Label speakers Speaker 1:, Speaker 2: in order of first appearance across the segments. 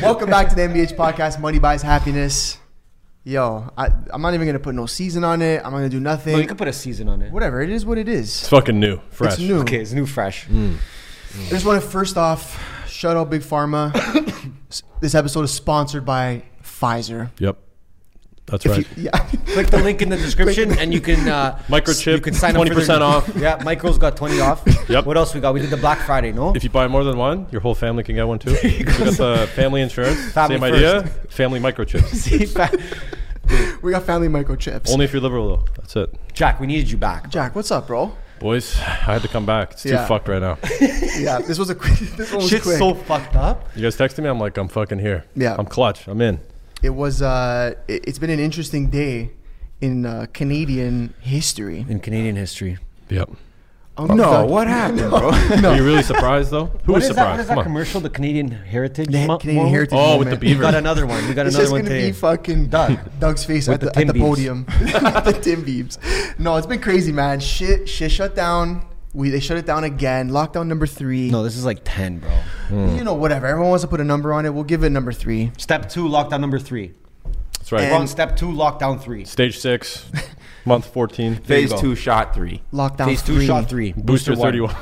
Speaker 1: Welcome back to the MBH podcast. Money buys happiness. Yo, I, I'm not even gonna put no season on it. I'm not gonna do
Speaker 2: No, you
Speaker 1: nothing.
Speaker 2: could put a season on it.
Speaker 1: Whatever. It is what it is.
Speaker 3: It's fucking new, fresh.
Speaker 1: It's new.
Speaker 2: Okay, it's new, fresh.
Speaker 1: I just want to first off shout out Big Pharma. S- this episode is sponsored by Pfizer.
Speaker 3: Yep, that's
Speaker 1: If
Speaker 3: right.
Speaker 1: you- yeah.
Speaker 2: Click the link in the description, and you can uh,
Speaker 3: Microchip,
Speaker 2: You can sign up for their-
Speaker 3: 20% off.
Speaker 2: Yeah, Micro's got twenty off.
Speaker 3: Yep.
Speaker 2: What else we got? We did the Black Friday, no?
Speaker 3: if you buy more than one, your whole family can get one too. you got the family insurance.
Speaker 2: Family
Speaker 3: same idea. Family microchips.
Speaker 2: See, fa-
Speaker 1: we got family microchips.
Speaker 3: Only if you're liberal though. That's it.
Speaker 2: Jack, we needed you back.
Speaker 1: Jack, what's up, bro?
Speaker 3: Boys, I had to come back. It's too
Speaker 1: Yeah.
Speaker 3: fucked right now.
Speaker 1: Yeah, this was a quick. This one was
Speaker 2: Shit's
Speaker 1: quick.
Speaker 2: so fucked up.
Speaker 3: You guys texted me. I'm like, I'm fucking here.
Speaker 1: Yeah.
Speaker 3: I'm clutch. I'm in.
Speaker 1: it was. Uh, it, it's been an interesting day in uh, Canadian history.
Speaker 2: In Canadian history.
Speaker 3: Yep.
Speaker 1: Oh,
Speaker 2: No,
Speaker 1: fuck.
Speaker 2: what happened, bro?
Speaker 3: Are you really surprised though? Who
Speaker 2: What
Speaker 3: was
Speaker 2: is that? What is that
Speaker 3: surprised? Come on.
Speaker 2: commercial? The Canadian Heritage.
Speaker 1: The
Speaker 2: Mo-
Speaker 1: Canadian
Speaker 2: Mo-
Speaker 1: Heritage.
Speaker 3: Oh, with
Speaker 1: Moment.
Speaker 3: the
Speaker 2: We got
Speaker 3: beaver.
Speaker 2: another one. We got
Speaker 1: It's
Speaker 2: another
Speaker 1: just
Speaker 2: one
Speaker 1: gonna
Speaker 2: today.
Speaker 1: be fucking
Speaker 2: Doug.
Speaker 1: Doug's face at
Speaker 2: the
Speaker 1: the, at the
Speaker 2: Tim Biebs.
Speaker 1: podium. the Tim Beebs. No, it's been crazy, man. Shit, shit shut down. We they shut it down again. Lockdown number three.
Speaker 2: no, this is like ten, bro.
Speaker 1: You know, whatever. Everyone wants to put a number on it. We'll give it number three.
Speaker 2: Step two, lockdown number three.
Speaker 3: That's right.
Speaker 1: And-
Speaker 2: Wrong. Step two, lockdown three.
Speaker 3: Stage six, month 14. There you
Speaker 4: Phase
Speaker 3: go.
Speaker 4: two, shot three.
Speaker 1: Lockdown
Speaker 2: Phase two,
Speaker 1: three.
Speaker 2: shot three.
Speaker 3: Booster
Speaker 2: one.
Speaker 3: 31.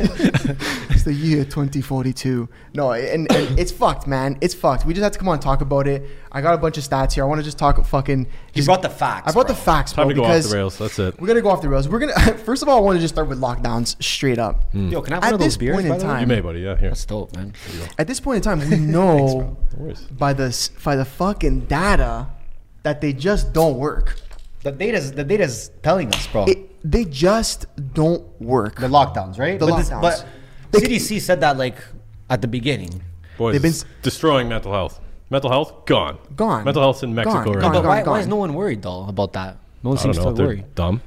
Speaker 1: It's the year 2042. No, and, and it's fucked, man. It's fucked. We just had to come on and talk about it. I got a bunch of stats here. I want to just talk fucking.
Speaker 2: He
Speaker 1: just-
Speaker 2: brought the facts.
Speaker 1: I brought
Speaker 2: bro.
Speaker 1: the facts, bro.
Speaker 3: Time to go off
Speaker 1: Oh, because
Speaker 3: the rails. That's it.
Speaker 1: We're gonna go off the rails. We're gonna first of all, I want to just start with lockdowns straight up.
Speaker 2: Yo, can I have
Speaker 1: At
Speaker 2: one of those
Speaker 1: this
Speaker 2: beers?
Speaker 1: point in
Speaker 2: by the way?
Speaker 1: time-
Speaker 3: You may, buddy. Yeah, here.
Speaker 2: Mm. That's dope, man.
Speaker 1: At this point in time, we know
Speaker 3: No worries.
Speaker 1: by the s- by the fucking data that they just don't work.
Speaker 2: The data's the data's telling us, bro.
Speaker 1: It, they just don't work.
Speaker 2: the lockdowns, right?
Speaker 1: The
Speaker 2: but this-
Speaker 1: lockdowns.
Speaker 2: but CDC said that like at the beginning.
Speaker 3: Boys,
Speaker 1: They've been
Speaker 3: it's destroying mental health. Mental health gone.
Speaker 1: Gone.
Speaker 3: Mental health in Mexico
Speaker 1: Gone,
Speaker 3: right
Speaker 1: gone,
Speaker 3: now.
Speaker 2: But why,
Speaker 1: gone.
Speaker 2: why is no one worried though about that? No one
Speaker 3: I don't
Speaker 2: seems
Speaker 3: know.
Speaker 2: to
Speaker 3: They're
Speaker 2: worry.
Speaker 3: dumb.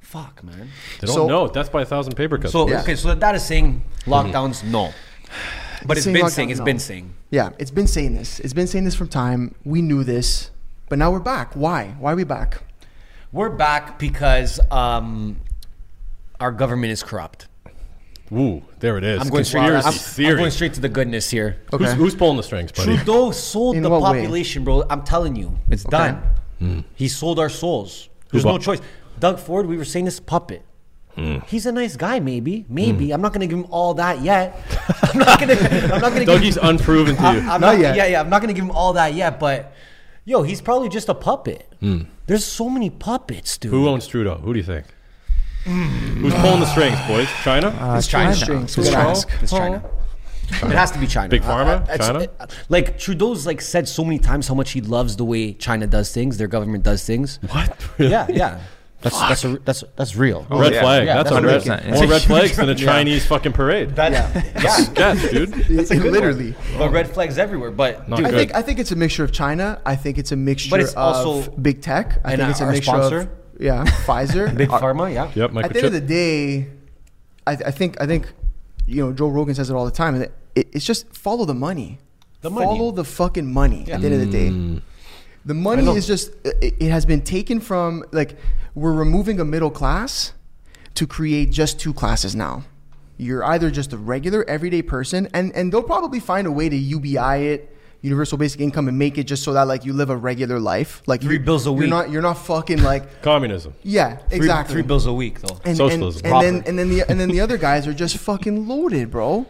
Speaker 2: Fuck, man.
Speaker 3: They don't
Speaker 1: So-
Speaker 3: know. Death by a thousand paper cuts.
Speaker 2: So
Speaker 1: Yeah.
Speaker 2: okay, so that is saying lockdowns no, but
Speaker 1: It's
Speaker 2: it's
Speaker 1: saying
Speaker 2: been
Speaker 1: lockdown,
Speaker 2: saying it's
Speaker 1: no.
Speaker 2: been saying.
Speaker 1: Yeah, it's been saying this. It's been saying this from time. We knew this, but now we're back. Why? Why are we back?
Speaker 2: We're back because um, our government is corrupt.
Speaker 3: Ooh, there it is.
Speaker 2: I'm going straight. I'm,
Speaker 3: Conspiracy
Speaker 2: I'm
Speaker 3: theory.
Speaker 2: going straight to the goodness here.
Speaker 1: Okay.
Speaker 3: Who's, who's pulling the strings, buddy?
Speaker 2: Trudeau sold
Speaker 1: In
Speaker 2: the
Speaker 1: what way?
Speaker 2: population, bro. I'm telling you, it's done.
Speaker 3: Hmm.
Speaker 2: He sold our souls. There's
Speaker 3: Who
Speaker 2: no
Speaker 3: bought-
Speaker 2: choice. Doug Ford, we were saying this puppet.
Speaker 3: Hmm.
Speaker 2: He's a nice guy, maybe, maybe. I'm not gonna give him all that yet. I'm not gonna. I'm not gonna. give
Speaker 3: Dougie's unproven to you.
Speaker 2: I, am
Speaker 1: Not
Speaker 2: not,
Speaker 1: yet.
Speaker 2: Yeah, yeah. I'm not gonna give him all that yet, but yo, he's probably just a puppet. There's so many puppets, dude.
Speaker 3: Hmm. Who owns Trudeau? Who do you think? Who's pulling the strings, boys? China?
Speaker 1: Uh,
Speaker 2: It's China.
Speaker 1: strings.
Speaker 2: It's
Speaker 1: We're gonna
Speaker 2: China.
Speaker 1: ask.
Speaker 2: It's China. It has to be China.
Speaker 3: Big Pharma?
Speaker 2: it's-
Speaker 3: China?
Speaker 2: uh, like Trudeau's like said so many times how much he loves the way China does things, their government does things.
Speaker 3: what?
Speaker 2: Yeah, yeah. Oh. That's that's a, that's that's real.
Speaker 3: Red
Speaker 4: yeah.
Speaker 3: flag.
Speaker 2: Yeah,
Speaker 3: that's,
Speaker 2: that's
Speaker 3: a red.
Speaker 4: 100%, yeah.
Speaker 3: More red flags than a Chinese fucking parade.
Speaker 2: That, yeah.
Speaker 3: Yes, dude.
Speaker 1: It- it literally.
Speaker 2: But red flags everywhere. But
Speaker 3: Not
Speaker 2: dude,
Speaker 1: I
Speaker 3: Good.
Speaker 1: think I think it's a mixture of China. I think it's a mixture
Speaker 2: it's also-
Speaker 1: of big tech. I
Speaker 2: And
Speaker 1: think it's a
Speaker 2: our
Speaker 1: mixture of
Speaker 2: sponsor?
Speaker 1: yeah, Pfizer.
Speaker 2: big pharma, yeah.
Speaker 3: Yep,
Speaker 1: At the end of the
Speaker 3: microchip.
Speaker 1: day, I, I think I think you know Joe Rogan says it all the time. and It, it's just follow the money.
Speaker 2: The money.
Speaker 1: follow the fucking money. At the end of the day, the money
Speaker 2: know.
Speaker 1: is just it, it has been taken from like we're removing a middle class to create just two classes now. You're either just a regular everyday person, and and they'll probably find a way to UBI it. Universal basic income and make it just so that like you live a regular life, like
Speaker 2: Three
Speaker 1: you-
Speaker 2: bills a
Speaker 1: you're
Speaker 2: week.
Speaker 1: Not you're not fucking like
Speaker 3: Communism.
Speaker 1: yeah
Speaker 2: Three,
Speaker 1: exactly
Speaker 2: three bills a week though.
Speaker 1: and,
Speaker 3: Socialism.
Speaker 1: And, and then
Speaker 2: Proper.
Speaker 1: and then the and then the other guys are just fucking loaded, bro.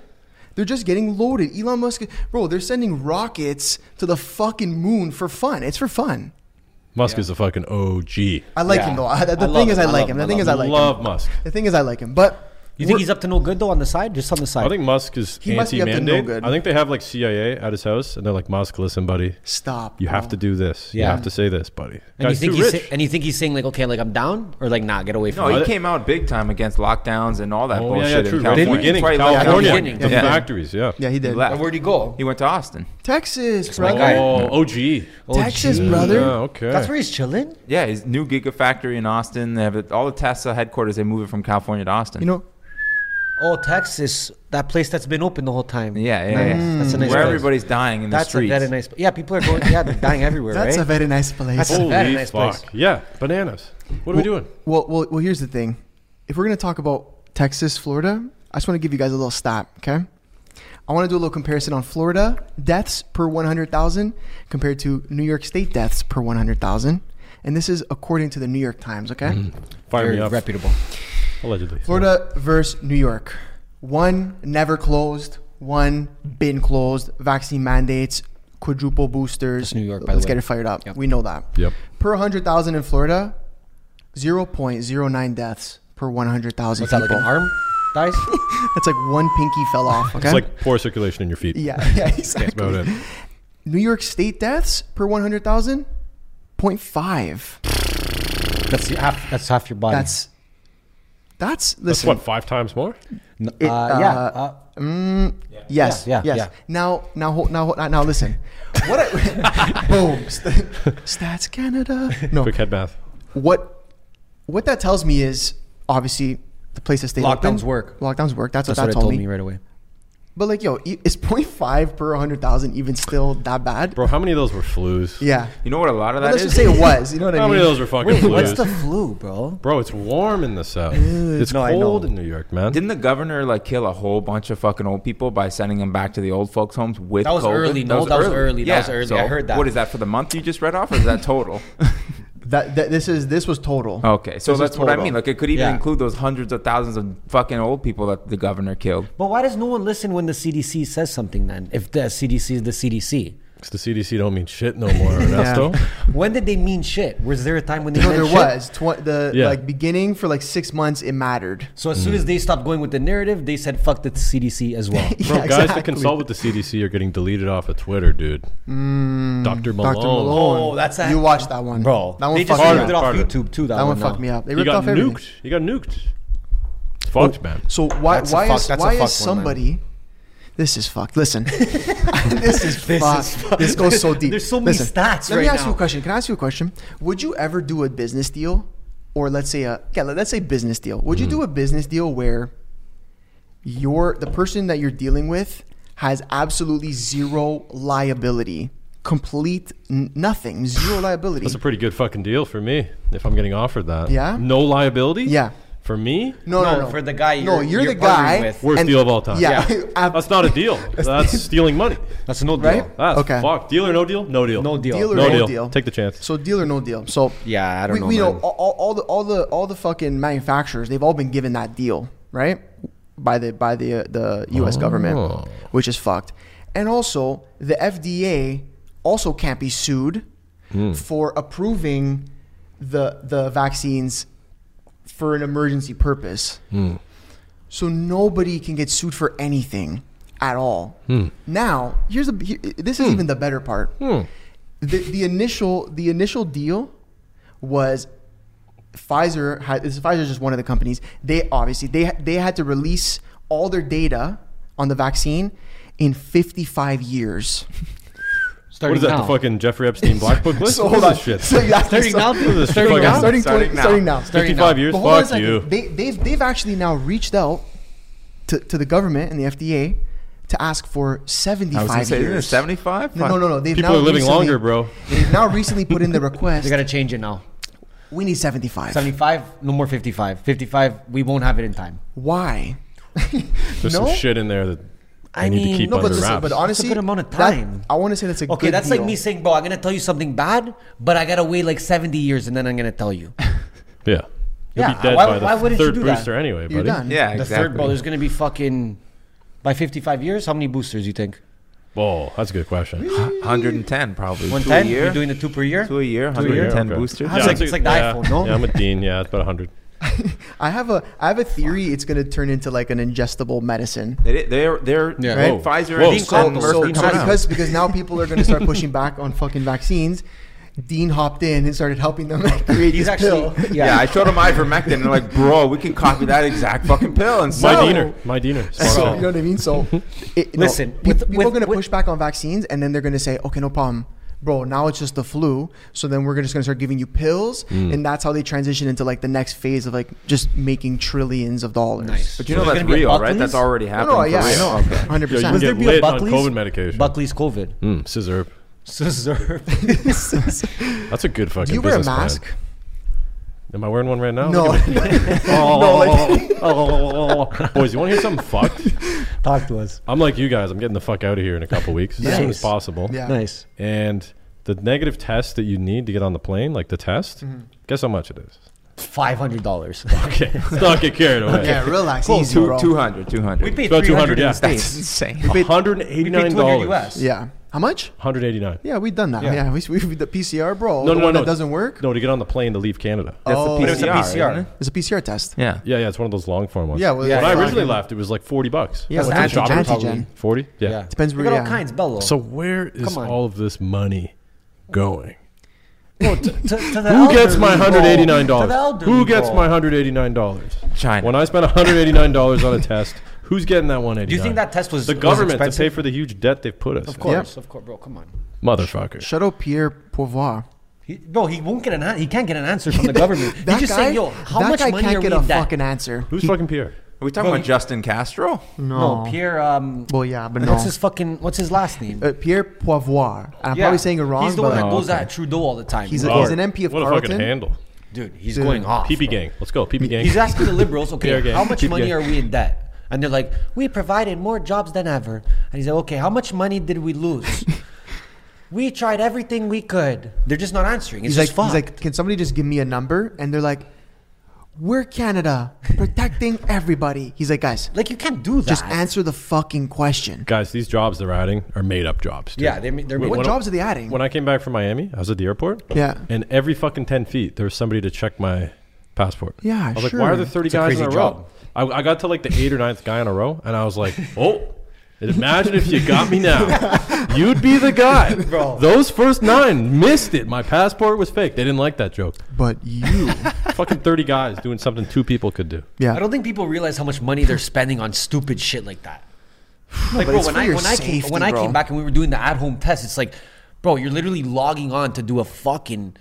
Speaker 1: They're just getting loaded. Elon Musk, bro, they're sending rockets to the fucking moon for fun. It's for fun.
Speaker 3: Musk is a fucking OG.
Speaker 1: I like
Speaker 2: Yeah.
Speaker 1: him though. I, the
Speaker 2: I love
Speaker 1: thing is,
Speaker 2: him.
Speaker 1: I
Speaker 2: I
Speaker 1: like him.
Speaker 2: love him.
Speaker 1: The
Speaker 2: I
Speaker 1: thing
Speaker 2: love
Speaker 1: is, I
Speaker 2: him.
Speaker 1: like
Speaker 3: Love
Speaker 1: him.
Speaker 3: Musk.
Speaker 1: The thing is, I like him. But
Speaker 2: You think
Speaker 1: we're-
Speaker 2: he's up to no good though on the side? Just on the side.
Speaker 3: I think Musk is
Speaker 1: He must be up to no
Speaker 3: anti-mandate.
Speaker 1: good.
Speaker 3: I think they have like CIA at his house, and they're like, "Musk, listen, buddy,
Speaker 1: stop.
Speaker 3: you
Speaker 1: bro.
Speaker 3: have to do this. You
Speaker 2: Yeah.
Speaker 3: have to say this, buddy."
Speaker 2: and you
Speaker 3: Guy's
Speaker 2: think
Speaker 3: too
Speaker 2: he's
Speaker 3: rich.
Speaker 2: sa- and you think he's saying like, okay, like I'm down, or like, nah, get away from
Speaker 4: No,
Speaker 2: me.
Speaker 4: he
Speaker 3: that-
Speaker 4: came out big time against lockdowns and all that
Speaker 3: Oh yeah,
Speaker 4: bullshit.
Speaker 3: yeah,
Speaker 4: in
Speaker 3: true. Right
Speaker 4: California.
Speaker 3: at the beginning,
Speaker 4: That's why he left
Speaker 3: California,
Speaker 2: California.
Speaker 3: the
Speaker 4: Yeah.
Speaker 3: factories, yeah,
Speaker 1: Yeah, he did.
Speaker 4: He left.
Speaker 2: Where'd he go?
Speaker 4: He went to Austin.
Speaker 1: Texas,
Speaker 2: my
Speaker 1: bro.
Speaker 2: guy.
Speaker 3: Oh, OG.
Speaker 2: Oh,
Speaker 1: Texas,
Speaker 2: gee.
Speaker 1: brother.
Speaker 3: Yeah, okay.
Speaker 2: That's where he's chilling.
Speaker 4: Yeah, his new gigafactory in Austin. They have it- all the Tesla headquarters. They move it from California to Austin.
Speaker 1: You know,
Speaker 2: Oh, Texas, that place that's been open the whole time.
Speaker 4: yeah, yeah, yeah.
Speaker 2: Mm. That's a nice
Speaker 4: where
Speaker 2: place.
Speaker 4: everybody's dying in the
Speaker 2: That's
Speaker 4: streets.
Speaker 2: a very nice. Yeah, people are going. Yeah, they're dying everywhere,
Speaker 1: that's a
Speaker 2: right?
Speaker 1: very nice place.
Speaker 2: That's a
Speaker 3: Holy
Speaker 2: very nice
Speaker 3: fuck!
Speaker 2: place.
Speaker 3: Yeah, bananas. What are we doing?
Speaker 1: Well, well, well. Here's the thing: if we're gonna talk about Texas, Florida, I just want to give you guys a little stat. Okay, I want to do a little comparison on Florida deaths per 100,000 compared to New York State deaths per 100,000. And this is according to the New York Times, okay?
Speaker 2: Mm-hmm.
Speaker 3: Fire
Speaker 2: Very
Speaker 3: me up.
Speaker 2: reputable.
Speaker 3: Allegedly.
Speaker 1: Florida versus New York. One never closed, one been closed, vaccine mandates, quadruple boosters.
Speaker 2: That's New York, by the
Speaker 1: Let's
Speaker 2: way.
Speaker 1: get it fired up.
Speaker 2: Yep.
Speaker 1: We know that.
Speaker 5: Yep.
Speaker 1: Per 100,000 in Florida, 0.09 deaths per 100,000
Speaker 2: What's
Speaker 1: people.
Speaker 2: that like an arm? Dies?
Speaker 1: That's like one pinky fell off, okay?
Speaker 3: It's like poor circulation in your feet.
Speaker 1: yeah, yeah, exactly.
Speaker 5: That's about it.
Speaker 1: New York State deaths per 100,000, 0.5.
Speaker 2: That's your- half. That's half your body.
Speaker 1: That's, that's,
Speaker 3: That's
Speaker 1: listen.
Speaker 3: what five times more.
Speaker 2: N-
Speaker 1: it-
Speaker 2: uh, yeah.
Speaker 1: uh,
Speaker 2: Uh,
Speaker 1: Yes.
Speaker 2: Yeah, yeah,
Speaker 1: yes.
Speaker 2: yeah.
Speaker 1: Now, now, ho- now, ho- now, listen. What? I, boom. St- Stats Canada. No.
Speaker 3: Quick head math.
Speaker 1: What? What that tells me is obviously the place that stayed open.
Speaker 2: Lockdowns work.
Speaker 1: Lockdowns work. That's,
Speaker 2: that's
Speaker 1: what that
Speaker 2: what it
Speaker 1: told, me.
Speaker 2: right away.
Speaker 1: But like, yo, e- is 0.5 per 100,000 even still that bad?
Speaker 3: Bro, how many of those were flus?
Speaker 1: Yeah.
Speaker 4: You know what? A lot of that
Speaker 1: let's
Speaker 4: is?
Speaker 1: just say it was. You know what I
Speaker 3: How
Speaker 1: mean?
Speaker 3: many of those were fucking
Speaker 2: Wait,
Speaker 3: flus?
Speaker 2: what's the flu, bro?
Speaker 3: Bro, it's warm in the south. It's
Speaker 2: No, I know.
Speaker 3: cold in New York, man.
Speaker 4: Didn't the governor like kill a whole bunch of fucking old people by sending them back to the old folks' homes with
Speaker 2: That was
Speaker 4: COVID?
Speaker 2: early, no, that was early, that
Speaker 4: Yeah,
Speaker 2: was early. I heard that.
Speaker 4: What is that for the month you just read off, or is that total?
Speaker 1: That, that this is this was total.
Speaker 3: Oh.
Speaker 4: okay, so
Speaker 1: This is
Speaker 4: that's what I
Speaker 1: total.
Speaker 4: mean. Like it could even
Speaker 2: Yeah.
Speaker 4: include those hundreds of thousands of fucking old people that the governor killed.
Speaker 2: But why does no one listen when the CDC says something? Then, if the CDC is the CDC,
Speaker 3: 'Cause the CDC don't mean shit no more, Ernesto.
Speaker 2: when did they mean shit? Was there a time when they
Speaker 1: No,
Speaker 2: meant
Speaker 1: there
Speaker 2: shit?
Speaker 1: was tw- the
Speaker 3: Yeah.
Speaker 1: like beginning for like six months. It mattered.
Speaker 2: So as soon as they stopped going with the narrative, they said fuck the CDC as well.
Speaker 3: Bro,
Speaker 1: Yeah,
Speaker 3: guys
Speaker 1: exactly.
Speaker 3: that consult with the CDC are getting deleted off of Twitter, dude. Dr. Malone.
Speaker 1: Dr. Mm, Malone.
Speaker 2: Oh, that's that-
Speaker 1: you watched that one,
Speaker 2: bro.
Speaker 1: That one
Speaker 2: they
Speaker 1: fucked
Speaker 2: just
Speaker 1: me
Speaker 3: Harder,
Speaker 2: ripped
Speaker 1: up.
Speaker 2: it off
Speaker 3: harder.
Speaker 2: YouTube too. That,
Speaker 1: That one
Speaker 2: now.
Speaker 1: fucked me up. They
Speaker 3: He
Speaker 1: ripped
Speaker 3: got
Speaker 1: off everything. Oh.
Speaker 3: nuked. He got nuked. It's fucked, man.
Speaker 1: So why
Speaker 2: That's a
Speaker 1: why
Speaker 2: fuck-
Speaker 1: is
Speaker 2: that's a
Speaker 1: why
Speaker 2: fucked
Speaker 1: is
Speaker 2: one, man.
Speaker 1: somebody? This is fucked. Listen, this is
Speaker 2: This
Speaker 1: fucked.
Speaker 2: is fucked.
Speaker 1: This goes so deep.
Speaker 2: There's so many stats
Speaker 1: Let me
Speaker 2: right
Speaker 1: ask you a
Speaker 2: now.
Speaker 1: question. Can I ask you a question? Would you ever do a business deal, or let's say a yeah, let- let's say business deal? Would you
Speaker 2: Hmm.
Speaker 1: do a business deal where your the person that you're dealing with has absolutely zero liability, complete n- nothing, zero liability?
Speaker 3: That's a pretty good fucking deal for me if I'm getting offered that.
Speaker 1: Yeah?
Speaker 3: No liability?
Speaker 1: Yeah.
Speaker 3: For me?
Speaker 1: no, no,
Speaker 2: No,
Speaker 1: no,
Speaker 2: for the guy
Speaker 1: no,
Speaker 2: you're-
Speaker 1: you're,
Speaker 2: you're
Speaker 1: the
Speaker 2: partnering
Speaker 1: guy.
Speaker 2: with.
Speaker 3: Worst
Speaker 1: and-
Speaker 3: deal of all time.
Speaker 1: Yeah, ab-
Speaker 3: That's not a deal. That's stealing money.
Speaker 2: That's no deal.
Speaker 1: Right?
Speaker 3: That's
Speaker 1: Okay.
Speaker 3: fuck. Deal or no deal? No deal.
Speaker 2: No deal.
Speaker 1: Deal or
Speaker 3: No
Speaker 1: no
Speaker 3: deal.
Speaker 1: deal.
Speaker 3: Take the chance.
Speaker 1: So deal or no deal. So
Speaker 2: Yeah, I don't
Speaker 1: we,
Speaker 2: know,
Speaker 1: We know
Speaker 2: man.
Speaker 1: all, all- all the all the all the fucking manufacturers. They've all been given that deal, right? By the by the uh, the U.S. government, which is fucked. And also the FDA also can't be sued for approving the the vaccines for an emergency purpose. So nobody can get sued for anything at all. Now, here's a here, this is even the better part. The, the initial the initial deal was Pfizer had this Pfizer is just one of the companies. They obviously they they had to release all their data on the vaccine in 55 years.
Speaker 3: What
Speaker 2: Starting
Speaker 3: is that?
Speaker 2: now.
Speaker 3: The fucking Jeffrey Epstein black book list?
Speaker 1: So
Speaker 3: What is
Speaker 1: hold on.
Speaker 3: this shit?
Speaker 1: So yeah,
Speaker 2: Starting
Speaker 1: so-
Speaker 2: now?
Speaker 3: What is this shit?
Speaker 2: Starting
Speaker 3: Fucking-
Speaker 4: now?
Speaker 1: Starting,
Speaker 4: Starting
Speaker 1: 20
Speaker 4: now.
Speaker 1: starting now.
Speaker 3: 55 years?
Speaker 1: But hold on a
Speaker 3: Fuck
Speaker 1: second.
Speaker 3: you.
Speaker 1: They, they've, they've actually now reached out to, to the government and the FDA to ask for
Speaker 4: I
Speaker 1: 75
Speaker 4: was gonna say, isn't it
Speaker 1: years.
Speaker 4: seventy-five?
Speaker 1: No, no, no, no. They've
Speaker 3: People
Speaker 1: now
Speaker 3: are living
Speaker 1: recently-
Speaker 3: longer, bro.
Speaker 1: They've now recently put in the request.
Speaker 2: They gotta change it now.
Speaker 1: we need 75.
Speaker 2: 75, no more 55. 55, we won't have it in time.
Speaker 1: Why?
Speaker 3: There's
Speaker 1: no?
Speaker 3: some shit in there that
Speaker 2: I
Speaker 3: I need to
Speaker 2: mean,
Speaker 3: keep
Speaker 2: no, but
Speaker 3: under
Speaker 1: listen,
Speaker 3: wraps.
Speaker 1: but honestly,
Speaker 2: good amount of
Speaker 1: that-
Speaker 2: time.
Speaker 1: I want to say that's a good
Speaker 2: Okay, that's like
Speaker 1: deal.
Speaker 2: me saying, bro, I'm gonna tell you something bad, but I gotta wait like 70 years and then I'm gonna tell you.
Speaker 3: Yeah. You'll
Speaker 2: Yeah,
Speaker 3: be dead
Speaker 2: why-
Speaker 3: by the
Speaker 2: why wouldn't you
Speaker 3: third
Speaker 2: do that?
Speaker 3: booster anyway, buddy.
Speaker 1: You're done.
Speaker 4: Yeah,
Speaker 2: The
Speaker 4: exactly.
Speaker 2: third, bro, there's gonna be fucking. By 55 years, how many boosters you think?
Speaker 3: Whoa, that's a good question.
Speaker 4: hundred and ten probably. One
Speaker 2: 110?
Speaker 4: ten.
Speaker 2: You're doing the two per year?
Speaker 4: two a year,
Speaker 3: Yeah,
Speaker 4: hundred and ten
Speaker 3: okay.
Speaker 4: boosters.
Speaker 2: Yeah, It's like-
Speaker 3: a-
Speaker 2: it's like the
Speaker 3: yeah.
Speaker 2: iPhone, no?
Speaker 3: Yeah, I'm a dean. Yeah, it's about 100.
Speaker 1: I have a I have a theory. It's going to turn into like an ingestible medicine.
Speaker 4: They, they're they're
Speaker 2: Yeah.
Speaker 4: right?
Speaker 3: Whoa.
Speaker 4: Pfizer
Speaker 3: Whoa.
Speaker 4: and,
Speaker 3: So-
Speaker 4: and
Speaker 1: So,
Speaker 4: Merck
Speaker 1: so
Speaker 4: are coming out.
Speaker 1: because because now people are going to start pushing back on fucking vaccines. Dean hopped in and started helping them create
Speaker 2: He's
Speaker 1: this
Speaker 2: actually.
Speaker 1: pill.
Speaker 4: yeah. I showed them ivermectin, and they're like, "Bro, we can copy that exact fucking pill."
Speaker 3: My
Speaker 4: And sell it."
Speaker 3: diener. My diener.
Speaker 1: So,
Speaker 3: Sponsor.
Speaker 1: you know what I mean? So, it, no,
Speaker 2: Listen,
Speaker 1: pe-
Speaker 2: with-
Speaker 1: people
Speaker 2: with-
Speaker 1: are going to
Speaker 2: with-
Speaker 1: push back on vaccines, and then they're going to say, "Okay, no problem, bro. Now it's just the flu." So then we're just going to start giving you pills,
Speaker 3: Mm.
Speaker 1: and that's how they transition into like the next phase of like just making trillions of dollars.
Speaker 2: Nice.
Speaker 4: But you know
Speaker 2: There's
Speaker 4: that's
Speaker 2: gonna be a
Speaker 4: real, right?
Speaker 2: Buckley's?
Speaker 4: That's already
Speaker 1: No,
Speaker 4: happened.
Speaker 1: no,
Speaker 4: for
Speaker 1: yeah, I
Speaker 4: real.
Speaker 1: know, hundred
Speaker 3: Yo, you can
Speaker 1: percent.
Speaker 3: get
Speaker 2: there be a
Speaker 3: lit on
Speaker 2: Buckley's?
Speaker 3: COVID medication.
Speaker 2: Buckley's COVID.
Speaker 3: Mm, scissor.
Speaker 2: Scissor.
Speaker 3: That's a good fucking
Speaker 1: Do you wear a
Speaker 3: business plan.
Speaker 1: mask?
Speaker 3: Am I wearing one right now?
Speaker 1: No.
Speaker 3: Look at me.
Speaker 1: No,
Speaker 3: Oh,
Speaker 1: like-
Speaker 3: oh, oh, oh, oh, oh. Boys, you want to hear something fucked?
Speaker 2: Talk to us.
Speaker 3: I'm like you guys. I'm getting the fuck out of here in a couple weeks as soon
Speaker 2: Nice.
Speaker 3: as possible.
Speaker 1: Yeah.
Speaker 2: Nice.
Speaker 3: And the negative test that you need to get on the plane, like the test, guess how much it is?
Speaker 2: Five hundred dollars.
Speaker 3: Okay, let's not get carried away.
Speaker 1: Yeah, relax. easy,
Speaker 4: Two-
Speaker 1: bro.
Speaker 4: 200, 200.
Speaker 2: We paid
Speaker 3: About 200,
Speaker 2: in
Speaker 3: yeah.
Speaker 2: the
Speaker 4: That's
Speaker 2: States.
Speaker 4: insane.
Speaker 1: paid-
Speaker 3: $189.
Speaker 1: Yeah. How much?
Speaker 3: 189
Speaker 1: Yeah, we done that. Yeah, we, we we- the PCR, bro.
Speaker 3: No,
Speaker 1: the
Speaker 3: no,
Speaker 1: one
Speaker 3: no.
Speaker 1: that doesn't work.
Speaker 3: No, to get on the plane to leave Canada.
Speaker 4: That's
Speaker 1: Oh.
Speaker 4: the
Speaker 1: But
Speaker 4: PCR.
Speaker 1: it was a
Speaker 2: PCR.
Speaker 4: isn't it?
Speaker 1: It's a PCR test.
Speaker 4: Yeah.
Speaker 3: Yeah, yeah, it's one of those long form ones.
Speaker 1: Yeah, well,
Speaker 2: Yeah,
Speaker 3: when
Speaker 1: it's
Speaker 3: I
Speaker 1: like-
Speaker 3: originally left, it was like 40 bucks.
Speaker 1: Yeah,
Speaker 2: That's
Speaker 1: it's
Speaker 2: antigen,
Speaker 1: antigen.
Speaker 2: probably.
Speaker 1: antigen.
Speaker 3: 40? Yeah.
Speaker 1: Depends
Speaker 2: We
Speaker 1: where
Speaker 2: got
Speaker 1: you're
Speaker 2: all
Speaker 1: at.
Speaker 2: kinds, Bello.
Speaker 3: So where is
Speaker 2: Come on.
Speaker 3: all of this money going?
Speaker 2: to, to the
Speaker 3: Who gets my
Speaker 2: elderly bowl. To the
Speaker 3: $189?
Speaker 2: elderly
Speaker 3: Who gets
Speaker 2: bowl.
Speaker 3: my $189?
Speaker 4: China.
Speaker 3: When I spent $189 on a test, who's getting that 189
Speaker 2: Do you think that test was
Speaker 3: The
Speaker 2: was
Speaker 3: government to pay
Speaker 2: expensive?
Speaker 3: for the huge debt they've put us
Speaker 2: Of
Speaker 3: in.
Speaker 2: course, of course, bro. Come on,
Speaker 3: Motherfucker.
Speaker 1: Shut up, Pierre Pouvoir.
Speaker 2: he, bro. He won't get an. An- he can't get an answer from the government. He's
Speaker 1: That
Speaker 2: just
Speaker 1: guy,
Speaker 2: saying, yo, how
Speaker 1: that
Speaker 2: much
Speaker 1: guy
Speaker 2: money
Speaker 1: can't
Speaker 2: are
Speaker 1: get
Speaker 2: we
Speaker 1: a
Speaker 2: in debt?
Speaker 1: fucking answer.
Speaker 3: Who's fucking Pierre?
Speaker 4: Are we talking
Speaker 2: Bro,
Speaker 4: about Justin Castro?
Speaker 1: Hmm.
Speaker 2: no, Pierre. Um,
Speaker 1: Well, yeah, but no.
Speaker 2: what's his fucking? What's his last name?
Speaker 1: uh, Pierre Pouvoir. I'm
Speaker 2: Yeah.
Speaker 1: probably saying it wrong,
Speaker 2: He's the
Speaker 1: but
Speaker 2: one that
Speaker 3: Oh,
Speaker 2: goes
Speaker 3: okay.
Speaker 2: at Trudeau all the time.
Speaker 1: He's a-
Speaker 3: Lord,
Speaker 1: an MP of
Speaker 3: What a
Speaker 1: Carleton.
Speaker 3: fucking handle.
Speaker 2: dude, he's going off. bro.
Speaker 3: PP gang. Let's go. PP gang.
Speaker 2: He's asking the liberals,
Speaker 3: Pierre
Speaker 2: okay,
Speaker 3: gang.
Speaker 2: how much
Speaker 3: Pierre
Speaker 2: money
Speaker 3: gang.
Speaker 2: are we in debt? And they're like, we provided more jobs than ever. And he's like, okay, how much money did we lose? we tried everything we could. They're just not answering. It's
Speaker 1: he's like,
Speaker 2: just
Speaker 1: he's
Speaker 2: fuck.
Speaker 1: like, can somebody just give me a number? And they're like, we're Canada, protecting everybody. He's like, guys,
Speaker 2: Like, you can't do that.
Speaker 1: just answer the fucking question.
Speaker 3: Guys, these jobs they're adding are made up jobs. dude.
Speaker 2: Yeah, they're, they're
Speaker 3: Wait,
Speaker 1: What
Speaker 3: when I-
Speaker 1: jobs are they adding?
Speaker 3: When I came back from Miami, I was at the airport.
Speaker 1: Yeah.
Speaker 3: And every fucking 10 feet, there was somebody to check my passport.
Speaker 1: Yeah,
Speaker 3: I was
Speaker 1: sure.
Speaker 3: like, why are there 30
Speaker 2: a
Speaker 3: guys in
Speaker 2: crazy
Speaker 3: a
Speaker 2: job.
Speaker 3: row? I, I got to like the eight or ninth guy in a row, and I was like, oh, imagine if you got me now. You'd be the guy.
Speaker 2: Bro.
Speaker 3: Those first nine missed it. My passport was fake. They didn't like that joke.
Speaker 1: But you,
Speaker 3: fucking 30 guys doing something two people could do.
Speaker 2: I
Speaker 1: yeah,
Speaker 2: don't think people realize how much money they're spending on stupid shit like that. Like,
Speaker 1: but
Speaker 2: bro,
Speaker 1: it's
Speaker 2: when
Speaker 1: for
Speaker 2: I
Speaker 1: your
Speaker 2: when I came
Speaker 1: safety,
Speaker 2: when I
Speaker 1: bro.
Speaker 2: came back and we were doing the at home test, it's like, bro, you're literally logging on to do a fucking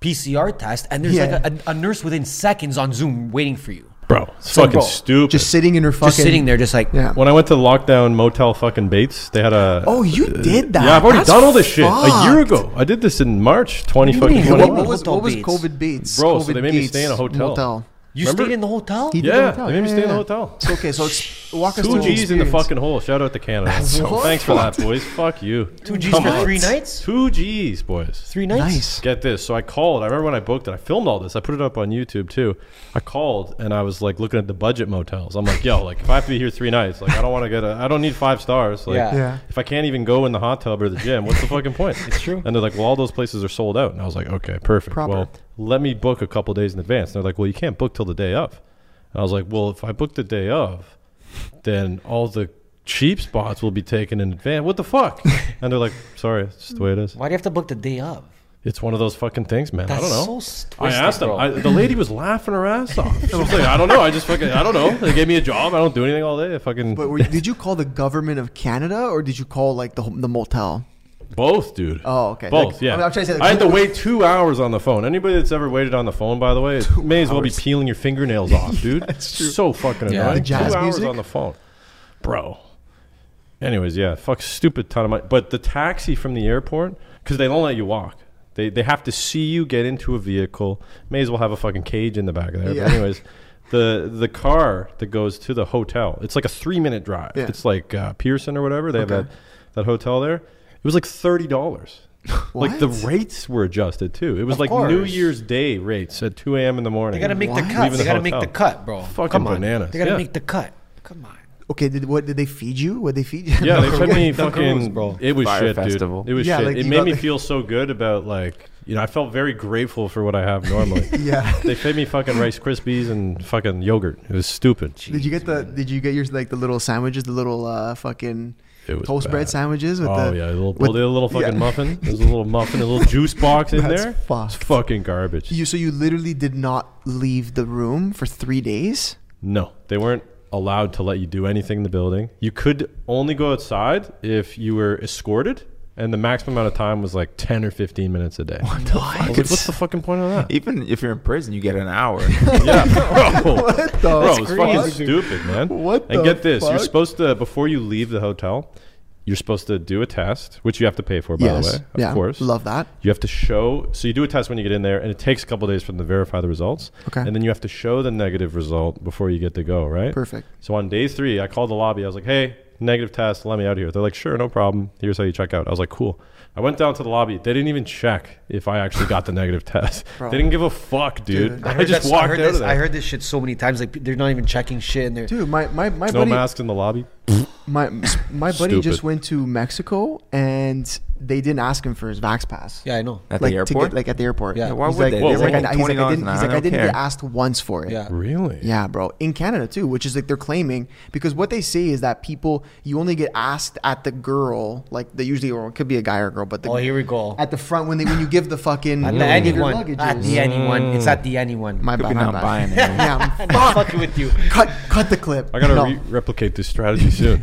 Speaker 2: PCR test, and there's
Speaker 1: Yeah.
Speaker 2: like a, a nurse within seconds on Zoom waiting for you,
Speaker 3: Bro, it's
Speaker 2: So,
Speaker 3: fucking
Speaker 2: bro,
Speaker 3: stupid.
Speaker 1: just sitting in her fucking.
Speaker 2: just sitting there, just like,
Speaker 1: Yeah.
Speaker 3: when I went to the lockdown motel fucking Bates, they had a. uh,
Speaker 1: Oh, you did that.
Speaker 3: Yeah, I've already
Speaker 1: That's
Speaker 3: done all this shit a year
Speaker 1: fucked.
Speaker 3: ago. I did this in March 20
Speaker 2: What do you
Speaker 3: fucking
Speaker 2: mean?
Speaker 1: What,
Speaker 3: 21.
Speaker 1: what was,
Speaker 2: Hotel
Speaker 1: what was
Speaker 2: Bates.
Speaker 1: COVID Bates?
Speaker 3: Bro,
Speaker 1: COVID
Speaker 3: so they made me stay in a hotel.
Speaker 1: Motel.
Speaker 2: you
Speaker 3: Remember-
Speaker 2: stayed in the hotel.
Speaker 1: He did the
Speaker 3: Yeah,
Speaker 1: hotel,
Speaker 3: they made me
Speaker 1: yeah,
Speaker 3: stay in
Speaker 1: yeah.
Speaker 3: the hotel.
Speaker 1: It's okay, so it's, walk us
Speaker 3: Two
Speaker 1: through
Speaker 3: G's in the
Speaker 1: experience.
Speaker 3: fucking hole. Shout out to Canada.
Speaker 1: so
Speaker 3: Thanks for that, boys. Fuck you.
Speaker 2: Two G's
Speaker 3: Come
Speaker 2: for
Speaker 3: on.
Speaker 2: three nights.
Speaker 3: Two G's, boys.
Speaker 2: Three nights.
Speaker 1: Nice.
Speaker 3: Get this. So I called. I remember when I booked it. I filmed all this. I put it up on YouTube too. I called and I was like looking at the budget motels. I'm like, yo, like if I have to be here three nights, like I don't want to get a. I don't need five stars. Like,
Speaker 2: Yeah.
Speaker 1: Yeah.
Speaker 3: If I can't even go in the hot tub or the gym, what's the fucking point? It's true. And they're like, well, all those places are sold out. And I was like, okay, perfect.
Speaker 1: Proper.
Speaker 3: Well, let me book a couple days in advance. And they're like, well, you can't book till the day of. And I was like, well, if I book the day of, then all the cheap spots will be taken in advance. What the fuck? and they're like, sorry, it's just the way it is.
Speaker 2: Why do you have to book the day of?
Speaker 3: It's one of those fucking things, man. I
Speaker 2: That's
Speaker 3: don't know.
Speaker 2: so twisted,
Speaker 3: I asked them.
Speaker 2: bro.
Speaker 3: I, the lady was laughing her ass off. She was like, I don't know. I just fucking, I don't know. They gave me a job. I don't do anything all day. I fucking
Speaker 1: But were, did you call the government of Canada or did you call like the the motel?
Speaker 3: Both, dude.
Speaker 1: Oh, okay.
Speaker 3: Both,
Speaker 1: Like,
Speaker 3: yeah.
Speaker 1: I'm- I'm trying to say, like,
Speaker 3: I had to
Speaker 1: who-
Speaker 3: wait two hours on the phone. Anybody that's ever waited on the phone, by the way, it may as well be peeling your fingernails off, dude. It's So fucking annoying.
Speaker 2: Yeah. The
Speaker 1: jazz
Speaker 3: two hours
Speaker 1: music?
Speaker 3: on the phone, bro. Anyways, yeah, fuck, stupid ton of money. But the taxi from the airport, because they don't let you walk. They they have to see you get into a vehicle. May as well have a fucking cage in the back of there.
Speaker 1: Yeah.
Speaker 3: But anyways. The, the car that goes to the hotel it's like a three minute drive
Speaker 1: Yeah.
Speaker 3: it's like uh, Pearson or whatever they have
Speaker 1: Okay.
Speaker 3: that that hotel there it was like thirty dollars like the
Speaker 1: What?
Speaker 3: rates were adjusted too. It was like
Speaker 2: course.
Speaker 3: New Year's Day rates at 2 a.m. in the morning.
Speaker 2: They gotta make
Speaker 1: What?
Speaker 2: the cut.
Speaker 3: Leaving
Speaker 2: They
Speaker 3: the
Speaker 2: gotta make
Speaker 3: hotel.
Speaker 2: the cut, bro.
Speaker 3: Fucking
Speaker 2: Come on.
Speaker 3: bananas.
Speaker 2: They gotta
Speaker 3: Yeah.
Speaker 2: make the cut. Come on.
Speaker 1: Okay, did what did they feed you? What they feed you?
Speaker 3: yeah, they fed me
Speaker 2: The cruise,
Speaker 3: fucking.
Speaker 2: bro.
Speaker 3: It was
Speaker 4: Fire
Speaker 3: shit,
Speaker 4: festival.
Speaker 3: dude. It was
Speaker 1: Yeah,
Speaker 3: shit.
Speaker 1: like,
Speaker 3: it
Speaker 1: you
Speaker 3: made
Speaker 1: got
Speaker 3: me
Speaker 1: the-
Speaker 3: feel so good about like you know I felt very grateful for what I have normally.
Speaker 1: yeah.
Speaker 3: They fed me fucking Rice Krispies and fucking yogurt. It was stupid.
Speaker 1: Did you get the? Did you get your like the little sandwiches, the little uh, fucking
Speaker 3: It was
Speaker 1: toast bread
Speaker 3: bad.
Speaker 1: sandwiches with
Speaker 3: Oh
Speaker 1: the?
Speaker 3: yeah, a little,
Speaker 1: with-
Speaker 3: well, they had a little fucking
Speaker 1: yeah.
Speaker 3: muffin. There's a little muffin, a little juice box in
Speaker 1: That's
Speaker 3: there.
Speaker 1: fucked.
Speaker 3: It's fucking garbage.
Speaker 1: You so you literally did not leave the room for three days.
Speaker 3: No, they weren't allowed to let you do anything in the building. You could only go outside if you were escorted, and the maximum amount of time was like 10 or 15 minutes a day. What? I was like, what's the fucking point of that?
Speaker 4: Even if you're in prison, you get an hour.
Speaker 3: yeah, bro. bro, it's fucking
Speaker 1: crazy.
Speaker 3: stupid, man.
Speaker 1: What
Speaker 3: And
Speaker 1: the
Speaker 3: get this, you're
Speaker 1: fuck?
Speaker 3: supposed to before you leave the hotel, you're supposed to do a test, which you have to pay for, by
Speaker 1: yes.
Speaker 3: the way. Of
Speaker 1: yeah.
Speaker 3: course.
Speaker 1: Love that.
Speaker 3: You have to show. So you do a test when you get in there, and it takes a couple days for them to verify the results.
Speaker 1: Okay.
Speaker 3: And then you have to show the negative result before you get to go. Right.
Speaker 1: Perfect.
Speaker 3: So on day three, I called the lobby. I was like, "Hey, negative test. Let me out of here. They're like, sure, no problem. Here's how you check out. I was like, cool. I went down to the lobby. They didn't even check if I actually got the negative test.
Speaker 1: Bro.
Speaker 3: They didn't give a fuck, dude.
Speaker 1: Dude,
Speaker 3: I,
Speaker 2: heard
Speaker 3: just
Speaker 2: this-
Speaker 3: walked
Speaker 2: I heard
Speaker 3: out
Speaker 2: this,
Speaker 3: of there.
Speaker 2: I heard this shit so many times. Like they're not even checking shit, and they're
Speaker 1: Dude, my my my
Speaker 3: no
Speaker 1: buddy,
Speaker 3: mask in the lobby.
Speaker 1: my my buddy just
Speaker 3: Stupid.
Speaker 1: went to Mexico and they didn't ask him for his Vax pass.
Speaker 2: yeah, I know.
Speaker 4: At
Speaker 1: like
Speaker 4: the
Speaker 1: to
Speaker 4: airport?
Speaker 1: get like at the airport.
Speaker 2: Yeah,
Speaker 4: why
Speaker 1: he's
Speaker 4: would
Speaker 1: like,
Speaker 4: they?
Speaker 1: he's
Speaker 3: Whoa,
Speaker 1: like,
Speaker 3: whoa.
Speaker 1: I, he's like, I
Speaker 4: $20
Speaker 1: didn't,
Speaker 4: an
Speaker 1: he's
Speaker 4: hour,
Speaker 1: like,
Speaker 4: I
Speaker 1: I
Speaker 4: don't
Speaker 1: didn't
Speaker 4: care.
Speaker 1: get asked once for it.
Speaker 2: Yeah.
Speaker 3: Really?
Speaker 1: Yeah, bro. In Canada too, which is like they're claiming because what they say is that people you only get asked at the girl, like they usually or it could be a guy or girl, but the
Speaker 2: Oh, here we go.
Speaker 1: at the front when they when you give the fucking
Speaker 2: At
Speaker 1: when
Speaker 2: the
Speaker 1: you give your
Speaker 2: anyone.
Speaker 1: luggage
Speaker 2: At
Speaker 1: is.
Speaker 2: the anyone. It's at the anyone.
Speaker 1: my
Speaker 4: Could
Speaker 1: bad,
Speaker 4: be
Speaker 1: my
Speaker 4: not
Speaker 1: bad.
Speaker 4: buying it.
Speaker 1: yeah, I'm-
Speaker 2: I'm fucking with you.
Speaker 1: cut cut the clip.
Speaker 3: I gotta
Speaker 1: No.
Speaker 3: re- replicate this strategy soon.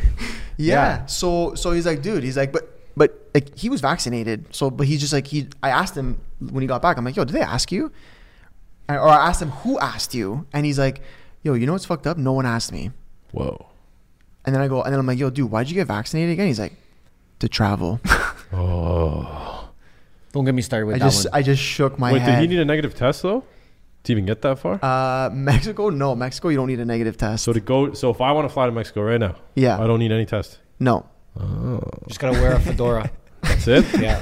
Speaker 1: Yeah. So so he's like, dude, he's like, but but like he was vaccinated. So but he's just like he I asked him when he got back, I'm like, yo, did they ask you? And- Or I asked him who asked you? And he's like, yo, you know what's fucked up? No one asked me.
Speaker 3: Whoa.
Speaker 1: And then I go, and then I'm like, yo, dude, why'd you get vaccinated again? He's like, to travel.
Speaker 3: Oh.
Speaker 2: Don't get me started with
Speaker 1: I
Speaker 2: that
Speaker 1: just
Speaker 2: one.
Speaker 1: I just shook my
Speaker 3: Wait,
Speaker 1: head.
Speaker 3: did he need a negative test though? To even get that far?
Speaker 1: uh, Mexico? No, Mexico. You don't need a negative test.
Speaker 3: so to go, so if I want to fly to Mexico right now,
Speaker 1: Yeah.
Speaker 3: I don't need any test.
Speaker 1: no,
Speaker 2: just gotta wear a fedora.
Speaker 3: That's it.
Speaker 2: yeah.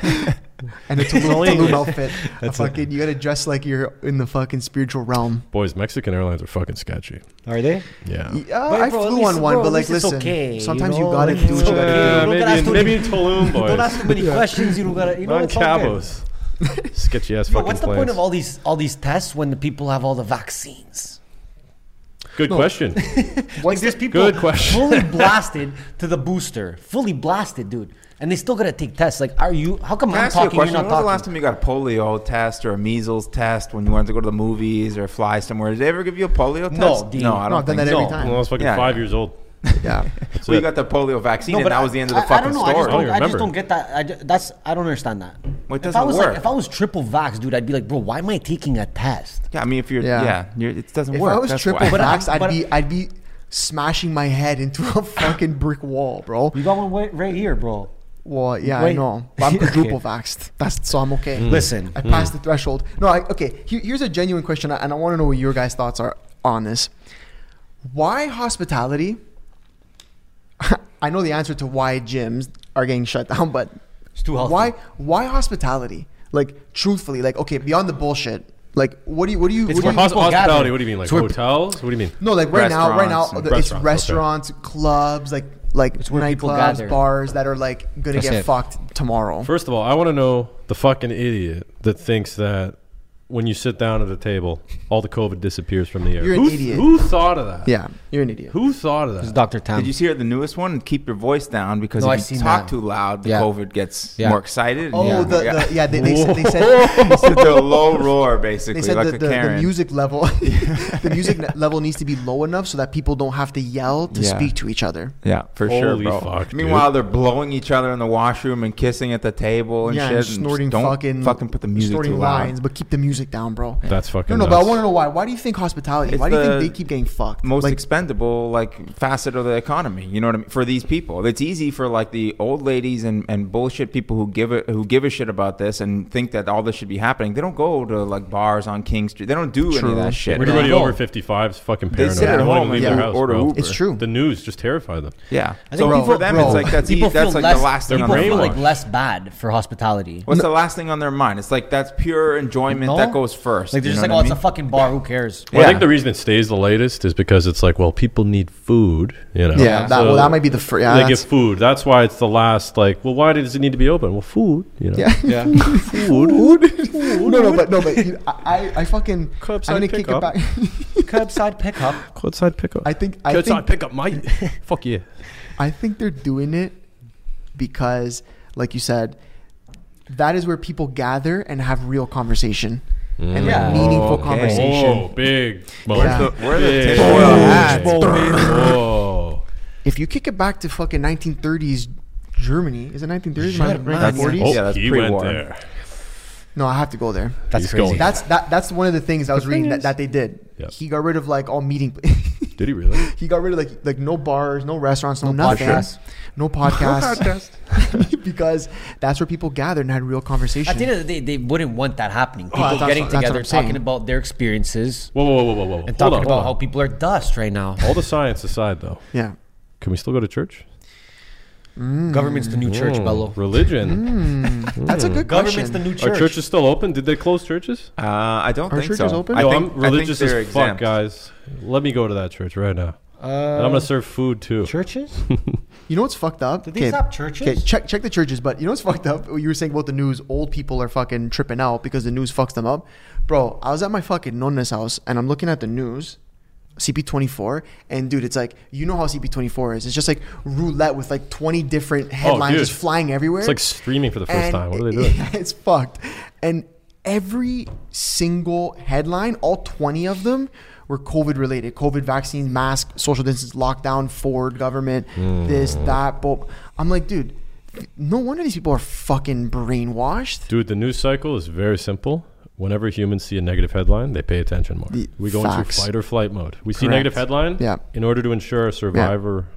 Speaker 1: and it's a Tulum,
Speaker 3: Only-
Speaker 1: Tulum outfit. A fucking, you gotta dress like you're in the fucking spiritual realm.
Speaker 3: Boys, Mexican airlines are fucking sketchy.
Speaker 2: Are they?
Speaker 3: Yeah.
Speaker 4: Oh.
Speaker 1: Yeah,
Speaker 2: But,
Speaker 1: uh, I
Speaker 2: bro, at
Speaker 1: flew
Speaker 2: least-
Speaker 1: on one,
Speaker 2: bro, at
Speaker 1: but like,
Speaker 2: least it's
Speaker 1: listen,
Speaker 2: okay, you
Speaker 1: sometimes you,
Speaker 2: know?
Speaker 1: gotta
Speaker 2: Like,
Speaker 1: do what you gotta do.
Speaker 2: uh, don't
Speaker 3: maybe,
Speaker 2: ask
Speaker 3: in,
Speaker 2: too
Speaker 3: maybe
Speaker 2: many-
Speaker 3: in Tulum,
Speaker 2: Don't ask
Speaker 3: boys.
Speaker 2: too many questions. You don't gotta. You know,
Speaker 3: Non
Speaker 2: it's all good.
Speaker 3: Cabos. Sketchy ass
Speaker 2: Yo,
Speaker 3: fucking
Speaker 2: what's the
Speaker 3: planes.
Speaker 2: point of all these all these tests when the people have all the vaccines?
Speaker 3: Good question.
Speaker 2: like there's people
Speaker 3: Good question.
Speaker 2: fully blasted to the booster, fully blasted, dude, and they still gotta take tests. Like, are you? How come
Speaker 4: Can I
Speaker 2: I'm
Speaker 4: ask you a
Speaker 2: talking? You're
Speaker 4: question? When
Speaker 2: not
Speaker 4: was the
Speaker 2: talking.
Speaker 4: last time you got a polio test or a measles test when you wanted to go to the movies or fly somewhere? Did they ever give you a polio
Speaker 2: No,
Speaker 4: test?
Speaker 2: dude.
Speaker 4: no,
Speaker 1: No,
Speaker 4: I don't
Speaker 1: I've done
Speaker 4: think
Speaker 1: that
Speaker 4: so.
Speaker 1: every
Speaker 2: so.
Speaker 1: time.
Speaker 3: When I was fucking
Speaker 4: Yeah.
Speaker 3: five years old.
Speaker 1: Yeah,
Speaker 3: That's
Speaker 4: Well, you
Speaker 3: it.
Speaker 4: got the polio vaccine,
Speaker 2: No,
Speaker 4: and
Speaker 2: but
Speaker 4: that
Speaker 2: I-
Speaker 4: was the end of the
Speaker 2: I- I don't
Speaker 4: fucking
Speaker 2: know.
Speaker 4: story.
Speaker 2: I just don't,
Speaker 3: Oh, you
Speaker 2: I just
Speaker 3: remember.
Speaker 2: don't get that. I ju- that's I don't understand that.
Speaker 4: Well, it
Speaker 2: if I
Speaker 4: doesn't
Speaker 2: was
Speaker 4: work.
Speaker 2: like, if I was triple vax, dude, I'd be like, bro, why am I taking a test?
Speaker 4: yeah, I mean, if you're,
Speaker 1: Yeah.
Speaker 4: yeah, you're, it doesn't
Speaker 1: if
Speaker 4: work.
Speaker 1: I was
Speaker 4: that's
Speaker 1: triple
Speaker 4: why.
Speaker 2: But
Speaker 1: vaxxed,
Speaker 2: I-
Speaker 1: I'd
Speaker 2: but-
Speaker 1: be I'd be smashing my head into a fucking brick wall, bro.
Speaker 2: You got one wa- right here, bro.
Speaker 1: Well, yeah, I
Speaker 2: Wait.
Speaker 1: know. But I'm quadruple
Speaker 2: Okay.
Speaker 1: vaxxed. That's so I'm okay.
Speaker 2: Mm. Listen.
Speaker 1: I passed the threshold. No, I, okay. Here, here's a genuine question, and I want to know what your guys' thoughts are on this. Why hospitality? I know the answer to why gyms are getting shut down, but
Speaker 2: It's too healthy.
Speaker 1: why? Why hospitality? Like, truthfully, like, okay, beyond the bullshit. Like, what do you? What do you? What
Speaker 2: It's
Speaker 1: do
Speaker 2: where
Speaker 1: you
Speaker 3: Hosp-
Speaker 2: people gather.
Speaker 3: hospitality, what do you mean? Like
Speaker 1: So we're-
Speaker 3: hotels? What do you mean?
Speaker 1: no, like right now, right now,
Speaker 4: Restaurants and-
Speaker 1: the- it's
Speaker 3: Restaurants,
Speaker 1: restaurants, clubs, like like
Speaker 2: where people gather.
Speaker 1: nightclubs, bars that are like gonna
Speaker 2: That's
Speaker 1: get
Speaker 2: it.
Speaker 1: fucked tomorrow.
Speaker 3: First of all, I want to know the fucking idiot that thinks that when you sit down at a table, all the COVID disappears from the air.
Speaker 1: You're an
Speaker 3: who,
Speaker 1: idiot.
Speaker 3: Who thought of that?
Speaker 1: yeah, you're an idiot.
Speaker 3: Who thought of
Speaker 2: It's
Speaker 3: that?
Speaker 2: Dr. Tam.
Speaker 4: Did you hear the newest one? Keep your voice down because
Speaker 2: No, I've
Speaker 4: if you
Speaker 2: seen
Speaker 4: talk
Speaker 2: that.
Speaker 4: too loud, the
Speaker 2: Yeah.
Speaker 4: COVID gets
Speaker 2: Yeah.
Speaker 4: more excited.
Speaker 1: Oh,
Speaker 2: Yeah.
Speaker 1: the,
Speaker 4: yeah.
Speaker 1: the yeah, they, they said they said,
Speaker 4: It's just a low roar,
Speaker 1: they
Speaker 4: basically,
Speaker 1: said
Speaker 4: like
Speaker 1: the,
Speaker 4: a
Speaker 1: the, the
Speaker 4: Karen.
Speaker 1: music level, the music ne- level needs to be low enough so that people don't have to yell to
Speaker 4: Yeah.
Speaker 1: speak to each other.
Speaker 4: yeah, for sure,
Speaker 3: Holy
Speaker 4: bro.
Speaker 3: fuck,
Speaker 4: Meanwhile, they're blowing each other in the washroom and kissing at the table and
Speaker 1: yeah,
Speaker 4: shit.
Speaker 1: and
Speaker 4: just
Speaker 1: snorting
Speaker 4: don't
Speaker 1: fucking
Speaker 4: fucking put the music
Speaker 1: snorting
Speaker 4: too loud.
Speaker 1: lines, but keep the music down, bro.
Speaker 3: That's
Speaker 1: No,
Speaker 3: fucking.
Speaker 1: no, but I
Speaker 3: nuts.
Speaker 1: want to know why. Why do you think hospitality?
Speaker 4: It's
Speaker 1: why do you
Speaker 4: the
Speaker 1: think they keep getting fucked?
Speaker 4: most
Speaker 1: like,
Speaker 4: expendable like facet of the economy. You know what I mean? For these people, it's easy for like the old ladies and, and bullshit people who give a, who give a shit about this and think that all this should be happening. They don't go to like bars on King Street. They don't do any
Speaker 1: True.
Speaker 4: of that shit.
Speaker 2: Where do
Speaker 3: Everybody
Speaker 2: Yeah.
Speaker 3: over 55 is fucking
Speaker 4: They
Speaker 3: paranoid.
Speaker 4: sit at
Speaker 3: They won't
Speaker 4: home
Speaker 3: leave
Speaker 1: and
Speaker 3: their
Speaker 1: do-
Speaker 3: house,
Speaker 4: order
Speaker 3: bro.
Speaker 4: Uber.
Speaker 1: it's true.
Speaker 3: The news just terrify them.
Speaker 4: Yeah.
Speaker 2: I
Speaker 4: So
Speaker 2: think
Speaker 4: for
Speaker 2: people-
Speaker 4: them,
Speaker 1: bro,
Speaker 4: it's like that's
Speaker 2: people
Speaker 4: easy, that's
Speaker 2: feel
Speaker 4: like
Speaker 2: less,
Speaker 4: the last thing on
Speaker 2: people
Speaker 4: their
Speaker 2: feel
Speaker 3: brainwashed.
Speaker 2: like
Speaker 4: mind.
Speaker 2: less bad for hospitality.
Speaker 4: What's the last thing on their mind? It's like that's pure enjoyment
Speaker 2: No?
Speaker 4: that goes first.
Speaker 2: Like they're
Speaker 4: you
Speaker 2: just
Speaker 4: know
Speaker 2: like, oh,
Speaker 4: what I
Speaker 2: it's a
Speaker 4: mean?
Speaker 2: fucking bar. Who cares?
Speaker 3: Well, I think
Speaker 4: Yeah.
Speaker 3: the reason it stays the latest is because it's like, well, people need food, you know.
Speaker 1: yeah, that, well, that might be the first. Yeah,
Speaker 3: they get
Speaker 1: that's-
Speaker 3: food. That's why it's the last. Like, well, why does it need to be open? Well, food, you know.
Speaker 1: Yeah.
Speaker 3: food.
Speaker 1: no, no, but no, but you, I, I, I fucking.
Speaker 3: Curbside
Speaker 1: I'm gonna kick it back.
Speaker 3: pickup.
Speaker 2: Curbside pickup.
Speaker 3: Curbside pickup.
Speaker 1: I think I think
Speaker 3: pickup, mate. Fuck yeah.
Speaker 1: I think they're doing it because, like you said, that is where people gather and have real conversation and
Speaker 2: Yeah.
Speaker 1: like, meaningful
Speaker 4: Okay.
Speaker 1: conversation.
Speaker 3: Whoa, big.
Speaker 1: Yeah.
Speaker 4: Where's the, where are the
Speaker 3: Big.
Speaker 4: tinfoil hats?
Speaker 3: Whoa.
Speaker 1: If you kick it back to fucking 1930s Germany, is it 1930s? Am I
Speaker 2: Shut
Speaker 1: right?
Speaker 2: up.
Speaker 1: 40s?
Speaker 3: Oh,
Speaker 4: Yeah, that's
Speaker 3: he
Speaker 4: pre-war.
Speaker 3: went there.
Speaker 1: No, I have to go there.
Speaker 2: That's
Speaker 3: He's
Speaker 2: crazy.
Speaker 3: going.
Speaker 1: That's that. That's one of the things I was reading that, that they did.
Speaker 3: Yep.
Speaker 1: He got rid of like all meeting.
Speaker 3: Did he really?
Speaker 1: he got rid of like like no bars, no restaurants, no,
Speaker 2: No
Speaker 1: nothing,
Speaker 2: podcasts.
Speaker 1: no podcasts, because that's where people gathered and had real conversation.
Speaker 2: At the end of the day, they wouldn't want that happening. People
Speaker 1: that's-
Speaker 2: getting
Speaker 1: that's what
Speaker 2: together,
Speaker 1: I'm saying.
Speaker 2: talking about their experiences,
Speaker 3: Whoa, whoa, whoa, whoa, whoa.
Speaker 2: and
Speaker 3: hold
Speaker 2: talking
Speaker 3: on,
Speaker 2: about how
Speaker 3: hold
Speaker 2: people are dust right now.
Speaker 3: on. All the science aside, though,
Speaker 1: yeah.
Speaker 3: can we still go to church?
Speaker 1: Hmm.
Speaker 2: Government's the new church,
Speaker 3: Mm,
Speaker 2: Bello.
Speaker 3: Religion.
Speaker 1: That's a good
Speaker 2: Government's
Speaker 1: question.
Speaker 2: the new church.
Speaker 3: Are churches still open? Did they close churches?
Speaker 4: Uh, I don't
Speaker 1: Are
Speaker 4: think
Speaker 1: churches
Speaker 4: so.
Speaker 1: open?
Speaker 4: I
Speaker 3: Yo,
Speaker 4: think,
Speaker 3: I'm religious
Speaker 4: I think
Speaker 3: as
Speaker 4: they're
Speaker 3: fuck, uh,
Speaker 4: exempt.
Speaker 3: guys. Let me go to that church right now. and I'm gonna serve food too.
Speaker 2: Churches?
Speaker 1: you know what's fucked up?
Speaker 2: Did they stop churches?
Speaker 1: Okay, check check the churches. But you know what's fucked up? What You were saying about the news. Old people are fucking tripping out because the news fucks them up. Bro, I was at my fucking nonna's house and I'm looking at the news, CP24, and dude, it's like you know how CP24 is. It's just like roulette with like 20 different headlines
Speaker 3: Oh, dude.
Speaker 1: just flying everywhere.
Speaker 3: It's like streaming for the first
Speaker 1: And
Speaker 3: time. What are they doing?
Speaker 1: It's fucked. And every single headline, all 20 of them, were COVID related. COVID vaccines, mask, social distance, lockdown, Ford, government, this,
Speaker 3: Hmm.
Speaker 1: that, but I'm like, dude, no wonder these people are fucking brainwashed.
Speaker 3: Dude, the news cycle is very simple. Whenever humans see a negative headline, they pay attention more.
Speaker 1: The
Speaker 3: we go
Speaker 1: facts.
Speaker 3: into fight or flight mode. We see
Speaker 1: Correct.
Speaker 3: negative headline.
Speaker 1: Yeah.
Speaker 3: In order to ensure our survivor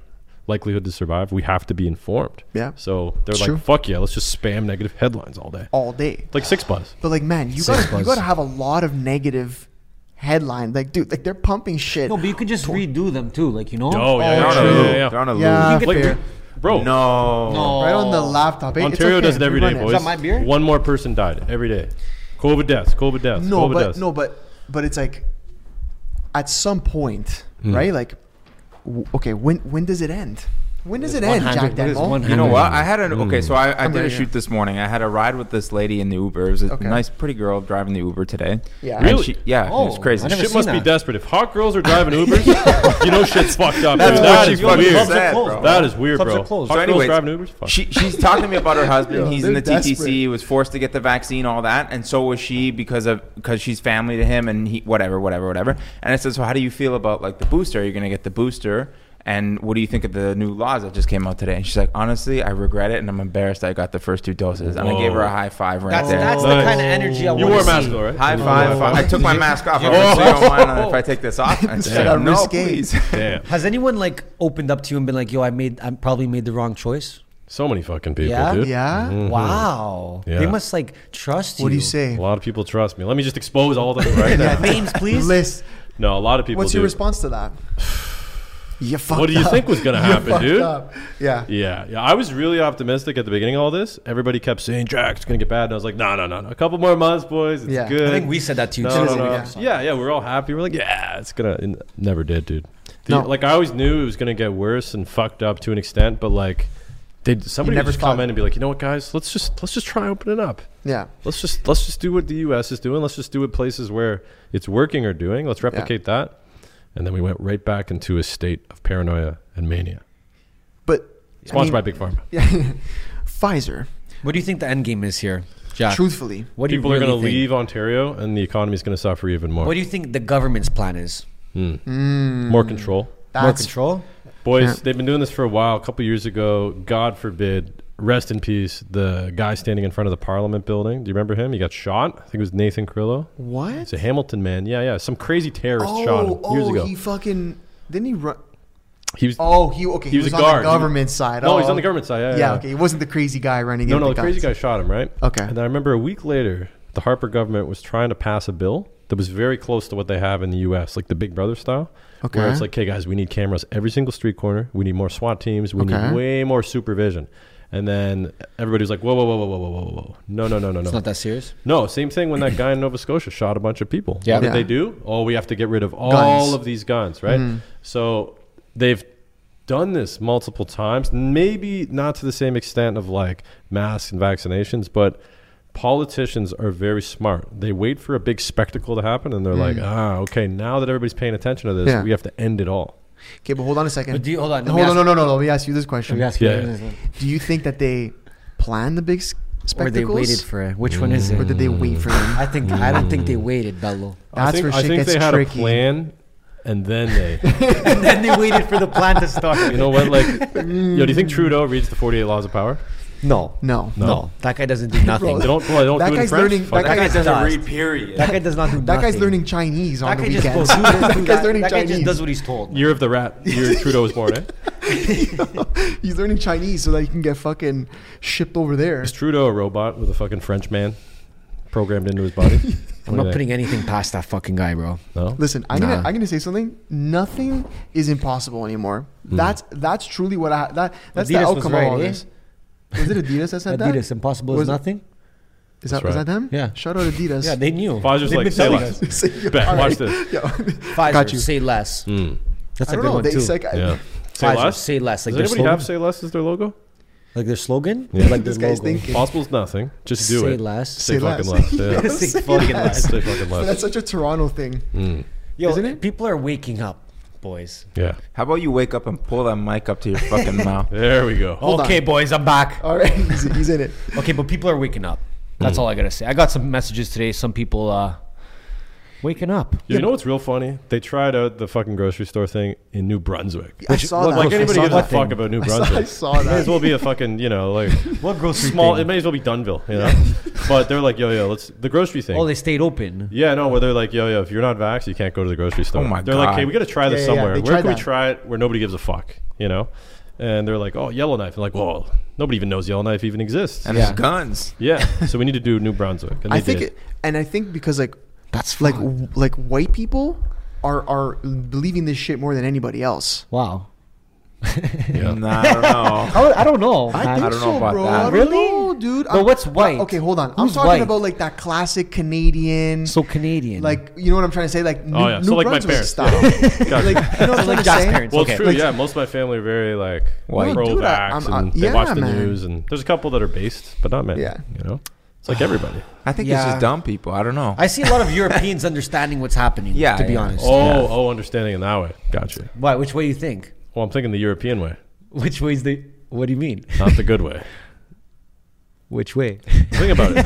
Speaker 3: likelihood to survive, we have to be informed.
Speaker 1: Yeah.
Speaker 3: So they're
Speaker 1: It's
Speaker 3: like,
Speaker 1: true.
Speaker 3: fuck yeah, let's just spam negative headlines all day.
Speaker 1: All day.
Speaker 3: Like six buzz.
Speaker 1: But like, man, you
Speaker 2: Same
Speaker 1: gotta, you
Speaker 2: buzz.
Speaker 1: gotta have a lot of negative headline. Like, dude, like they're pumping shit.
Speaker 2: No, but you could just redo them too, like you know.
Speaker 3: Oh,
Speaker 1: Oh,
Speaker 3: yeah, yeah,
Speaker 4: They're on a
Speaker 1: True.
Speaker 4: loop.
Speaker 3: yeah, yeah,
Speaker 4: They're on a
Speaker 1: Yeah,
Speaker 4: loop.
Speaker 3: yeah. Like,
Speaker 1: fair.
Speaker 3: bro,
Speaker 4: No.
Speaker 2: No.
Speaker 1: Right on the laptop. eh? It's
Speaker 3: Ontario
Speaker 1: okay,
Speaker 3: does it every
Speaker 1: run
Speaker 3: day,
Speaker 1: it.
Speaker 3: boys.
Speaker 2: that my beer?
Speaker 3: One more person died every day. COVID deaths, COVID deaths,
Speaker 1: No,
Speaker 3: COVID
Speaker 1: but
Speaker 3: deaths.
Speaker 1: no, but but it's like at some point,
Speaker 3: Mm.
Speaker 1: right? Like, w- okay, when when does it end? When does it end, Jack
Speaker 2: 100 what is
Speaker 1: Denmo?
Speaker 2: 100?
Speaker 4: You know what? I had an okay. So I, I did
Speaker 1: gonna-
Speaker 4: a shoot this morning. I had a ride with this lady in the Uber. It was a
Speaker 1: Okay.
Speaker 4: nice, pretty girl driving the Uber today.
Speaker 1: Yeah.
Speaker 4: And
Speaker 3: Really?
Speaker 4: she- yeah. it was
Speaker 2: Oh,
Speaker 4: crazy.
Speaker 2: I never
Speaker 3: Shit
Speaker 2: seen
Speaker 3: must be
Speaker 2: that.
Speaker 3: desperate. If hot girls are driving Ubers, you know shit's fucked up.
Speaker 4: That's
Speaker 3: dude.
Speaker 4: what
Speaker 3: That
Speaker 4: she
Speaker 3: is
Speaker 4: fucking
Speaker 3: weird.
Speaker 4: said, bro.
Speaker 3: That is weird,
Speaker 2: Clubs are
Speaker 3: bro.
Speaker 2: closed.
Speaker 3: Hot
Speaker 4: So
Speaker 3: girls
Speaker 4: anyways,
Speaker 3: driving Ubers. Fuck.
Speaker 4: She, she's talking to me about her husband. He's in
Speaker 1: they're
Speaker 4: the TTC.
Speaker 1: desperate.
Speaker 4: He was forced to get the vaccine, all that, and so was she because of because she's family to him, and he whatever, whatever, whatever. And I said, so how do you feel about like the booster? Are you going to get the booster? And what do you think of the new laws that just came out today? And she's like, honestly, I regret it, and I'm embarrassed I got the first two doses. And I gave her a
Speaker 3: Whoa.
Speaker 4: high five right
Speaker 2: That's
Speaker 4: there.
Speaker 2: that's the
Speaker 3: Nice.
Speaker 2: kind of energy I want.
Speaker 3: you wore a mask though, right?
Speaker 4: High
Speaker 3: You
Speaker 4: five.
Speaker 3: wore a
Speaker 4: I took my mask off. I'm like, so you don't mind if I take this off? And she's
Speaker 1: Damn.
Speaker 4: like, no,
Speaker 1: Risque.
Speaker 4: please.
Speaker 3: Damn.
Speaker 2: Has anyone like opened up to you and been like, "Yo, I made, I probably made the wrong choice."
Speaker 3: So many fucking people,
Speaker 2: Yeah?
Speaker 3: dude.
Speaker 1: Yeah.
Speaker 2: Wow,
Speaker 3: Mm-hmm. Yeah.
Speaker 2: they must like trust you.
Speaker 1: What do you
Speaker 3: A
Speaker 1: say?
Speaker 3: lot of people trust me. Let me just expose all of them right now.
Speaker 2: Names, please.
Speaker 1: List.
Speaker 3: No, a lot of people
Speaker 1: What's
Speaker 3: do.
Speaker 1: your response to that? You fucked
Speaker 3: What do you
Speaker 1: up.
Speaker 3: think was gonna
Speaker 1: You
Speaker 3: happen,
Speaker 1: fucked
Speaker 3: dude?
Speaker 1: up. Yeah.
Speaker 3: Yeah, yeah. I was really optimistic at the beginning of all this. Everybody kept saying, Jack, it's going to get bad. And I was like, no, no, no, no. A couple more months, boys. It's
Speaker 1: Yeah.
Speaker 3: good.
Speaker 2: I think we said that to you.
Speaker 3: No,
Speaker 2: too.
Speaker 3: no, no.
Speaker 1: yeah.
Speaker 3: Yeah, yeah. We're all happy. We're like, yeah, it's going to. Never did, dude. The-
Speaker 1: No.
Speaker 3: Like, I always knew it was going to get worse and fucked up to an extent, but like, they, somebody
Speaker 1: never
Speaker 3: would just come
Speaker 1: thought-
Speaker 3: in and be like, you know what, guys, let's just let's just try opening up.
Speaker 1: Yeah.
Speaker 3: Let's just let's just do what the U.S. is doing. Let's just do what places where it's working are doing. Let's replicate that, and then we went right back into a state of paranoia and mania.
Speaker 1: But
Speaker 3: Sponsored
Speaker 1: I
Speaker 3: by Big Pharma.
Speaker 1: mean, Pfizer.
Speaker 2: What do you think the end game is here, Jack?
Speaker 1: Truthfully,
Speaker 2: What do
Speaker 3: People
Speaker 2: you
Speaker 3: are
Speaker 2: really
Speaker 3: going to
Speaker 2: think?
Speaker 3: leave Ontario, and the economy is going to suffer even more.
Speaker 2: What do you think the government's plan is?
Speaker 3: more control,
Speaker 2: More
Speaker 1: that's
Speaker 2: control.
Speaker 3: boys.
Speaker 1: Yeah.
Speaker 3: They've been doing this for a while. A couple years ago, God forbid, rest in peace. The guy standing in front of the Parliament building. Do you remember him? He got shot. I think it was Nathan Crillo.
Speaker 1: what?
Speaker 3: It's a Hamilton man. Yeah, yeah. Some crazy terrorist shot him
Speaker 1: Oh,
Speaker 3: years
Speaker 1: oh,
Speaker 3: ago.
Speaker 1: he fucking didn't he run?
Speaker 3: He was.
Speaker 1: Oh, he okay. He,
Speaker 3: was
Speaker 1: was,
Speaker 3: a
Speaker 1: on
Speaker 3: guard.
Speaker 1: the
Speaker 3: He was-
Speaker 1: government side.
Speaker 3: no,
Speaker 1: oh.
Speaker 3: he's on the government side. Yeah,
Speaker 1: Yeah,
Speaker 3: yeah. yeah.
Speaker 1: okay. He wasn't the crazy guy running.
Speaker 3: No,
Speaker 1: in
Speaker 3: no, the
Speaker 1: with
Speaker 3: crazy guy
Speaker 1: guns.
Speaker 3: shot him, right?
Speaker 1: Okay.
Speaker 3: And I remember a week later, the Harper government was trying to pass a bill that was very close to what they have in the U.S., like the Big Brother style. Where
Speaker 1: Okay.
Speaker 3: it's like, hey, guys, we need cameras every single street corner. We need more SWAT teams. We
Speaker 1: Okay.
Speaker 3: need way more supervision. And then everybody was like, whoa, whoa, whoa, whoa, whoa, whoa, whoa, whoa. No, no, no, no,
Speaker 2: It's
Speaker 3: no.
Speaker 2: not that serious.
Speaker 3: No, same thing when that guy in Nova Scotia shot a bunch of people.
Speaker 2: Yeah.
Speaker 3: What did
Speaker 1: Yeah.
Speaker 3: they do? Oh, we have to get rid of all
Speaker 1: Guns. Hmm.
Speaker 3: of these guns, right? So they've done this multiple times, maybe not to the same extent of like masks and vaccinations, but politicians are very smart. They wait for a big spectacle to happen and they're like, ah, okay, now that everybody's paying attention to this,
Speaker 1: Hmm. Yeah.
Speaker 3: we have to end it all.
Speaker 1: Okay, but hold on a second.
Speaker 2: But do you- hold on, let
Speaker 1: Hold
Speaker 2: me
Speaker 1: on.
Speaker 2: ask-
Speaker 1: No, no, no, no. Let me ask you this question.
Speaker 3: Yeah.
Speaker 1: Do you think that they planned the big s-
Speaker 2: Or
Speaker 1: spectacles?
Speaker 2: they waited for it. Which one is it?
Speaker 1: Or did they wait for them?
Speaker 2: I think I don't think they waited, Bello.
Speaker 1: That's
Speaker 3: I think,
Speaker 1: where
Speaker 3: I
Speaker 1: shit
Speaker 3: think
Speaker 1: gets
Speaker 3: they had
Speaker 1: tricky.
Speaker 3: a plan and then they
Speaker 2: and then they waited for the plan to start.
Speaker 3: you know what like yo, do you think Trudeau reads the forty eight laws of power?
Speaker 2: No.
Speaker 1: No.
Speaker 2: No. That guy doesn't do nothing.
Speaker 3: They don't well, they don't
Speaker 1: Oh, That
Speaker 3: do it in
Speaker 1: guy's
Speaker 3: French.
Speaker 1: learning-
Speaker 3: Fuck
Speaker 1: that
Speaker 3: that.
Speaker 4: That guy doesn't
Speaker 2: does.
Speaker 4: read, period.
Speaker 2: That guy does not do nothing.
Speaker 1: That guy's learning Chinese on the
Speaker 2: That guy just goes,
Speaker 1: weekends.
Speaker 2: do this, do
Speaker 1: that guy's
Speaker 2: that.
Speaker 1: learning
Speaker 2: That guy just
Speaker 1: Chinese.
Speaker 2: does what he's told.
Speaker 3: Year of the rat. Year Trudeau was born, eh?
Speaker 1: He's learning Chinese so that he can get fucking shipped over there.
Speaker 3: Is Trudeau a robot with a fucking French man? programmed into his body? Oh,
Speaker 2: I'm not putting anything past that fucking guy, bro.
Speaker 3: No.
Speaker 1: Listen, I'm gonna
Speaker 2: Nah.
Speaker 1: I'm gonna say something. Nothing is impossible anymore. That's that's truly what I that that's the
Speaker 2: Hmm. Adidas was
Speaker 1: outcome of
Speaker 2: right,
Speaker 1: all
Speaker 2: eh?
Speaker 1: this. Was it Adidas that said
Speaker 2: Adidas, impossible
Speaker 1: Was-
Speaker 2: is nothing.
Speaker 1: that? Is that
Speaker 3: That's
Speaker 1: was
Speaker 3: right.
Speaker 1: that them?
Speaker 2: Yeah.
Speaker 1: Shout out Adidas.
Speaker 2: Yeah, they knew.
Speaker 3: Pfizer's
Speaker 2: They've
Speaker 3: like,
Speaker 2: been
Speaker 3: say
Speaker 2: telling
Speaker 3: less.
Speaker 2: us.
Speaker 1: Say-
Speaker 3: Bet,
Speaker 1: all
Speaker 3: watch this.
Speaker 1: Yo,
Speaker 2: Pfizer,
Speaker 1: Got you.
Speaker 2: say less.
Speaker 3: Mm.
Speaker 2: That's
Speaker 1: I
Speaker 2: a
Speaker 1: don't
Speaker 2: good
Speaker 1: know.
Speaker 2: one
Speaker 1: They
Speaker 2: too.
Speaker 1: say,
Speaker 3: Yeah. Say
Speaker 2: Pfizer,
Speaker 3: less.
Speaker 2: say less. Like
Speaker 3: Does
Speaker 2: their
Speaker 3: anybody
Speaker 2: slogan.
Speaker 3: have say less as their logo?
Speaker 2: like their slogan.
Speaker 3: Yeah.
Speaker 2: Like
Speaker 1: This
Speaker 2: their
Speaker 1: guy's
Speaker 2: logo.
Speaker 1: thinking.
Speaker 3: Possible's nothing. Just do
Speaker 2: say
Speaker 3: it.
Speaker 2: less.
Speaker 3: Say
Speaker 1: Say
Speaker 3: fucking
Speaker 1: less.
Speaker 3: less. Yeah.
Speaker 1: Yo,
Speaker 2: Say
Speaker 1: say less.
Speaker 2: fucking less.
Speaker 3: Say fucking
Speaker 1: But
Speaker 3: less.
Speaker 1: that's such a Toronto thing.
Speaker 3: Mm.
Speaker 2: Yo,
Speaker 1: Isn't it?
Speaker 2: People are waking up, boys.
Speaker 3: Yeah.
Speaker 4: How about you wake up and pull that mic up to your fucking mouth?
Speaker 3: There we go.
Speaker 1: Hold
Speaker 2: okay,
Speaker 1: on.
Speaker 2: boys, I'm back.
Speaker 1: All right, he's, he's in it.
Speaker 2: Okay, but people are waking up. That's
Speaker 3: Mm.
Speaker 2: all I gotta say. I got some messages today. Some people uh, waking up.
Speaker 3: You know what's real funny? They tried out the fucking grocery store thing in New Brunswick.
Speaker 1: I saw
Speaker 3: Look,
Speaker 1: that.
Speaker 3: like
Speaker 1: I
Speaker 3: anybody
Speaker 1: saw
Speaker 3: gives a
Speaker 1: that.
Speaker 3: fuck about New
Speaker 1: I saw-
Speaker 3: Brunswick.
Speaker 1: I saw
Speaker 3: May as
Speaker 1: that.
Speaker 3: well be a fucking, you know, like
Speaker 2: What grocery?
Speaker 3: small. It
Speaker 2: Thing?
Speaker 3: may as well be Dunville, you know. but they're like, yo, yo, let's the grocery thing.
Speaker 2: Oh, they stayed open.
Speaker 3: yeah, no, where they're like, yo, yo, if you're not vaxxed, you can't go to the grocery store.
Speaker 4: Oh my
Speaker 3: they're like,
Speaker 4: God.
Speaker 3: hey, we got to try this
Speaker 1: Yeah, yeah, yeah.
Speaker 3: somewhere.
Speaker 1: They
Speaker 3: Where
Speaker 1: tried
Speaker 3: can we
Speaker 1: that.
Speaker 3: try it where nobody gives a fuck, you know? And they're like, oh, Yellowknife. And like, well, nobody even knows Yellowknife even exists.
Speaker 4: And
Speaker 2: Yeah.
Speaker 4: it's guns.
Speaker 3: yeah, so we need to do New Brunswick. And
Speaker 1: I
Speaker 3: they
Speaker 1: think,
Speaker 3: did.
Speaker 1: it, and I think because like that's like w- like white people are are believing this shit more than anybody else.
Speaker 2: Wow.
Speaker 3: Yeah.
Speaker 4: Nah, I don't know.
Speaker 2: I, I don't know.
Speaker 1: I think
Speaker 4: I don't know
Speaker 1: so,
Speaker 4: about
Speaker 1: bro.
Speaker 4: that.
Speaker 1: I don't
Speaker 2: Really?
Speaker 1: know, dude.
Speaker 2: But what's white?
Speaker 1: Okay, hold on. I'm
Speaker 2: Who's
Speaker 1: talking
Speaker 2: white?
Speaker 1: about like that classic Canadian,
Speaker 2: so Canadian.
Speaker 1: like you know what I'm trying to say, like New,
Speaker 3: Oh, yeah. So,
Speaker 1: New
Speaker 3: like, my
Speaker 1: Brunswick
Speaker 3: parents.
Speaker 1: style.
Speaker 3: Gotcha.
Speaker 1: like you know what I'm
Speaker 2: like
Speaker 1: trying
Speaker 2: Jack's
Speaker 1: to say?
Speaker 2: parents.
Speaker 3: Well,
Speaker 2: Okay.
Speaker 3: it's true.
Speaker 1: Like-
Speaker 3: yeah, most of my family are very like
Speaker 4: White.
Speaker 3: pro
Speaker 1: Dude, I-
Speaker 3: vax,
Speaker 1: I'm- I-
Speaker 3: and they
Speaker 1: yeah,
Speaker 3: watch the
Speaker 1: man.
Speaker 3: news. And there's a couple that are based, but not many.
Speaker 1: Yeah.
Speaker 3: you know, it's like everybody.
Speaker 4: I think it's
Speaker 2: Yeah.
Speaker 4: just dumb people. I don't know.
Speaker 2: I see a lot of Europeans understanding what's happening.
Speaker 4: Yeah,
Speaker 2: to be
Speaker 4: yeah.
Speaker 2: honest.
Speaker 3: oh, oh, understanding in that way. Gotcha.
Speaker 2: Why? Which way you think?
Speaker 3: Well, I'm thinking the European way,
Speaker 2: Which way's the? What do you mean?
Speaker 3: not the good way.
Speaker 2: Which way?
Speaker 3: Think about it.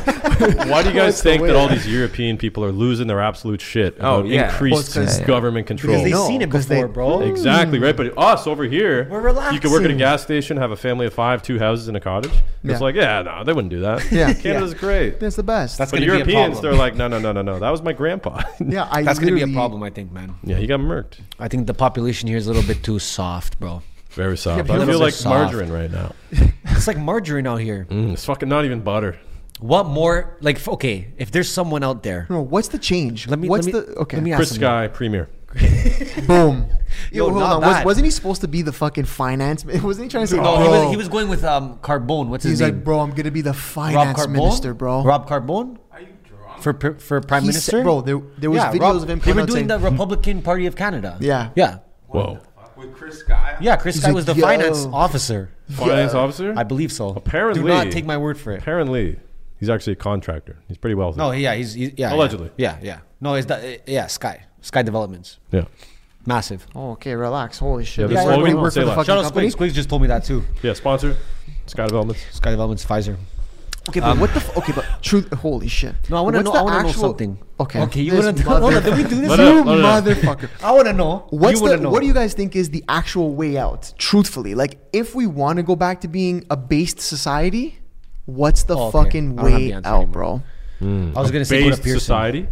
Speaker 3: Why do you guys
Speaker 1: What's the
Speaker 3: think
Speaker 1: way?
Speaker 3: that all these European people are losing their absolute shit about
Speaker 4: Oh, yeah.
Speaker 1: Well,
Speaker 3: increased
Speaker 1: 'cause-
Speaker 3: government control?
Speaker 2: Because they've
Speaker 1: No,
Speaker 2: seen it
Speaker 1: 'cause they- Oh.
Speaker 2: before, bro.
Speaker 3: Exactly right, but us over here,
Speaker 2: We're
Speaker 3: You could work at a
Speaker 2: relaxing.
Speaker 3: gas station, have a family of five, two houses, and a cottage.
Speaker 1: Yeah.
Speaker 3: It's like, yeah, no, they wouldn't do that.
Speaker 1: Yeah.
Speaker 3: Canada's great.
Speaker 1: Mm. That's the best.
Speaker 2: That's
Speaker 3: But
Speaker 2: gonna be a
Speaker 3: Europeans,
Speaker 2: problem.
Speaker 3: they're like, no, no, no, no, no. That was my grandpa.
Speaker 1: yeah, I
Speaker 2: That's going to be
Speaker 1: literally-
Speaker 2: a problem, I think, man.
Speaker 3: yeah, he got murked.
Speaker 2: I think the population here is a little bit too soft, bro.
Speaker 3: Very soft.
Speaker 1: but
Speaker 3: I feel
Speaker 2: those are
Speaker 3: like
Speaker 2: soft.
Speaker 3: margarine right now.
Speaker 2: It's like margarine out here.
Speaker 3: Mm, it's fucking not even butter.
Speaker 2: What more? Like, f- okay, if there's someone out there,
Speaker 1: No, what's the change?
Speaker 2: let me.
Speaker 1: What's
Speaker 2: let me,
Speaker 1: the okay?
Speaker 2: Let me ask
Speaker 3: Chris
Speaker 2: someone.
Speaker 3: Sky, Premier.
Speaker 1: Boom.
Speaker 2: Yo,
Speaker 1: Yo, hold
Speaker 2: not
Speaker 1: on. Was,
Speaker 2: bad.
Speaker 1: wasn't he supposed to be the fucking finance? man? Wasn't he trying to say?
Speaker 2: No, Oh, he
Speaker 1: bro.
Speaker 2: was, he was going with um Carbone. What's his
Speaker 1: He's
Speaker 2: name?
Speaker 1: like, bro, I'm gonna be the finance minister, bro.
Speaker 2: Rob Carbone. Are you drunk? For pr- for prime
Speaker 1: He
Speaker 2: minister,
Speaker 1: said- bro, there, there was
Speaker 2: Yeah,
Speaker 1: videos
Speaker 2: Rob-
Speaker 1: of him.
Speaker 2: They were
Speaker 1: pronouncing-
Speaker 2: doing the Republican Party of Canada.
Speaker 1: Yeah.
Speaker 2: yeah,
Speaker 3: Whoa.
Speaker 4: With Chris Guy?
Speaker 2: yeah. Chris
Speaker 1: He's
Speaker 2: Sky
Speaker 1: like,
Speaker 2: was the
Speaker 1: "Yo."
Speaker 2: finance officer.
Speaker 3: Finance officer?
Speaker 2: I believe so.
Speaker 3: Apparently.
Speaker 2: do not take my word for it.
Speaker 3: Apparently, he's actually a contractor. He's pretty wealthy.
Speaker 2: No, yeah, he's, he's yeah, yeah.
Speaker 3: Allegedly.
Speaker 2: Yeah, yeah. No, it's the, eh, yeah, Sky, Sky Developments,
Speaker 3: Yeah.
Speaker 2: massive.
Speaker 1: Oh, okay, relax. Holy shit. Does
Speaker 3: Yeah, this
Speaker 1: everybody
Speaker 3: logo-
Speaker 1: work for
Speaker 3: say
Speaker 1: the
Speaker 3: less.
Speaker 1: fucking
Speaker 2: Shout out
Speaker 1: company?
Speaker 2: Squigs. Squigs just told me that too.
Speaker 3: Yeah, sponsor, Sky Developments.
Speaker 2: Sky Developments, Pfizer.
Speaker 1: Okay, but what the? F- okay, but truth. Holy shit.
Speaker 2: No, I wanna
Speaker 1: What's
Speaker 2: know-
Speaker 1: the
Speaker 2: I wanna know
Speaker 1: actual-
Speaker 2: something.
Speaker 1: Okay.
Speaker 2: Okay, you
Speaker 1: This
Speaker 2: wanna- hold on, did we do this?
Speaker 1: motherfucker-
Speaker 3: Let it
Speaker 1: You
Speaker 3: out, let it out.
Speaker 1: motherfucker.
Speaker 2: I want to know.
Speaker 1: What's
Speaker 2: you wanna
Speaker 1: the,
Speaker 2: know.
Speaker 1: What do you guys think is the actual way out? Truthfully, like if we want to go back to being a based society, what's the
Speaker 2: Oh, okay.
Speaker 1: fucking
Speaker 2: I don't have
Speaker 1: way
Speaker 2: the answer
Speaker 1: out,
Speaker 2: anymore.
Speaker 1: bro?
Speaker 2: I was gonna say go to
Speaker 3: Based
Speaker 2: Pearson.
Speaker 3: society.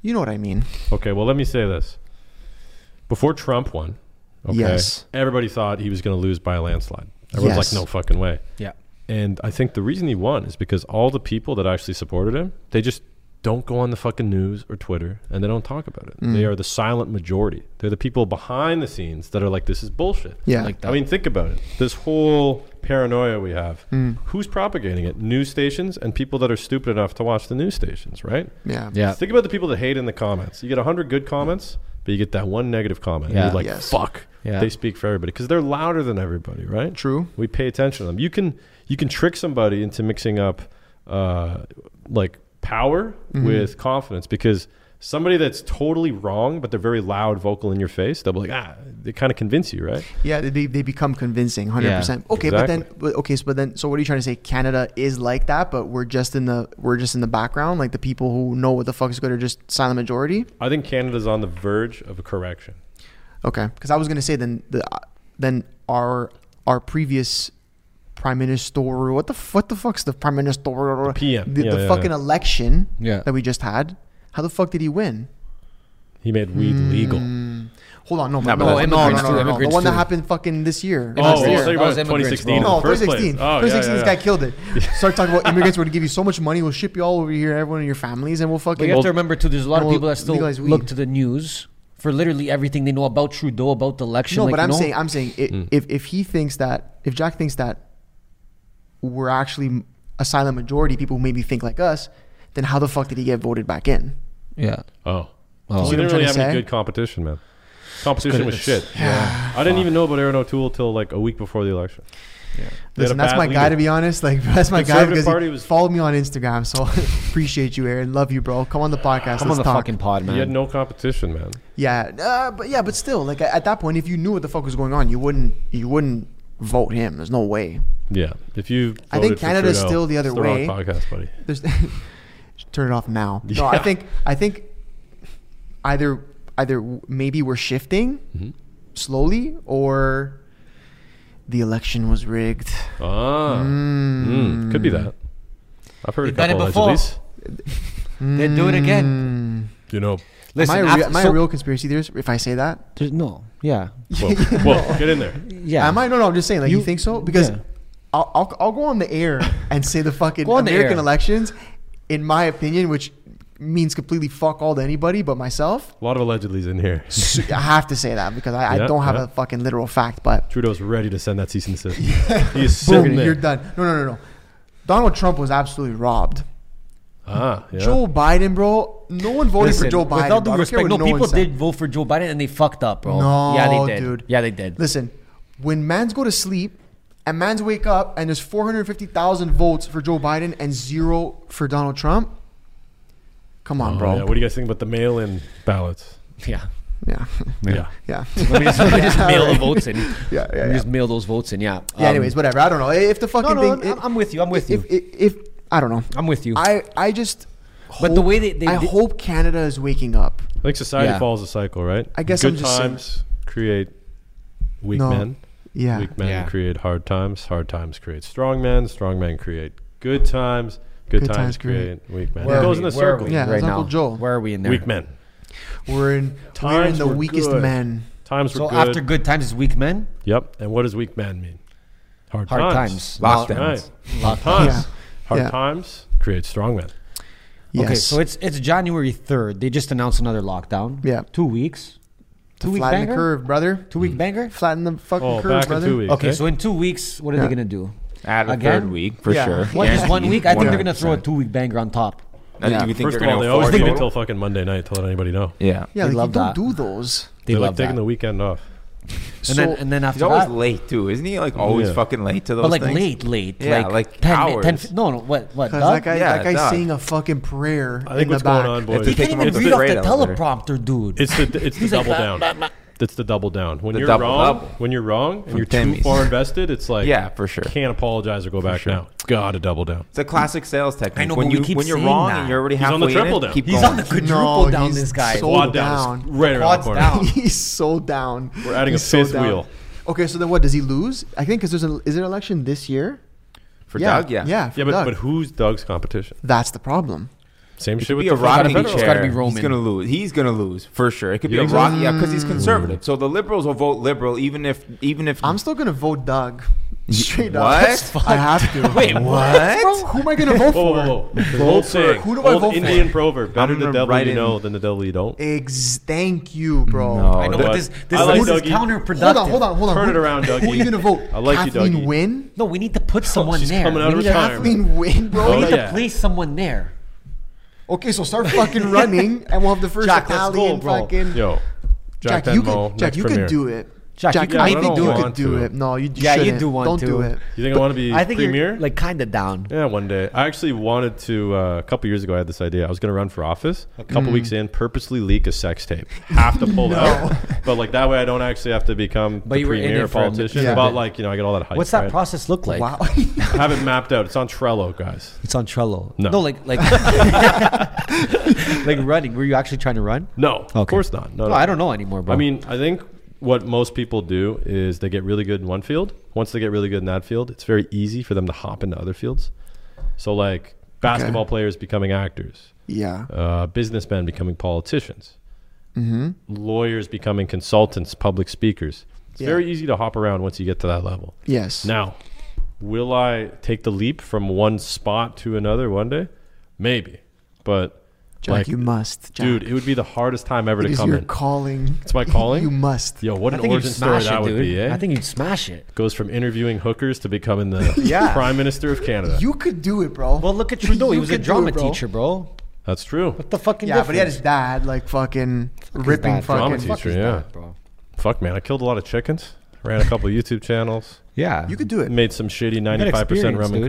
Speaker 1: You know what I mean?
Speaker 3: Okay, well, let me say this. Before Trump won, okay,
Speaker 1: Yes.
Speaker 3: everybody thought he was going to lose by a landslide. Everyone's
Speaker 1: Yes.
Speaker 3: like, no fucking way.
Speaker 2: Yeah.
Speaker 3: And I think the reason he won is because all the people that actually supported him, they just don't go on the fucking news or Twitter and they don't talk about it.
Speaker 1: Mm.
Speaker 3: They are the silent majority. They're the people behind the scenes that are like, this is bullshit.
Speaker 1: Yeah.
Speaker 2: Like that.
Speaker 3: I mean, think about it. This whole paranoia we have.
Speaker 2: Hmm.
Speaker 3: Who's propagating it? News stations and people that are stupid enough to watch the news stations, right?
Speaker 1: Yeah.
Speaker 2: Yeah.
Speaker 3: Think about the people that hate in the comments. You get 100 good comments, but you get that one negative comment. And
Speaker 2: Yeah.
Speaker 3: you're like,
Speaker 1: Yes.
Speaker 3: fuck.
Speaker 2: Yeah.
Speaker 3: They speak for everybody because they're louder than everybody, right?
Speaker 1: True.
Speaker 3: We pay attention to them. You can you can trick somebody into mixing up uh, like power
Speaker 2: Mm-hmm.
Speaker 3: with confidence because somebody that's totally wrong but they're very loud, vocal in your face, they'll be like, ah, they kind of convince you, right?
Speaker 1: Yeah, they- they, they become convincing, hundred percent. Okay, but then
Speaker 3: Exactly.
Speaker 1: but, okay, so but then so what are you trying to say? Canada is like that, but we're just in the we're just in the background. Like the people who know what the fuck is good are just silent majority.
Speaker 3: I think Canada's on the verge of a correction.
Speaker 1: Okay, because I was gonna say then the then our our previous prime minister what the f- what the fuck's the prime minister the,
Speaker 3: PM,
Speaker 1: the,
Speaker 3: yeah, yeah,
Speaker 1: fucking
Speaker 3: yeah.
Speaker 1: election
Speaker 2: Yeah.
Speaker 1: that we just had. How the fuck did he win?
Speaker 3: He made weed legal.
Speaker 5: Hold on, no,
Speaker 4: Nah,
Speaker 5: no,
Speaker 4: but
Speaker 5: no,
Speaker 4: that's
Speaker 5: no, no,
Speaker 4: immigrants
Speaker 5: no,
Speaker 4: too,
Speaker 5: no, no, The
Speaker 1: the
Speaker 5: one
Speaker 1: one that
Speaker 5: too.
Speaker 1: happened fucking this year.
Speaker 3: Oh,
Speaker 1: last
Speaker 3: well,
Speaker 1: year.
Speaker 3: so you're
Speaker 5: That
Speaker 3: about
Speaker 5: was immigrants,
Speaker 3: 2016.
Speaker 5: bro.
Speaker 3: in
Speaker 1: No,
Speaker 3: the first
Speaker 1: 2016.
Speaker 3: place. Oh, yeah,
Speaker 1: 2016,
Speaker 3: yeah,
Speaker 1: this
Speaker 3: yeah.
Speaker 1: guy killed it. Start talking about immigrants. We're gonna give you so much money. We'll ship you all over here, everyone in your families, and we'll
Speaker 2: But
Speaker 1: fucking.
Speaker 2: you have to remember too. There's a lot of
Speaker 1: Well,
Speaker 2: people that still
Speaker 1: legalize weed.
Speaker 2: look to the news for literally everything they know about Trudeau, about the election.
Speaker 1: no,
Speaker 2: like,
Speaker 1: but I'm
Speaker 2: you know?
Speaker 1: saying, I'm saying, i
Speaker 3: Mm.
Speaker 1: if if he thinks that, if Jack thinks that, we're actually a silent majority people who maybe think like us, then how the fuck did he get voted back in?
Speaker 2: yeah.
Speaker 3: Oh.
Speaker 2: Oh.
Speaker 3: So
Speaker 1: See what I'm
Speaker 3: we didn't really
Speaker 1: trying
Speaker 3: have
Speaker 1: to
Speaker 3: any
Speaker 1: say?
Speaker 3: good competition, man. Competition was
Speaker 2: it's-
Speaker 3: shit. I didn't even know about Aaron O'Toole till like a week before the election. They had a
Speaker 1: Listen, that's
Speaker 3: bad
Speaker 1: my guy
Speaker 3: leader.
Speaker 1: to be honest. Like that's my guy
Speaker 3: Conservative
Speaker 1: because
Speaker 3: Party
Speaker 1: he
Speaker 3: was-
Speaker 1: followed me on Instagram. So appreciate you, Aaron. Love you, bro. Come on the podcast.
Speaker 5: Come
Speaker 1: Let's
Speaker 5: on the
Speaker 1: talk.
Speaker 5: fucking pod,
Speaker 3: He had
Speaker 5: man.
Speaker 3: no competition, man.
Speaker 1: Yeah, uh, but yeah, but still, like at that point, if you knew what the fuck was going on, you wouldn't you wouldn't vote him. There's no way.
Speaker 3: Yeah. If you,
Speaker 1: I think
Speaker 3: voted for
Speaker 1: Canada's
Speaker 3: Trudeau,
Speaker 1: still the
Speaker 3: it's
Speaker 1: other way.
Speaker 3: Wrong podcast, buddy.
Speaker 1: There's turn it off now. No, I
Speaker 3: Yeah.
Speaker 1: think I think either either maybe we're shifting
Speaker 2: Mm-hmm.
Speaker 1: slowly or the election was rigged.
Speaker 2: Oh.
Speaker 1: Hmm.
Speaker 3: Ah,
Speaker 2: Hmm.
Speaker 3: Mm. could be that. I've heard a
Speaker 2: They've done
Speaker 3: couple
Speaker 2: it
Speaker 3: of
Speaker 2: before.
Speaker 3: allegedly's.
Speaker 2: They do it again.
Speaker 3: You know,
Speaker 2: Listen,
Speaker 1: am Hmm. I, a,
Speaker 2: after-
Speaker 1: re- am I
Speaker 2: so-
Speaker 1: a real conspiracy theorist if I say that?
Speaker 2: There's- no, yeah,
Speaker 3: whoa, whoa, get in there.
Speaker 2: yeah.
Speaker 1: Am I? No, no. I'm just saying. Like, you,
Speaker 2: You-
Speaker 1: think so? Because
Speaker 2: yeah.
Speaker 1: I'll, I'll I'll go on the air and say the fucking
Speaker 2: Go on the
Speaker 1: American
Speaker 2: air.
Speaker 1: elections, in my opinion, which means completely fuck all to anybody but myself.
Speaker 3: A lot of allegedly's in here.
Speaker 1: So I have to say that because I, I
Speaker 3: Yeah,
Speaker 1: don't have
Speaker 3: yeah.
Speaker 1: a fucking literal fact, but
Speaker 3: Trudeau's ready to send that cease and desist. He's
Speaker 1: boom,
Speaker 3: sitting there.
Speaker 1: you're done. No, no, no, no. Donald Trump was absolutely robbed.
Speaker 3: Ah, yeah.
Speaker 1: Joe Biden, bro. No one voted for Joe Biden.
Speaker 2: With
Speaker 1: bro. I
Speaker 2: all
Speaker 1: don't
Speaker 2: due
Speaker 1: care
Speaker 2: respect,
Speaker 1: what
Speaker 2: no,
Speaker 1: one
Speaker 2: people
Speaker 1: said.
Speaker 2: did vote for Joe Biden and they fucked up, bro.
Speaker 1: No,
Speaker 2: yeah, they did.
Speaker 1: dude.
Speaker 2: Yeah, they did.
Speaker 1: Listen, when mans go to sleep and mans wake up and there's 450,000 votes for Joe Biden and zero for Donald Trump, come on,
Speaker 3: Oh,
Speaker 1: bro.
Speaker 3: yeah. What do you guys think about the mail-in ballots?
Speaker 2: Yeah.
Speaker 1: Yeah.
Speaker 3: Yeah.
Speaker 1: Yeah.
Speaker 2: Let me just, let me just mail the votes in.
Speaker 1: Yeah, yeah,
Speaker 2: Let me
Speaker 1: yeah.
Speaker 2: just mail those votes in. Yeah.
Speaker 1: Yeah, anyways, whatever. I don't know. If the
Speaker 2: Um, no,
Speaker 1: fucking
Speaker 2: no,
Speaker 1: thing.
Speaker 2: I'm, I'm with you. I'm with you.
Speaker 1: if, if, if, I don't know.
Speaker 2: I'm with you.
Speaker 1: I, I just.
Speaker 2: But the way they- they-
Speaker 1: I
Speaker 2: they-
Speaker 1: hope Canada is waking up.
Speaker 3: I think society
Speaker 2: Yeah.
Speaker 3: follows a cycle, right?
Speaker 1: I guess
Speaker 3: good
Speaker 1: I'm just saying-
Speaker 3: times create weak
Speaker 1: No.
Speaker 3: men.
Speaker 1: Yeah.
Speaker 3: Weak men
Speaker 2: Yeah.
Speaker 3: create hard times. Hard times create strong men. Strong men create good times. Good, times, create weak men.
Speaker 2: Where
Speaker 3: it
Speaker 2: are
Speaker 3: goes
Speaker 2: we?
Speaker 3: in a
Speaker 2: Where are
Speaker 3: circle.
Speaker 2: we
Speaker 1: Yeah,
Speaker 2: right
Speaker 1: that's Uncle
Speaker 2: now?
Speaker 1: Joel.
Speaker 2: Where are we in there?
Speaker 3: Weak men.
Speaker 1: We're in, we're in
Speaker 3: Times
Speaker 1: the
Speaker 3: were
Speaker 1: weakest
Speaker 3: good.
Speaker 1: men.
Speaker 3: Times were
Speaker 2: So
Speaker 3: good.
Speaker 2: after good times is weak men.
Speaker 3: yep. And what does weak men mean? Hard,
Speaker 2: Hard times.
Speaker 3: times.
Speaker 2: Lockdowns.
Speaker 3: Right.
Speaker 2: Lockdowns.
Speaker 3: Hard times.
Speaker 1: Yeah.
Speaker 3: Hard
Speaker 1: Yeah.
Speaker 3: times create strong men.
Speaker 1: Yes.
Speaker 2: Okay, so it's it's January third. They just announced another lockdown.
Speaker 1: Yeah.
Speaker 2: Two weeks. Two week
Speaker 1: Flatten
Speaker 2: banger.
Speaker 1: the curve, brother. Mm-hmm.
Speaker 2: Two week banger.
Speaker 1: Flatten the fucking
Speaker 3: Oh,
Speaker 1: curve,
Speaker 3: back
Speaker 1: brother.
Speaker 3: in two weeks.
Speaker 2: Okay,
Speaker 3: eh?
Speaker 2: so in two weeks, what are
Speaker 1: Yeah.
Speaker 2: they gonna do?
Speaker 4: Add a
Speaker 2: Again?
Speaker 4: third week for
Speaker 1: Yeah.
Speaker 4: sure.
Speaker 2: What, just one
Speaker 4: Guaranteed.
Speaker 2: week? I think they're gonna
Speaker 4: 100%.
Speaker 2: throw a two week banger on top.
Speaker 4: I think
Speaker 1: Yeah.
Speaker 4: you think
Speaker 3: first of
Speaker 4: they're
Speaker 3: all,
Speaker 4: gonna
Speaker 3: they
Speaker 4: go
Speaker 3: always
Speaker 4: forward.
Speaker 3: leave until fucking Monday night to let anybody know.
Speaker 4: Yeah.
Speaker 1: Yeah,
Speaker 2: They
Speaker 1: like
Speaker 2: love
Speaker 1: you don't
Speaker 2: that.
Speaker 1: do those.
Speaker 2: They
Speaker 3: They're
Speaker 2: love
Speaker 3: like taking
Speaker 2: that.
Speaker 3: the weekend off.
Speaker 2: and
Speaker 1: so,
Speaker 2: then and then after
Speaker 4: He's always
Speaker 2: that,
Speaker 4: late too, isn't he? Like always
Speaker 3: Yeah.
Speaker 4: fucking late to those
Speaker 2: but like
Speaker 4: things.
Speaker 2: late, late,
Speaker 4: Yeah, like
Speaker 2: 10,
Speaker 4: hours.
Speaker 2: 10 no, no, what, what?
Speaker 1: Cause
Speaker 2: Doug?
Speaker 1: that guy,
Speaker 4: Yeah,
Speaker 1: that guy's
Speaker 4: Doug.
Speaker 1: saying a fucking prayer
Speaker 3: I think
Speaker 1: in the
Speaker 3: what's
Speaker 1: back.
Speaker 3: going on,
Speaker 4: It's
Speaker 3: boys?
Speaker 4: the
Speaker 2: he can't
Speaker 4: Take him up
Speaker 2: even
Speaker 4: the
Speaker 2: read off
Speaker 4: freight
Speaker 2: the
Speaker 4: elevator.
Speaker 2: teleprompter, dude.
Speaker 3: It's the it's the
Speaker 2: He's like,
Speaker 3: double
Speaker 2: "Blah,
Speaker 3: down.
Speaker 2: blah, blah."
Speaker 3: It's the double down. When
Speaker 4: The
Speaker 3: you're
Speaker 4: double
Speaker 3: wrong,
Speaker 4: double.
Speaker 3: when you're wrong and
Speaker 4: From
Speaker 3: you're
Speaker 4: Timmy's.
Speaker 3: too far invested, it's like
Speaker 4: Yeah, for sure.
Speaker 3: Can't apologize or go back
Speaker 4: sure.
Speaker 3: now. Got to double down.
Speaker 4: It's a classic sales technique.
Speaker 2: I know,
Speaker 4: when
Speaker 2: but we
Speaker 4: you
Speaker 2: keep
Speaker 4: when you're
Speaker 2: saying
Speaker 4: wrong
Speaker 2: that.
Speaker 4: and you're already
Speaker 3: He's on
Speaker 4: halfway
Speaker 3: the
Speaker 4: in
Speaker 3: triple
Speaker 4: it,
Speaker 3: down.
Speaker 4: keep
Speaker 2: He's
Speaker 4: going.
Speaker 2: on the quadruple
Speaker 1: No,
Speaker 2: down.
Speaker 1: he's
Speaker 2: This guy.
Speaker 1: so-
Speaker 3: Quad down,
Speaker 1: down.
Speaker 3: is right around the
Speaker 2: Quads
Speaker 3: corner.
Speaker 2: down.
Speaker 1: He's so down.
Speaker 3: We're adding
Speaker 1: He's
Speaker 3: a
Speaker 1: so
Speaker 3: fifth
Speaker 1: down.
Speaker 3: wheel.
Speaker 1: Okay, so then what? Does he lose? I think because there's an is there an election this year?
Speaker 4: for
Speaker 1: yeah,
Speaker 4: Doug, yeah,
Speaker 1: yeah, for
Speaker 3: Yeah, but
Speaker 1: Doug.
Speaker 3: but who's Doug's competition?
Speaker 1: That's the problem.
Speaker 3: Same
Speaker 4: It
Speaker 3: shit
Speaker 4: could
Speaker 3: with
Speaker 4: be a
Speaker 3: the fucking
Speaker 4: rocking
Speaker 2: gotta be-
Speaker 3: federal.
Speaker 2: it's
Speaker 4: chair.
Speaker 2: gotta be Roman.
Speaker 4: He's gonna lose. He's gonna lose for sure. It could
Speaker 3: You
Speaker 4: be a
Speaker 3: think so?
Speaker 4: rocky, yeah, because he's conservative. So the liberals will vote liberal, even if even if
Speaker 1: I'm still gonna vote Doug. Straight
Speaker 4: What?
Speaker 1: up. I have to.
Speaker 2: Wait,
Speaker 4: what?
Speaker 1: Who am I gonna vote
Speaker 3: Whoa,
Speaker 1: for?
Speaker 3: whoa, whoa! There's an old saying,
Speaker 1: Who do I
Speaker 3: old
Speaker 1: vote for?
Speaker 3: Indian proverb: "Better
Speaker 4: I'm
Speaker 3: the
Speaker 4: gonna
Speaker 3: devil
Speaker 4: write
Speaker 3: you
Speaker 4: in-
Speaker 3: know than the devil you don't."
Speaker 1: Ex- thank you, bro.
Speaker 4: No.
Speaker 2: I know,
Speaker 4: But-
Speaker 2: but this, this,
Speaker 3: I like
Speaker 2: this is
Speaker 3: Dougie.
Speaker 2: counterproductive.
Speaker 1: Hold on, hold on, hold on.
Speaker 3: Turn
Speaker 1: Who-
Speaker 3: it around,
Speaker 1: Who are you
Speaker 3: Dougie.
Speaker 1: gonna vote?
Speaker 3: I like you,
Speaker 1: Kathleen
Speaker 3: Dougie.
Speaker 1: Wynn.
Speaker 2: No, we need to put someone
Speaker 3: she's
Speaker 2: there.
Speaker 3: coming out
Speaker 2: we
Speaker 3: of
Speaker 2: need to have-
Speaker 3: retirement.
Speaker 1: Kathleen Wynn, bro.
Speaker 3: Oh,
Speaker 2: we need
Speaker 3: yeah.
Speaker 2: to place someone there.
Speaker 1: Okay, so start fucking running, and we'll have the first
Speaker 2: Jack, let's
Speaker 1: Italian
Speaker 2: go, bro.
Speaker 1: fucking.
Speaker 3: Yo, Jack,
Speaker 1: Jack, you
Speaker 3: Denmo,
Speaker 1: could,
Speaker 3: next
Speaker 1: Jack, you could
Speaker 3: premier.
Speaker 1: do it.
Speaker 2: Jack,
Speaker 1: Jack,
Speaker 2: you could-
Speaker 1: I
Speaker 2: Yeah,
Speaker 3: I
Speaker 1: think
Speaker 3: don't
Speaker 1: you
Speaker 3: want
Speaker 1: could do
Speaker 3: to.
Speaker 1: it. No, you
Speaker 2: Yeah, you
Speaker 1: shouldn't.
Speaker 2: do want
Speaker 1: Don't
Speaker 2: to.
Speaker 1: do it.
Speaker 3: You think I want to be
Speaker 2: I think
Speaker 3: premier?
Speaker 2: you're like kind of down.
Speaker 3: Yeah, one day. I actually wanted to. Uh, a couple years ago, I had this idea. I was going to run for office. A
Speaker 2: Hmm.
Speaker 3: couple weeks in, purposely leak a sex tape. Have to pull out, but like that way, I don't actually have to become
Speaker 2: But
Speaker 3: the
Speaker 2: you were in
Speaker 3: premier
Speaker 2: it for a mi-
Speaker 3: politician.
Speaker 1: yeah.
Speaker 3: But like you know, I get all that hype.
Speaker 2: What's that
Speaker 3: right?
Speaker 2: process look like?
Speaker 1: Wow.
Speaker 3: I have it mapped out. It's on Trello, guys.
Speaker 2: It's on Trello.
Speaker 3: No.
Speaker 2: like like like running. Were you actually trying to run?
Speaker 3: No, of
Speaker 2: Okay.
Speaker 3: course not. No,
Speaker 2: No,
Speaker 3: no.
Speaker 2: I don't know anymore, bro.
Speaker 3: I mean, I think what most people do is they get really good in one field. Once they get really good in that field, it's very easy for them to hop into other fields. So like basketball players becoming actors.
Speaker 1: yeah.
Speaker 3: uh, businessmen becoming politicians,
Speaker 1: Mm-hmm.
Speaker 3: lawyers becoming consultants, public speakers. It's
Speaker 1: Yeah.
Speaker 3: very easy to hop around once you get to that level.
Speaker 1: Yes.
Speaker 3: Now, will I take the leap from one spot to another one day? Maybe, but
Speaker 1: Jack,
Speaker 3: like,
Speaker 1: you must. Jack.
Speaker 3: dude, it would be the hardest time ever
Speaker 1: it
Speaker 3: to
Speaker 1: is
Speaker 3: come
Speaker 1: your
Speaker 3: in.
Speaker 1: calling.
Speaker 3: It's my calling?
Speaker 1: you must.
Speaker 3: Yo, what
Speaker 2: I
Speaker 3: an
Speaker 2: think you'd
Speaker 3: origin story
Speaker 2: smash
Speaker 3: that
Speaker 2: it,
Speaker 3: would
Speaker 2: dude.
Speaker 3: be, eh?
Speaker 2: I think you'd smash it.
Speaker 3: Goes from interviewing hookers to becoming the
Speaker 4: Yeah.
Speaker 3: prime minister of Canada.
Speaker 1: You could do it, bro.
Speaker 2: Well, look at Trudeau. he
Speaker 1: You
Speaker 2: was a
Speaker 1: could do
Speaker 2: drama
Speaker 1: it, bro.
Speaker 2: teacher, bro.
Speaker 3: That's true.
Speaker 2: What the fucking
Speaker 1: yeah, but he had his
Speaker 2: difference?
Speaker 1: dad like fucking
Speaker 2: Fuck
Speaker 1: ripping
Speaker 2: is that, bro?
Speaker 3: Drama
Speaker 1: fucking.
Speaker 3: teacher,
Speaker 2: Fuck is
Speaker 3: yeah.
Speaker 2: that, bro.
Speaker 3: Fuck, man. I killed a lot of chickens. Ran a couple YouTube channels.
Speaker 5: Yeah.
Speaker 1: You could do it.
Speaker 3: Made some shitty
Speaker 5: got
Speaker 3: 95% rum
Speaker 5: experience,
Speaker 3: and
Speaker 5: dude.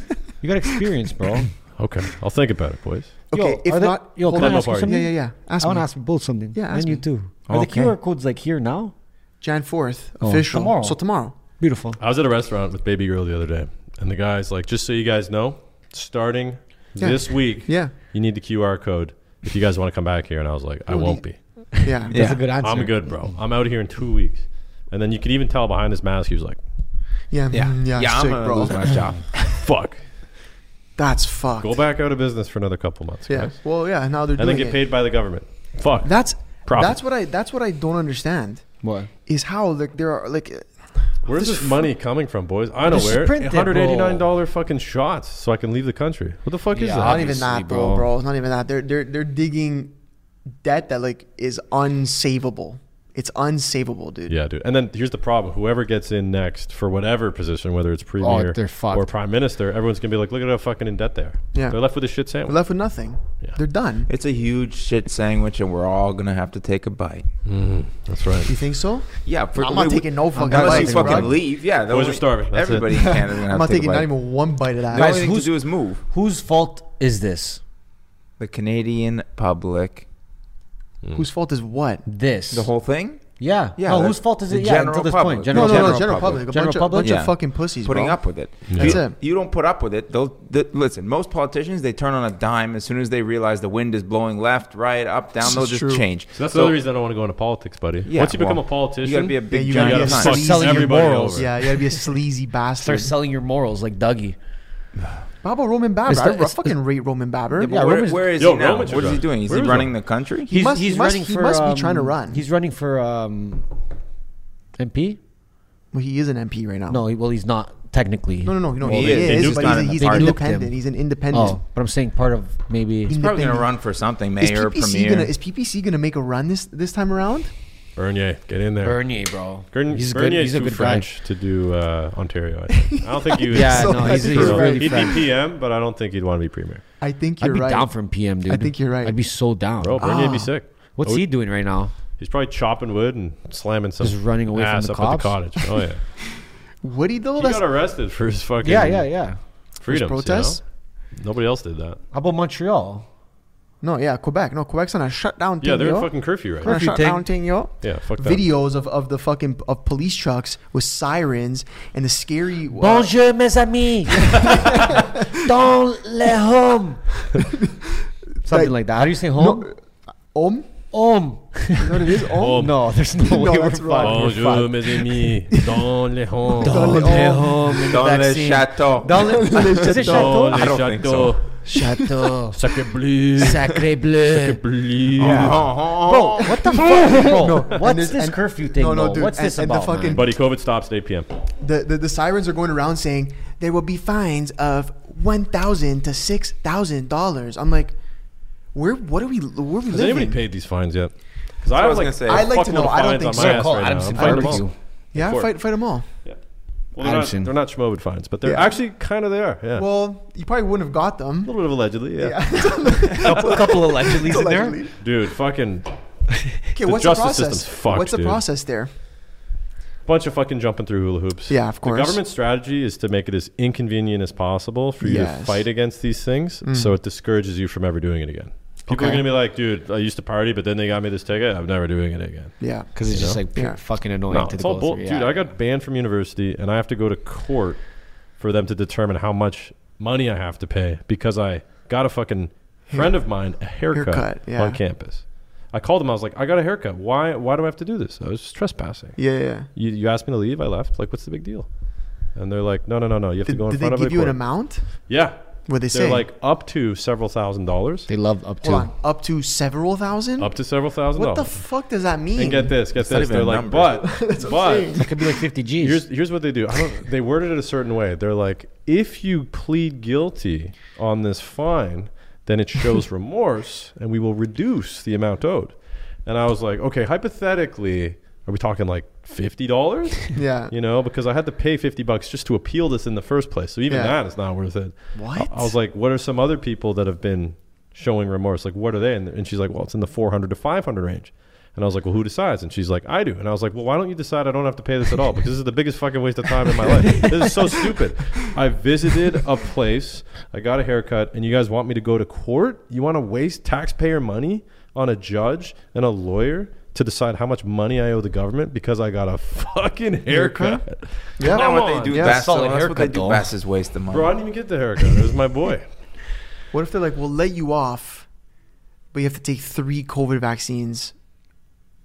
Speaker 3: cokes.
Speaker 5: You got experience, bro.
Speaker 3: Okay. I'll think about it, boys.
Speaker 1: Okay,
Speaker 5: Yo,
Speaker 1: if
Speaker 5: are there-
Speaker 1: not,
Speaker 5: yo,
Speaker 3: hold
Speaker 5: can I
Speaker 3: on,
Speaker 5: ask you
Speaker 3: Mopar.
Speaker 5: something?
Speaker 1: yeah, yeah, yeah. Ask
Speaker 5: I want
Speaker 1: me.
Speaker 5: to ask you both something.
Speaker 1: Yeah, ask
Speaker 5: and you
Speaker 1: me.
Speaker 5: too. Are
Speaker 4: Okay.
Speaker 5: the QR codes like here now?
Speaker 1: Jan fourth
Speaker 5: Oh,
Speaker 1: official.
Speaker 2: tomorrow.
Speaker 1: So tomorrow.
Speaker 5: Beautiful.
Speaker 3: I was at a restaurant with Baby Girl the other day, and the guy's like, just so you guys know, starting
Speaker 1: Yeah.
Speaker 3: this week,
Speaker 1: Yeah,
Speaker 3: you need the QR code if you guys want to come back here. And I was like, I
Speaker 1: Well,
Speaker 3: won't
Speaker 1: the-
Speaker 3: be.
Speaker 1: yeah.
Speaker 5: That's
Speaker 4: Yeah.
Speaker 5: a good answer.
Speaker 3: I'm good, bro. I'm out of here in two weeks. And then you could even tell behind his mask, he was like,
Speaker 1: Yeah,
Speaker 4: Yeah,
Speaker 1: mm, yeah,
Speaker 4: yeah.
Speaker 1: sick,
Speaker 4: I'm gonna
Speaker 1: bro.
Speaker 4: lose my job.
Speaker 3: fuck,
Speaker 1: That's fucked.
Speaker 3: go back out of business for another couple months,
Speaker 1: Yeah.
Speaker 3: guys.
Speaker 1: Well, yeah. Now they're
Speaker 3: And then
Speaker 1: doing
Speaker 3: get
Speaker 1: it.
Speaker 3: paid by the government. Fuck.
Speaker 1: That's
Speaker 3: Profit.
Speaker 1: that's what I that's what I don't understand
Speaker 5: What?
Speaker 1: is how like there are like uh,
Speaker 3: Where's
Speaker 1: This
Speaker 3: this money coming from, boys? I don't
Speaker 5: Just
Speaker 3: wear
Speaker 5: print it, bro.
Speaker 3: $189 fucking shots so I can leave the country. What the fuck is
Speaker 5: Yeah,
Speaker 3: that?
Speaker 1: not even
Speaker 5: obviously,
Speaker 1: that, bro,
Speaker 5: bro.
Speaker 1: bro. It's not even that. They're they're they're digging debt that like is unsavable. It's unsavable, dude.
Speaker 3: Yeah, dude. And then here's the problem: whoever gets in next for whatever position, whether it's
Speaker 2: Oh,
Speaker 3: premier
Speaker 5: they're fucked.
Speaker 3: or prime minister, everyone's gonna be like, "Look at how fucking in debt they are."
Speaker 1: Yeah.
Speaker 3: they're left with a shit sandwich.
Speaker 1: We're left with nothing.
Speaker 3: Yeah.
Speaker 1: They're done.
Speaker 4: It's a huge shit sandwich, and we're all gonna have to take a bite.
Speaker 3: Mm-hmm. That's right.
Speaker 1: You think so?
Speaker 4: Yeah, for,
Speaker 1: I'm not taking no fucking
Speaker 4: Unless you
Speaker 1: bites,
Speaker 4: fucking
Speaker 1: bro.
Speaker 4: leave, yeah. the
Speaker 3: Boys
Speaker 4: only-
Speaker 3: are starving, that's
Speaker 4: everybody
Speaker 3: it.
Speaker 4: in Canada's gonna
Speaker 1: I'm
Speaker 4: have to
Speaker 1: not
Speaker 4: take
Speaker 1: taking
Speaker 4: a
Speaker 1: not
Speaker 4: bite.
Speaker 1: even one bite of that.
Speaker 4: The
Speaker 2: Guys,
Speaker 4: only thing to
Speaker 2: who's-
Speaker 4: do is move.
Speaker 2: Whose fault is this?
Speaker 4: The Canadian public,
Speaker 1: Whose fault is what?
Speaker 2: This.
Speaker 4: the whole thing,
Speaker 2: Yeah.
Speaker 4: Yeah,
Speaker 2: No,
Speaker 4: the-
Speaker 2: whose fault is
Speaker 4: the
Speaker 2: it? Yeah.
Speaker 4: general
Speaker 2: Until this
Speaker 4: public.
Speaker 2: point,
Speaker 1: No,
Speaker 2: general.
Speaker 1: no,
Speaker 2: public.
Speaker 1: no, general
Speaker 4: public.
Speaker 1: public. A
Speaker 2: General
Speaker 1: bunch of,
Speaker 2: public?
Speaker 1: bunch
Speaker 4: Yeah.
Speaker 1: of fucking pussies,
Speaker 4: putting
Speaker 1: bro.
Speaker 4: up with it.
Speaker 3: Yeah.
Speaker 1: That's
Speaker 4: You,
Speaker 1: it.
Speaker 4: you don't put up with it. They'll, th listen. Most politicians they turn on a dime as soon as they realize the wind is blowing left, right, up, down.
Speaker 1: This
Speaker 4: They'll
Speaker 1: is
Speaker 4: just
Speaker 1: true.
Speaker 4: change.
Speaker 3: So that's the other reason I don't want to go into politics, buddy.
Speaker 4: Yeah,
Speaker 3: Once you become
Speaker 4: well,
Speaker 3: a politician,
Speaker 4: You gotta be a
Speaker 1: Yeah,
Speaker 4: big
Speaker 1: you
Speaker 4: giant
Speaker 1: gotta be a
Speaker 4: cunt.
Speaker 3: fuck
Speaker 1: sleazy-
Speaker 3: everybody
Speaker 2: morals.
Speaker 3: over.
Speaker 1: Yeah, you gotta be a sleazy
Speaker 2: Start
Speaker 1: bastard.
Speaker 2: selling your morals like Dougie.
Speaker 1: Bobo Roman Babber.
Speaker 2: It's the-
Speaker 1: I ru-
Speaker 2: it's-
Speaker 1: fucking rate Roman Babber.
Speaker 4: Where-
Speaker 2: Roman's-
Speaker 4: where is
Speaker 3: Yo,
Speaker 4: he now?
Speaker 3: Roman's
Speaker 4: what is he
Speaker 3: drunk.
Speaker 4: doing? Is
Speaker 3: Where
Speaker 4: he
Speaker 3: is
Speaker 4: running
Speaker 3: Roman?
Speaker 4: the country?
Speaker 1: He must- he must- he must be trying to run.
Speaker 2: um, He's running for um, MP.
Speaker 1: Well, he is an MP right now.
Speaker 2: No, he, well, he's not technically.
Speaker 1: No, no, no, no.
Speaker 4: Well,
Speaker 1: he,
Speaker 4: he is.
Speaker 1: is,
Speaker 4: They nuked
Speaker 1: but
Speaker 4: him.
Speaker 1: he's, he's
Speaker 4: They
Speaker 1: an
Speaker 4: nuked
Speaker 1: independent.
Speaker 2: him.
Speaker 1: He's an independent.
Speaker 2: Oh, but I'm saying part of maybe.
Speaker 1: He's
Speaker 4: Probably gonna
Speaker 1: independent.
Speaker 4: run for something,
Speaker 1: Is
Speaker 4: mayor,
Speaker 1: PPC, gonna,
Speaker 4: premier.
Speaker 1: is PPC gonna make a run this this time around?
Speaker 3: Bernier, get in there.
Speaker 2: Bernier, bro.
Speaker 3: Gurn-
Speaker 2: he's
Speaker 3: Bernier's
Speaker 2: good. He's a
Speaker 3: too
Speaker 2: good guy.
Speaker 3: French to do uh, Ontario. I, think. I don't think you.
Speaker 2: Yeah,
Speaker 1: So
Speaker 2: no, he's,
Speaker 1: I
Speaker 2: he's
Speaker 1: think you're
Speaker 2: really
Speaker 3: he'd be
Speaker 2: French.
Speaker 3: PM, but I don't think he'd want to be premier.
Speaker 1: I think
Speaker 2: I'd
Speaker 1: you're
Speaker 2: be
Speaker 1: right.
Speaker 2: down for him PM, dude.
Speaker 1: I think you're right.
Speaker 2: I'd be so down.
Speaker 3: Bro, Bernier'd be
Speaker 1: Ah.
Speaker 3: sick.
Speaker 2: What's
Speaker 3: Oh,
Speaker 2: he doing right now?
Speaker 3: He's probably chopping wood and slamming some
Speaker 2: Just running away from
Speaker 3: ass
Speaker 2: the
Speaker 3: up
Speaker 2: cops?
Speaker 3: at the cottage. Oh yeah,
Speaker 1: Would he though?
Speaker 3: he
Speaker 1: That's
Speaker 3: got arrested for his fucking
Speaker 2: Yeah, yeah, yeah.
Speaker 3: freedoms. you know?
Speaker 1: protests?
Speaker 3: Nobody else did that.
Speaker 2: How about Montreal?
Speaker 1: no, yeah, Quebec. No, Quebec's on a shutdown.
Speaker 3: Yeah,
Speaker 1: thing,
Speaker 3: they're in
Speaker 1: yo.
Speaker 3: fucking curfew right
Speaker 1: On
Speaker 3: now.
Speaker 1: a
Speaker 2: Curfew
Speaker 1: shutdown thing, yo.
Speaker 3: Yeah, fuck that.
Speaker 1: Videos of, of the fucking of police trucks with sirens and the scary. uh,
Speaker 2: Bonjour, mes amis. Dans les hommes. Something like that. How do you say home?
Speaker 1: No, Om?
Speaker 2: Om.
Speaker 1: You know what it is? Om?
Speaker 3: Om.
Speaker 2: No, there's no way
Speaker 1: No,
Speaker 2: we're
Speaker 1: that's wrong.
Speaker 2: fucked. We're fucked.
Speaker 3: mes amis. Dans les rangs.
Speaker 1: Dans
Speaker 2: Dans
Speaker 1: les
Speaker 2: les
Speaker 1: hommes.
Speaker 2: hommes. in the
Speaker 4: Dans le
Speaker 2: vaccine.
Speaker 4: château.
Speaker 2: Dans les... Is it
Speaker 3: Dans
Speaker 2: chateau?
Speaker 4: I don't think
Speaker 3: châteaux.
Speaker 4: so.
Speaker 2: Chateau.
Speaker 3: Sacré bleu.
Speaker 2: Sacré bleu.
Speaker 3: bleu.
Speaker 4: Oh, oh, oh.
Speaker 2: What the fuck, bro? What's
Speaker 1: there's-
Speaker 2: this
Speaker 1: and-
Speaker 2: curfew thing?
Speaker 1: no, no,
Speaker 2: though?
Speaker 1: dude,
Speaker 2: What's
Speaker 1: and-
Speaker 2: this
Speaker 1: and the
Speaker 2: about?
Speaker 1: fucking-
Speaker 2: man?
Speaker 3: Buddy, COVID stops at 8 p.m.
Speaker 1: The, the the sirens are going around saying there will be fines of one thousand to six thousand dollars. I'm like, where? What are we? Where are we
Speaker 3: Has
Speaker 1: living?
Speaker 3: anybody paid these fines yet? Because
Speaker 4: what I
Speaker 3: I
Speaker 4: was
Speaker 3: like,
Speaker 4: gonna say.
Speaker 3: I
Speaker 1: I'd like to know. I don't think so.
Speaker 2: Call Adamson Barbecue.
Speaker 1: yeah,
Speaker 3: Court.
Speaker 1: fight fight them all.
Speaker 3: Well, they're, not,
Speaker 2: Adamson.
Speaker 3: they're not Schmovid fines, but they're
Speaker 1: Yeah.
Speaker 3: actually kind of there. Yeah. Well,
Speaker 1: Well, you probably wouldn't have got
Speaker 3: a
Speaker 1: them.
Speaker 3: little bit of allegedly. Yeah.
Speaker 2: couple, couple of allegedly's in there.
Speaker 1: Allegedly.
Speaker 3: Dude, fucking
Speaker 1: Okay,
Speaker 3: The
Speaker 1: what's
Speaker 3: justice
Speaker 1: the process?
Speaker 3: system's fucked,
Speaker 1: what's the
Speaker 3: dude.
Speaker 1: process there?
Speaker 3: bunch of fucking jumping through hula hoops.
Speaker 1: Yeah, of course.
Speaker 3: The government strategy is to make it as inconvenient as possible for you
Speaker 1: Yes. Mm.
Speaker 3: to fight against these things, so it discourages you from ever doing it again. People are
Speaker 1: Okay.
Speaker 3: gonna be like, "Dude, I used to party, but then they got me this ticket. I'm never doing it again."
Speaker 1: Yeah.
Speaker 2: Because it's
Speaker 3: You
Speaker 2: just
Speaker 3: know?
Speaker 2: like pure
Speaker 1: Yeah.
Speaker 2: fucking annoying
Speaker 3: No,
Speaker 2: to
Speaker 3: it's
Speaker 2: go
Speaker 3: all bull-
Speaker 2: through.
Speaker 3: dude.
Speaker 2: Yeah.
Speaker 3: I got banned from university, and I have to go to court for them to determine how much money I have to pay because I got a fucking friend of mine a haircut,
Speaker 1: Haircut, yeah.
Speaker 3: on campus. I called him. I was like, "I got a haircut. Why? Why do I have to do this? I was just trespassing."
Speaker 1: Yeah, yeah, yeah.
Speaker 3: you, you asked me to leave. I left. Like, what's the big deal? And they're like, no, no, no, no. You have to
Speaker 1: Did,
Speaker 3: go in
Speaker 1: did they
Speaker 3: front of
Speaker 1: give
Speaker 3: a
Speaker 1: you an
Speaker 3: court.
Speaker 1: amount?
Speaker 3: Yeah.
Speaker 1: What they say?
Speaker 3: They're like up to several thousand dollars.
Speaker 6: They love up
Speaker 1: Hold
Speaker 6: to.
Speaker 1: on, up to several thousand.
Speaker 3: Up to several thousand
Speaker 1: what the
Speaker 3: dollars.
Speaker 1: fuck does that mean?
Speaker 3: and get this, get
Speaker 4: It's not
Speaker 3: this.
Speaker 4: even
Speaker 3: They're like,
Speaker 4: a number.
Speaker 3: but, but
Speaker 6: That could be like 50 G's.
Speaker 3: here's here's what they do. I don't, they worded it a certain way. They're like, if you plead guilty on this fine, then it shows remorse, and we will reduce the amount owed. And I was like, okay, hypothetically, are we talking like fifty dollars?
Speaker 1: Yeah.
Speaker 3: you know, because I had to pay fifty bucks just to appeal this in the first place. So even
Speaker 1: Yeah.
Speaker 3: that is not worth it.
Speaker 1: What?
Speaker 3: I, I was like, what are some other people that have been showing remorse? Like, what are they? And, and she's like, well, it's in the four hundred to five hundred range. And I was like, well, who decides? And she's like, I do. And I was like, well, why don't you decide I don't have to pay this at all? Because this is the biggest fucking waste of time in my life. This is so stupid. I visited a place, I got a haircut, and you guys want me to go to court? You want to waste taxpayer money on a judge and a lawyer to decide how much money I owe the government because I got a fucking haircut?
Speaker 1: Yeah.
Speaker 4: That's
Speaker 3: Come
Speaker 4: what they
Speaker 3: on.
Speaker 4: do.
Speaker 1: Yeah,
Speaker 4: best,
Speaker 6: solid
Speaker 4: though. That's what they
Speaker 6: haircut,
Speaker 4: do.
Speaker 6: though.
Speaker 4: Best is waste the money.
Speaker 3: Bro, I didn't even get the haircut. It was my boy.
Speaker 1: What if they're like, we'll let you off, but you have to take three COVID vaccines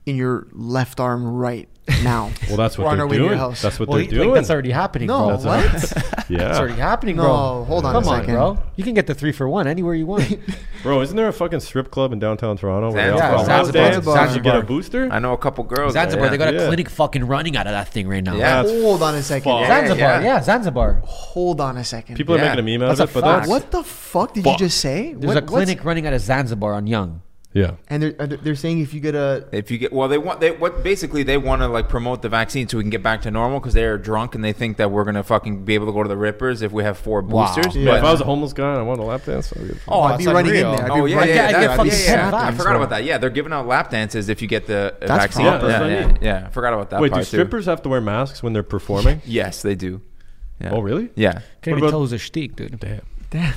Speaker 1: in your left arm right now?
Speaker 3: Well, that's
Speaker 1: We're
Speaker 3: what
Speaker 1: on
Speaker 3: they're
Speaker 1: our way to your
Speaker 3: doing.
Speaker 1: house.
Speaker 3: That's what
Speaker 6: well,
Speaker 3: they're
Speaker 6: he- like,
Speaker 3: doing.
Speaker 6: that's already happening,
Speaker 1: no,
Speaker 6: bro.
Speaker 3: That's
Speaker 1: what?
Speaker 6: That's
Speaker 3: yeah,
Speaker 6: already happening,
Speaker 1: no,
Speaker 6: bro.
Speaker 1: hold on
Speaker 6: Come
Speaker 1: a
Speaker 6: on,
Speaker 1: second.
Speaker 6: bro. You can get the three for one anywhere you want.
Speaker 3: bro. Isn't there a fucking strip club in downtown Toronto? where they all
Speaker 4: Zanzibar.
Speaker 6: Yeah,
Speaker 3: dance,
Speaker 6: Zanzibar.
Speaker 3: dance, you get a
Speaker 4: Zanzibar.
Speaker 3: booster.
Speaker 4: I know a couple girls. there,
Speaker 6: Zanzibar,
Speaker 4: yeah.
Speaker 6: they got
Speaker 3: Yeah.
Speaker 6: a clinic fucking running out of that thing right now.
Speaker 4: Yeah. That's
Speaker 1: Hold on a second.
Speaker 3: fucked.
Speaker 4: Yeah,
Speaker 6: Zanzibar,
Speaker 4: yeah.
Speaker 6: yeah. Zanzibar.
Speaker 1: Hold on a second.
Speaker 3: People
Speaker 4: Yeah.
Speaker 3: are making a meme out
Speaker 6: That's
Speaker 3: of
Speaker 6: a
Speaker 3: it, but
Speaker 6: fact.
Speaker 3: that's
Speaker 1: what the fuck did
Speaker 3: Fuck.
Speaker 1: you just say?
Speaker 6: There's
Speaker 1: What-
Speaker 6: a
Speaker 1: what's-
Speaker 6: clinic running out of Zanzibar on Young.
Speaker 3: yeah.
Speaker 1: and they're and they're saying if you get a
Speaker 4: If you get well, they want they what basically they want to like promote the vaccine so we can get back to normal because they are drunk and they think that we're gonna fucking be able to go to the rippers if we have four
Speaker 6: Wow.
Speaker 4: boosters.
Speaker 1: Yeah.
Speaker 3: But if
Speaker 4: But,
Speaker 3: I was a homeless guy and I wanted a lap dance, I'd be-
Speaker 1: oh, I'd
Speaker 6: it's
Speaker 1: be running
Speaker 6: unreal.
Speaker 1: in there. I'd
Speaker 4: oh
Speaker 1: be
Speaker 4: yeah,
Speaker 1: running-
Speaker 4: yeah,
Speaker 6: I get
Speaker 4: that-
Speaker 6: fucking
Speaker 4: yeah,
Speaker 6: ten
Speaker 4: yeah.
Speaker 6: vax,
Speaker 4: I forgot
Speaker 6: bro.
Speaker 4: about that. Yeah, they're giving out lap dances if you get the uh,
Speaker 1: That's
Speaker 4: vaccine.
Speaker 1: proper.
Speaker 4: Yeah,
Speaker 3: Yeah,
Speaker 4: yeah,
Speaker 3: that's what I mean.
Speaker 4: yeah. I forgot about that.
Speaker 3: wait, do
Speaker 4: part too.
Speaker 3: strippers have to wear masks when they're performing?
Speaker 4: Yes, they do. Yeah.
Speaker 3: Oh, really?
Speaker 4: Yeah.
Speaker 6: Can't
Speaker 3: What
Speaker 6: even
Speaker 3: about-
Speaker 6: tell who's a shtick, dude.
Speaker 3: Damn.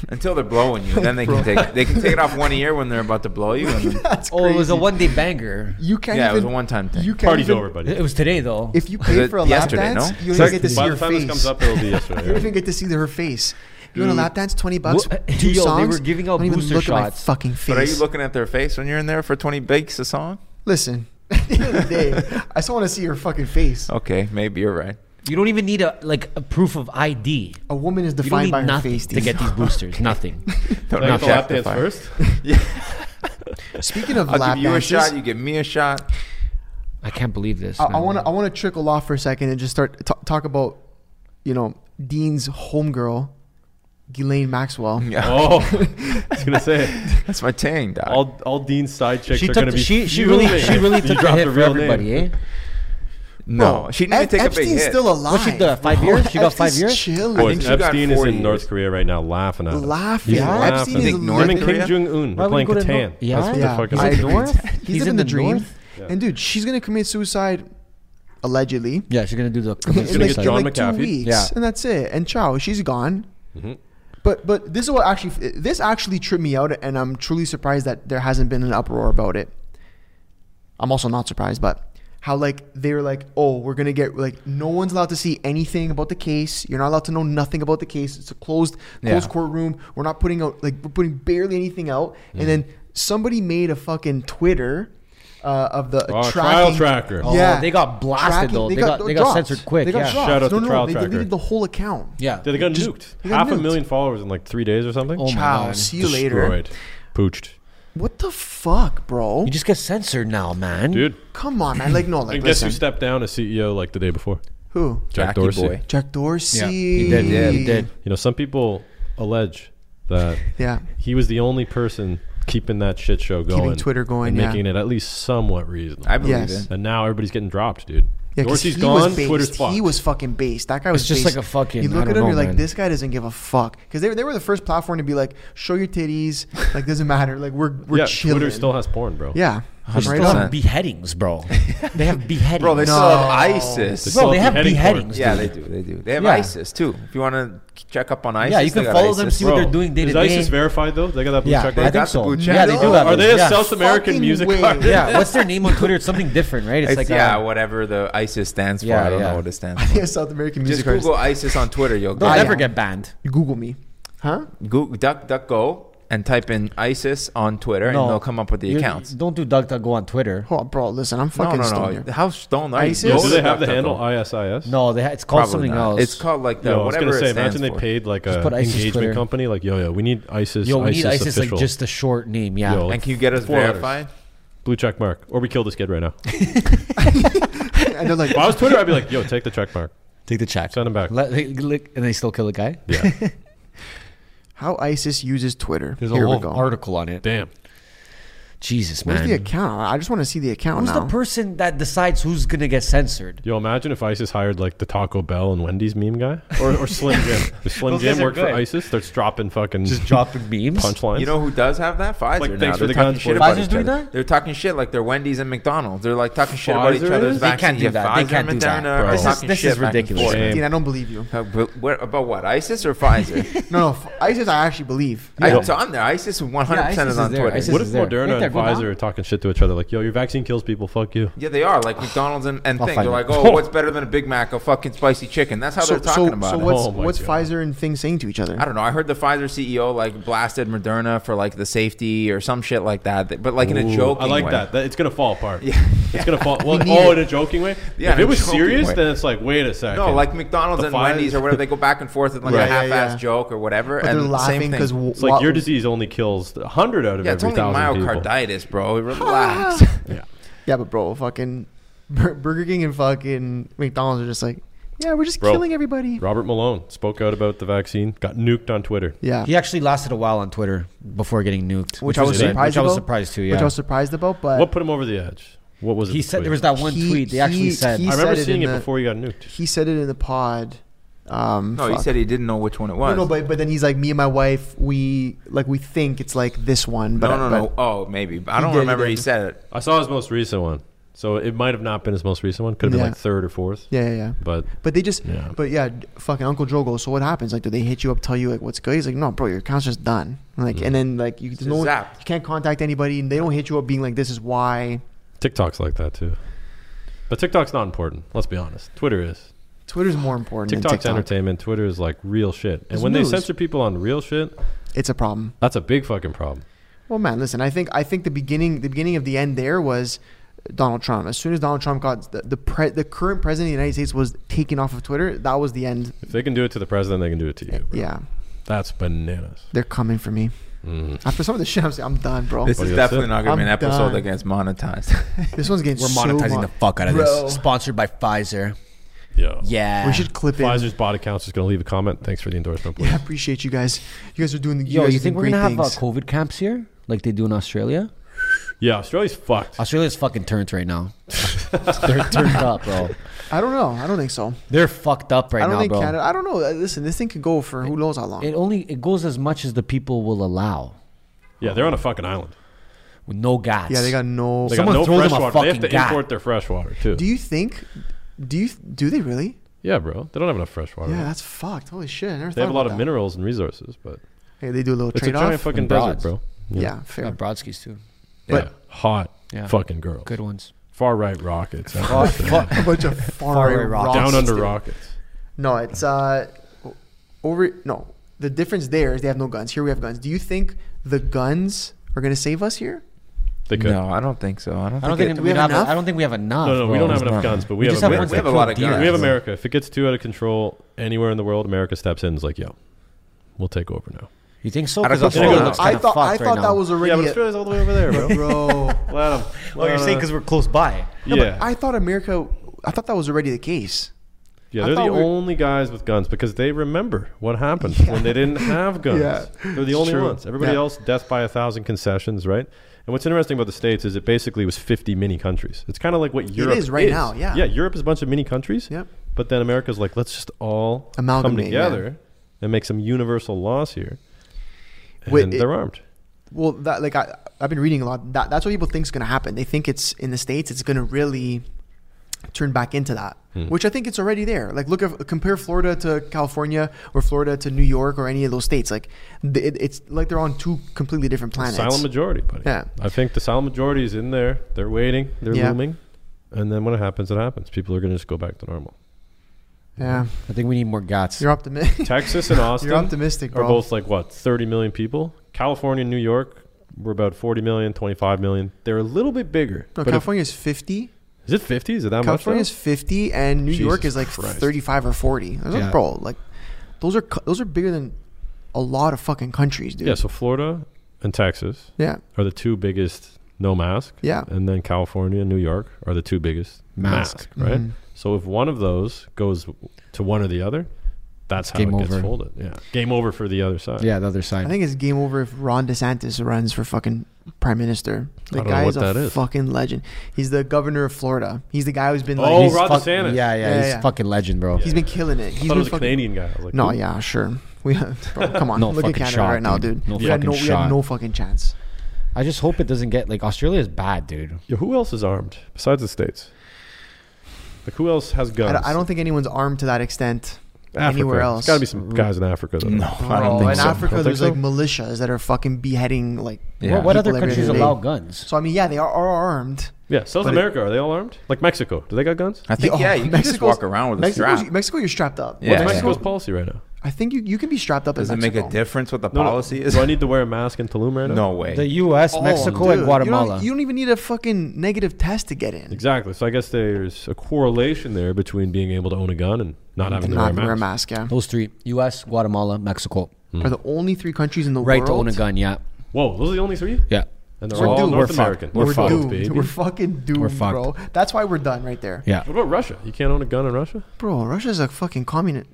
Speaker 4: Until they're blowing you, then they can take they can take it off one ear when they're about to blow you. And then,
Speaker 1: That's
Speaker 6: Oh, it was a
Speaker 1: crazy.
Speaker 6: one day banger.
Speaker 1: You can't
Speaker 4: yeah, it
Speaker 1: even.
Speaker 4: was a one time thing.
Speaker 1: You can't
Speaker 3: Party's
Speaker 1: even,
Speaker 3: over, buddy.
Speaker 6: It was today, though.
Speaker 1: If you pay
Speaker 4: it
Speaker 1: for a lap
Speaker 4: yesterday,
Speaker 1: dance,
Speaker 4: no?
Speaker 1: you don't even get to see
Speaker 3: By
Speaker 1: her
Speaker 3: the time
Speaker 1: face.
Speaker 3: this comes up, it'll be
Speaker 1: You don't
Speaker 3: yesterday.
Speaker 1: even get to see her face. You want a
Speaker 6: Dude.
Speaker 1: lap dance? Twenty bucks,
Speaker 6: What-
Speaker 1: two
Speaker 6: Yo, they
Speaker 1: songs.
Speaker 6: were giving out
Speaker 1: Don't even
Speaker 6: booster
Speaker 1: look At my
Speaker 6: shots.
Speaker 1: fucking face.
Speaker 4: but are you looking at their face when you're in there for twenty bakes a song?
Speaker 1: Listen, at the end of the day, I still want to see her fucking face.
Speaker 4: Okay, maybe you're right.
Speaker 6: you don't even need a like a proof of ID.
Speaker 1: A woman is
Speaker 6: You don't
Speaker 1: defined
Speaker 6: need
Speaker 1: by her
Speaker 6: nothing
Speaker 1: face.
Speaker 6: to
Speaker 1: dude.
Speaker 6: get these boosters. Nothing.
Speaker 4: Don't
Speaker 3: Can I get the lap
Speaker 4: objectify.
Speaker 3: dance first?
Speaker 1: Speaking of
Speaker 4: I'll
Speaker 1: lap
Speaker 4: give you
Speaker 1: dances,
Speaker 4: a shot. You give me a shot.
Speaker 6: I can't believe this.
Speaker 1: I
Speaker 6: man.
Speaker 1: want to I want to trickle off for a second and just start t- talk about, you know, Dean's homegirl, Ghislaine Maxwell.
Speaker 4: Yeah,
Speaker 3: Oh, I was gonna say
Speaker 4: that's my tang, dog.
Speaker 3: all all Dean's side chicks
Speaker 6: She
Speaker 3: are
Speaker 6: took.
Speaker 3: gonna
Speaker 6: the-
Speaker 3: be.
Speaker 6: she she really
Speaker 3: fuming
Speaker 6: she really
Speaker 3: if you
Speaker 6: took the
Speaker 3: dropped
Speaker 6: hit
Speaker 3: her
Speaker 6: for
Speaker 3: real name.
Speaker 6: everybody, eh?
Speaker 4: no, she didn't even
Speaker 1: Ep-
Speaker 4: take a big
Speaker 1: Epstein's
Speaker 4: hit.
Speaker 1: still alive.
Speaker 6: What's she done, five
Speaker 1: bro.
Speaker 6: years? She got five
Speaker 1: Epstein's
Speaker 6: years?
Speaker 1: Chilling.
Speaker 4: Boy, I think
Speaker 3: Boys,
Speaker 4: she got
Speaker 3: Epstein is
Speaker 4: four
Speaker 3: in North
Speaker 4: years.
Speaker 3: Korea right now, laughing at us.
Speaker 1: Laughing.
Speaker 3: He's
Speaker 1: Yeah.
Speaker 3: laughing.
Speaker 1: Epstein is
Speaker 4: Think North
Speaker 3: Him and
Speaker 1: living.
Speaker 4: Korea?
Speaker 3: Kim Jong Un.
Speaker 6: Why
Speaker 3: They're
Speaker 6: would we
Speaker 3: playing
Speaker 6: go to
Speaker 3: Catan.
Speaker 6: North- Yeah?
Speaker 3: That's what
Speaker 1: Yeah,
Speaker 3: they're fucking.
Speaker 1: I
Speaker 6: Is it
Speaker 1: agree.
Speaker 6: north?
Speaker 1: He's,
Speaker 6: He's
Speaker 1: living
Speaker 6: in
Speaker 1: the,
Speaker 6: the
Speaker 1: dream.
Speaker 6: north?
Speaker 3: Yeah.
Speaker 1: And dude, she's gonna commit suicide, allegedly.
Speaker 6: Yeah, she's gonna do the.
Speaker 1: in
Speaker 6: commit
Speaker 3: gonna get
Speaker 6: suicide.
Speaker 1: in
Speaker 3: John
Speaker 1: like
Speaker 3: McAfee.
Speaker 1: Two weeks,
Speaker 6: Yeah.
Speaker 1: and that's it. And ciao, she's gone.
Speaker 3: Mhm.
Speaker 1: But but this is what actually this actually tripped me out, and I'm truly surprised that there hasn't been an uproar about it. I'm also not surprised, but how like they were like, oh, we're gonna get like no one's allowed to see anything about the case. You're not allowed to know nothing about the case. It's a closed closed
Speaker 4: Yeah.
Speaker 1: courtroom. We're not putting out like we're putting barely anything out.
Speaker 3: Mm-hmm.
Speaker 1: And then somebody made a fucking Twitter. Uh, of the
Speaker 3: Oh,
Speaker 1: tracking,
Speaker 3: trial tracker.
Speaker 6: Oh, they got blasted, though. They got- they got
Speaker 1: dropped.
Speaker 6: censored quick,
Speaker 1: They got
Speaker 6: yeah.
Speaker 1: dropped.
Speaker 3: Shout out
Speaker 1: no,
Speaker 3: to
Speaker 1: no,
Speaker 3: trial
Speaker 1: no, they
Speaker 3: tracker.
Speaker 1: deleted the whole account.
Speaker 6: Yeah.
Speaker 3: Yeah, they got
Speaker 1: Just-
Speaker 3: nuked.
Speaker 1: they got
Speaker 3: Half a
Speaker 1: nuked.
Speaker 3: million followers in like three days or something.
Speaker 6: Oh my
Speaker 1: Ciao.
Speaker 6: god.
Speaker 1: See you later.
Speaker 3: Destroyed. Pooched.
Speaker 1: What the fuck, bro?
Speaker 6: You just get censored now, man.
Speaker 3: Dude,
Speaker 1: Come on, man. Like no,
Speaker 3: I
Speaker 1: like
Speaker 3: guess who
Speaker 1: listen.
Speaker 3: stepped down as CEO like the day before?
Speaker 1: Who?
Speaker 3: Jack
Speaker 4: Jackie
Speaker 3: Dorsey.
Speaker 4: boy.
Speaker 1: Jack Dorsey.
Speaker 6: Yeah, he did. Yeah, he did.
Speaker 3: You know, some people allege that
Speaker 1: Yeah.
Speaker 3: he was the only person keeping that shit show going,
Speaker 1: Keeping Twitter going,
Speaker 3: and
Speaker 1: yeah.
Speaker 3: making it at least somewhat reasonable.
Speaker 4: I believe
Speaker 1: Yes.
Speaker 4: it.
Speaker 3: and now everybody's getting dropped, dude.
Speaker 1: Yeah, 'cause
Speaker 3: Dorsey's
Speaker 1: he
Speaker 3: gone.
Speaker 1: Was based.
Speaker 3: Twitter's fucked.
Speaker 1: He was fucking based. That guy was
Speaker 6: just
Speaker 1: based.
Speaker 6: like a fucking-
Speaker 1: You
Speaker 6: I
Speaker 1: look
Speaker 6: don't
Speaker 1: at him,
Speaker 6: know,
Speaker 1: you're like,
Speaker 6: man.
Speaker 1: this guy doesn't give a fuck. Because they, they were the first platform to be like, show your titties. Like doesn't matter. Like we're we're
Speaker 3: yeah,
Speaker 1: chilling.
Speaker 3: Twitter still has porn, bro.
Speaker 1: yeah.
Speaker 6: They still
Speaker 1: Right
Speaker 6: have
Speaker 1: on.
Speaker 6: beheadings, bro. they have beheadings.
Speaker 4: Bro, they
Speaker 1: No.
Speaker 4: still have
Speaker 3: They
Speaker 4: ISIS.
Speaker 3: still
Speaker 6: Bro, they have
Speaker 3: beheading
Speaker 6: beheadings.
Speaker 3: porn.
Speaker 4: yeah, they do. They do. They have
Speaker 6: Yeah.
Speaker 4: ISIS too. If you want to check up on ISIS,
Speaker 6: you can
Speaker 4: they got
Speaker 6: follow them,
Speaker 4: ISIS.
Speaker 6: see what they're doing day
Speaker 3: is
Speaker 6: to
Speaker 3: ISIS
Speaker 6: day.
Speaker 3: verified though? They got that blue
Speaker 6: Yeah,
Speaker 3: check
Speaker 6: I think
Speaker 3: mark?
Speaker 4: got the
Speaker 6: so.
Speaker 4: blue check.
Speaker 6: Yeah, they do have.
Speaker 3: Are they a
Speaker 6: yeah.
Speaker 3: South American
Speaker 1: Fucking
Speaker 3: music
Speaker 1: way.
Speaker 3: card?
Speaker 6: Yeah, what's their name on Twitter? It's something different, right? It's,
Speaker 4: It's,
Speaker 6: like
Speaker 4: yeah,
Speaker 6: uh,
Speaker 4: whatever the ISIS stands for.
Speaker 6: Yeah,
Speaker 4: I don't
Speaker 6: yeah.
Speaker 4: know what it stands
Speaker 1: Yeah,
Speaker 4: for.
Speaker 1: South American music
Speaker 4: Just Google
Speaker 1: artists.
Speaker 4: ISIS on Twitter. You'll
Speaker 6: they'll
Speaker 1: Ah,
Speaker 4: get
Speaker 6: never
Speaker 1: yeah.
Speaker 6: get banned.
Speaker 1: Google me, huh?
Speaker 4: Google, Duck Duck Go. and type in ISIS on Twitter,
Speaker 6: No.
Speaker 4: and they'll come up with the
Speaker 6: You're-
Speaker 4: accounts.
Speaker 6: Don't do DuckDuckGo on Twitter.
Speaker 1: Oh, bro, listen, I'm
Speaker 4: No,
Speaker 1: fucking
Speaker 4: no,
Speaker 1: stoned
Speaker 4: no.
Speaker 1: here.
Speaker 4: How stoned are you?
Speaker 1: ISIS?
Speaker 4: Go
Speaker 3: Do
Speaker 4: to
Speaker 3: they have the
Speaker 4: DuckDuckGo.
Speaker 3: handle ISIS?
Speaker 6: No, they ha- it's called
Speaker 4: Probably
Speaker 6: something
Speaker 4: not.
Speaker 6: else.
Speaker 4: It's called like the
Speaker 3: Yo, I was
Speaker 4: whatever
Speaker 3: gonna say,
Speaker 4: it stands
Speaker 3: imagine they
Speaker 4: for.
Speaker 3: paid like
Speaker 6: Just
Speaker 3: a
Speaker 6: put ISIS
Speaker 3: engagement
Speaker 6: Twitter.
Speaker 3: company, like yo, yo, we need ISIS.
Speaker 6: Yo, we
Speaker 3: ISIS
Speaker 6: need ISIS
Speaker 3: official.
Speaker 6: like just the short name. Yeah.
Speaker 3: Yo.
Speaker 4: And can you get us
Speaker 3: Four letters.
Speaker 4: verified?
Speaker 3: blue check mark, or we kill this kid right now. if
Speaker 1: And they're like,
Speaker 3: I was Twitter, I'd be like, yo, take the check mark,
Speaker 6: Take the check.
Speaker 3: send him back.
Speaker 6: Let, they- lick- and they still kill the guy.
Speaker 3: Yeah,
Speaker 1: how ISIS uses Twitter.
Speaker 6: There's a
Speaker 1: here we
Speaker 6: whole
Speaker 1: go.
Speaker 6: article on it.
Speaker 3: damn.
Speaker 6: Jesus,
Speaker 1: Where's the
Speaker 6: man.
Speaker 1: account? I just want to see the account
Speaker 6: Who's
Speaker 1: now.
Speaker 6: the person that decides who's gonna get censored?
Speaker 3: Yo, imagine if ISIS hired like the Taco Bell and Wendy's meme guy, or, or Slim Jim. If Slim
Speaker 6: Those guys
Speaker 3: Jim
Speaker 6: are
Speaker 3: worked for
Speaker 6: good.
Speaker 3: ISIS, starts dropping fucking
Speaker 6: Just dropping memes.
Speaker 3: punchlines.
Speaker 4: You know who does have that? Pfizer
Speaker 3: Like,
Speaker 4: now.
Speaker 3: thanks for
Speaker 4: They're
Speaker 3: the
Speaker 4: talking
Speaker 3: guns,
Speaker 4: shit
Speaker 3: boys.
Speaker 4: about
Speaker 6: Pfizer's
Speaker 4: each
Speaker 6: doing
Speaker 4: other.
Speaker 6: that?
Speaker 4: They're talking shit like they're Wendy's and McDonald's. They're like talking shit about each
Speaker 3: Pfizer
Speaker 4: other's
Speaker 3: is?
Speaker 6: They
Speaker 4: vaccines.
Speaker 6: can't do
Speaker 4: Yeah,
Speaker 6: that. They
Speaker 4: Pfizer
Speaker 6: can't
Speaker 4: and
Speaker 6: do that,
Speaker 4: Moderna
Speaker 6: bro.
Speaker 4: are
Speaker 6: This is-
Speaker 4: talking
Speaker 6: this
Speaker 4: shit
Speaker 6: is
Speaker 4: back and
Speaker 6: ridiculous.
Speaker 4: forth.
Speaker 3: Shame.
Speaker 1: Dean, I don't believe you.
Speaker 4: Uh, but what- About what? ISIS or Pfizer?
Speaker 1: No, no, f- ISIS I actually believe.
Speaker 4: I- It's on there. ISIS 100
Speaker 6: Yeah,
Speaker 4: percent
Speaker 6: ISIS
Speaker 4: is
Speaker 6: is
Speaker 4: on
Speaker 6: there.
Speaker 4: Twitter.
Speaker 6: ISIS
Speaker 3: what if
Speaker 6: is there.
Speaker 3: Moderna
Speaker 6: Right there,
Speaker 3: and
Speaker 6: go down.
Speaker 3: Pfizer are talking shit to each other? Like, yo, your vaccine kills people. Fuck you.
Speaker 4: Yeah, they are like McDonald's and, and
Speaker 5: I'll
Speaker 4: things.
Speaker 5: find
Speaker 4: They're like,
Speaker 5: it.
Speaker 4: oh, what's better than a Big Mac? A fucking spicy chicken. That's how
Speaker 1: So,
Speaker 4: they're talking
Speaker 1: so,
Speaker 4: about
Speaker 1: so
Speaker 4: it.
Speaker 1: what's
Speaker 3: Oh my
Speaker 1: what's
Speaker 3: God.
Speaker 1: Pfizer and Thing saying to each other?
Speaker 4: I don't know. I heard the Pfizer CEO like blasted Moderna for like the safety or some shit like that, but like in a
Speaker 3: Ooh,
Speaker 4: joke.
Speaker 3: I like that. That- It's gonna fall apart.
Speaker 4: Yeah.
Speaker 3: It's gonna fall. Well,
Speaker 1: need
Speaker 3: oh,
Speaker 1: it.
Speaker 3: in a joking way.
Speaker 4: Yeah,
Speaker 3: if
Speaker 4: in a
Speaker 3: it was
Speaker 4: joking
Speaker 3: serious,
Speaker 4: way.
Speaker 3: then it's like, wait a second.
Speaker 4: No, like McDonald's
Speaker 3: The
Speaker 4: and
Speaker 3: Pfizer-
Speaker 4: Wendy's or whatever, they go back and forth with like
Speaker 1: Right.
Speaker 4: a
Speaker 1: Yeah,
Speaker 4: half-assed
Speaker 1: yeah, yeah.
Speaker 4: joke or whatever,
Speaker 1: But
Speaker 4: and
Speaker 1: they're
Speaker 4: same
Speaker 1: laughing
Speaker 4: thing.
Speaker 1: because
Speaker 3: it's like your disease only kills a hundred out of
Speaker 4: yeah, it's
Speaker 3: every
Speaker 4: only
Speaker 3: thousand people.
Speaker 4: myocarditis, bro. Relax.
Speaker 1: Yeah, but bro, fucking Bur- Burger King and fucking McDonald's are just like, yeah, we're just
Speaker 3: Bro.
Speaker 1: killing everybody.
Speaker 3: Robert Malone spoke out about the vaccine, got nuked on Twitter.
Speaker 1: Yeah,
Speaker 6: He actually lasted a while on Twitter before getting nuked,
Speaker 1: Which I was
Speaker 6: good,
Speaker 1: surprised
Speaker 6: Which I was
Speaker 1: about.
Speaker 6: surprised too. Yeah.
Speaker 1: which I was surprised about, but
Speaker 3: What put him over the edge? What was it?
Speaker 6: he
Speaker 3: the
Speaker 6: said
Speaker 3: tweet?
Speaker 6: there was that one
Speaker 1: He-
Speaker 6: tweet. They actually
Speaker 1: he-
Speaker 6: said
Speaker 1: he-
Speaker 3: I remember
Speaker 1: said it
Speaker 3: seeing
Speaker 1: in
Speaker 3: it
Speaker 1: the-
Speaker 3: before he got nuked.
Speaker 1: he said it in the pod. Um,
Speaker 4: no, he
Speaker 1: fuck.
Speaker 4: said he didn't know which one it
Speaker 1: No,
Speaker 4: was.
Speaker 1: no, but but then he's like, me and my wife, we like we think it's like this one, but
Speaker 4: no, no,
Speaker 1: but-
Speaker 4: no. Oh, maybe. I don't
Speaker 1: did, he
Speaker 4: remember he
Speaker 1: did.
Speaker 4: said it.
Speaker 3: I saw his most recent one, so it might have not been his most recent one. Could have
Speaker 1: Yeah.
Speaker 3: been like third or fourth.
Speaker 1: yeah, yeah, yeah.
Speaker 3: But
Speaker 1: But they just,
Speaker 3: Yeah.
Speaker 1: but yeah, d- fucking Uncle Joe goes. So what happens? Like, do they hit you up, tell you like what's good? He's like, no, bro, your account's just done. Like,
Speaker 4: Mm.
Speaker 1: and then like you
Speaker 4: Just
Speaker 1: no, one-
Speaker 4: zapped.
Speaker 1: you can't contact anybody, and they don't hit you up being like, this is why.
Speaker 3: TikTok's like that too. But TikTok's not important. Let's be honest. Twitter is.
Speaker 1: Twitter's more important
Speaker 3: TikTok's
Speaker 1: than TikTok.
Speaker 3: entertainment. Twitter is like real shit. And
Speaker 1: It's
Speaker 3: when
Speaker 1: news.
Speaker 3: they censor people on real shit,
Speaker 1: It's a problem.
Speaker 3: that's a big fucking problem.
Speaker 1: Well, man, listen. I think I think the beginning the beginning of the end there was Donald Trump. As soon as Donald Trump got the the, pre, the current president of the United States was taken off of Twitter, that was the end.
Speaker 3: If they can do it to the president, they can do it to you. bro.
Speaker 1: Yeah,
Speaker 3: That's bananas.
Speaker 1: they're coming for me.
Speaker 3: Mm.
Speaker 1: After some of the shit I'm saying, I'm done, bro. This,
Speaker 4: This
Speaker 3: What
Speaker 4: is
Speaker 3: do you
Speaker 4: definitely
Speaker 3: say?
Speaker 4: not going to be an
Speaker 1: I'm
Speaker 4: episode
Speaker 1: done.
Speaker 4: that gets monetized.
Speaker 1: one's getting
Speaker 6: We're
Speaker 1: so
Speaker 6: monetizing
Speaker 1: mon-
Speaker 6: the fuck out of
Speaker 1: Bro.
Speaker 6: this. Sponsored by Pfizer.
Speaker 3: Yeah.
Speaker 6: Yeah.
Speaker 1: We should clip it.
Speaker 3: Pfizer's bot account's is going to leave a comment. Thanks for the endorsement, please.
Speaker 1: Yeah, I appreciate you guys. You guys are doing the.
Speaker 6: Yo,
Speaker 1: You guys
Speaker 6: you
Speaker 1: are
Speaker 6: think
Speaker 1: doing
Speaker 6: we're gonna
Speaker 1: great
Speaker 6: have uh,
Speaker 1: things.
Speaker 6: COVID camps here, like they do in Australia?
Speaker 3: Yeah, Australia's
Speaker 1: Uh,
Speaker 3: fucked.
Speaker 6: Australia's fucking turned right now. They're turned up, bro.
Speaker 1: I don't know. I don't think so.
Speaker 6: They're fucked up right
Speaker 1: I don't
Speaker 6: now,
Speaker 1: think
Speaker 6: bro.
Speaker 1: Canada. I don't know. Uh, Listen, this thing could go for who knows how long.
Speaker 6: It only it goes as much as the people will allow.
Speaker 3: Yeah, they're on a fucking island.
Speaker 6: With no gas.
Speaker 1: yeah, they got no.
Speaker 3: They
Speaker 6: Someone
Speaker 3: got no
Speaker 6: throw them a
Speaker 3: fresh water. They have
Speaker 6: fucking
Speaker 3: to
Speaker 6: guy.
Speaker 3: import their fresh water too.
Speaker 1: do you think? Do you do they really?
Speaker 3: yeah, bro. They don't have enough fresh water.
Speaker 1: Yeah, that's fucked. Holy shit! I never
Speaker 3: Oh, They have a
Speaker 1: thought
Speaker 3: lot
Speaker 1: about
Speaker 3: of
Speaker 1: that.
Speaker 3: minerals and resources, but
Speaker 1: Hey, they do a little
Speaker 3: it's a
Speaker 1: trade
Speaker 3: giant
Speaker 1: off.
Speaker 3: fucking
Speaker 6: And
Speaker 3: desert,
Speaker 6: broads.
Speaker 3: bro.
Speaker 1: yeah.
Speaker 6: Got
Speaker 1: fair.
Speaker 6: Brodsky's too.
Speaker 1: But-
Speaker 3: Yeah. hot
Speaker 6: Yeah.
Speaker 3: fucking girls.
Speaker 6: Good ones.
Speaker 3: Far right rockets.
Speaker 1: A bunch of far
Speaker 6: Faraway rocks.
Speaker 1: rocks,
Speaker 3: Down under
Speaker 1: dude.
Speaker 3: rockets.
Speaker 1: No, it's uh, o- over. No, the difference there is they have no guns. Here we have guns. Do you think the guns are gonna save us here?
Speaker 3: They could.
Speaker 4: no, I don't think so. I don't
Speaker 6: I don't
Speaker 4: think
Speaker 6: think
Speaker 1: Do
Speaker 6: we
Speaker 1: we have
Speaker 6: have.
Speaker 1: enough?
Speaker 6: I don't think we have enough.
Speaker 3: No, no, we
Speaker 6: bro.
Speaker 3: don't have enough
Speaker 4: not.
Speaker 3: guns, but we,
Speaker 6: just have
Speaker 3: have, America.
Speaker 6: ones
Speaker 4: We
Speaker 6: that
Speaker 4: have a lot of
Speaker 6: kill
Speaker 4: guns.
Speaker 6: deer.
Speaker 3: We have America. If it gets too out of control anywhere in the world, America steps in and is like, yo, we'll take over now.
Speaker 6: You think so?
Speaker 4: I
Speaker 6: 'Cause
Speaker 4: don't think so.
Speaker 6: Australia
Speaker 4: No,
Speaker 6: looks
Speaker 1: I
Speaker 6: kinda
Speaker 1: thought I
Speaker 6: fucked right
Speaker 1: thought
Speaker 6: now.
Speaker 1: that was already.
Speaker 3: Yeah, but
Speaker 1: a-
Speaker 3: Australia's all the way over there, bro.
Speaker 1: bro.
Speaker 3: Let them.
Speaker 6: Oh, you're saying because we're close by.
Speaker 1: No,
Speaker 3: yeah.
Speaker 1: but I thought America. I thought that was already the case.
Speaker 3: Yeah,
Speaker 1: I
Speaker 3: they're the
Speaker 1: thought we-
Speaker 3: only guys with guns because they remember what happened when they didn't have guns.
Speaker 1: Yeah.
Speaker 3: They're the
Speaker 1: It's
Speaker 3: only
Speaker 1: true.
Speaker 3: ones. Everybody
Speaker 1: Yeah.
Speaker 3: else, death by a thousand concessions, right? And what's interesting about the States is it basically was 50 mini countries. It's kind of like what Europe
Speaker 1: is right now, yeah.
Speaker 3: Yeah, Europe is a bunch of mini countries.
Speaker 1: Yep.
Speaker 3: But then America's like, let's just all come
Speaker 1: Amalgamate,
Speaker 3: together and make some universal laws here. And
Speaker 1: Wait, it-
Speaker 3: they're armed.
Speaker 1: Well, that like I I've been reading a lot. That that's what people think is going to happen. They think it's in the states. It's going to really turn back into that,
Speaker 6: Hmm.
Speaker 1: which I think it's already there. Like look at compare Florida to California or Florida to New York or any of those states. Like th- it, it's like they're on two completely different planets.
Speaker 3: Silent majority, buddy.
Speaker 1: Yeah.
Speaker 3: I think the silent majority is in there. They're waiting. They're
Speaker 1: Yeah.
Speaker 3: looming. And then when it happens, it happens. People are going to just go back to normal.
Speaker 1: yeah,
Speaker 6: I think we need more guts.
Speaker 1: you're optimistic.
Speaker 3: Texas and Austin
Speaker 1: You're optimistic,
Speaker 3: are
Speaker 1: bro.
Speaker 3: both like what 30 million people. California and New York were about 40 million, 25 million. They're a little bit bigger.
Speaker 1: No,
Speaker 3: but if-
Speaker 1: California is 50.
Speaker 3: is it 50? Is it that
Speaker 1: California
Speaker 3: much?
Speaker 1: is 50, and New York
Speaker 3: Jesus
Speaker 1: is like
Speaker 3: Christ.
Speaker 1: 35 or 40. I was like,
Speaker 5: Yeah.
Speaker 1: bro, like those are cu- those are bigger than a lot of fucking countries,
Speaker 3: though?
Speaker 1: dude.
Speaker 3: Yeah, so Florida and Texas
Speaker 1: Yeah.
Speaker 3: are the two biggest no mask.
Speaker 1: Yeah.
Speaker 3: And then California and New York are the two biggest
Speaker 6: Mask.
Speaker 3: mask, right?
Speaker 1: Mhm.
Speaker 3: So if one of those goes to one or the other, that's how
Speaker 6: Game
Speaker 3: it gets
Speaker 6: over.
Speaker 3: folded. Yeah. Game over for the other side.
Speaker 6: Yeah, the other side.
Speaker 1: I think it's game over if Ron DeSantis runs for fucking prime minister. The
Speaker 3: I don't know
Speaker 1: guy
Speaker 3: what
Speaker 1: is a
Speaker 3: that is.
Speaker 1: fucking legend. He's the governor of Florida. He's the guy who's been like,
Speaker 3: Oh,
Speaker 1: he's,
Speaker 3: Rod
Speaker 6: fuck-
Speaker 3: DeSantis.
Speaker 6: Yeah, yeah,
Speaker 1: Yeah,
Speaker 6: he's
Speaker 1: yeah.
Speaker 6: fucking legend, bro.
Speaker 1: he's been killing it.
Speaker 3: I
Speaker 1: He's
Speaker 3: thought it
Speaker 1: been
Speaker 3: was a
Speaker 1: fucking,
Speaker 3: Canadian guy. I was like,
Speaker 1: No,
Speaker 3: "Ooh."
Speaker 1: yeah, sure. We have, bro, come on,
Speaker 6: No
Speaker 1: look at
Speaker 6: fucking
Speaker 1: Canada
Speaker 6: shot,
Speaker 1: right now,
Speaker 6: dude.
Speaker 1: dude.
Speaker 6: No
Speaker 1: we had
Speaker 6: fucking
Speaker 1: no, we had
Speaker 6: shot.
Speaker 1: no fucking chance.
Speaker 6: I just hope it doesn't get like Australia is bad, dude.
Speaker 3: Yeah, who else is armed besides the states? Like who else has
Speaker 1: I
Speaker 3: guns?
Speaker 1: don't, I don't think anyone's armed to that extent.
Speaker 3: Africa.
Speaker 1: anywhere else. Mm.
Speaker 3: There's got to be some guys in Africa. That are-
Speaker 4: No, Oh, I
Speaker 1: Bro,
Speaker 4: don't think
Speaker 1: in
Speaker 4: so.
Speaker 3: I
Speaker 1: Africa,
Speaker 3: don't
Speaker 1: there's
Speaker 3: think
Speaker 1: like
Speaker 3: so.
Speaker 1: militias that are fucking beheading like.
Speaker 4: Yeah.
Speaker 6: What, what other
Speaker 1: people every
Speaker 6: countries
Speaker 1: day.
Speaker 6: allow guns?
Speaker 1: So I mean, yeah, they are, are armed.
Speaker 3: Yeah, South
Speaker 1: But it-
Speaker 3: America. are they all armed? Like Mexico? Do they got guns?
Speaker 4: I think
Speaker 1: Oh,
Speaker 4: yeah, you can just
Speaker 1: Mexico's-
Speaker 4: walk around with a
Speaker 1: Mexico's-
Speaker 4: strap.
Speaker 1: Mexico, you're strapped up.
Speaker 4: Yeah.
Speaker 3: What's Mexico's
Speaker 1: Mexico-
Speaker 3: policy right now?
Speaker 1: I think you, you can be strapped up.
Speaker 4: Does it
Speaker 1: in
Speaker 4: make a
Speaker 1: Mexico.
Speaker 4: difference what the
Speaker 3: No, no.
Speaker 4: policy is?
Speaker 3: Do I need to wear a mask in Tulum right now?
Speaker 4: No way.
Speaker 6: The U.S.,
Speaker 1: Oh,
Speaker 6: Mexico,
Speaker 1: dude,
Speaker 6: and
Speaker 1: You
Speaker 6: Guatemala.
Speaker 1: don't, e, you don't even need a fucking negative test to get in.
Speaker 3: Exactly. So I guess there's a correlation there between being able to own a gun and not having to
Speaker 1: Not
Speaker 3: wear
Speaker 1: wear
Speaker 3: a mask.
Speaker 1: yeah.
Speaker 6: Those three: U.S., Guatemala, Mexico.
Speaker 4: Mm.
Speaker 1: Are the only three countries in the
Speaker 6: Right
Speaker 1: world
Speaker 6: to own a gun. Yeah,
Speaker 3: Whoa, those are the only three?
Speaker 6: yeah.
Speaker 3: And they're
Speaker 1: We're
Speaker 3: all
Speaker 1: doomed.
Speaker 3: North
Speaker 6: We're fucked.
Speaker 3: American.
Speaker 1: We're,
Speaker 6: fucked,
Speaker 1: doomed.
Speaker 3: baby.
Speaker 1: We're fucking doomed,
Speaker 6: We're fucked.
Speaker 1: bro. That's why we're done right there.
Speaker 6: Yeah.
Speaker 3: What about Russia? You can't own a gun in Russia?
Speaker 1: Bro, Russia's a fucking communist.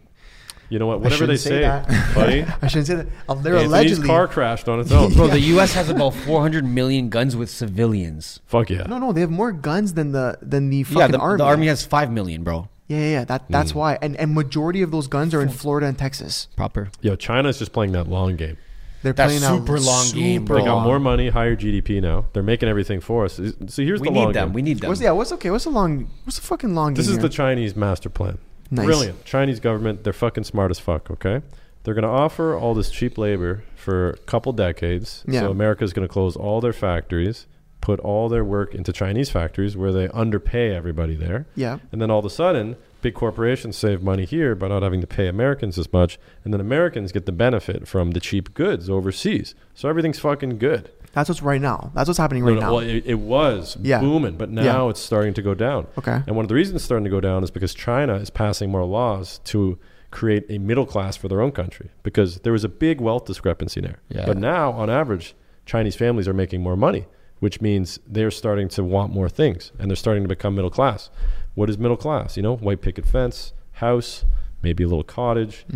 Speaker 3: You know what? Whatever
Speaker 1: shouldn't say
Speaker 3: they say,
Speaker 1: that.
Speaker 3: buddy.
Speaker 1: I shouldn't say that. Uh, they're
Speaker 3: Anthony's
Speaker 1: allegedly.
Speaker 3: car crashed on its own.
Speaker 6: Bro, the U.S. has about 400 million guns with civilians.
Speaker 3: Fuck yeah.
Speaker 1: No, no, they have more guns than the than the fucking
Speaker 6: yeah, the the
Speaker 1: army.
Speaker 6: army. has 5 million, bro.
Speaker 1: Yeah, yeah, yeah, that
Speaker 3: Mm.
Speaker 1: that's why. And and majority of those guns are in Florida and Texas.
Speaker 6: Proper.
Speaker 3: Yo, China's just playing that long game.
Speaker 1: They're
Speaker 6: That
Speaker 1: playing out
Speaker 6: super long game,
Speaker 1: super
Speaker 3: They got
Speaker 1: long.
Speaker 3: more money, higher GDP now. They're making everything for us. Is- So here's
Speaker 6: We
Speaker 3: the long
Speaker 6: need them.
Speaker 3: game.
Speaker 6: We need them.
Speaker 1: What's yeah? What's okay? What's the long? What's the fucking long?
Speaker 3: This
Speaker 1: game
Speaker 3: is the
Speaker 1: here?
Speaker 3: Chinese master plan.
Speaker 1: Nice.
Speaker 3: Brilliant. Chinese government, they're fucking smart as fuck, okay? They're going to offer all this cheap labor for a couple decades.
Speaker 1: Yeah.
Speaker 3: So America's going to close all their factories, put all their work into Chinese factories where they underpay everybody there.
Speaker 1: yeah.
Speaker 3: And then all of a sudden, big corporations save money here by not having to pay Americans as much. And then Americans get the benefit from the cheap goods overseas. So everything's fucking good.
Speaker 1: That's what's right now. That's what's happening
Speaker 3: No,
Speaker 1: right
Speaker 3: no,
Speaker 1: now.
Speaker 3: Well, it, it was
Speaker 1: Yeah.
Speaker 3: booming, but now
Speaker 1: Yeah.
Speaker 3: it's starting to go down.
Speaker 1: Okay.
Speaker 3: And one of the reasons it's starting to go down is because China is passing more laws to create a middle class for their own country because there was a big wealth discrepancy there.
Speaker 6: Yeah.
Speaker 3: But now, on average, Chinese families are making more money, which means they're starting to want more things and they're starting to become middle class. What is middle class? You know, white picket fence, house, maybe a little cottage.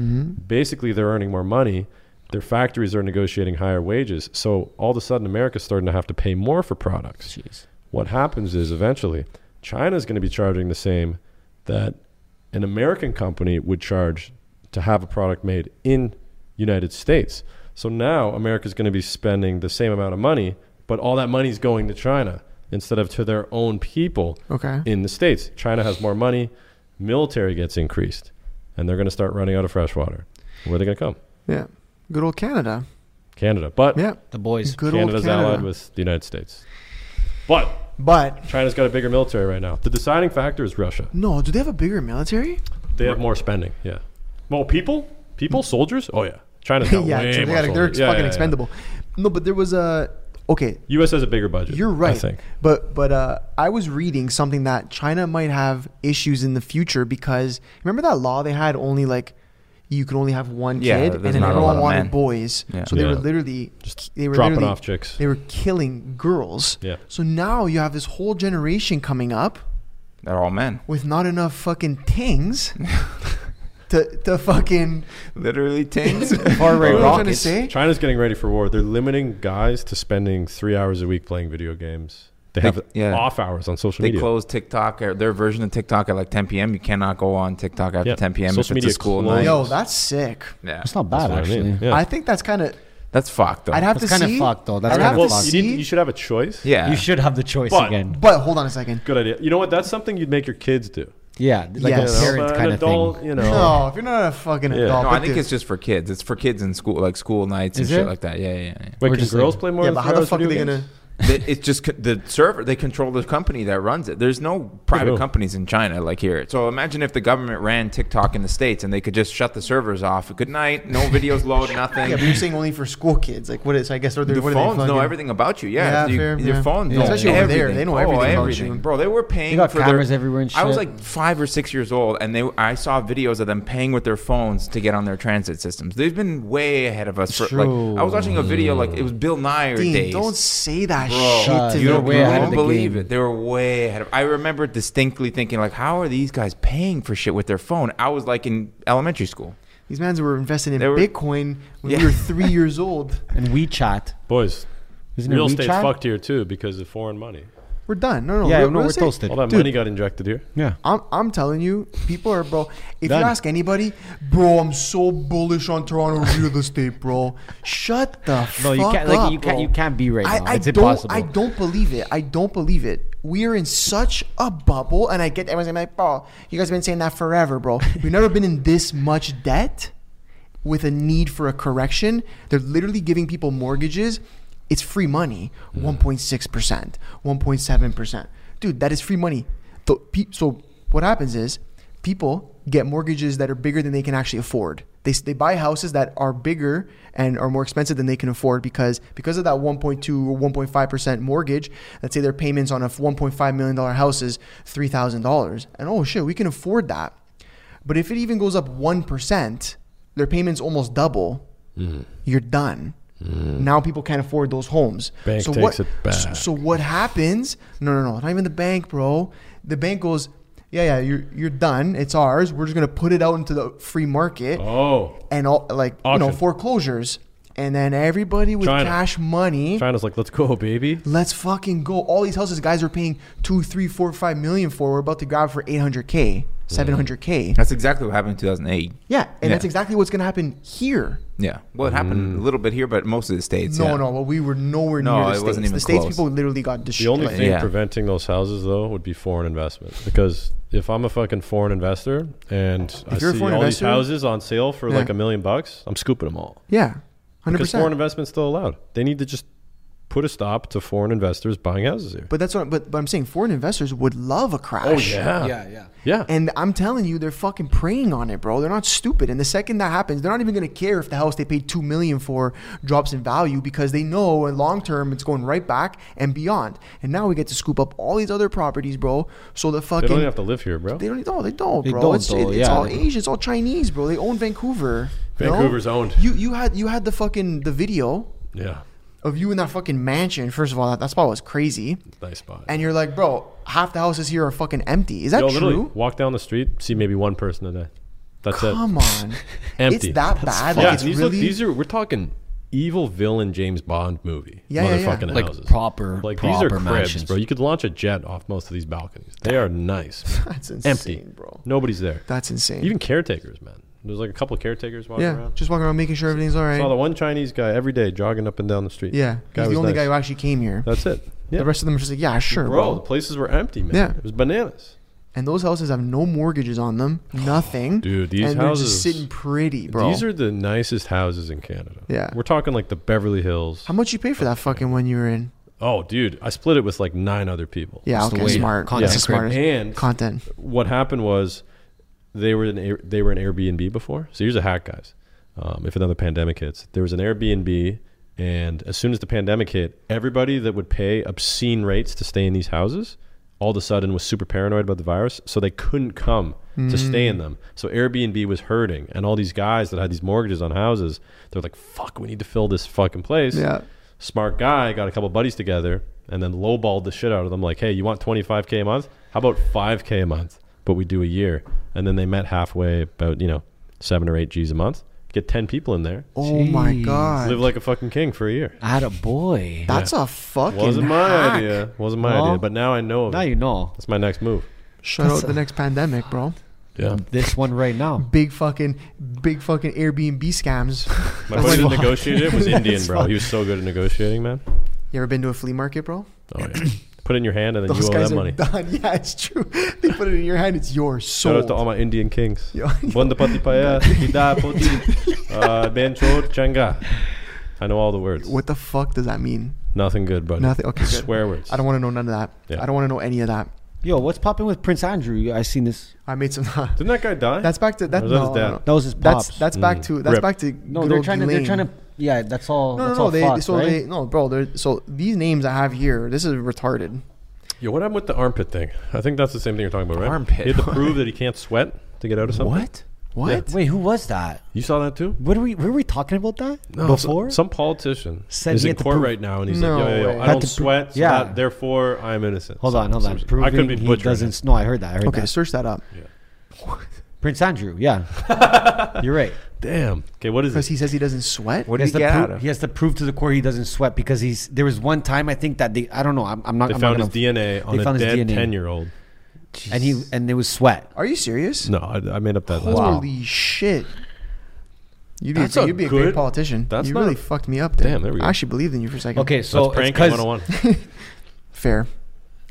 Speaker 3: Basically, they're earning more money. Their factories are negotiating higher wages. So all of a sudden, America's starting to have to pay more for products
Speaker 6: Jeez.
Speaker 3: what happens is eventually China's going to be charging the same that an American company would charge to have a product made in United States. So now America's going to be spending the same amount of money, but all that money's going to China instead of to their own people
Speaker 1: Okay.
Speaker 3: in the states. China has more money, military gets increased, and they're going to start running out of fresh water. Where are they going to come?
Speaker 1: Yeah. Good old Canada.
Speaker 3: Canada. But
Speaker 1: Yeah.
Speaker 6: The boys.
Speaker 1: Good
Speaker 3: Canada's
Speaker 1: old Canada.
Speaker 3: allied with the United States. But
Speaker 1: but
Speaker 3: China's got a bigger military right now. The deciding factor is Russia.
Speaker 1: no, do they have a bigger military?
Speaker 3: They have more spending. Yeah. Well, people, people, soldiers. Oh yeah, China's got
Speaker 1: Mm. yeah,
Speaker 3: way
Speaker 1: so they
Speaker 3: more
Speaker 1: gotta- they're
Speaker 3: soldiers. Yeah,
Speaker 1: fucking
Speaker 3: yeah, yeah.
Speaker 1: expendable. No, but there was a okay.
Speaker 3: U.S. has a bigger budget.
Speaker 1: You're right.
Speaker 3: I think.
Speaker 1: But but uh, I was reading something that China might have issues in the future because remember that law they had only like you could only have one
Speaker 4: Yeah,
Speaker 1: kid
Speaker 4: there's
Speaker 1: and then
Speaker 4: not a lot
Speaker 1: everyone
Speaker 4: of
Speaker 1: wanted
Speaker 4: men.
Speaker 1: boys.
Speaker 4: Yeah.
Speaker 1: So they were
Speaker 3: Yeah.
Speaker 1: literally they were
Speaker 3: Dropping
Speaker 1: literally-
Speaker 3: off chicks.
Speaker 1: They were killing girls.
Speaker 3: Yeah.
Speaker 1: So now you have this whole generation coming up
Speaker 4: They're all men.
Speaker 1: with not enough fucking tings to to fucking
Speaker 4: Literally tins.
Speaker 6: Far
Speaker 1: you
Speaker 6: right
Speaker 1: know what I'm trying to
Speaker 6: rockets.
Speaker 1: say?
Speaker 3: China's getting ready for war. They're limiting guys to spending three hours a week playing video games. They
Speaker 4: They-
Speaker 3: have
Speaker 4: yeah.
Speaker 3: off hours on social
Speaker 4: they
Speaker 3: media.
Speaker 4: close TikTok or their version of TikTok at like 10 p.m. You cannot go on TikTok after
Speaker 3: Yeah.
Speaker 4: 10 p.m.
Speaker 3: Social
Speaker 4: if
Speaker 3: media
Speaker 4: it's a school
Speaker 3: closed.
Speaker 4: night.
Speaker 1: Yo, that's sick.
Speaker 4: yeah,
Speaker 6: That's not
Speaker 3: That's
Speaker 6: bad,
Speaker 3: what I
Speaker 6: actually.
Speaker 3: mean. Yeah.
Speaker 1: I think that's kind of.
Speaker 4: that's fucked though.
Speaker 1: I'd have
Speaker 6: That's
Speaker 1: to
Speaker 6: kinda
Speaker 1: see.
Speaker 6: fucked, though. That's
Speaker 1: I'd
Speaker 6: kinda
Speaker 1: have to
Speaker 3: well, you,
Speaker 1: see.
Speaker 3: need, you should have a choice.
Speaker 4: yeah,
Speaker 6: You should have the choice
Speaker 3: But-
Speaker 6: again.
Speaker 1: But hold on a second.
Speaker 3: Good idea. You know what? That's something you'd make your kids do.
Speaker 6: Yeah, like a
Speaker 1: Yes. Yeah,
Speaker 3: But
Speaker 6: parent
Speaker 3: an
Speaker 6: kind of
Speaker 3: adult,
Speaker 6: thing.
Speaker 3: you know.
Speaker 1: No, Oh, if you're not a fucking
Speaker 3: Yeah.
Speaker 1: adult.
Speaker 4: no,
Speaker 1: but
Speaker 4: I think
Speaker 1: dude-
Speaker 4: it's just for kids. It's for kids in school, like school nights
Speaker 6: Is
Speaker 4: and shit
Speaker 6: it?
Speaker 4: like that. Yeah, yeah, yeah.
Speaker 3: Wait,
Speaker 6: We're
Speaker 3: can
Speaker 6: just
Speaker 3: girls
Speaker 6: like-
Speaker 3: play more?
Speaker 1: Yeah,
Speaker 3: than
Speaker 1: but
Speaker 3: three
Speaker 1: how the
Speaker 3: hours
Speaker 1: fuck are they
Speaker 3: video
Speaker 1: gonna?
Speaker 3: games?
Speaker 4: They- it's just co- the server. They control the company that runs it. There's no private
Speaker 3: True.
Speaker 4: companies in China like here. So imagine if the government ran TikTok in the states and they could just shut the servers off. Good night. No videos load. Nothing.
Speaker 1: Yeah, but you're saying only for school kids. Like, what is? I guess or
Speaker 4: Your
Speaker 1: what are
Speaker 4: phones
Speaker 1: they
Speaker 4: know
Speaker 1: fucking-
Speaker 4: everything about you. Yeah,
Speaker 1: Yeah,
Speaker 4: You-
Speaker 1: fair,
Speaker 4: your
Speaker 1: yeah.
Speaker 4: phone.
Speaker 1: Yeah.
Speaker 4: Know
Speaker 1: Especially over there,
Speaker 4: everything.
Speaker 1: they know
Speaker 4: Oh,
Speaker 1: everything about
Speaker 4: everything.
Speaker 1: you.
Speaker 4: bro. They were paying.
Speaker 5: They got
Speaker 4: for
Speaker 5: cameras
Speaker 4: their,
Speaker 5: everywhere and
Speaker 4: I was
Speaker 5: shit.
Speaker 4: like five or six years old, and they I saw videos of them paying with their phones to get on their transit systems. They've been way ahead of us. For, like I was watching a video like it was Bill Nye or
Speaker 1: Dean,
Speaker 4: days.
Speaker 1: don't say that
Speaker 4: Bro,
Speaker 1: shit to me,
Speaker 4: you don't,
Speaker 1: bro.
Speaker 6: way
Speaker 4: you
Speaker 6: ahead
Speaker 4: wouldn't
Speaker 6: of the
Speaker 4: believe
Speaker 6: game.
Speaker 4: it. They were way ahead of. I remember distinctly thinking, like, how are these guys paying for shit with their phone? I was like in elementary school.
Speaker 1: These mans were investing in
Speaker 4: They were-
Speaker 1: Bitcoin when
Speaker 4: Yeah.
Speaker 1: we were three years old.
Speaker 5: And WeChat.
Speaker 3: Boys,
Speaker 5: Isn't
Speaker 3: real
Speaker 5: it
Speaker 3: estate's
Speaker 5: WeChat?
Speaker 3: fucked here too because of foreign money.
Speaker 1: We're done. No, no,
Speaker 5: yeah, no,
Speaker 1: real- real
Speaker 5: we're
Speaker 1: estate-
Speaker 5: toasted.
Speaker 3: All that
Speaker 1: Dude.
Speaker 3: money got injected here.
Speaker 5: Yeah.
Speaker 1: I'm, I'm telling you, people are bro. If
Speaker 5: Done.
Speaker 1: you ask anybody, bro, I'm so bullish on Toronto real estate, bro. Shut the
Speaker 5: No,
Speaker 1: fuck
Speaker 5: you can't.
Speaker 1: up,
Speaker 5: Like you can't.
Speaker 1: bro.
Speaker 5: You can't be right
Speaker 1: I,
Speaker 5: now.
Speaker 1: I
Speaker 5: it's
Speaker 1: don't.
Speaker 5: impossible.
Speaker 1: I don't believe it. I don't believe it. We are in such a bubble, and I get everyone's like, "Bro, you guys have been saying that forever, bro. We've never been in this much debt with a need for a correction. They're literally giving people mortgages. It's free money, one point six percent, one point seven percent, dude. That is free money. So, pe- so what happens is people get mortgages that are bigger than they can actually afford. They, they buy houses that are bigger and are more expensive than they can afford because because of that 1.2 or 1.5 percent mortgage. Let's say their payments on a 1.5 million dollar house is three thousand dollars, and oh shit, we can afford that. But if it even goes up one percent, their payments almost double.
Speaker 3: Mm.
Speaker 1: You're done. Now people can't afford those homes.
Speaker 3: Bank
Speaker 1: so
Speaker 3: takes
Speaker 1: what,
Speaker 3: it back.
Speaker 1: so- so what happens? No, no, no, not even the bank, bro. The bank goes, yeah, yeah, you're you're done. It's ours. We're just gonna put it out into the free market
Speaker 3: Oh,
Speaker 1: and all like you know
Speaker 3: Auction.
Speaker 1: foreclosures, and then everybody with
Speaker 3: China.
Speaker 1: cash money.
Speaker 3: China's like, let's go, baby.
Speaker 1: Let's fucking go. All these houses guys are paying two, three, four, five million for. We're about to grab for eight hundred
Speaker 4: Mm.
Speaker 1: k, seven hundred k.
Speaker 4: That's exactly what happened in 2008.
Speaker 1: Yeah, and
Speaker 4: Yeah.
Speaker 1: that's exactly what's gonna happen here.
Speaker 4: Yeah. Well, it happened a little bit here, but most of the states.
Speaker 1: No,
Speaker 4: yeah.
Speaker 1: no, but we were nowhere
Speaker 4: No,
Speaker 1: near the
Speaker 4: it
Speaker 1: states.
Speaker 4: wasn't even
Speaker 1: the states
Speaker 4: close.
Speaker 1: people literally got
Speaker 3: The
Speaker 1: destroyed.
Speaker 3: only thing
Speaker 4: Yeah.
Speaker 3: preventing those houses though would be foreign investment because if I'm a fucking foreign investor and I
Speaker 1: you're a
Speaker 3: see all
Speaker 1: foreign
Speaker 3: these
Speaker 1: investor-
Speaker 3: houses on sale for like
Speaker 1: Yeah.
Speaker 3: a million bucks, I'm scooping them all.
Speaker 1: yeah, hundred
Speaker 3: Because foreign
Speaker 1: percent.
Speaker 3: investment's still allowed. They need to just put a stop to foreign investors buying houses here. Oh,
Speaker 1: But that's what. But, but I'm saying foreign investors would love a crash.
Speaker 2: Yeah, yeah.
Speaker 3: Yeah.
Speaker 1: And I'm telling you, they're fucking preying on it, bro. They're not stupid. And the second that happens, they're not even gonna care if the house they paid two million for drops in value because they know in long term it's going right back and beyond. And now we get to scoop up all these other properties, bro. So the
Speaker 3: they
Speaker 1: fucking
Speaker 3: don't even have to live here, bro.
Speaker 1: They don't. No, they don't,
Speaker 5: They
Speaker 1: bro.
Speaker 5: don't,
Speaker 1: it's it-
Speaker 5: though,
Speaker 1: it's
Speaker 5: yeah.
Speaker 1: all Asia. It's all Chinese, bro. They own Vancouver. you know?
Speaker 3: Vancouver's owned.
Speaker 1: You you had you had the fucking the video
Speaker 3: Yeah.
Speaker 1: of you in that fucking mansion. First of all, that, that spot was crazy.
Speaker 3: Nice spot.
Speaker 1: And you're like, bro, half the houses here are fucking empty. Is that
Speaker 3: Yo, literally,
Speaker 1: true?
Speaker 3: walk down the street, see maybe one person a day. That's it.
Speaker 1: Come on,
Speaker 3: Empty.
Speaker 1: It's that bad.
Speaker 3: yeah,
Speaker 1: Like, it's
Speaker 3: these, look,
Speaker 1: really.
Speaker 3: these are we're talking evil villain James Bond movie.
Speaker 1: Yeah, yeah, yeah.
Speaker 3: motherfucking
Speaker 6: Like
Speaker 3: houses.
Speaker 6: proper-
Speaker 3: Like these
Speaker 6: proper
Speaker 3: are cribs,
Speaker 6: mansions.
Speaker 3: bro. You could launch a jet off most of these balconies. They are nice.
Speaker 1: that's insane,
Speaker 3: Empty,
Speaker 1: bro.
Speaker 3: Nobody's there.
Speaker 1: That's insane.
Speaker 3: Even caretakers, man. There's like a couple caretakers walking
Speaker 1: yeah,
Speaker 3: around.
Speaker 1: just walking around making sure everything's all right.
Speaker 3: Saw the one Chinese guy every day jogging up and down the street.
Speaker 1: yeah, he's
Speaker 3: Guy
Speaker 1: the
Speaker 3: was
Speaker 1: only
Speaker 3: nice.
Speaker 1: guy who actually came here.
Speaker 3: That's it. Yeah.
Speaker 1: The rest of them are just like, yeah, sure,
Speaker 3: bro,
Speaker 1: bro.
Speaker 3: the places were empty, man.
Speaker 1: Yeah.
Speaker 3: It was bananas.
Speaker 1: And those houses have no mortgages on them, nothing.
Speaker 3: Dude, these
Speaker 1: and they're
Speaker 3: houses-
Speaker 1: just sitting pretty, bro.
Speaker 3: These are the nicest houses in Canada.
Speaker 1: Yeah.
Speaker 3: We're talking like the Beverly Hills.
Speaker 1: How much you pay for that fucking one you were in?
Speaker 3: Oh, dude, I split it with like nine other people.
Speaker 1: Yeah,
Speaker 6: Just the
Speaker 1: okay,
Speaker 6: way
Speaker 1: smart.
Speaker 6: content
Speaker 1: That's the
Speaker 6: created.
Speaker 1: smartest
Speaker 3: And
Speaker 1: content.
Speaker 3: what happened was they were in Air- they were in Airbnb before. So here's a hack, guys. Um, if another pandemic hits, there was an Airbnb, and as soon as the pandemic hit, everybody that would pay obscene rates to stay in these houses, all of a sudden was super paranoid about the virus, so they couldn't come to stay in them. So Airbnb was hurting, and all these guys that had these mortgages on houses, they're like, "Fuck, we need to fill this fucking place."
Speaker 1: Yeah.
Speaker 3: Smart guy got a couple buddies together and then lowballed the shit out of them. Like, hey, you want 25k a month? How about 5k a month? But we do a year. And then they met halfway, about you know, seven or eight G's a month. Get 10 people in there,
Speaker 1: Oh my
Speaker 6: Jeez.
Speaker 1: god.
Speaker 3: live like a fucking king for a year.
Speaker 6: At a boy.
Speaker 1: That's a fucking
Speaker 3: Wasn't my
Speaker 1: hack.
Speaker 3: idea. Wasn't my
Speaker 6: Well,
Speaker 3: idea. But now I know. Of
Speaker 5: Now
Speaker 3: it.
Speaker 5: you know.
Speaker 3: That's my next move.
Speaker 1: Shut
Speaker 6: That's
Speaker 1: out
Speaker 6: a-
Speaker 1: the next pandemic, bro.
Speaker 3: Yeah,
Speaker 5: This one right now.
Speaker 1: Big fucking big fucking Airbnb scams.
Speaker 3: my
Speaker 1: That's
Speaker 3: buddy that
Speaker 1: like-
Speaker 3: negotiated it was Indian,
Speaker 1: That's
Speaker 3: bro. He was so good at negotiating, man.
Speaker 1: You ever been to a flea market, bro?
Speaker 3: Oh yeah. Put it in your hand and then
Speaker 1: Those
Speaker 3: you owe
Speaker 1: guys
Speaker 3: that
Speaker 1: are
Speaker 3: money.
Speaker 1: done. Yeah, it's true. They put it in your hand, it's yours.
Speaker 3: Shout out
Speaker 1: Sold.
Speaker 3: to all my Indian kings.
Speaker 1: Yo.
Speaker 3: Bunda pati paya, tida poti, uh, ben chod changa. I know all the words.
Speaker 1: What the fuck does that mean?
Speaker 3: Nothing good, buddy.
Speaker 1: Nothing. Okay, good.
Speaker 3: Swear words.
Speaker 1: I don't want to know none of that.
Speaker 3: Yeah.
Speaker 1: I don't want to know any of that.
Speaker 2: Yo, what's popping with Prince Andrew? I seen this.
Speaker 1: I made some.
Speaker 3: Didn't that guy die?
Speaker 1: that's back to that. No,
Speaker 3: Or is that his
Speaker 1: no,
Speaker 3: dad?
Speaker 1: no.
Speaker 2: That was his pops.
Speaker 1: That's that's back
Speaker 3: Mm.
Speaker 1: to that's
Speaker 3: Rip.
Speaker 1: back to
Speaker 2: no,
Speaker 1: good
Speaker 2: they're
Speaker 1: old
Speaker 2: trying to. They're
Speaker 1: Ghislaine.
Speaker 2: trying to. Yeah, that's
Speaker 1: No,
Speaker 2: all.
Speaker 1: no,
Speaker 2: that's
Speaker 1: no.
Speaker 2: all
Speaker 1: They
Speaker 2: fucked,
Speaker 1: so
Speaker 2: right?
Speaker 1: they no, bro. They're so these names I have here. This is retarded.
Speaker 3: Yo, what happened with the armpit thing? I think that's the same thing you're talking about, right?
Speaker 4: Armpit.
Speaker 3: He had to prove that he can't sweat to get out of something.
Speaker 4: What?
Speaker 1: What?
Speaker 7: Wait, who was that?
Speaker 3: You saw that too?
Speaker 2: What are we? Were we talking about that
Speaker 3: so-
Speaker 2: before?
Speaker 3: some politician
Speaker 2: Said
Speaker 3: is
Speaker 2: he
Speaker 3: in
Speaker 2: had to
Speaker 3: court
Speaker 2: prove-
Speaker 3: right now, and he's
Speaker 1: No
Speaker 3: like, "Yo, yo, yo,
Speaker 1: way.
Speaker 3: I
Speaker 2: Had
Speaker 3: don't
Speaker 2: to pro-
Speaker 3: sweat, so
Speaker 2: yeah.
Speaker 3: that, therefore I'm innocent."
Speaker 2: hold on, hold on.
Speaker 3: Some- I could be
Speaker 2: Proving he
Speaker 3: butchering.
Speaker 2: doesn't. No, I heard that. I heard
Speaker 1: Okay,
Speaker 2: that.
Speaker 1: search that up
Speaker 2: Prince Andrew. Yeah, you're right.
Speaker 3: it. Damn. Okay, what is
Speaker 1: because
Speaker 3: it?
Speaker 1: he says he doesn't sweat.
Speaker 4: What
Speaker 2: He has,
Speaker 4: did
Speaker 2: to
Speaker 4: he get
Speaker 2: pro-
Speaker 4: out of?
Speaker 2: he has to prove to the court he doesn't sweat because he's. There was one time I think that they. I don't know. I'm, I'm not.
Speaker 3: They
Speaker 2: I'm
Speaker 3: found
Speaker 2: not
Speaker 3: his DNA on
Speaker 2: they found
Speaker 3: a
Speaker 2: his
Speaker 3: dead
Speaker 2: DNA.
Speaker 3: ten-year-old.
Speaker 2: DNA, and he and it was sweat.
Speaker 1: Are you serious?
Speaker 3: No, I, I made up that. last one.
Speaker 1: Holy shit. You'd be,
Speaker 3: That's a
Speaker 1: you'd be a
Speaker 3: good-
Speaker 1: great politician.
Speaker 3: that's
Speaker 1: you
Speaker 3: not
Speaker 1: really
Speaker 3: a-
Speaker 1: fucked me up there.
Speaker 3: Damn, there we go.
Speaker 1: I actually believed in you for a second.
Speaker 2: Okay,
Speaker 3: So
Speaker 2: so
Speaker 3: Let's prank
Speaker 2: Oh,
Speaker 3: oh
Speaker 2: it's
Speaker 3: him
Speaker 2: because
Speaker 3: 101.
Speaker 1: Fair.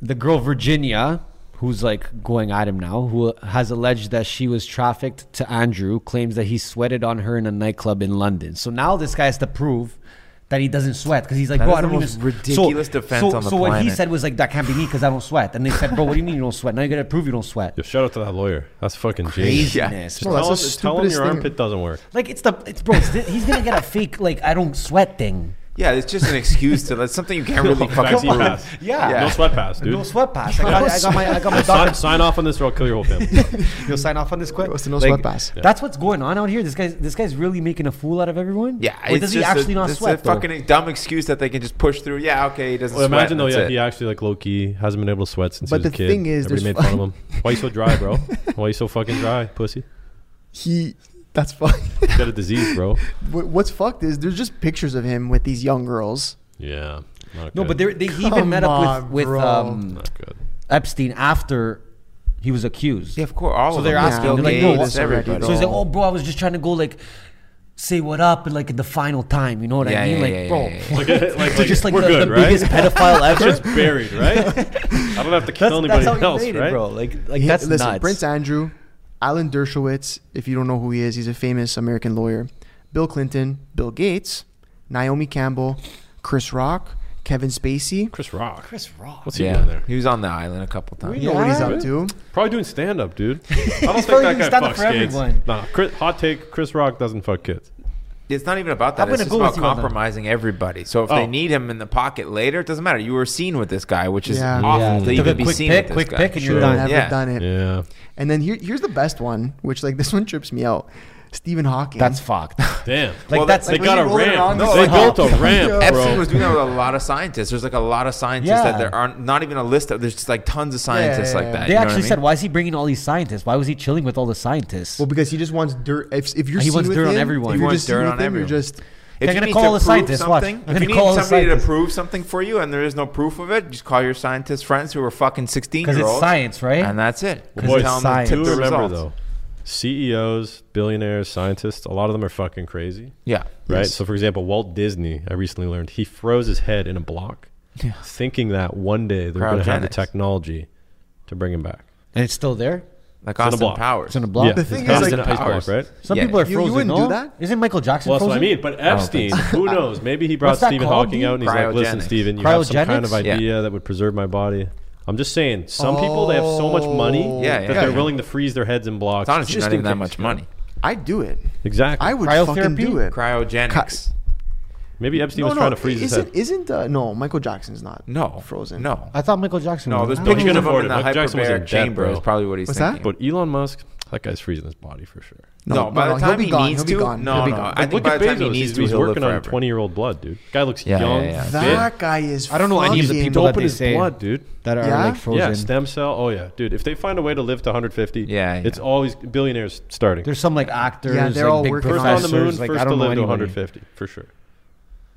Speaker 2: the girl Virginia, who's like going at him now, who has alleged that she was trafficked to Andrew, claims that he sweated on her in a nightclub in London. So now this guy has to prove that he doesn't sweat because he's like,
Speaker 4: That
Speaker 2: bro,
Speaker 4: is
Speaker 2: I
Speaker 4: the
Speaker 2: don't
Speaker 4: most
Speaker 2: even
Speaker 4: ridiculous defense
Speaker 2: so,
Speaker 4: on the
Speaker 2: So what he
Speaker 4: planet.
Speaker 2: said was like, that can't be me because I don't sweat. And they said, bro, what do you mean you don't sweat? Now you got to prove you don't sweat.
Speaker 3: Yo, shout out to that lawyer. That's fucking genius.
Speaker 2: Craziness.
Speaker 1: Yeah. Well, that's
Speaker 3: tell,
Speaker 1: the
Speaker 3: him, tell him
Speaker 1: stupidest
Speaker 3: your
Speaker 1: thing.
Speaker 3: armpit doesn't work.
Speaker 2: Like it's the it's bro. It's the, he's gonna get a fake like I don't sweat thing.
Speaker 4: Yeah, it's just an excuse to. That's something you can't really fucking
Speaker 3: Vaccine
Speaker 4: prove.
Speaker 3: pass.
Speaker 2: Yeah.
Speaker 3: No sweat pass, dude.
Speaker 2: No sweat pass. I got, I got my I got my
Speaker 3: sign,
Speaker 2: doctor.
Speaker 3: sign off on this or I'll kill your whole family.
Speaker 2: You'll sign off on this quick.
Speaker 1: What's the no
Speaker 4: Like-
Speaker 1: sweat pass?
Speaker 2: That's what's going on out here. This guy's this guy's really making a fool out of everyone.
Speaker 4: Yeah,
Speaker 2: Or
Speaker 4: it's
Speaker 2: does he
Speaker 4: just a-
Speaker 2: actually not
Speaker 4: it's
Speaker 2: sweat?
Speaker 4: a
Speaker 2: though?
Speaker 4: fucking dumb excuse that they can just push through. Yeah, okay, he doesn't
Speaker 3: Well,
Speaker 4: sweat.
Speaker 3: imagine though,
Speaker 4: that's
Speaker 3: yeah,
Speaker 4: it.
Speaker 3: he actually like low key hasn't been able to sweat since
Speaker 1: But
Speaker 3: he was
Speaker 1: the
Speaker 3: a kid.
Speaker 1: thing is,
Speaker 3: everybody
Speaker 1: there's
Speaker 3: made fun of him. Why you so dry, bro? Why you so fucking dry, pussy?
Speaker 1: He. That's fuck.
Speaker 3: You got a disease, bro.
Speaker 1: What- What's fucked is there's just pictures of him with these young girls.
Speaker 3: Yeah. Not
Speaker 2: No,
Speaker 3: good.
Speaker 2: but they, they he
Speaker 1: Come
Speaker 2: even met up
Speaker 1: on,
Speaker 2: with
Speaker 1: bro.
Speaker 2: with um,
Speaker 3: not good.
Speaker 2: Epstein after he was accused.
Speaker 4: Yeah, of course. All
Speaker 2: So
Speaker 4: of
Speaker 2: they're
Speaker 4: them.
Speaker 2: asking,
Speaker 4: Bill
Speaker 2: they're like,
Speaker 4: Gates,
Speaker 2: no, what's
Speaker 1: already
Speaker 4: everybody.
Speaker 2: So he's like, "Oh, bro, I was just trying to go like." Say what up, like at the final time, you know what
Speaker 4: Yeah,
Speaker 2: I mean?
Speaker 4: yeah,
Speaker 2: like,
Speaker 4: yeah,
Speaker 2: bro,
Speaker 4: yeah, yeah.
Speaker 3: Like, like,
Speaker 2: they're just like
Speaker 3: we're
Speaker 2: the,
Speaker 3: good,
Speaker 2: the
Speaker 3: right?
Speaker 2: biggest pedophile
Speaker 3: It's
Speaker 2: ever.
Speaker 3: just buried, right? I don't have to kill anybody else,
Speaker 2: made it,
Speaker 3: right?
Speaker 2: bro. Like, like
Speaker 1: He-
Speaker 2: that's
Speaker 1: listen,
Speaker 2: nuts.
Speaker 1: Prince Andrew, Alan Dershowitz. If you don't know who he is, he's a famous American lawyer. Bill Clinton, Bill Gates, Naomi Campbell, Chris Rock, Kevin Spacey.
Speaker 3: Chris Rock.
Speaker 2: Chris Rock.
Speaker 3: What's he doing
Speaker 4: Yeah,
Speaker 3: there?
Speaker 4: he was on the island a couple times.
Speaker 1: You know what he's
Speaker 2: Yeah.
Speaker 1: up to?
Speaker 3: Probably doing stand up, dude. I don't think
Speaker 2: probably
Speaker 3: that
Speaker 2: doing
Speaker 3: guy
Speaker 2: stand-up
Speaker 3: fucks
Speaker 2: for
Speaker 3: kids.
Speaker 2: everyone.
Speaker 3: Nah, Chris, hot take: Chris Rock doesn't fuck kids.
Speaker 4: It's not even about that.
Speaker 2: I'm
Speaker 4: It's
Speaker 2: gonna
Speaker 4: just
Speaker 2: go
Speaker 4: about
Speaker 2: with you on that.
Speaker 4: compromising everybody. So if
Speaker 3: Oh.
Speaker 4: they need him in the pocket later, it doesn't matter. You were seen with this guy, which is
Speaker 1: Yeah.
Speaker 2: Yeah,
Speaker 4: awful to
Speaker 2: took a
Speaker 4: even be
Speaker 2: quick
Speaker 4: seen
Speaker 2: pick,
Speaker 4: with this
Speaker 2: quick
Speaker 4: guy.
Speaker 2: pick, and you're
Speaker 3: Sure.
Speaker 2: done.
Speaker 1: Never
Speaker 4: Yeah.
Speaker 1: done it.
Speaker 3: Yeah,
Speaker 1: And then here, here's the best one, which like this one trips me out. Stephen Hawking.
Speaker 2: That's fucked. like
Speaker 3: damn.
Speaker 4: Well,
Speaker 2: that's
Speaker 3: they
Speaker 4: like,
Speaker 3: got
Speaker 1: when you
Speaker 3: a
Speaker 1: roll it
Speaker 3: ramp.
Speaker 1: on,
Speaker 4: it's
Speaker 3: they
Speaker 4: like,
Speaker 3: built a
Speaker 4: oh,
Speaker 3: ramp,
Speaker 4: Epstein
Speaker 3: bro.
Speaker 4: was doing that with a lot of scientists. There's like a lot of scientists
Speaker 2: Yeah.
Speaker 4: that there aren't not even a list of. There's just like tons of scientists
Speaker 1: yeah,
Speaker 4: like
Speaker 1: yeah.
Speaker 4: that.
Speaker 2: they
Speaker 4: you know what
Speaker 2: actually
Speaker 4: I mean?
Speaker 2: said, "Why is he bringing all these scientists? Why was he chilling with all the scientists?"
Speaker 1: Well, because he just wants dirt. If, if you're
Speaker 2: He
Speaker 1: seen
Speaker 2: wants
Speaker 1: with
Speaker 2: dirt on
Speaker 1: him,
Speaker 2: everyone.
Speaker 1: If
Speaker 2: He
Speaker 1: you're
Speaker 4: wants
Speaker 1: just
Speaker 4: dirt
Speaker 1: seen
Speaker 4: on
Speaker 1: with him,
Speaker 4: everyone.
Speaker 1: You're just
Speaker 4: If
Speaker 2: They're
Speaker 4: you
Speaker 2: gonna
Speaker 4: need
Speaker 2: call
Speaker 4: to
Speaker 2: the
Speaker 4: prove
Speaker 2: scientists, watch.
Speaker 4: something,
Speaker 2: They're
Speaker 4: If
Speaker 2: gonna
Speaker 4: you need
Speaker 2: call the
Speaker 4: somebody to
Speaker 2: scientists.
Speaker 4: prove something for you, and there is no proof of it, just call your scientist friends who are fucking sixteen
Speaker 2: Because
Speaker 4: year
Speaker 2: it's
Speaker 4: olds,
Speaker 2: science, right?
Speaker 4: and that's it.
Speaker 2: Because
Speaker 3: Boy,
Speaker 2: it's
Speaker 4: tell them
Speaker 2: science.
Speaker 4: to tip
Speaker 3: do
Speaker 4: the
Speaker 3: remember
Speaker 4: results.
Speaker 3: though, CEOs, billionaires, scientists, a lot of them are fucking crazy,
Speaker 4: Yeah.
Speaker 3: right? So, for example, Walt Disney, I recently learned he froze his head in a block, thinking that one day they're going to have the
Speaker 4: Cryogenics.
Speaker 3: technology to bring him back.
Speaker 2: and it's still there.
Speaker 4: Like
Speaker 3: in a
Speaker 4: Austin
Speaker 3: block.
Speaker 4: Powers.
Speaker 2: It's in a block.
Speaker 1: The
Speaker 3: his
Speaker 1: thing
Speaker 3: head
Speaker 1: is,
Speaker 3: was in
Speaker 1: like,
Speaker 3: an ice block,
Speaker 4: powers.
Speaker 3: right?
Speaker 2: Some
Speaker 4: Yeah.
Speaker 2: people are
Speaker 1: You- you
Speaker 2: frozen.
Speaker 1: wouldn't do
Speaker 2: no?
Speaker 1: that?
Speaker 2: Isn't Michael Jackson
Speaker 3: Well, that's
Speaker 2: frozen?
Speaker 3: what I mean. But Epstein, who knows? Maybe he brought
Speaker 2: What's that
Speaker 3: Stephen
Speaker 2: called,
Speaker 3: Hawking
Speaker 2: dude?
Speaker 3: out and he's like, "Listen,
Speaker 4: Cryogenics.
Speaker 3: Stephen, you have some kind of
Speaker 2: Cryogenics?
Speaker 4: Yeah.
Speaker 3: idea that would preserve my body." I'm just saying, some people they have so much money
Speaker 1: Oh.
Speaker 4: Yeah,
Speaker 3: that
Speaker 4: yeah,
Speaker 3: they're
Speaker 4: yeah.
Speaker 3: willing to freeze their heads in blocks.
Speaker 4: It's honestly
Speaker 3: just
Speaker 4: not
Speaker 3: in
Speaker 4: even that
Speaker 3: case.
Speaker 4: much money.
Speaker 1: I'd do it.
Speaker 3: Exactly.
Speaker 1: I would fucking
Speaker 2: Cryotherapy?
Speaker 1: do it.
Speaker 4: Cryogenics.
Speaker 3: Maybe Epstein was trying to freeze his
Speaker 1: isn't
Speaker 3: head.
Speaker 1: isn't uh, no Michael Jackson's not
Speaker 4: No.
Speaker 1: frozen
Speaker 4: No.
Speaker 2: I thought Michael Jackson.
Speaker 4: No,
Speaker 2: was.
Speaker 4: there's
Speaker 2: I
Speaker 3: don't
Speaker 4: pictures
Speaker 3: know.
Speaker 4: of him in the
Speaker 3: Michael Jackson was in
Speaker 4: hyperbaric
Speaker 3: debt,
Speaker 4: chamber
Speaker 3: bro.
Speaker 4: is probably what he's
Speaker 1: What's that?
Speaker 4: thinking.
Speaker 3: But Elon Musk, that guy's freezing his body for sure.
Speaker 4: No, by the
Speaker 1: he'll
Speaker 4: time
Speaker 1: be
Speaker 4: he
Speaker 1: gone.
Speaker 4: needs
Speaker 1: he'll be
Speaker 4: to,
Speaker 1: gone.
Speaker 4: no,
Speaker 1: He'll be
Speaker 4: no,
Speaker 1: gone.
Speaker 4: I
Speaker 3: Like,
Speaker 4: think
Speaker 3: look
Speaker 4: by
Speaker 3: at
Speaker 4: the time he
Speaker 3: Bezos.
Speaker 4: needs
Speaker 3: he's
Speaker 4: to,
Speaker 3: he's
Speaker 4: he'll live
Speaker 3: working on
Speaker 4: forever.
Speaker 3: 20 year old blood, dude. Guy looks
Speaker 4: Yeah, yeah,
Speaker 3: young.
Speaker 4: yeah.
Speaker 1: that
Speaker 3: fit.
Speaker 1: guy is.
Speaker 2: I don't know any of the
Speaker 1: fucking-
Speaker 2: people
Speaker 3: Dope
Speaker 2: that
Speaker 3: in
Speaker 2: they
Speaker 3: his
Speaker 2: say
Speaker 3: blood, dude.
Speaker 2: that are
Speaker 1: Yeah?
Speaker 2: like frozen.
Speaker 3: Yeah, stem cell. Oh yeah, dude. If they find a way to live to 150,
Speaker 4: Yeah, yeah.
Speaker 3: it's always billionaires starting.
Speaker 2: There's some like actors.
Speaker 1: Yeah, they're
Speaker 2: like,
Speaker 1: all
Speaker 2: big
Speaker 1: working
Speaker 3: first on the moon,
Speaker 2: professors, like, I
Speaker 3: first to
Speaker 2: don't know
Speaker 3: live to
Speaker 2: anybody.
Speaker 3: 150 for sure.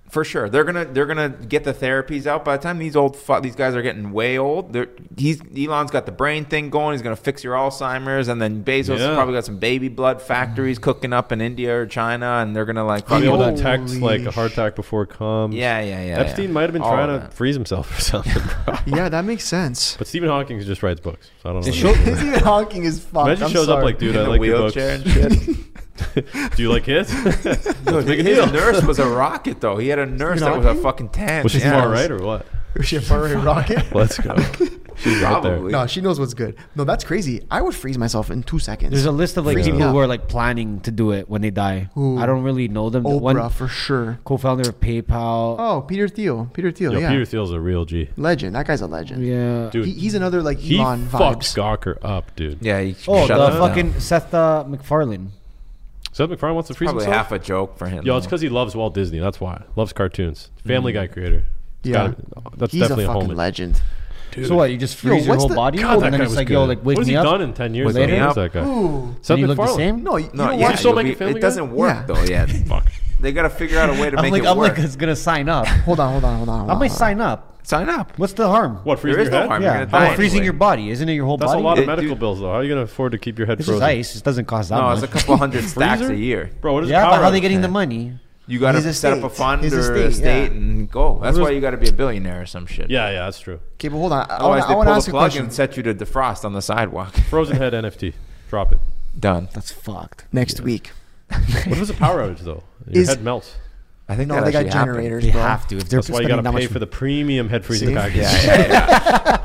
Speaker 4: For sure, they're gonna they're gonna get the therapies out. By the time these old fu- these guys are getting way old, they're, he's Elon's got the brain thing going. He's gonna fix your Alzheimer's, and then Bezos has
Speaker 3: Yeah.
Speaker 4: probably got some baby blood factories cooking up in India or China, and they're gonna like
Speaker 3: Probably
Speaker 4: probably
Speaker 3: able to
Speaker 1: Holy
Speaker 3: attack like a
Speaker 1: sh-
Speaker 3: heart attack before it comes.
Speaker 4: yeah yeah yeah.
Speaker 3: Epstein
Speaker 4: yeah.
Speaker 3: might have been
Speaker 4: All
Speaker 3: trying
Speaker 4: of
Speaker 3: to
Speaker 4: that.
Speaker 3: freeze himself or something. bro.
Speaker 1: Yeah, that makes sense.
Speaker 3: but Stephen Hawking just writes books, so I don't know.
Speaker 2: It show-
Speaker 1: Stephen Hawking is fucked.
Speaker 3: Imagine
Speaker 1: I'm
Speaker 3: shows up
Speaker 1: sorry.
Speaker 3: like, dude,
Speaker 4: In
Speaker 3: I
Speaker 4: a
Speaker 3: like your books.
Speaker 4: wheelchair and
Speaker 3: Do you like kids?
Speaker 4: Dude,
Speaker 3: big
Speaker 4: his
Speaker 3: deal.
Speaker 4: nurse was a rocket, though. He had a nurse that was a
Speaker 1: Rocket?
Speaker 4: fucking ten.
Speaker 3: Was she
Speaker 4: yeah.
Speaker 3: far right or what?
Speaker 1: She far rocket.
Speaker 3: Let's go. She's out there.
Speaker 4: Probably.
Speaker 1: No, she knows what's good. No, that's crazy. I would freeze myself in two seconds.
Speaker 2: There's a list of like
Speaker 1: Freeze
Speaker 2: people
Speaker 1: me
Speaker 2: who
Speaker 1: out.
Speaker 2: are like planning to do it when they die.
Speaker 1: Who?
Speaker 2: I don't really know them. The
Speaker 1: Oprah
Speaker 2: one
Speaker 1: for sure.
Speaker 2: co-founder of PayPal.
Speaker 1: Oh, Peter Thiel. Peter Thiel.
Speaker 3: Yo,
Speaker 1: yeah,
Speaker 3: Peter Thiel's a real G.
Speaker 1: legend. That guy's a legend.
Speaker 2: Yeah.
Speaker 3: Dude,
Speaker 1: He, he's another like
Speaker 3: he
Speaker 1: Elon
Speaker 3: fucked
Speaker 1: vibes.
Speaker 3: Gawker up, dude.
Speaker 4: Yeah, he
Speaker 2: Oh,
Speaker 4: shut
Speaker 2: the
Speaker 4: them down.
Speaker 2: fucking Seth uh, MacFarlane.
Speaker 3: Seth MacFarlane wants to freeze
Speaker 4: probably
Speaker 3: himself.
Speaker 4: half a joke for him.
Speaker 3: Yo, it's because he loves Walt Disney. That's why. Loves cartoons. Family Guy creator. It's
Speaker 1: Yeah.
Speaker 3: gotta- that's
Speaker 1: He's a
Speaker 3: definitely
Speaker 1: fucking
Speaker 3: a homie.
Speaker 1: legend.
Speaker 2: So what? You just
Speaker 1: Yo,
Speaker 2: freeze your
Speaker 1: what's
Speaker 2: whole
Speaker 1: the-
Speaker 2: body,
Speaker 3: God, that
Speaker 2: and
Speaker 3: guy
Speaker 2: then
Speaker 3: was
Speaker 2: it's like,
Speaker 3: good.
Speaker 2: yo, like wake
Speaker 3: what has
Speaker 2: me
Speaker 3: he
Speaker 2: up.
Speaker 3: done in ten years?
Speaker 4: Wake
Speaker 3: though?
Speaker 4: me
Speaker 3: Who's
Speaker 4: up.
Speaker 3: that guy?
Speaker 1: Ooh.
Speaker 3: Seth
Speaker 2: And you look the
Speaker 3: MacFarlane.
Speaker 2: same.
Speaker 1: No, you,
Speaker 4: no,
Speaker 1: you don't
Speaker 4: yeah,
Speaker 1: watch.
Speaker 3: still
Speaker 4: you'll
Speaker 3: making
Speaker 4: be-
Speaker 3: Family
Speaker 4: it doesn't
Speaker 3: Guy?
Speaker 4: work
Speaker 1: Yeah.
Speaker 4: though yet.
Speaker 3: Fuck.
Speaker 4: They gotta figure out a way to
Speaker 2: I'm
Speaker 4: make
Speaker 2: like,
Speaker 4: it
Speaker 2: I'm
Speaker 4: work.
Speaker 2: like, it's gonna sign up.
Speaker 1: Hold on, hold on, hold on. Hold
Speaker 2: I
Speaker 1: on.
Speaker 2: might sign up.
Speaker 4: Sign up.
Speaker 2: What's the harm?
Speaker 3: What? Freezing
Speaker 4: There is
Speaker 3: your
Speaker 4: no
Speaker 3: head?
Speaker 4: harm. You're
Speaker 2: Yeah,
Speaker 4: gonna
Speaker 2: I'm
Speaker 4: die
Speaker 2: freezing
Speaker 4: anyway.
Speaker 2: your body. Isn't it your whole
Speaker 3: That's
Speaker 2: body?
Speaker 3: a lot of
Speaker 4: It-
Speaker 3: medical
Speaker 4: dude-
Speaker 3: bills, though. How are you going to afford to keep your head
Speaker 2: It's just
Speaker 3: frozen?
Speaker 2: ice. It doesn't cost that
Speaker 4: No,
Speaker 2: much.
Speaker 4: it's a couple hundred stacks a
Speaker 3: Freezer?
Speaker 4: year.
Speaker 3: Bro, what is
Speaker 2: yeah,
Speaker 3: the
Speaker 2: but
Speaker 3: power
Speaker 2: how are they
Speaker 3: up?
Speaker 2: getting the money?
Speaker 4: You gotta
Speaker 1: He's a
Speaker 4: set up a
Speaker 1: state.
Speaker 4: fund
Speaker 1: He's a
Speaker 4: or a
Speaker 1: state, yeah.
Speaker 4: state and go. That's
Speaker 3: What
Speaker 4: why
Speaker 3: is-
Speaker 4: you gotta be a billionaire or some shit.
Speaker 3: Yeah, yeah, that's true.
Speaker 1: Okay, but hold on. I- I,
Speaker 4: Otherwise,
Speaker 1: wanna- I
Speaker 4: Oh, they
Speaker 1: want to
Speaker 4: pull
Speaker 1: ask
Speaker 4: the
Speaker 1: a
Speaker 4: plug
Speaker 1: question.
Speaker 4: and set you to defrost on the sidewalk.
Speaker 3: Frozen head NFT. Drop it.
Speaker 4: Done.
Speaker 2: That's fucked.
Speaker 1: Next week.
Speaker 3: What was a power outage, though? Your
Speaker 1: Is-
Speaker 3: head melts.
Speaker 4: I think
Speaker 1: No,
Speaker 4: that
Speaker 1: they got
Speaker 4: actually happened.
Speaker 1: generators,
Speaker 2: They
Speaker 1: bro.
Speaker 2: have to. If they're
Speaker 3: That's why you got
Speaker 2: spending
Speaker 3: to
Speaker 2: that
Speaker 3: pay
Speaker 2: much
Speaker 3: for the premium head freezing
Speaker 1: See?
Speaker 3: package.
Speaker 4: Yeah, yeah, yeah.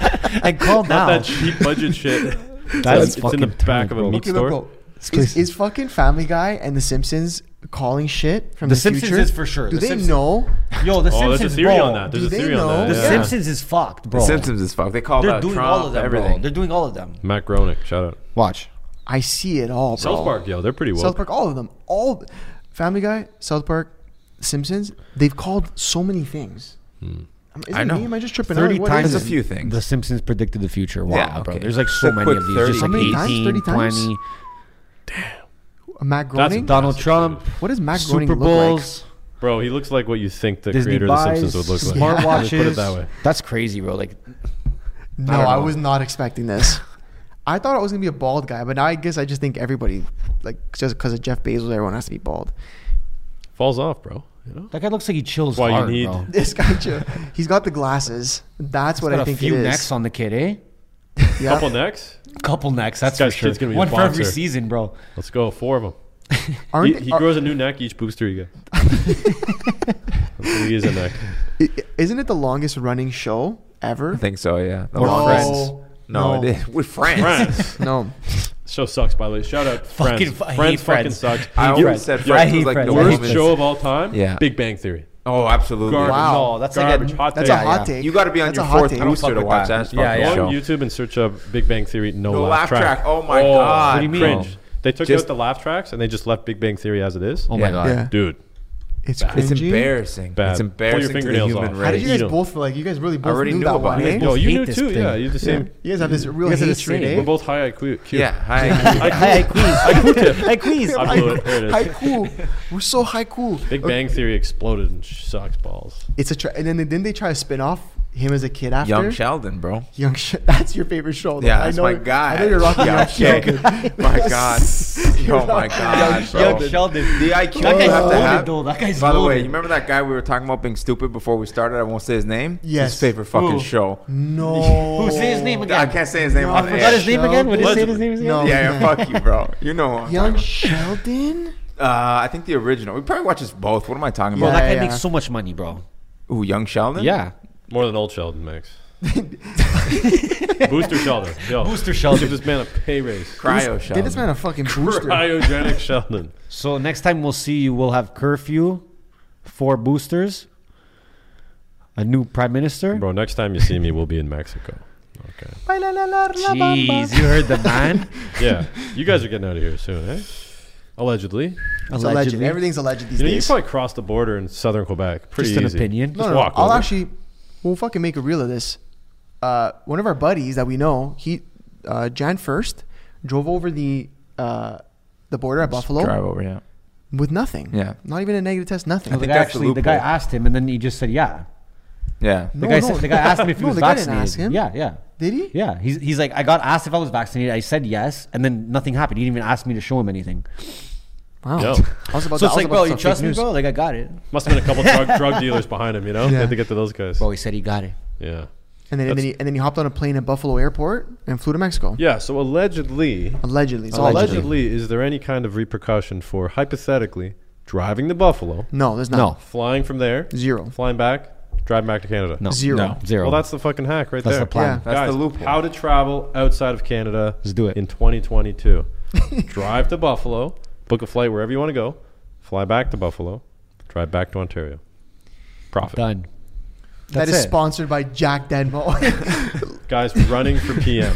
Speaker 2: And call
Speaker 3: Not
Speaker 2: now.
Speaker 3: that cheap budget shit.
Speaker 2: That's
Speaker 3: it's in the
Speaker 2: fucking
Speaker 3: back of a
Speaker 2: terrible.
Speaker 3: meat
Speaker 1: Okay,
Speaker 3: store.
Speaker 1: look, bro. Is, is fucking Family Guy and The Simpsons calling shit from the,
Speaker 2: The Simpsons
Speaker 1: future?
Speaker 2: is for sure.
Speaker 1: Do
Speaker 2: The
Speaker 1: they
Speaker 2: Simpsons-
Speaker 1: know?
Speaker 2: Yo, the
Speaker 3: Oh,
Speaker 2: Simpsons,
Speaker 3: there's a theory
Speaker 2: bro.
Speaker 3: on that. There's
Speaker 1: Do
Speaker 3: a
Speaker 1: they
Speaker 3: theory on
Speaker 1: know?
Speaker 3: that.
Speaker 2: The
Speaker 3: yeah.
Speaker 2: Simpsons is fucked, bro.
Speaker 4: Simpsons is fucked. They called
Speaker 2: They're
Speaker 4: out
Speaker 2: doing
Speaker 4: Trump,
Speaker 2: all of them, bro.
Speaker 4: everything.
Speaker 2: They're doing all of them.
Speaker 3: Matt Gronick, shout out.
Speaker 2: Watch.
Speaker 1: I see it all, bro.
Speaker 3: South Park, yo, they're pretty woke.
Speaker 1: South Park, all of them, all Family Guy, South Park, Simpsons. They've called so many things. Um, Is
Speaker 4: I
Speaker 1: it
Speaker 4: know.
Speaker 1: me? Am I just tripping?
Speaker 2: Thirty
Speaker 1: out? What
Speaker 2: times
Speaker 1: is
Speaker 4: There's
Speaker 1: it?
Speaker 4: a few things.
Speaker 2: The Simpsons predicted the future. Wow,
Speaker 4: Yeah,
Speaker 2: bro.
Speaker 4: okay.
Speaker 2: There's like
Speaker 4: A
Speaker 2: so many
Speaker 4: quick
Speaker 2: of these.
Speaker 4: 30.
Speaker 2: Just
Speaker 4: How
Speaker 2: like
Speaker 1: many times?
Speaker 2: 18,
Speaker 1: 30 times?
Speaker 2: 20.
Speaker 1: Matt
Speaker 3: That's
Speaker 1: Groening.
Speaker 2: Donald
Speaker 3: massive,
Speaker 2: Trump,
Speaker 3: dude.
Speaker 1: What does Matt Groening
Speaker 2: Super
Speaker 1: look like?
Speaker 2: Bowls,
Speaker 3: Bro, he looks like what you think the
Speaker 2: Disney
Speaker 3: creator of The
Speaker 2: buys,
Speaker 3: Simpsons would look like.
Speaker 2: smartwatches.
Speaker 3: Put it that way.
Speaker 2: That's crazy, bro. Like,
Speaker 1: No,
Speaker 2: don't
Speaker 1: I,
Speaker 2: know.
Speaker 1: was not expecting this. I thought I was gonna be a bald guy, but now I guess I just think everybody, like, just because of Jeff Bezos, everyone has to be bald.
Speaker 3: Falls off, bro. You know?
Speaker 2: that guy looks like he chills
Speaker 3: Why you
Speaker 2: hard,
Speaker 3: need-
Speaker 2: bro.
Speaker 1: This guy, Joe, he's got the glasses. That's what
Speaker 2: Got
Speaker 1: I
Speaker 2: a
Speaker 1: think
Speaker 2: few
Speaker 1: it is.
Speaker 2: necks on the kid, eh?
Speaker 1: Yeah.
Speaker 3: Couple necks.
Speaker 2: Couple necks. That's
Speaker 3: This
Speaker 2: for
Speaker 3: guy's
Speaker 2: sure.
Speaker 3: kid's gonna be a
Speaker 2: One for every
Speaker 3: boxer.
Speaker 2: season, bro.
Speaker 3: Let's go. Four of them.
Speaker 1: Aren't
Speaker 3: He,
Speaker 1: they-
Speaker 3: he
Speaker 1: are-
Speaker 3: grows a new neck each booster you get. he is a neck.
Speaker 1: i- i- isn't it the longest running show ever?
Speaker 4: I think so, yeah. The
Speaker 1: We're
Speaker 4: long
Speaker 1: friends.
Speaker 4: friends. No,
Speaker 1: No.
Speaker 4: it is. we're friends.
Speaker 3: France.
Speaker 1: No,
Speaker 3: show sucks, by the way. Shout out France.
Speaker 2: Fucking fu- I
Speaker 3: France,
Speaker 2: hate
Speaker 3: fucking
Speaker 2: Friends.
Speaker 3: sucks.
Speaker 4: I always
Speaker 2: friends.
Speaker 4: said
Speaker 2: I
Speaker 4: friends
Speaker 2: hate
Speaker 4: was like the
Speaker 2: friends. I hate
Speaker 3: Worst
Speaker 4: worst
Speaker 2: Friends.
Speaker 3: show of all time.
Speaker 4: Yeah.
Speaker 3: Big Bang Theory.
Speaker 4: Oh, absolutely.
Speaker 3: Garbage.
Speaker 1: Wow.
Speaker 2: Oh, that's
Speaker 3: Garbage.
Speaker 2: like a,
Speaker 3: hot
Speaker 1: that's
Speaker 3: take.
Speaker 1: a hot
Speaker 2: yeah.
Speaker 1: take.
Speaker 4: You got to be on
Speaker 1: That's
Speaker 4: your
Speaker 1: a hot
Speaker 4: fourth
Speaker 1: take.
Speaker 4: booster
Speaker 2: fuck
Speaker 4: to
Speaker 2: with
Speaker 4: watch
Speaker 2: that.
Speaker 4: that.
Speaker 2: Yeah, yeah.
Speaker 4: fucking
Speaker 3: Go on
Speaker 4: show.
Speaker 3: YouTube and search up Big Bang Theory. No,
Speaker 4: No
Speaker 3: laugh,
Speaker 4: laugh track. Oh my
Speaker 3: Oh,
Speaker 4: God,
Speaker 3: What do you mean? Cringe.
Speaker 4: bro.
Speaker 3: They took
Speaker 4: Just-
Speaker 3: out the laugh tracks and they just left Big Bang Theory as it is.
Speaker 2: Oh my
Speaker 4: Yeah.
Speaker 2: god.
Speaker 1: yeah,
Speaker 3: Dude,
Speaker 1: it's
Speaker 4: It's
Speaker 1: cringy.
Speaker 4: embarrassing.
Speaker 3: Bad.
Speaker 4: It's
Speaker 3: Pull your
Speaker 4: embarrassing to the
Speaker 3: fingernails
Speaker 4: human
Speaker 3: off.
Speaker 1: How did
Speaker 4: race.
Speaker 1: you
Speaker 3: You
Speaker 1: guys
Speaker 3: don't-
Speaker 1: both like you guys really both
Speaker 4: already
Speaker 1: knew,
Speaker 4: knew
Speaker 1: that
Speaker 4: about
Speaker 1: one?
Speaker 4: it.
Speaker 1: eh?
Speaker 3: yo, you
Speaker 2: hate
Speaker 3: knew
Speaker 2: this
Speaker 3: too.
Speaker 2: thing.
Speaker 3: Yeah, you're the
Speaker 1: Yeah.
Speaker 3: same.
Speaker 1: You guys have this real
Speaker 2: guys are the
Speaker 1: hatred.
Speaker 2: same.
Speaker 1: eh?
Speaker 3: We're both high IQ. Q.
Speaker 4: Yeah,
Speaker 2: I,
Speaker 4: hi.
Speaker 2: I
Speaker 3: I
Speaker 2: queez.
Speaker 3: quit it.
Speaker 2: I queez.
Speaker 3: I blew it. There it is.
Speaker 1: Haiku. We're so haiku.
Speaker 3: Big Bang Theory exploded and sh- sucks balls.
Speaker 1: It's a tra- and then didn't they try to spin off him as a kid after
Speaker 4: Young Sheldon, bro.
Speaker 1: Young Sh- that's your favorite show. Though.
Speaker 4: Yeah,
Speaker 1: I
Speaker 4: that's
Speaker 1: know,
Speaker 4: my guy.
Speaker 1: I know you're rocking
Speaker 4: Yeah,
Speaker 1: Young
Speaker 4: okay.
Speaker 1: Sheldon.
Speaker 4: My God. Oh my God, bro.
Speaker 2: Young Sheldon.
Speaker 4: The IQ
Speaker 2: That
Speaker 4: you
Speaker 2: guy's
Speaker 4: have to
Speaker 2: loaded,
Speaker 4: have.
Speaker 2: though. That guy's
Speaker 4: By the way,
Speaker 2: loaded.
Speaker 4: you remember that guy we were talking about being stupid before we started? I won't say his name. It's
Speaker 1: Yes.
Speaker 4: His favorite fucking
Speaker 2: Who?
Speaker 4: show.
Speaker 1: No.
Speaker 2: Who say his name again?
Speaker 4: I can't say his name
Speaker 1: No,
Speaker 4: on
Speaker 1: I
Speaker 2: I
Speaker 4: air.
Speaker 2: forgot his name again. What did he say his
Speaker 3: Allegedly.
Speaker 2: name is?
Speaker 1: No.
Speaker 2: again?
Speaker 4: Yeah, yeah, fuck you, bro. You know. What I'm
Speaker 1: Young
Speaker 4: talking
Speaker 1: Sheldon?
Speaker 4: about. uh, I think the original. We probably watches both. What am I talking
Speaker 2: Bro,
Speaker 1: Yeah,
Speaker 2: that
Speaker 4: about?
Speaker 2: guy
Speaker 1: yeah, yeah.
Speaker 2: makes so much money, bro.
Speaker 4: Ooh, Young Sheldon.
Speaker 2: Yeah.
Speaker 3: More than old Sheldon makes. Booster Sheldon. Yo.
Speaker 2: Booster Sheldon.
Speaker 3: Give this man a pay raise.
Speaker 4: Cryo
Speaker 1: Did this man
Speaker 4: Sheldon.
Speaker 1: a fucking booster?
Speaker 3: Cryogenic Sheldon.
Speaker 2: So next time we'll see you, we'll have curfew, four boosters, a new prime minister.
Speaker 3: Bro, next time you see me, we'll be in Mexico. Okay.
Speaker 2: Jeez, you heard the man.
Speaker 3: Yeah. You guys are getting out of here soon, eh? Allegedly.
Speaker 1: It's a legend. Everything's a legend these
Speaker 3: You know, you
Speaker 1: days.
Speaker 3: probably crossed the border in southern Quebec. Pretty
Speaker 2: Just an
Speaker 3: easy.
Speaker 2: opinion.
Speaker 1: no,
Speaker 3: Just
Speaker 1: no, no.
Speaker 3: walk
Speaker 1: I'll
Speaker 3: over.
Speaker 1: actually, we'll fucking make a reel of this. Uh, one of our buddies that we know, he, uh, Jan 1st, drove over the, uh, the border at Buffalo
Speaker 4: Drive over. Yeah.
Speaker 1: with nothing.
Speaker 4: Yeah.
Speaker 1: Not even a negative test, nothing.
Speaker 2: No, the
Speaker 4: think
Speaker 2: guy
Speaker 4: that's the
Speaker 2: actually, the guy
Speaker 4: loophole.
Speaker 2: asked him, and then he just said, "Yeah."
Speaker 4: Yeah.
Speaker 1: No,
Speaker 2: The guy,
Speaker 1: no.
Speaker 2: said, the guy asked me if he
Speaker 1: No,
Speaker 2: was
Speaker 1: the guy didn't
Speaker 2: vaccinated.
Speaker 1: ask him.
Speaker 2: Yeah, yeah,
Speaker 1: Did he?
Speaker 2: yeah. He's he's like, I got asked if I was vaccinated. I said yes, and then nothing happened. He didn't even ask me to show him anything.
Speaker 1: Wow.
Speaker 3: Yo.
Speaker 1: I was about
Speaker 2: So
Speaker 1: to, I was
Speaker 2: it's like,
Speaker 1: about
Speaker 2: bro,
Speaker 1: to
Speaker 2: you
Speaker 1: start
Speaker 2: trust
Speaker 1: fake
Speaker 2: me,
Speaker 1: news.
Speaker 2: bro? Like, I got it.
Speaker 3: Must have been a couple drug, drug dealers behind him, you know?
Speaker 1: Yeah.
Speaker 3: Had to get to those guys.
Speaker 2: Bro, he said he got it.
Speaker 3: Yeah.
Speaker 1: and then and then, he, and then he hopped on a plane at Buffalo Airport and flew to Mexico.
Speaker 3: Yeah. So allegedly,
Speaker 1: Allegedly, it's all
Speaker 3: allegedly,
Speaker 1: allegedly.
Speaker 3: is there any kind of repercussion for hypothetically driving the Buffalo,
Speaker 1: No, there's not.
Speaker 3: flying from there,
Speaker 1: Zero.
Speaker 3: flying back, driving back to Canada?
Speaker 5: No.
Speaker 1: Zero.
Speaker 5: No. Zero.
Speaker 3: Well, that's the fucking hack right
Speaker 5: That's
Speaker 3: there.
Speaker 5: the plan.
Speaker 1: Yeah.
Speaker 4: That's
Speaker 3: Guys,
Speaker 4: the loophole.
Speaker 3: How to travel outside of Canada?
Speaker 5: Let's do it.
Speaker 3: in 2022. Drive to Buffalo, book a flight wherever you want to go, fly back to Buffalo, drive back to Ontario. Profit.
Speaker 5: Done.
Speaker 1: That
Speaker 5: That's
Speaker 1: is
Speaker 5: it.
Speaker 1: sponsored by Jack Denmo.
Speaker 3: Guys running for PM.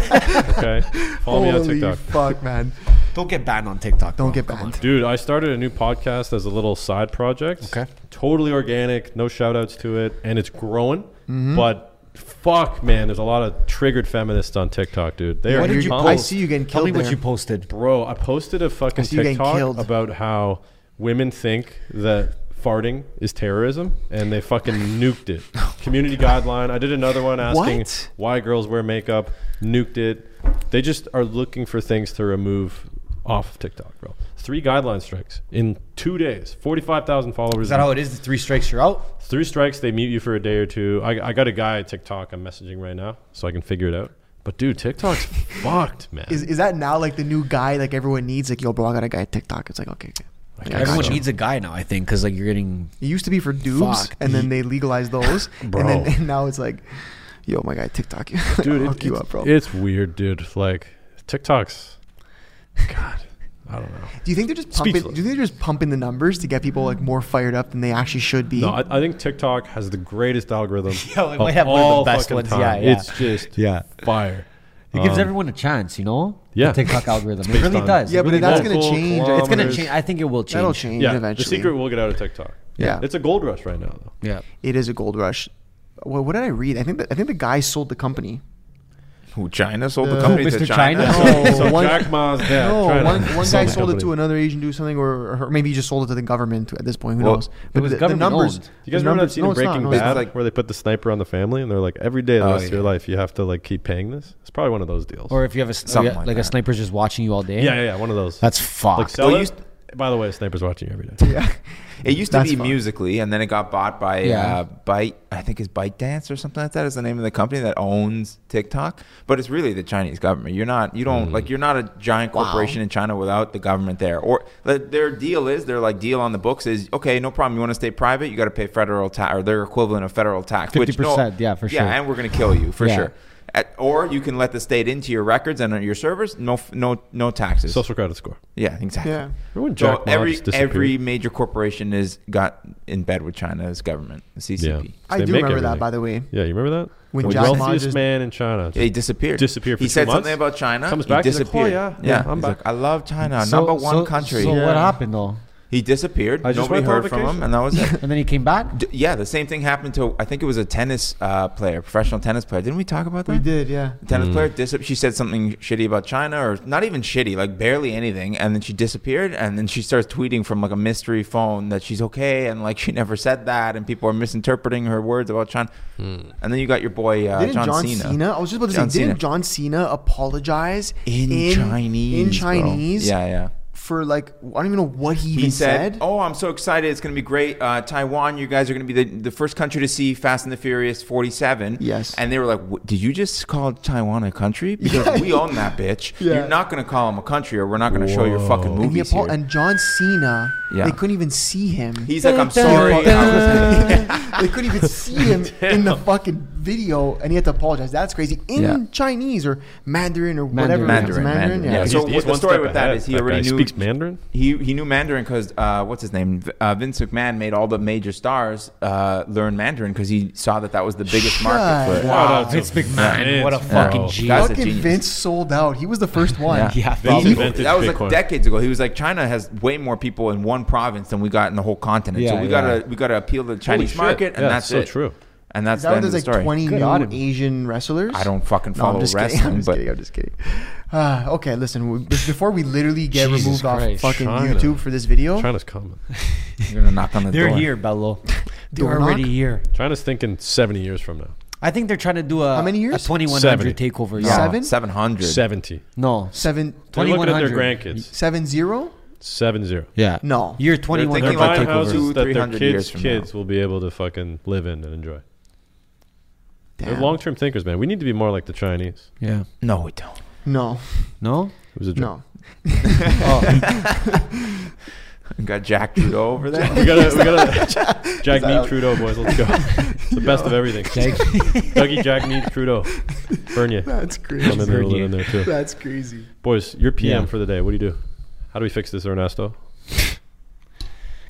Speaker 3: okay, follow me on
Speaker 1: Holy
Speaker 3: TikTok.
Speaker 1: fuck, man!
Speaker 5: Don't get banned on TikTok.
Speaker 1: Don't
Speaker 5: bro.
Speaker 1: get
Speaker 5: Come on.
Speaker 1: banned.
Speaker 3: Dude, I started a new podcast as a little side project.
Speaker 5: Okay.
Speaker 3: Totally organic, no shout outs to it, and it's growing.
Speaker 1: Mm-hmm.
Speaker 3: But fuck, man, there's a lot of triggered feminists on TikTok, dude. They
Speaker 1: What
Speaker 3: are
Speaker 1: did you
Speaker 3: pumped.
Speaker 1: I see you getting
Speaker 5: Tell
Speaker 1: killed
Speaker 5: me what
Speaker 1: there.
Speaker 5: you posted.
Speaker 3: Bro, I posted a fucking
Speaker 1: see you getting
Speaker 3: TikTok
Speaker 1: killed.
Speaker 3: about how women think that farting is terrorism and they fucking nuked it. Community guideline. I did another one asking
Speaker 1: What?
Speaker 3: why girls wear makeup, nuked it. They just are looking for things to remove off of TikTok, bro. Three guideline strikes in two days. 45,000 followers.
Speaker 2: Is that how it is? The three strikes, you're out.
Speaker 3: Three strikes, they mute you for a day or two. I, I got a guy at TikTok I'm messaging right now so I can figure it out. But dude, TikTok's fucked, man.
Speaker 1: Is, is that now like the new guy like everyone needs? Like, yo, bro, I got a guy at TikTok. It's like, okay, okay. Like, I
Speaker 5: Everyone
Speaker 1: got you.
Speaker 5: needs a guy now, I think, because like you're getting
Speaker 1: It used to be for dudes,
Speaker 5: Fuck.
Speaker 1: and then they legalized those, and
Speaker 3: Bro.
Speaker 1: then and now it's like, yo, my guy, TikTok, you,
Speaker 3: dude,
Speaker 1: I'll
Speaker 3: it-
Speaker 1: hook you
Speaker 3: it's-
Speaker 1: up, bro.
Speaker 3: It's weird, dude. Like TikTok's, God, I don't know.
Speaker 1: do you think they're just pumping?
Speaker 3: speechless.
Speaker 1: Do you think they're just pumping the numbers to get people like more fired up than they actually should be?
Speaker 3: No, I, I think TikTok has the greatest algorithm.
Speaker 5: Yo, it
Speaker 3: of
Speaker 5: might have one of the
Speaker 3: all
Speaker 5: best
Speaker 3: fucking
Speaker 5: ones.
Speaker 3: time.
Speaker 5: Yeah, yeah.
Speaker 3: It's just
Speaker 5: Yeah.
Speaker 3: fire.
Speaker 5: It gives
Speaker 3: Um,
Speaker 5: everyone a chance, you know?
Speaker 3: yeah.
Speaker 5: The TikTok algorithm. It
Speaker 3: based
Speaker 5: really
Speaker 3: on-
Speaker 5: does.
Speaker 1: yeah,
Speaker 5: It
Speaker 1: but
Speaker 5: really
Speaker 1: that's
Speaker 5: does.
Speaker 1: gonna
Speaker 3: Local
Speaker 1: change. I
Speaker 3: kilometers.
Speaker 5: It's gonna change. I think it will change.
Speaker 1: That'll change
Speaker 3: Yeah,
Speaker 1: eventually.
Speaker 3: the secret will get out of TikTok.
Speaker 1: Yeah.
Speaker 3: it's a gold rush right now, though.
Speaker 5: Yeah.
Speaker 1: It is a gold rush. What, what did I read? I think the, I think the guy sold the company.
Speaker 4: Who China sold the
Speaker 1: Who,
Speaker 4: company to
Speaker 5: Mr.
Speaker 4: China?
Speaker 5: China?
Speaker 1: No,
Speaker 3: So
Speaker 1: one-
Speaker 3: Jack Ma's dad.
Speaker 1: no,
Speaker 3: trying to
Speaker 1: Oh, one, one
Speaker 3: sell
Speaker 1: guy
Speaker 3: the
Speaker 1: sold it to
Speaker 3: company.
Speaker 1: another agent, do something, or, or maybe he just sold it to the government at this point. Who
Speaker 4: Well,
Speaker 1: knows?
Speaker 5: was
Speaker 1: the,
Speaker 5: government
Speaker 1: numbers.
Speaker 5: owned.
Speaker 3: You guys
Speaker 1: the
Speaker 3: remember that
Speaker 1: numbers-
Speaker 3: scene
Speaker 1: no,
Speaker 3: in
Speaker 1: it's not.
Speaker 3: Breaking
Speaker 1: No, it's
Speaker 3: Bad
Speaker 1: not.
Speaker 4: like-
Speaker 3: where they put the sniper on the family and they're like, every day the
Speaker 4: Oh,
Speaker 3: rest of your
Speaker 4: yeah.
Speaker 3: life you have to like keep paying this. It's probably one of those deals.
Speaker 5: Or if you have a s- oh,
Speaker 4: Something
Speaker 5: yeah,
Speaker 4: like
Speaker 5: like,
Speaker 4: that.
Speaker 5: a sniper's just watching you all day.
Speaker 3: yeah, yeah, yeah, one of those.
Speaker 5: That's fucked.
Speaker 3: like sell
Speaker 4: Well,
Speaker 3: it.
Speaker 4: you st-
Speaker 3: By the way, snipers watching you every day.
Speaker 4: It used to
Speaker 1: That's
Speaker 4: be
Speaker 1: fun.
Speaker 4: musically, and then it got bought by
Speaker 5: Yeah.
Speaker 4: uh, Byte. I think it's Byte Dance or something like that. Is the name of the company that owns TikTok? But it's really the Chinese government. You're not. You
Speaker 5: Hmm.
Speaker 4: don't like. You're not a giant corporation in China without the government there. Or like, their deal is their like deal on the books is okay. No problem. You want to stay private? You got to pay federal tax or their equivalent of federal tax. which no-
Speaker 5: 50%, yeah, for sure.
Speaker 4: Yeah, and we're gonna kill you for
Speaker 5: Yeah.
Speaker 4: sure. At, or you can let the state into your records and on your servers. No, f- no, no taxes.
Speaker 3: Social credit score.
Speaker 4: yeah, exactly.
Speaker 1: Yeah.
Speaker 3: Remember when
Speaker 4: So
Speaker 3: Jack Ma
Speaker 4: every
Speaker 3: just disappeared?
Speaker 4: every major corporation is got in bed with China's government, the
Speaker 3: Yeah.
Speaker 4: CCP.
Speaker 1: I
Speaker 3: They
Speaker 1: do
Speaker 3: make
Speaker 1: remember that,
Speaker 3: everything.
Speaker 1: by the way.
Speaker 3: Yeah, you remember that?
Speaker 1: When
Speaker 3: the
Speaker 1: Jack Ma
Speaker 3: wealthiest
Speaker 1: just-
Speaker 3: man in China.
Speaker 4: He disappeared.
Speaker 3: Disappeared for
Speaker 4: he
Speaker 3: two
Speaker 4: said
Speaker 3: months,
Speaker 4: something about China.
Speaker 3: comes
Speaker 4: he
Speaker 3: back, he's like, "Oh,
Speaker 4: disappeared.
Speaker 3: yeah, yeah, I'm
Speaker 4: he's
Speaker 3: back."
Speaker 4: like, I love China,
Speaker 5: So-
Speaker 4: number one
Speaker 5: so-
Speaker 4: country.
Speaker 5: So
Speaker 1: Yeah.
Speaker 5: what happened though?
Speaker 4: He disappeared.
Speaker 3: I just
Speaker 4: Nobody
Speaker 3: went on
Speaker 4: heard from
Speaker 3: vacation.
Speaker 4: him, and that was it.
Speaker 5: And then he came back?
Speaker 4: D- yeah, the same thing happened to I think it was a tennis uh, player, professional tennis player. Didn't we talk about that?
Speaker 1: We did, yeah.
Speaker 4: The tennis player dis- she said something shitty about china or not even shitty like barely anything and then she disappeared and then she starts tweeting from like a mystery phone that she's okay and like she never said that and people are misinterpreting her words about china and then you got your boy uh,
Speaker 1: Didn't
Speaker 4: john,
Speaker 1: John,
Speaker 4: cena,
Speaker 1: Cena. I was just about to
Speaker 4: John
Speaker 1: say, didn't
Speaker 4: Cena.
Speaker 1: John Cena apologize
Speaker 4: in, chinese
Speaker 1: in
Speaker 4: bro.
Speaker 1: Chinese
Speaker 4: yeah yeah
Speaker 1: for like I don't even know what he even
Speaker 4: he
Speaker 1: said.
Speaker 4: said, "Oh, I'm so excited! It's going to be great. Uh, Taiwan, you guys are going to be the, the first country to see Fast and the Furious 47."
Speaker 1: Yes.
Speaker 4: and they were like, "What- "Did you just call Taiwan a country? Because we own that bitch.
Speaker 1: Yeah.
Speaker 4: You're not going to call them a country, or we're not going to show your
Speaker 3: Whoa.
Speaker 4: fucking
Speaker 1: and, he
Speaker 4: movies
Speaker 1: apo-
Speaker 4: here."
Speaker 1: and John Cena,
Speaker 4: Yeah.
Speaker 1: they couldn't even see him.
Speaker 4: He's like, "I'm
Speaker 5: Dun,
Speaker 4: sorry."
Speaker 5: dun,
Speaker 4: I was-
Speaker 1: they couldn't even see him in the fucking video, and he had to apologize. That's crazy. In
Speaker 4: Yeah.
Speaker 1: Chinese or Mandarin or whatever. it
Speaker 4: Mandarin,
Speaker 1: is.
Speaker 4: Mandarin, yeah.
Speaker 1: Yeah.
Speaker 3: He's-
Speaker 4: So what
Speaker 3: he's
Speaker 4: the
Speaker 3: one
Speaker 4: story
Speaker 3: step
Speaker 4: with that
Speaker 3: ahead.
Speaker 4: is he
Speaker 3: That
Speaker 4: already
Speaker 3: guy
Speaker 4: knew-
Speaker 3: speaks Mandarin.
Speaker 4: he he knew Mandarin because uh, what's his name? Uh, Vince McMahon made all the major stars uh, learn Mandarin because he saw that that was the biggest market for it.
Speaker 1: Shut up.
Speaker 3: Shout out to
Speaker 5: Ah, Vince McMahon, what a
Speaker 3: Vince,
Speaker 5: fucking
Speaker 3: bro.
Speaker 5: G.
Speaker 4: Guy's a
Speaker 1: Fucking
Speaker 4: genius.
Speaker 1: Vince sold out. He was the first one.
Speaker 5: Yeah,
Speaker 3: Vince
Speaker 5: probably.
Speaker 3: invented
Speaker 4: that was
Speaker 3: Bitcoin.
Speaker 4: like decades ago. He was like, China has way more people in one province than we got in the whole continent. so
Speaker 5: Yeah,
Speaker 4: we
Speaker 5: yeah.
Speaker 4: gotta we gotta appeal to the Chinese
Speaker 3: shit.
Speaker 4: market, and
Speaker 3: Yeah,
Speaker 4: that's
Speaker 3: so
Speaker 4: it.
Speaker 3: true.
Speaker 4: And that's
Speaker 1: Is
Speaker 4: the
Speaker 1: that
Speaker 4: end
Speaker 1: when
Speaker 4: of
Speaker 1: there's
Speaker 4: the
Speaker 1: like
Speaker 4: story.
Speaker 1: 20
Speaker 5: Good
Speaker 1: new
Speaker 5: on him.
Speaker 1: Asian wrestlers?
Speaker 4: I don't fucking
Speaker 1: No,
Speaker 4: follow
Speaker 1: I'm just
Speaker 4: wrestling,
Speaker 1: kidding. I'm just
Speaker 4: but
Speaker 1: kidding. I'm just kidding. Uh, okay, listen. We, before we literally get
Speaker 5: Jesus
Speaker 1: removed
Speaker 5: Christ,
Speaker 1: off fucking
Speaker 3: China.
Speaker 1: YouTube for this video,
Speaker 3: China's coming.
Speaker 4: you're gonna knock on the
Speaker 5: They're
Speaker 4: door.
Speaker 5: here, Bello. They're
Speaker 1: Door knock?
Speaker 5: already here.
Speaker 3: China's thinking 70 years from now.
Speaker 5: I think they're trying to do a
Speaker 1: How many years?
Speaker 5: A 2100 takeover. Yeah.
Speaker 1: Seven?
Speaker 4: seven hundred.
Speaker 3: 70.
Speaker 5: No.
Speaker 1: seven
Speaker 3: They're looking at their
Speaker 5: 2100.
Speaker 3: grandkids.
Speaker 1: seven zero.
Speaker 3: 7 0.
Speaker 5: Yeah.
Speaker 1: No.
Speaker 5: Year 2100
Speaker 3: They're
Speaker 4: Thinking about
Speaker 3: buying
Speaker 4: takeovers.
Speaker 5: takeover.
Speaker 3: houses
Speaker 4: Two,
Speaker 3: that their
Speaker 4: 300 years
Speaker 3: kids'
Speaker 4: from now.
Speaker 3: kids will be able to fucking live in and enjoy. They're
Speaker 1: Damn.
Speaker 3: long term thinkers, man. We need to be more like the Chinese.
Speaker 5: Yeah.
Speaker 4: No, we don't.
Speaker 1: No,
Speaker 5: No.
Speaker 3: It was a joke.
Speaker 1: no.
Speaker 4: We got Jack Trudeau over there.
Speaker 3: We gotta, we gotta Jack Meat Trudeau, boys. Let's go. It's the best of everything. Dougie Jack Meat Trudeau. Burn you.
Speaker 1: That's
Speaker 3: I'm in
Speaker 1: crazy.
Speaker 3: there, a little in there too.
Speaker 1: That's crazy.
Speaker 3: Boys, you're PM
Speaker 5: Yeah.
Speaker 3: for the day. What do you do? How do we fix this, Ernesto?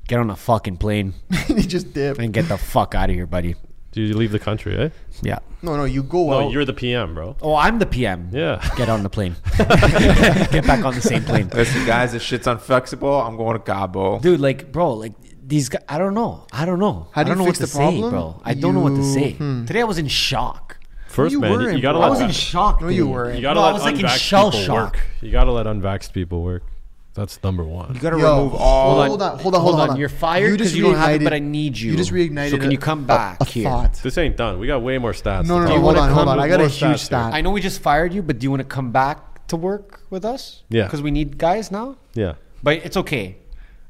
Speaker 5: Get on a fucking plane
Speaker 1: you just dip.
Speaker 5: and get the fuck out of here, buddy.
Speaker 3: Do you leave the country, eh?
Speaker 5: Yeah.
Speaker 1: No, no. You go
Speaker 3: No,
Speaker 1: out.
Speaker 3: you're the PM, bro.
Speaker 5: Oh, I'm the PM.
Speaker 3: Yeah.
Speaker 5: Get on the plane. get back on the same plane.
Speaker 4: Listen, guys, this shit's unfixable. I'm going to Cabo.
Speaker 5: Dude, like, bro, like these guys, I don't know. I don't know.
Speaker 1: How do
Speaker 5: I
Speaker 1: you
Speaker 5: don't know
Speaker 1: fix
Speaker 5: what to
Speaker 1: the problem?
Speaker 5: say, bro. I don't know what to
Speaker 1: You-
Speaker 5: say.
Speaker 1: hmm.
Speaker 5: Today I was in shock.
Speaker 3: First,
Speaker 1: You
Speaker 3: man,
Speaker 1: were
Speaker 3: you,
Speaker 1: in-
Speaker 3: you gotta
Speaker 1: I
Speaker 3: let
Speaker 1: was
Speaker 5: in
Speaker 3: va-
Speaker 5: shock.
Speaker 1: no, you
Speaker 5: dude.
Speaker 1: weren't.
Speaker 3: you gotta
Speaker 5: No, I
Speaker 3: let
Speaker 5: was, like, in
Speaker 3: unvaxxed
Speaker 5: shell
Speaker 3: people
Speaker 5: shock.
Speaker 3: work. You gotta let unvaxxed people work. That's number one.
Speaker 4: You got to
Speaker 1: Yo,
Speaker 4: remove all.
Speaker 1: Hold on, hold on, hold on.
Speaker 5: You're fired
Speaker 1: You
Speaker 5: because
Speaker 1: just
Speaker 5: you, don't have it,
Speaker 1: reignited-
Speaker 5: but I need you.
Speaker 1: you just reignited
Speaker 5: So can
Speaker 1: a-
Speaker 5: you come back
Speaker 1: a
Speaker 5: here?
Speaker 1: thought.
Speaker 3: This ain't done. We got way more stats.
Speaker 1: No, no, no.
Speaker 3: to talk
Speaker 1: Hold
Speaker 5: wanna
Speaker 1: on, hold
Speaker 5: come
Speaker 1: on.
Speaker 5: with
Speaker 1: I got a
Speaker 3: more
Speaker 1: huge
Speaker 3: stats here?
Speaker 1: stat.
Speaker 5: I know we just fired you, but do you want to come back to work with us?
Speaker 3: Yeah.
Speaker 5: Because we need guys now.
Speaker 3: Yeah.
Speaker 5: But it's okay.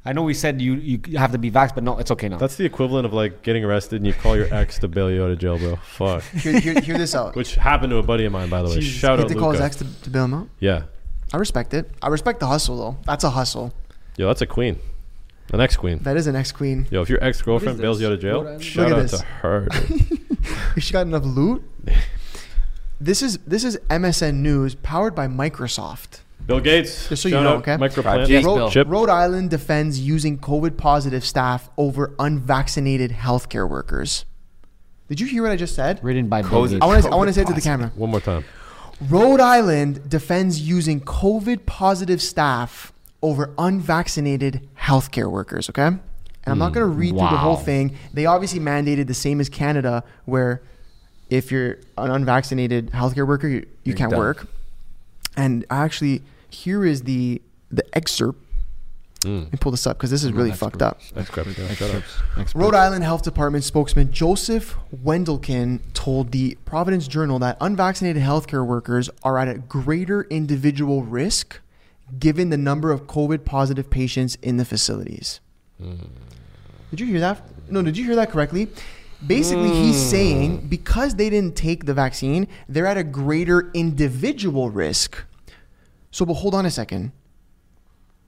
Speaker 5: I know we said you you have to be vaxxed, but no, it's okay now.
Speaker 3: That's the equivalent of like getting arrested and you call your ex to bail you out of jail, bro. Fuck.
Speaker 1: Hear, hear, hear this out.
Speaker 3: Which happened to a buddy of mine, by the way. Shout
Speaker 1: He had
Speaker 3: out
Speaker 1: to call his
Speaker 3: Luca.
Speaker 1: ex to, to bail him out.
Speaker 3: yeah.
Speaker 1: I respect it. I respect the hustle though. That's a hustle.
Speaker 3: Yo, that's a queen. An ex queen.
Speaker 1: That is an ex queen.
Speaker 3: Yo, if your ex girlfriend
Speaker 5: What is
Speaker 3: bails you out
Speaker 5: this?
Speaker 3: of jail,
Speaker 5: What-
Speaker 3: shout
Speaker 1: Look at
Speaker 3: out
Speaker 1: this.
Speaker 3: to her. dude.
Speaker 1: she got enough loot. This is this is MSN News powered by Microsoft.
Speaker 3: Bill Gates.
Speaker 1: Just so you
Speaker 3: shout
Speaker 1: know,
Speaker 3: out.
Speaker 1: okay?
Speaker 3: Microplant.
Speaker 4: Yes,
Speaker 1: Ro-
Speaker 5: Bill.
Speaker 3: Chip.
Speaker 1: Rhode Island defends using COVID positive staff over unvaccinated healthcare workers. Did you hear what I just said?
Speaker 5: Written by Bill
Speaker 4: Cozy.
Speaker 5: Gates.
Speaker 1: I want to I want to
Speaker 4: COVID
Speaker 1: say it to the
Speaker 4: positive.
Speaker 1: camera.
Speaker 3: One more time.
Speaker 1: Rhode Island defends using COVID positive staff over unvaccinated healthcare workers, okay? And I'm not going to read through the whole
Speaker 5: wow.
Speaker 1: thing. They obviously mandated the same as Canada, where if you're an unvaccinated healthcare worker, you, you can't
Speaker 4: done.
Speaker 1: work. And actually, here is the the excerpt. Let me pull this up because this is really fucked up.
Speaker 3: Ex crep. Shout out.
Speaker 1: Rhode Island Health Department spokesman Joseph Wendelkin told the Providence Journal that unvaccinated healthcare workers are at a greater individual risk given the number of COVID positive patients in the facilities. Did you hear that? No, did you hear that correctly? Basically, he's
Speaker 4: Hmm.
Speaker 1: saying because they didn't take the vaccine, they're at a greater individual risk. So, but hold on a second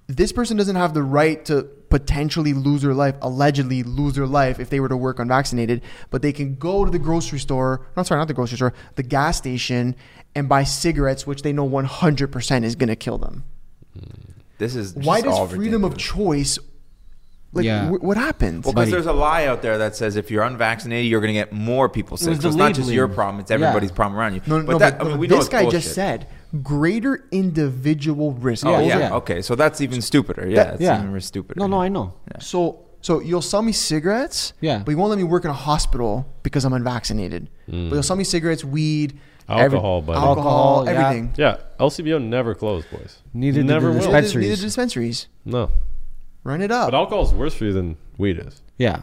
Speaker 1: this person doesn't have the right to potentially lose their life, allegedly lose their life if they were to work unvaccinated, but they can go to the grocery store, not sorry, not the grocery store, the gas station and buy cigarettes, which they know 100% is going to kill them.
Speaker 4: This is just
Speaker 1: Why does
Speaker 4: all
Speaker 1: freedom
Speaker 4: ridiculous.
Speaker 1: of choice, like,
Speaker 5: Yeah.
Speaker 1: wh- what happened?
Speaker 4: Well, because there's a lie out there that says if you're unvaccinated, you're going to get more people sick.
Speaker 5: was
Speaker 4: So
Speaker 5: the
Speaker 4: it's not just
Speaker 5: labeling.
Speaker 4: your problem; it's everybody's
Speaker 5: Yeah.
Speaker 4: problem around you.
Speaker 1: no, no,
Speaker 4: but
Speaker 1: no,
Speaker 4: that,
Speaker 1: but,
Speaker 4: I mean, we know
Speaker 1: this
Speaker 4: it's
Speaker 1: guy
Speaker 4: bullshit.
Speaker 1: just said greater individual risk.
Speaker 4: Oh,
Speaker 5: Yeah,
Speaker 4: yeah.
Speaker 5: yeah.
Speaker 4: Okay, so that's even stupider. Yeah, it's
Speaker 5: yeah.
Speaker 4: even stupider.
Speaker 5: No, no, I know.
Speaker 1: So, so you'll sell me cigarettes,
Speaker 5: Yeah.
Speaker 1: but you won't let me work in a hospital because I'm unvaccinated.
Speaker 4: Hmm.
Speaker 1: But you'll sell me cigarettes, weed,
Speaker 3: Alcohol, buddy.
Speaker 1: alcohol,
Speaker 5: Alcohol, yeah.
Speaker 1: everything.
Speaker 3: Yeah. LCBO never closed, boys.
Speaker 5: Neither did
Speaker 3: never
Speaker 5: the
Speaker 3: will.
Speaker 5: dispensary.
Speaker 1: Neither, neither do dispensaries.
Speaker 3: No.
Speaker 1: Run it
Speaker 3: But
Speaker 1: up.
Speaker 3: alcohol's worse for you than weed is.
Speaker 5: Yeah.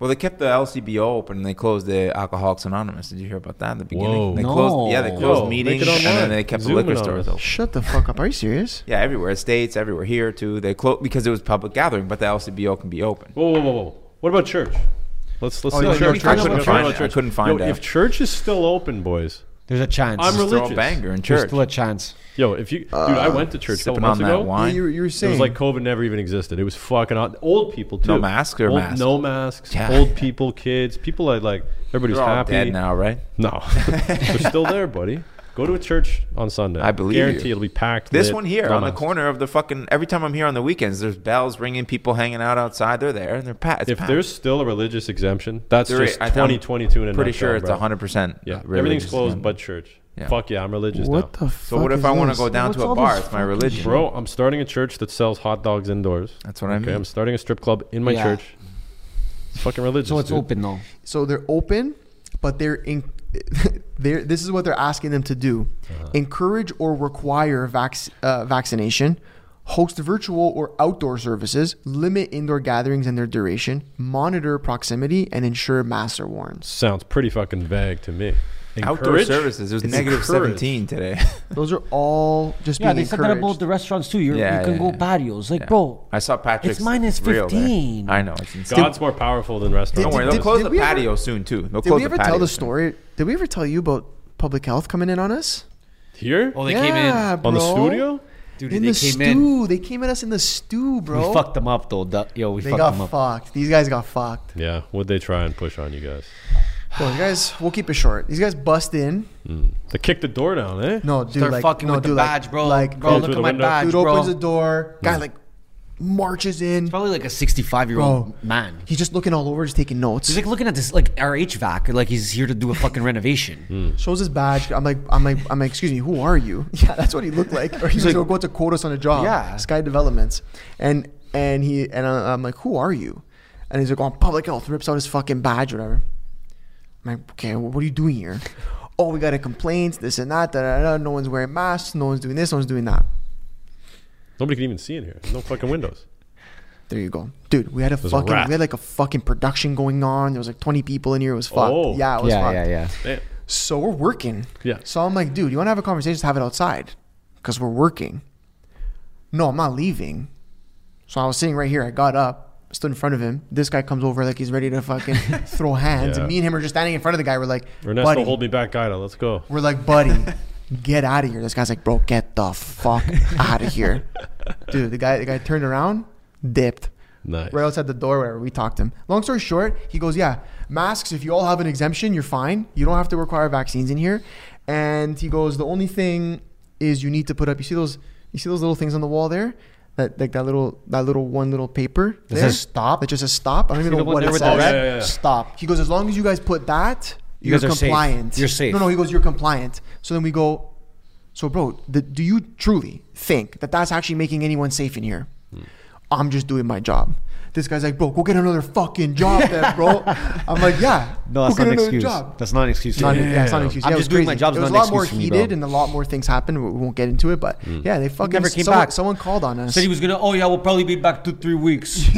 Speaker 4: Well, they kept the LCBO open and they closed the Alcoholics Anonymous. Did you hear about that in the beginning?
Speaker 3: Whoa.
Speaker 4: They
Speaker 5: No.
Speaker 4: closed, yeah, they
Speaker 5: Yo,
Speaker 4: closed
Speaker 3: make
Speaker 4: meetings
Speaker 3: it
Speaker 4: and
Speaker 3: online.
Speaker 4: then they kept
Speaker 3: Zoom
Speaker 4: the liquor
Speaker 3: Anonymous.
Speaker 4: stores open.
Speaker 1: Shut the fuck up. Are you serious?
Speaker 4: Yeah, everywhere. States, everywhere. Here, too. They closed because it was public gathering, but the LCBO can be open.
Speaker 3: Whoa, whoa, whoa, whoa. What about church? Let's let's
Speaker 1: Oh,
Speaker 3: see
Speaker 1: yeah,
Speaker 3: church.
Speaker 1: church. I couldn't
Speaker 3: Let's talk
Speaker 4: find
Speaker 3: about
Speaker 4: it. I couldn't find
Speaker 3: Yo,
Speaker 4: it.
Speaker 3: If church is still open, boys.
Speaker 5: There's a chance.
Speaker 3: I'm
Speaker 4: Just throw a
Speaker 3: religious.
Speaker 4: banger
Speaker 5: There's
Speaker 4: in church.
Speaker 5: still a chance.
Speaker 3: Yo, if you dude, I went to church a couple
Speaker 4: Uh, Sipping
Speaker 3: months
Speaker 4: on
Speaker 3: ago.
Speaker 4: that wine.
Speaker 1: You, were- you were
Speaker 3: It
Speaker 1: saying
Speaker 3: was like COVID never even existed. It was fucking odd. old people too.
Speaker 4: No masks or
Speaker 3: old,
Speaker 4: masks?
Speaker 3: No masks.
Speaker 4: Yeah.
Speaker 3: Old people, kids, people that like everybody was
Speaker 4: They're all
Speaker 3: happy.
Speaker 4: dead now, right?
Speaker 3: No, they're still there, buddy. Go to a church on Sunday.
Speaker 4: I believe
Speaker 3: Guarantee
Speaker 4: you.
Speaker 3: it'll be packed.
Speaker 4: This
Speaker 3: lit,
Speaker 4: one here
Speaker 3: no
Speaker 4: on the
Speaker 3: masks.
Speaker 4: corner of the fucking. Every time I'm here on the weekends, there's bells ringing, people hanging out outside. They're there and they're packed. It's
Speaker 3: If
Speaker 4: packed.
Speaker 3: there's still a religious exemption, that's
Speaker 4: There is-
Speaker 3: just
Speaker 4: I- I'm
Speaker 3: 2022 and
Speaker 4: pretty sure it's
Speaker 3: bro.
Speaker 4: 100. percent
Speaker 3: Yeah, everything's closed but church.
Speaker 4: Yeah.
Speaker 3: Fuck yeah, I'm religious now.
Speaker 1: what the fuck?
Speaker 4: So what if I want to go down
Speaker 5: What's
Speaker 4: to a
Speaker 5: all
Speaker 4: bar?
Speaker 5: this
Speaker 4: It's my religion.
Speaker 3: Bro, I'm starting a church that sells hot dogs indoors.
Speaker 4: That's what I
Speaker 3: Okay,
Speaker 4: mean.
Speaker 3: I'm starting a strip club in my
Speaker 5: Yeah.
Speaker 3: church. It's fucking religious.
Speaker 5: So it's
Speaker 3: dude.
Speaker 5: open though.
Speaker 1: So they're open, but they're in. They're, this is what they're asking them to do: encourage or require vac- uh, vaccination, host virtual or outdoor services, limit indoor gatherings and their duration, monitor proximity, and ensure masks are worn.
Speaker 3: Sounds pretty fucking vague to me.
Speaker 4: Outdoor
Speaker 3: Encourage?
Speaker 4: services. It was
Speaker 3: It's
Speaker 4: negative
Speaker 3: encouraged.
Speaker 4: 17 today.
Speaker 1: Those are all just
Speaker 5: Yeah,
Speaker 1: being
Speaker 5: they said that
Speaker 1: encouraged.
Speaker 5: about the restaurants too. You're,
Speaker 4: Yeah,
Speaker 5: you can
Speaker 4: yeah,
Speaker 5: go
Speaker 4: yeah.
Speaker 5: patios. Like,
Speaker 4: Yeah.
Speaker 5: bro,
Speaker 4: I saw Patrick's.
Speaker 5: it's minus
Speaker 4: reel there.
Speaker 5: 15.
Speaker 4: I know. It's insane.
Speaker 3: God's more powerful than
Speaker 4: Don't
Speaker 3: restaurants.
Speaker 4: worry.
Speaker 1: did-
Speaker 4: They'll
Speaker 1: did-
Speaker 4: close
Speaker 1: did
Speaker 4: the
Speaker 1: we ever-
Speaker 4: patio soon, too. They'll
Speaker 1: Did
Speaker 4: close
Speaker 1: we ever
Speaker 4: the patio
Speaker 1: tell the
Speaker 4: soon.
Speaker 1: story? Did we ever tell you about public health coming in on us?
Speaker 3: Here?
Speaker 6: Oh, they
Speaker 1: yeah,
Speaker 6: came in.
Speaker 1: Bro.
Speaker 3: On the studio?
Speaker 6: Dude,
Speaker 1: In
Speaker 6: they
Speaker 1: the
Speaker 6: came in.
Speaker 1: stew. They came at us in the stew, bro.
Speaker 5: we fucked them up though. duh. Yo, we
Speaker 1: they
Speaker 5: fucked
Speaker 1: got
Speaker 5: them up.
Speaker 1: fucked. These guys got fucked.
Speaker 3: Yeah. What'd they try and push on you guys?
Speaker 1: Well, you guys, we'll keep it short. These guys bust in.
Speaker 3: They kicked the door down, eh?
Speaker 1: No, dude,
Speaker 6: Start
Speaker 1: like,
Speaker 6: fucking
Speaker 1: no,
Speaker 6: with
Speaker 1: dude,
Speaker 6: the
Speaker 1: like-
Speaker 6: badge, bro.
Speaker 1: Like,
Speaker 6: bro,
Speaker 3: Go
Speaker 6: look
Speaker 3: through
Speaker 6: at
Speaker 3: the
Speaker 6: my
Speaker 3: window.
Speaker 6: badge,
Speaker 1: dude
Speaker 6: bro.
Speaker 1: opens the door. Guy like marches in.
Speaker 6: Probably like a 65 year
Speaker 1: Bro.
Speaker 6: old man.
Speaker 1: He's just looking all over, just taking notes.
Speaker 6: He's like looking at this like our HVAC, like he's here to do a fucking renovation.
Speaker 5: Hmm.
Speaker 1: Shows his badge. I'm like, I'm like, I'm like, excuse me, who are you? Yeah, that's what he looked like. Or he was like, going to quote us on a job.
Speaker 6: Yeah.
Speaker 1: Sky Developments. And and he and I- I'm like, who are you? And he's like, oh, I'm public health. Rips out his fucking badge, whatever. I'm like, okay, well, what are you doing here? Oh, we got a complaint, this and that. Da, da, da. No one's wearing masks. No one's doing this. No one's doing that.
Speaker 3: Nobody can even see in here. There's no fucking windows.
Speaker 1: There you go, dude. We had a
Speaker 3: was a
Speaker 1: fucking,
Speaker 3: rat.
Speaker 1: we had like a fucking production going on. There was like 20 people in here. It was fucked.
Speaker 3: Oh.
Speaker 1: Yeah, it was
Speaker 5: Yeah,
Speaker 1: fucked.
Speaker 5: yeah, yeah.
Speaker 3: Damn.
Speaker 1: So we're working.
Speaker 3: Yeah.
Speaker 1: So I'm like, dude, you want to have a conversation? Just have it outside, because we're working. No, I'm not leaving. So I was sitting right here. I got up, stood in front of him. This guy comes over like he's ready to fucking throw hands,
Speaker 3: Yeah.
Speaker 1: and me and him are just standing in front of the guy. We're like,
Speaker 3: Ernesto,
Speaker 1: buddy,
Speaker 3: hold me back, Gaida. Let's go.
Speaker 1: we're like, buddy, get out of here. This guy's like, bro, get the fuck out of here, dude. The guy, the guy turned around, dipped
Speaker 3: Nice.
Speaker 1: right outside the door where we talked to him. Long story short, he goes, Yeah, masks, if you all have an exemption, you're fine. You don't have to require vaccines in here. And he goes, The only thing is you need to put up you see those you see those little things on the wall there? That like that little that little one little paper. It
Speaker 5: says stop?
Speaker 1: It just says stop. I don't even know
Speaker 5: the one
Speaker 1: what
Speaker 5: there
Speaker 1: it
Speaker 5: with
Speaker 1: says.
Speaker 5: the
Speaker 3: red? Yeah, yeah, yeah.
Speaker 5: Stop.
Speaker 1: He goes, As long as you guys put that,
Speaker 5: You
Speaker 1: are
Speaker 5: guys are safe.
Speaker 1: compliant.
Speaker 5: You're safe.
Speaker 1: No, no, Oh, he goes, You're compliant. So then we go, So bro, the, do you truly think that that's actually making anyone safe in here?
Speaker 5: Hmm.
Speaker 1: I'm just doing my job. This guy's like, bro, go get another fucking job then, bro. I'm like, yeah,
Speaker 5: No,
Speaker 1: go
Speaker 5: that's
Speaker 1: get
Speaker 5: not an
Speaker 1: another
Speaker 5: excuse.
Speaker 1: job.
Speaker 5: That's not an excuse.
Speaker 1: Not an- yeah, it's not an excuse.
Speaker 5: I'm
Speaker 1: Yeah, it
Speaker 5: just
Speaker 1: was
Speaker 5: doing my
Speaker 1: crazy.
Speaker 5: job. It's
Speaker 1: It was
Speaker 5: not
Speaker 1: a
Speaker 5: an
Speaker 1: lot more
Speaker 5: excuse for me, bro. Hmm.
Speaker 1: heated and a lot more things happened. We we won't get into it, but yeah, they fucking
Speaker 5: Never came
Speaker 1: someone,
Speaker 5: back.
Speaker 1: someone called on us.
Speaker 6: Said he was gonna, oh yeah, we'll probably be back two, three weeks.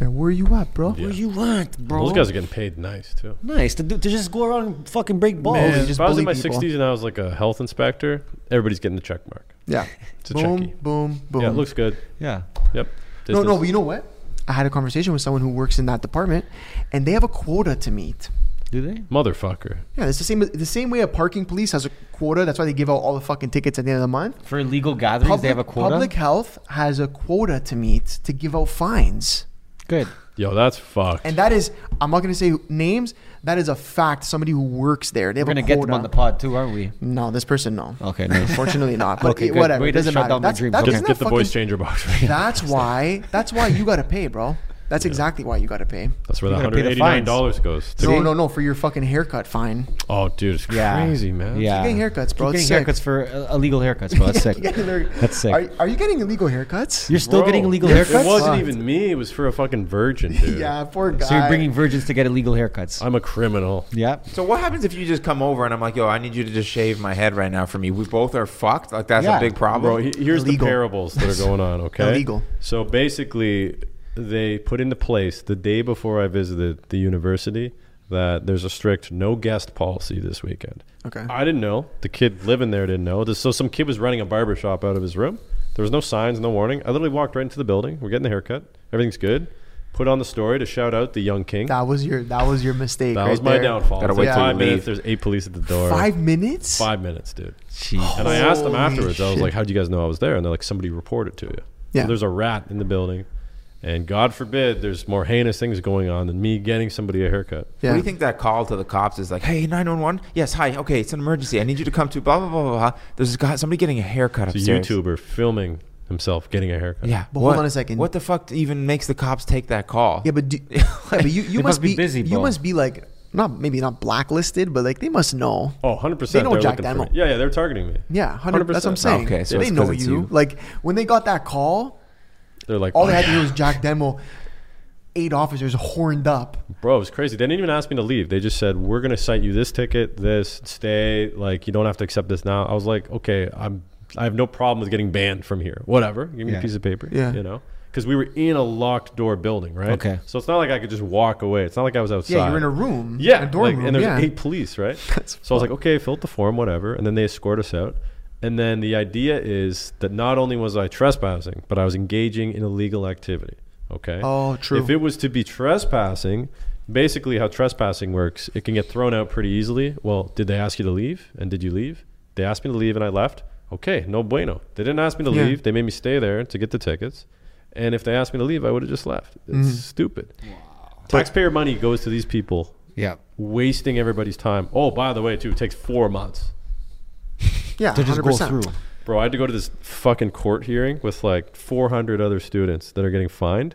Speaker 1: Yeah, Where you at, bro?
Speaker 3: Yeah.
Speaker 6: What you want, bro?
Speaker 3: Those guys are getting paid nice, too.
Speaker 5: Nice to, do, to just go around and fucking break balls.
Speaker 1: Man.
Speaker 5: Man.
Speaker 1: you just
Speaker 3: if I was in
Speaker 1: bully
Speaker 3: my
Speaker 1: people.
Speaker 3: 60s and I was like a health inspector, everybody's getting the check mark.
Speaker 1: Yeah.
Speaker 3: It's a
Speaker 1: boom,
Speaker 3: checky.
Speaker 1: boom, boom.
Speaker 3: Yeah, it looks good.
Speaker 5: Yeah.
Speaker 3: Yep.
Speaker 1: no, no,
Speaker 3: Distance.
Speaker 1: but you know what? I had a conversation with someone who works in that department, and they have a quota to meet.
Speaker 5: Do they?
Speaker 3: Motherfucker.
Speaker 1: Yeah, it's the same the same way a parking police has a quota. That's why they give out all the fucking tickets at the end of the month.
Speaker 5: For illegal gatherings, they have a quota.
Speaker 1: public health has a quota to meet to give out fines.
Speaker 5: Good.
Speaker 3: Yo, that's fucked.
Speaker 1: And that is, I'm not going to say names. That is a fact. Somebody who works there, they
Speaker 5: We're
Speaker 1: have
Speaker 5: gonna
Speaker 1: a
Speaker 5: get
Speaker 1: quota.
Speaker 5: them on the pod too, aren't we?
Speaker 1: No, this person, no.
Speaker 5: Okay. Nice.
Speaker 1: Unfortunately, not. But
Speaker 5: Okay,
Speaker 1: it-
Speaker 5: good.
Speaker 1: whatever.
Speaker 5: Way
Speaker 1: It
Speaker 5: to
Speaker 1: doesn't
Speaker 5: shut
Speaker 1: matter.
Speaker 5: down my
Speaker 1: that's,
Speaker 5: dreams.
Speaker 1: that-
Speaker 5: Okay.
Speaker 3: Just
Speaker 1: isn't
Speaker 3: get
Speaker 1: that
Speaker 3: the voice
Speaker 1: fucking-
Speaker 3: changer box. right?
Speaker 1: That's why. That's why you got to pay, bro. That's exactly why you got to pay.
Speaker 3: That's where
Speaker 5: You
Speaker 3: that
Speaker 5: gotta pay the fines.
Speaker 3: $189 goes. to-
Speaker 1: No, no, no. For your fucking haircut fine.
Speaker 3: Oh, dude, it's
Speaker 5: Yeah.
Speaker 3: crazy, man.
Speaker 5: Yeah.
Speaker 1: Keep getting haircuts, bro.
Speaker 5: Keep
Speaker 1: It's
Speaker 5: getting
Speaker 1: sick.
Speaker 5: haircuts for uh, illegal haircuts, bro. That's sick. That's sick.
Speaker 1: Are, are you getting illegal haircuts?
Speaker 5: You're still
Speaker 3: Bro,
Speaker 5: getting illegal
Speaker 3: It
Speaker 5: haircuts.
Speaker 3: wasn't even me. It was for a fucking virgin, dude.
Speaker 1: yeah, poor guy.
Speaker 5: So you're bringing virgins to get illegal haircuts.
Speaker 3: I'm a criminal.
Speaker 5: yeah.
Speaker 4: So what happens if you just come over and I'm like, yo, I need you to just shave my head right now for me? We both are fucked. Like that's
Speaker 5: Yeah.
Speaker 4: a big problem.
Speaker 3: Bro, he- here's
Speaker 1: Illegal.
Speaker 3: the parables that are going on, okay?
Speaker 1: Illegal.
Speaker 3: So basically, they put into place the day before I visited the university that there's a strict no guest policy this weekend.
Speaker 1: Okay.
Speaker 3: I didn't know. The kid living there didn't know. This- So some kid was running a barber shop out of his room. There was no signs, no warning. I literally walked right into the building. We're getting the haircut. Everything's good. Put on the story to shout out the young king. That,
Speaker 1: That was your. That was your mistake. right
Speaker 3: was my
Speaker 1: there.
Speaker 3: downfall.
Speaker 4: Gotta
Speaker 3: It's
Speaker 4: wait
Speaker 3: like
Speaker 1: till
Speaker 3: five
Speaker 4: you
Speaker 3: minutes.
Speaker 4: leave.
Speaker 3: There's eight police at the door.
Speaker 1: Five minutes.
Speaker 3: Five minutes, dude.
Speaker 5: Jeez.
Speaker 3: And I asked them
Speaker 1: Holy
Speaker 3: afterwards. I was
Speaker 1: shit.
Speaker 3: like, "How'd you guys know I was there?" And they're like, "Somebody reported to you."
Speaker 1: Yeah.
Speaker 3: So there's a rat in the building, and God forbid, there's more heinous things going on than me getting somebody a haircut.
Speaker 1: Yeah.
Speaker 4: What do you think that call to the cops is like? Hey, nine one one. Yes, hi. Okay, it's an emergency. I need you to come to blah blah blah blah. blah. There's a guy, somebody getting a haircut
Speaker 3: It's a
Speaker 4: upstairs.
Speaker 3: YouTuber filming himself getting a haircut.
Speaker 4: Yeah,
Speaker 1: But
Speaker 4: what-
Speaker 1: hold on a second.
Speaker 4: What the fuck even makes the cops take that call?
Speaker 1: Yeah, but do, yeah, but you, you
Speaker 5: They
Speaker 1: must
Speaker 5: must be
Speaker 1: be
Speaker 5: busy,
Speaker 1: You
Speaker 5: bro.
Speaker 1: must be like not maybe not blacklisted, but like they must know.
Speaker 3: Oh, 100 percent.
Speaker 1: They know
Speaker 3: are
Speaker 1: Jack
Speaker 3: looking for me.
Speaker 1: Daniel.
Speaker 3: Yeah, yeah, they're targeting me.
Speaker 1: Yeah, hundred. That's what I'm
Speaker 3: 100%.
Speaker 1: saying.
Speaker 4: Okay, so
Speaker 1: they
Speaker 4: it's
Speaker 1: know
Speaker 4: 'cause it's
Speaker 1: you.
Speaker 4: you.
Speaker 1: Like when they got that call,
Speaker 3: They're like,
Speaker 1: all
Speaker 3: "Oh,
Speaker 1: they had to do was Jack Demo. Eight officers horned up.
Speaker 3: Bro, it was crazy. They didn't even ask me to leave. They just said, "We're gonna cite you this ticket, this stay. Like, you don't have to accept this now." I was like, "Okay, I'm. I have no problem with getting banned from here. Whatever. Give me
Speaker 5: Yeah.
Speaker 3: a piece of paper.
Speaker 1: Yeah.
Speaker 3: You know, because we were in a locked door building, right?
Speaker 5: Okay.
Speaker 3: So it's not like I could just walk away. It's not like I was outside.
Speaker 1: Yeah, you're in a room.
Speaker 3: Yeah,
Speaker 1: a dorm
Speaker 3: like,
Speaker 1: room.
Speaker 3: and there's
Speaker 1: yeah.
Speaker 3: eight police, right? so I was like, okay, fill out the form, whatever, and then they escort us out. And then the idea is that not only was I trespassing, but I was engaging in illegal activity. Okay.
Speaker 1: Oh, true.
Speaker 3: If it was to be trespassing, basically how trespassing works, it can get thrown out pretty easily. Well, did they ask you to leave? And did you leave? They asked me to leave and I left. Okay, no bueno. They didn't ask me to
Speaker 1: Yeah.
Speaker 3: leave. They made me stay there to get the tickets. And if they asked me to leave, I would have just left. It's
Speaker 1: Mm-hmm.
Speaker 3: stupid. Taxpayer money goes to these people
Speaker 5: Yeah.
Speaker 3: wasting everybody's time. Oh, by the way, too, it takes four months.
Speaker 1: yeah,
Speaker 5: To just
Speaker 1: 100%.
Speaker 5: go through.
Speaker 3: Bro, I had to go to this fucking court hearing with like 400 other students that are getting fined.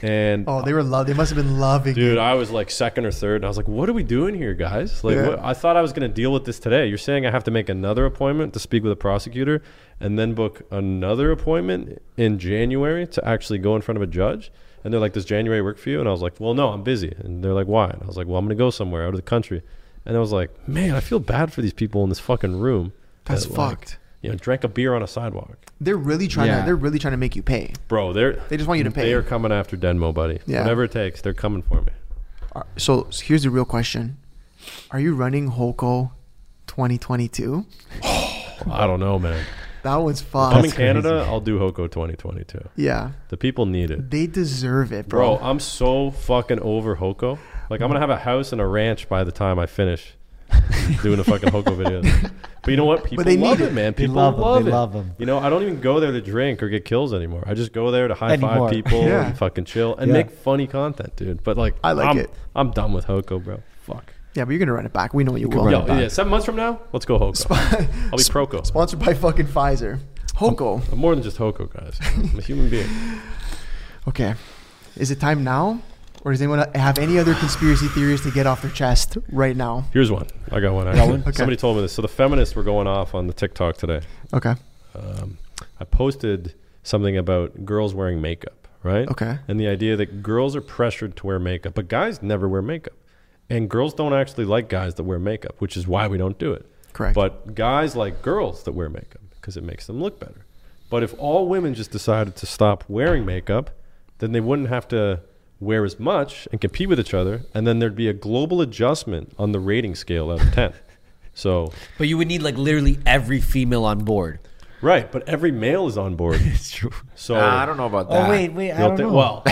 Speaker 3: And
Speaker 1: Oh, they were love. They must have been loving.
Speaker 3: dude, I was like second or third. And I was like, what are we doing here, guys? Like,
Speaker 1: Yeah.
Speaker 3: what, I thought I was going to deal with this today. You're saying I have to make another appointment to speak with a prosecutor and then book another appointment in January to actually go in front of a judge? And they're like, does January work for you? And I was like, well, no, I'm busy. And they're like, why? And I was like, well, I'm going to go somewhere out of the country. And I was like, man, I feel bad for these people in this fucking room.
Speaker 1: That's
Speaker 3: that, like,
Speaker 1: fucked.
Speaker 3: You know, drank a beer on a sidewalk.
Speaker 1: They're really trying
Speaker 5: Yeah.
Speaker 1: to. They're really trying to make you pay.
Speaker 3: Bro, they're,
Speaker 1: They just want you to pay.
Speaker 3: they are coming after Denmo, buddy.
Speaker 1: Yeah.
Speaker 3: Whatever it takes, they're coming for me.
Speaker 1: Are- So, so here's the real question: Are you running Holco 2022?
Speaker 3: I don't know, man.
Speaker 1: That was
Speaker 3: I'm in
Speaker 1: fun.
Speaker 3: Canada. I'll do Hoko 2022.
Speaker 1: Yeah,
Speaker 3: The people need it.
Speaker 1: they deserve it, bro.
Speaker 3: Bro, I'm so fucking over Hoko. Like, I'm going to have a house and a ranch by the time I finish doing a fucking Hoko video. But you know what? People
Speaker 1: they
Speaker 3: love
Speaker 1: need
Speaker 3: it, man.
Speaker 5: They
Speaker 3: People
Speaker 5: love 'em.
Speaker 3: love
Speaker 5: They
Speaker 3: it.
Speaker 5: love 'em.
Speaker 3: You know, I don't even go there to drink or get kills anymore. I just go there to high
Speaker 5: Anymore.
Speaker 3: five people
Speaker 1: Yeah.
Speaker 3: and fucking chill and
Speaker 5: Yeah.
Speaker 3: make funny content, dude. But, like,
Speaker 1: I like
Speaker 3: am
Speaker 1: it.
Speaker 3: I'm done with Hoko, bro. Fuck.
Speaker 1: Yeah, but you're gonna run it back. We know you,
Speaker 5: can
Speaker 1: will.
Speaker 5: run
Speaker 3: Yo,
Speaker 5: it back.
Speaker 3: yeah, seven months from now, let's go Hoko. I'll be Proko.
Speaker 1: Sponsored by fucking Pfizer. Holco.
Speaker 3: I'm more than just Hoko, guys. I'm a human being.
Speaker 1: Okay, is it time now, or does anyone have any other conspiracy theories to get off their chest right now?
Speaker 3: Here's one. I got one. Actually.
Speaker 5: one?
Speaker 1: Okay.
Speaker 3: Somebody told me this. So the feminists were going off on the TikTok today.
Speaker 1: Okay,
Speaker 3: Um, I posted something about girls wearing makeup, right?
Speaker 1: Okay.
Speaker 3: And the idea that girls are pressured to wear makeup, but guys never wear makeup. And girls don't actually like guys that wear makeup, which is why we don't do it.
Speaker 1: Correct.
Speaker 3: But guys like girls that wear makeup because it makes them look better. But if all women just decided to stop wearing makeup, then they wouldn't have to wear as much and compete with each other. And then there'd be a global adjustment on the rating scale out of 10. so
Speaker 5: But you would need like literally every female on board.
Speaker 3: Right, but every male is on board. it's true. So
Speaker 4: Nah, Uh, I don't know about that.
Speaker 2: Oh wait, wait, I don't
Speaker 3: You'll thi-
Speaker 2: know.
Speaker 3: Well,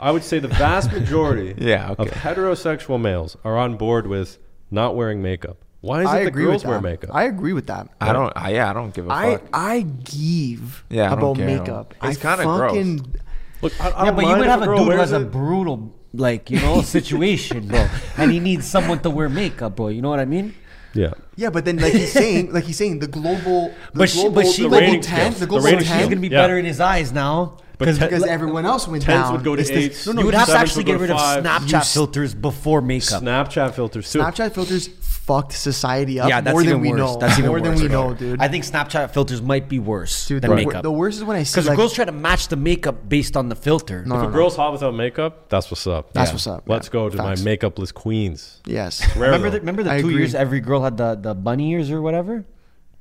Speaker 3: I would say the vast majority
Speaker 4: Yeah,
Speaker 3: of
Speaker 4: okay.
Speaker 3: heterosexual males are on board with not wearing makeup. Why is
Speaker 1: I
Speaker 3: it that
Speaker 1: agree
Speaker 3: girls
Speaker 1: with
Speaker 3: wear
Speaker 1: that.
Speaker 3: makeup?
Speaker 1: I agree with that.
Speaker 4: I don't. I, yeah, I don't give a
Speaker 1: I
Speaker 4: fuck.
Speaker 1: I give
Speaker 4: Yeah, I don't
Speaker 1: about
Speaker 4: care.
Speaker 1: makeup.
Speaker 4: It's
Speaker 1: I
Speaker 4: kinda gross.
Speaker 1: fucking-
Speaker 3: Look, I, I
Speaker 2: Yeah,
Speaker 3: don't
Speaker 2: but you
Speaker 3: mind
Speaker 2: would
Speaker 3: if
Speaker 2: have a
Speaker 3: girl
Speaker 2: dude who
Speaker 3: wears
Speaker 2: has a
Speaker 3: it.
Speaker 2: brutal, like you know, situation, bro, and he needs someone to wear makeup, bro. You know what I mean?
Speaker 3: yeah.
Speaker 1: Yeah, but then like he's saying, like he's saying, the global, the
Speaker 2: But she-
Speaker 1: global,
Speaker 2: but she
Speaker 1: the
Speaker 3: The
Speaker 1: global
Speaker 3: rating
Speaker 1: ten,
Speaker 3: scale.
Speaker 1: the
Speaker 3: The
Speaker 1: global
Speaker 3: rating
Speaker 2: He's
Speaker 3: scale.
Speaker 1: ten,
Speaker 2: gonna be
Speaker 3: Yeah.
Speaker 2: better in his eyes now.
Speaker 3: But
Speaker 2: Because
Speaker 3: ten-
Speaker 1: because everyone else went
Speaker 3: Tens
Speaker 1: down.
Speaker 3: would go to
Speaker 1: It's this-
Speaker 3: eights.
Speaker 1: no, no,
Speaker 3: No, no,
Speaker 2: you would have to
Speaker 3: sevens
Speaker 2: actually
Speaker 3: would
Speaker 2: get
Speaker 3: go to
Speaker 2: rid of
Speaker 3: fives.
Speaker 2: Snapchat
Speaker 3: You
Speaker 2: filters before makeup.
Speaker 3: Snapchat filters too.
Speaker 1: Snapchat filters fucked society up
Speaker 5: Yeah, that's
Speaker 1: more than
Speaker 5: even
Speaker 1: we
Speaker 5: worse.
Speaker 1: know.
Speaker 5: That's even
Speaker 1: more than
Speaker 5: worse,
Speaker 1: we
Speaker 5: bro.
Speaker 1: know, dude.
Speaker 5: I think Snapchat filters might be worse
Speaker 1: dude,
Speaker 5: than
Speaker 1: the, wor-
Speaker 5: makeup.
Speaker 1: the worst is when I see
Speaker 5: Because
Speaker 1: like,
Speaker 5: girls try to match the makeup based on the filter.
Speaker 1: No,
Speaker 3: If
Speaker 1: no,
Speaker 3: a
Speaker 1: no.
Speaker 3: girl's hot without makeup, that's what's up.
Speaker 1: That's what's up,
Speaker 3: Let's
Speaker 1: yeah.
Speaker 3: go to
Speaker 1: Facts.
Speaker 3: my makeupless queens.
Speaker 1: yes,
Speaker 3: Rare
Speaker 5: Remember
Speaker 3: though.
Speaker 5: the, remember the
Speaker 1: I
Speaker 5: two
Speaker 1: agree.
Speaker 5: years every girl had the, the bunny ears or whatever?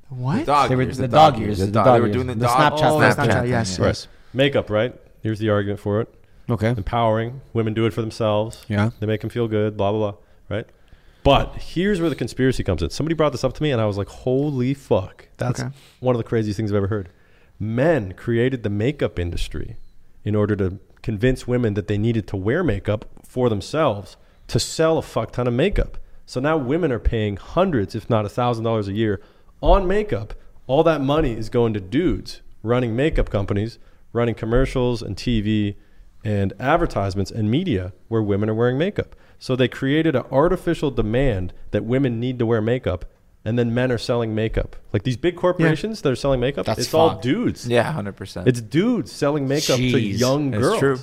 Speaker 1: what?
Speaker 4: Dog
Speaker 5: They were
Speaker 4: ears,
Speaker 5: the dog ears, the dog
Speaker 4: They were
Speaker 5: ears.
Speaker 4: doing the,
Speaker 5: The
Speaker 4: dog.
Speaker 5: Snapchat
Speaker 1: Oh,
Speaker 5: Snapchat.
Speaker 1: Snapchat, yes,
Speaker 3: Right.
Speaker 1: yes.
Speaker 3: Makeup, right? Here's the argument for it.
Speaker 5: Okay.
Speaker 3: empowering. Women do it for themselves.
Speaker 5: Yeah.
Speaker 3: They make them feel good, blah, blah, blah. Right? But here's where the conspiracy comes in. Somebody brought this up to me and I was like, holy fuck. That's
Speaker 1: Okay.
Speaker 3: one of the craziest things I've ever heard. Men created the makeup industry in order to convince women that they needed to wear makeup for themselves to sell a fuck ton of makeup. So now women are paying hundreds, if not a thousand dollars a year on makeup. All that money is going to dudes running makeup companies, running commercials and TV and advertisements and media where women are wearing makeup. So they created an artificial demand that women need to wear makeup, and then men are selling makeup. Like these big corporations that are selling makeup,
Speaker 5: That's
Speaker 3: it's all
Speaker 5: fucked.
Speaker 3: dudes.
Speaker 4: Yeah, hundred percent.
Speaker 3: It's dudes selling makeup to
Speaker 5: Jeez.
Speaker 3: young
Speaker 4: That's
Speaker 3: girls.
Speaker 4: true.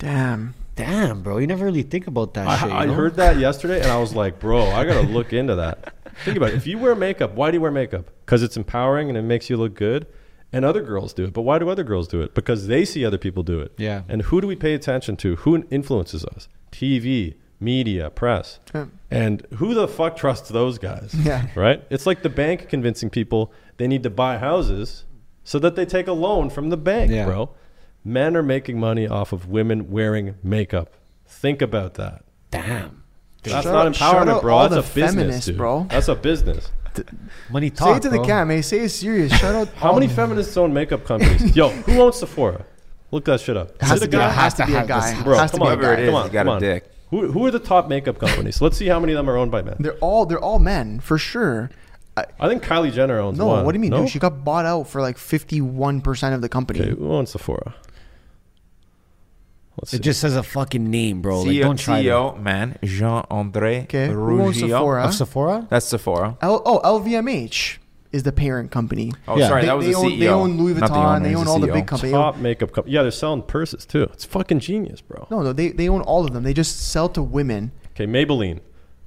Speaker 1: Damn,
Speaker 5: Damn, bro. You never really think about that shit.
Speaker 3: I,
Speaker 5: you
Speaker 3: I
Speaker 5: know?
Speaker 3: heard that yesterday, and I was like, bro, I gotta look into that. Think about it. If you wear makeup, why do you wear makeup? Because it's empowering and it makes you look good. And other girls do it, but why do other girls do it? Because they see other people do it.
Speaker 5: Yeah.
Speaker 3: And who do we pay attention to? Who influences us? TV, media, press.
Speaker 1: Yeah.
Speaker 3: And who the fuck trusts those guys?
Speaker 1: Yeah.
Speaker 3: Right? It's like the bank convincing people they need to buy houses so that they take a loan from the bank,
Speaker 5: Yeah.
Speaker 3: bro. Men are making money off of women wearing makeup. Think about that.
Speaker 5: Damn.
Speaker 3: That's
Speaker 1: Shout
Speaker 3: not
Speaker 1: out- shout
Speaker 3: empowerment,
Speaker 1: out
Speaker 3: bro.
Speaker 1: all
Speaker 3: That's
Speaker 1: the
Speaker 3: a business,
Speaker 1: feminists,
Speaker 3: dude.
Speaker 1: bro.
Speaker 3: That's a business.
Speaker 5: Money
Speaker 1: Say
Speaker 5: talk.
Speaker 1: it to the
Speaker 5: bro.
Speaker 1: cat, man. Say it serious. Shout out.
Speaker 3: How many feminists own makeup companies? Yo, who owns Sephora? Look that shit up.
Speaker 1: has
Speaker 3: Is it
Speaker 1: to
Speaker 3: a
Speaker 1: be,
Speaker 3: guy?
Speaker 1: has to be a guy.
Speaker 3: Bro,
Speaker 1: has to
Speaker 3: come
Speaker 1: be
Speaker 3: on,
Speaker 1: a
Speaker 4: Whoever
Speaker 1: guy.
Speaker 4: it is,
Speaker 3: come on,
Speaker 4: you got
Speaker 3: come
Speaker 4: a
Speaker 3: on.
Speaker 4: dick.
Speaker 3: Who, who are the top makeup companies? Let's see how many of them are owned by men.
Speaker 1: They're all they're all men for sure. I,
Speaker 3: I think Kylie Jenner owns
Speaker 1: no,
Speaker 3: one.
Speaker 1: what do you mean?
Speaker 3: No?
Speaker 1: Dude, she got bought out for like fifty one percent of the company.
Speaker 3: Okay, who owns Sephora? Let's see.
Speaker 5: It just says a fucking name, bro. Like,
Speaker 4: CEO,
Speaker 5: don't try that.
Speaker 4: CEO man, Jean Andre
Speaker 1: Okay, who owns Sephora?
Speaker 5: Of Sephora?
Speaker 4: That's Sephora.
Speaker 1: L- oh, LVMH is the parent company.
Speaker 4: Oh,
Speaker 5: Yeah.
Speaker 4: sorry,
Speaker 1: they,
Speaker 4: that was
Speaker 1: they
Speaker 4: the CEO.
Speaker 1: own, They own Louis
Speaker 4: Not the E
Speaker 1: Vuitton.
Speaker 4: owner,
Speaker 1: they
Speaker 4: he's
Speaker 1: own all the
Speaker 4: CEO.
Speaker 1: big companies.
Speaker 3: top makeup company. Yeah, they're selling purses too. It's fucking genius, bro.
Speaker 1: No, no, they, they own all of them. They just sell to women.
Speaker 3: Okay, Maybelline.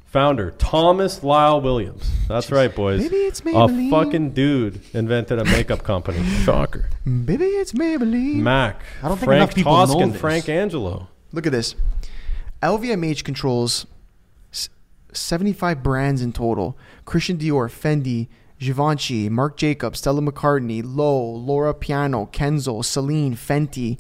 Speaker 3: Founder Thomas Lyle Williams. That's right, boys.
Speaker 1: Maybe it's
Speaker 3: A
Speaker 1: Maybelline.
Speaker 3: fucking dude invented a makeup company. Shocker.
Speaker 1: Maybe it's Maybelline.
Speaker 3: Mac.
Speaker 5: I don't think
Speaker 3: Frank
Speaker 5: enough people know
Speaker 3: Toscan,
Speaker 5: this.
Speaker 3: Frank Angelo.
Speaker 1: Look at this. LVMH controls s- 75 brands in total. Christian Dior, Fendi, Givenchy, Marc Jacobs, Stella McCartney, Lowe, Laura Piano, Kenzo, Celine, Fenty.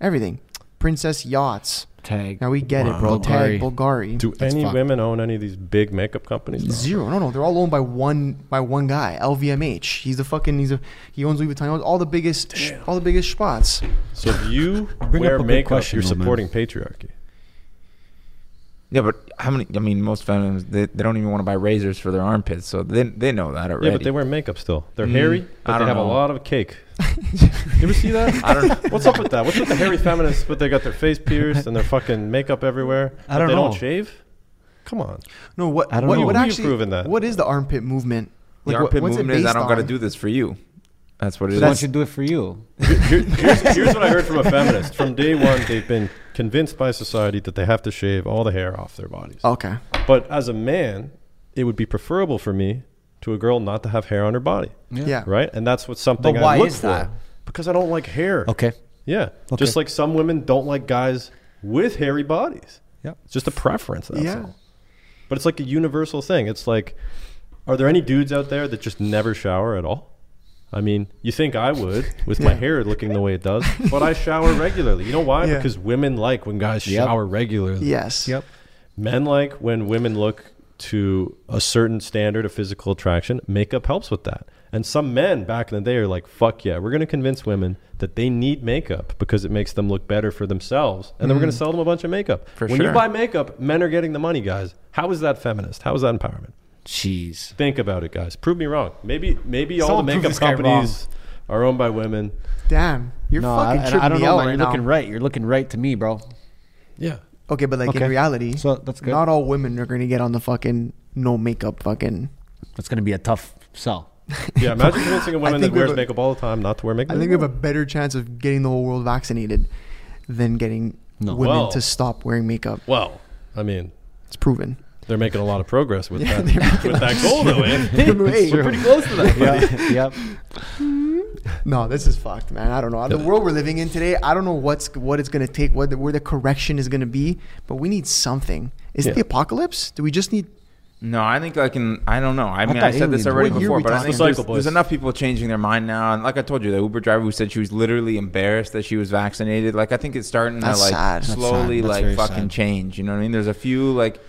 Speaker 1: Everything. Princess Yachts.
Speaker 5: Tag.
Speaker 1: Now we get it, bro. Tag Bulgari.
Speaker 3: Do
Speaker 5: That's
Speaker 3: any
Speaker 5: fucked.
Speaker 3: women own any of these big makeup companies? though?
Speaker 1: Zero. No, no. They're all owned by one by one guy. LVMH. He's the fucking. He's a. He owns Louis Vuitton. He owns all the biggest. sh- all the biggest spots.
Speaker 3: So if you
Speaker 5: Bring
Speaker 3: wear
Speaker 5: up a good
Speaker 3: makeup,
Speaker 5: question,
Speaker 3: you're
Speaker 5: though, man.
Speaker 3: supporting patriarchy.
Speaker 4: Yeah, but how many? I mean, most feminists they, they don't even want to buy razors for their armpits, so they they know that already.
Speaker 3: Yeah, but they wear makeup still. They're hairy, but
Speaker 4: I
Speaker 3: they
Speaker 4: don't
Speaker 3: have a
Speaker 4: know.
Speaker 3: lot of cake. you ever see that? I don't. What's up with that? What's with the hairy feminists? But they got their face pierced and their fucking makeup everywhere.
Speaker 5: I
Speaker 3: but
Speaker 5: don't
Speaker 3: they
Speaker 5: know.
Speaker 3: don't shave. Come on.
Speaker 1: No. What?
Speaker 5: I don't
Speaker 1: what,
Speaker 5: know.
Speaker 1: What
Speaker 3: Who are you
Speaker 1: actually?
Speaker 3: proving that?
Speaker 1: What is the armpit movement? what-
Speaker 4: The armpit
Speaker 1: what's it
Speaker 4: movement is I
Speaker 1: based
Speaker 4: don't got to
Speaker 1: on?
Speaker 4: do this for you. That's what it
Speaker 5: So
Speaker 4: is.
Speaker 5: why don't you do it for you?
Speaker 3: Here- here's, here's what I heard from a feminist. From day one, they've been convinced by society that they have to shave all the hair off their bodies.
Speaker 1: Okay.
Speaker 3: But as a man, it would be preferable for me to a girl not to have hair on her body,
Speaker 1: Yeah.
Speaker 3: right? And that's what something
Speaker 5: But why
Speaker 3: I look
Speaker 5: is
Speaker 3: for.
Speaker 5: that?
Speaker 3: Because I don't like hair.
Speaker 5: Okay.
Speaker 3: Yeah. Just like some women don't like guys with hairy bodies.
Speaker 5: Yeah.
Speaker 3: It's just a preference. That's
Speaker 1: Yeah.
Speaker 3: all. But it's like a universal thing. It's like, are there any dudes out there that just never shower at all? I mean, you think I would with my hair looking the way it does, but I shower regularly. You know why?
Speaker 1: Yeah.
Speaker 3: Because women like when guys
Speaker 5: Yep.
Speaker 3: shower regularly.
Speaker 1: Yes.
Speaker 5: Yep.
Speaker 3: Men like when women look to a certain standard of physical attraction, makeup helps with that. And some men back in the day are like, fuck yeah, we're going to convince women that they need makeup because it makes them look better for themselves. And then we're going
Speaker 1: Mm.
Speaker 3: to sell them a bunch of makeup.
Speaker 4: For
Speaker 3: when you
Speaker 4: sure.
Speaker 3: buy makeup, men are getting the money, guys. How is that feminist? How is that empowerment?
Speaker 5: Jeez.
Speaker 3: Think about it, guys. Prove me wrong. Maybe maybe all
Speaker 5: Someone
Speaker 3: the
Speaker 5: prove
Speaker 3: makeup
Speaker 5: this guy
Speaker 3: companies are owned by women.
Speaker 1: Damn. You're
Speaker 5: no,
Speaker 1: fucking
Speaker 5: I,
Speaker 1: tripping
Speaker 5: I, I don't
Speaker 1: me
Speaker 5: know, man.
Speaker 1: out right
Speaker 5: You're
Speaker 1: now.
Speaker 5: looking right. You're looking right to me, bro.
Speaker 3: Yeah.
Speaker 1: Okay, but like
Speaker 5: Okay.
Speaker 1: in reality,
Speaker 5: So that's good.
Speaker 1: not all women are gonna get on the fucking no makeup fucking.
Speaker 5: That's gonna be a tough sell.
Speaker 3: Yeah, imagine convincing a woman that
Speaker 1: think we have a-
Speaker 3: wears makeup all the time not to wear makeup.
Speaker 1: I think we have a better chance of getting the whole world vaccinated than getting
Speaker 5: No.
Speaker 1: women
Speaker 3: Well.
Speaker 1: to stop wearing makeup.
Speaker 3: well, I mean,
Speaker 1: It's proven.
Speaker 3: They're making a lot of progress with that with that goal though, man.
Speaker 1: Hey,
Speaker 5: We're pretty close to that. yeah. yep.
Speaker 1: No, this is fucked, man. I don't know. The world we're living in today, I don't know what's what it's gonna take, what the, where the correction is gonna be, but we need something. Is
Speaker 3: Yeah.
Speaker 1: it the apocalypse? Do we just need?
Speaker 4: No, I think like in I don't know. I mean, I,
Speaker 5: thought
Speaker 4: said
Speaker 5: aliens
Speaker 4: this already
Speaker 1: were- What year
Speaker 4: before,
Speaker 1: we
Speaker 4: but I
Speaker 1: talking
Speaker 4: think
Speaker 3: about?
Speaker 4: there's,
Speaker 3: Cycle
Speaker 4: there's
Speaker 3: boys.
Speaker 4: enough people changing their mind now. And like I told you, the Uber driver who said she was literally embarrassed that she was vaccinated. Like I think it's starting
Speaker 1: That's
Speaker 4: to like
Speaker 1: sad. That's
Speaker 4: slowly
Speaker 5: sad. That's very
Speaker 4: like fucking
Speaker 5: sad.
Speaker 4: change. You know what I mean? There's a few like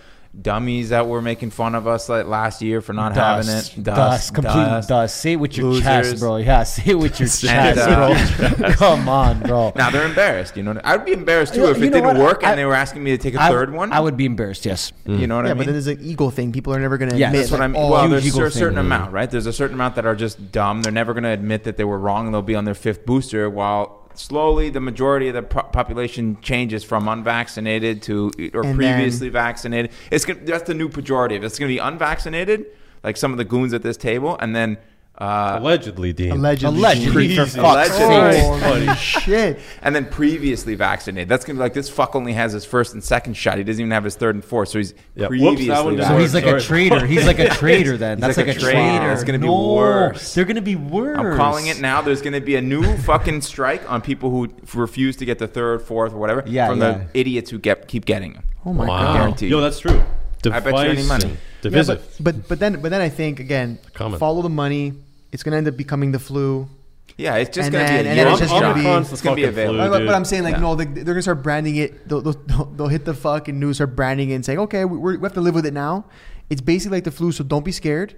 Speaker 4: dummies that were making fun of us like last year for not having it.
Speaker 5: dust, complete dust. Say it with your chest,
Speaker 4: Losers.
Speaker 5: bro. Yeah, say it with your
Speaker 4: And,
Speaker 5: chest,
Speaker 4: uh,
Speaker 5: bro. Come on, bro.
Speaker 4: Now they're embarrassed. You know, I'd be embarrassed too
Speaker 5: You-
Speaker 4: if
Speaker 5: you
Speaker 4: it
Speaker 5: know what?
Speaker 4: didn't work and
Speaker 5: I-
Speaker 4: they were asking me to take a
Speaker 5: I-
Speaker 4: third one.
Speaker 5: I would be embarrassed. Yes.
Speaker 4: You know what
Speaker 1: yeah,
Speaker 4: I mean?
Speaker 1: but then there's an ego thing. People are never gonna
Speaker 5: Yeah,
Speaker 1: admit.
Speaker 4: That's what I
Speaker 1: like,
Speaker 4: mean.
Speaker 1: oh,
Speaker 4: well,
Speaker 5: huge
Speaker 4: there's
Speaker 5: ego
Speaker 4: a certain
Speaker 5: thing.
Speaker 4: amount, right? There's a certain amount that are just dumb. They're never going to admit that they were wrong. and They'll be on their fifth booster while slowly the majority of the po- population changes from unvaccinated to or
Speaker 1: And
Speaker 4: previously vaccinated. It's gonna, that's the new pejorative. It's going to be unvaccinated, like some of the goons at this table, and then uh,
Speaker 3: Allegedly, Dean.
Speaker 1: allegedly,
Speaker 5: Allegedly, for
Speaker 3: Jesus.
Speaker 5: fuck's
Speaker 4: Allegedly.
Speaker 5: sake.
Speaker 1: Holy shit.
Speaker 4: and then previously vaccinated. That's going to be like this fuck only has his first and second shot. He doesn't even have his third and fourth. So he's
Speaker 3: Yeah, whoops, that
Speaker 4: previously
Speaker 3: one doesn't
Speaker 5: So
Speaker 4: vaccinated.
Speaker 5: he's like a
Speaker 3: Sorry.
Speaker 5: traitor. He's like a traitor. Then
Speaker 4: He's
Speaker 5: that's like,
Speaker 4: like a
Speaker 5: a
Speaker 4: traitor.
Speaker 5: traitor.
Speaker 4: It's gonna be
Speaker 5: No,
Speaker 4: worse.
Speaker 5: They're gonna be worse.
Speaker 4: I'm calling it now. There's going to be a new fucking strike on people who f- refuse to get the third, fourth, or whatever
Speaker 5: Yeah,
Speaker 4: from
Speaker 5: yeah.
Speaker 4: the idiots who get keep getting them.
Speaker 1: Oh my
Speaker 3: Wow.
Speaker 1: god.
Speaker 4: guarantee
Speaker 3: Yo,
Speaker 4: you.
Speaker 3: that's true.
Speaker 4: I bet you any
Speaker 3: Divisive.
Speaker 4: money.
Speaker 1: Yeah,
Speaker 3: Divisive.
Speaker 1: but, but but then but then I think again,
Speaker 3: Comment.
Speaker 1: follow the money. It's gonna end up becoming the flu.
Speaker 4: Yeah, it's just
Speaker 1: And
Speaker 4: going to
Speaker 1: then-
Speaker 4: be a
Speaker 1: and
Speaker 4: year.
Speaker 1: then
Speaker 3: Om-
Speaker 1: it's just gonna be-
Speaker 3: Omicron's
Speaker 4: it's
Speaker 3: the
Speaker 4: gonna be
Speaker 3: fucking
Speaker 4: available.
Speaker 3: flu,
Speaker 1: But-
Speaker 3: dude.
Speaker 1: But I'm saying like
Speaker 4: Yeah.
Speaker 1: no, they, they're gonna start branding it. They'll, they'll, they'll hit the fucking news. Start branding it and saying, okay, we, we're, we have to live with it now. It's basically like the flu, so don't be scared.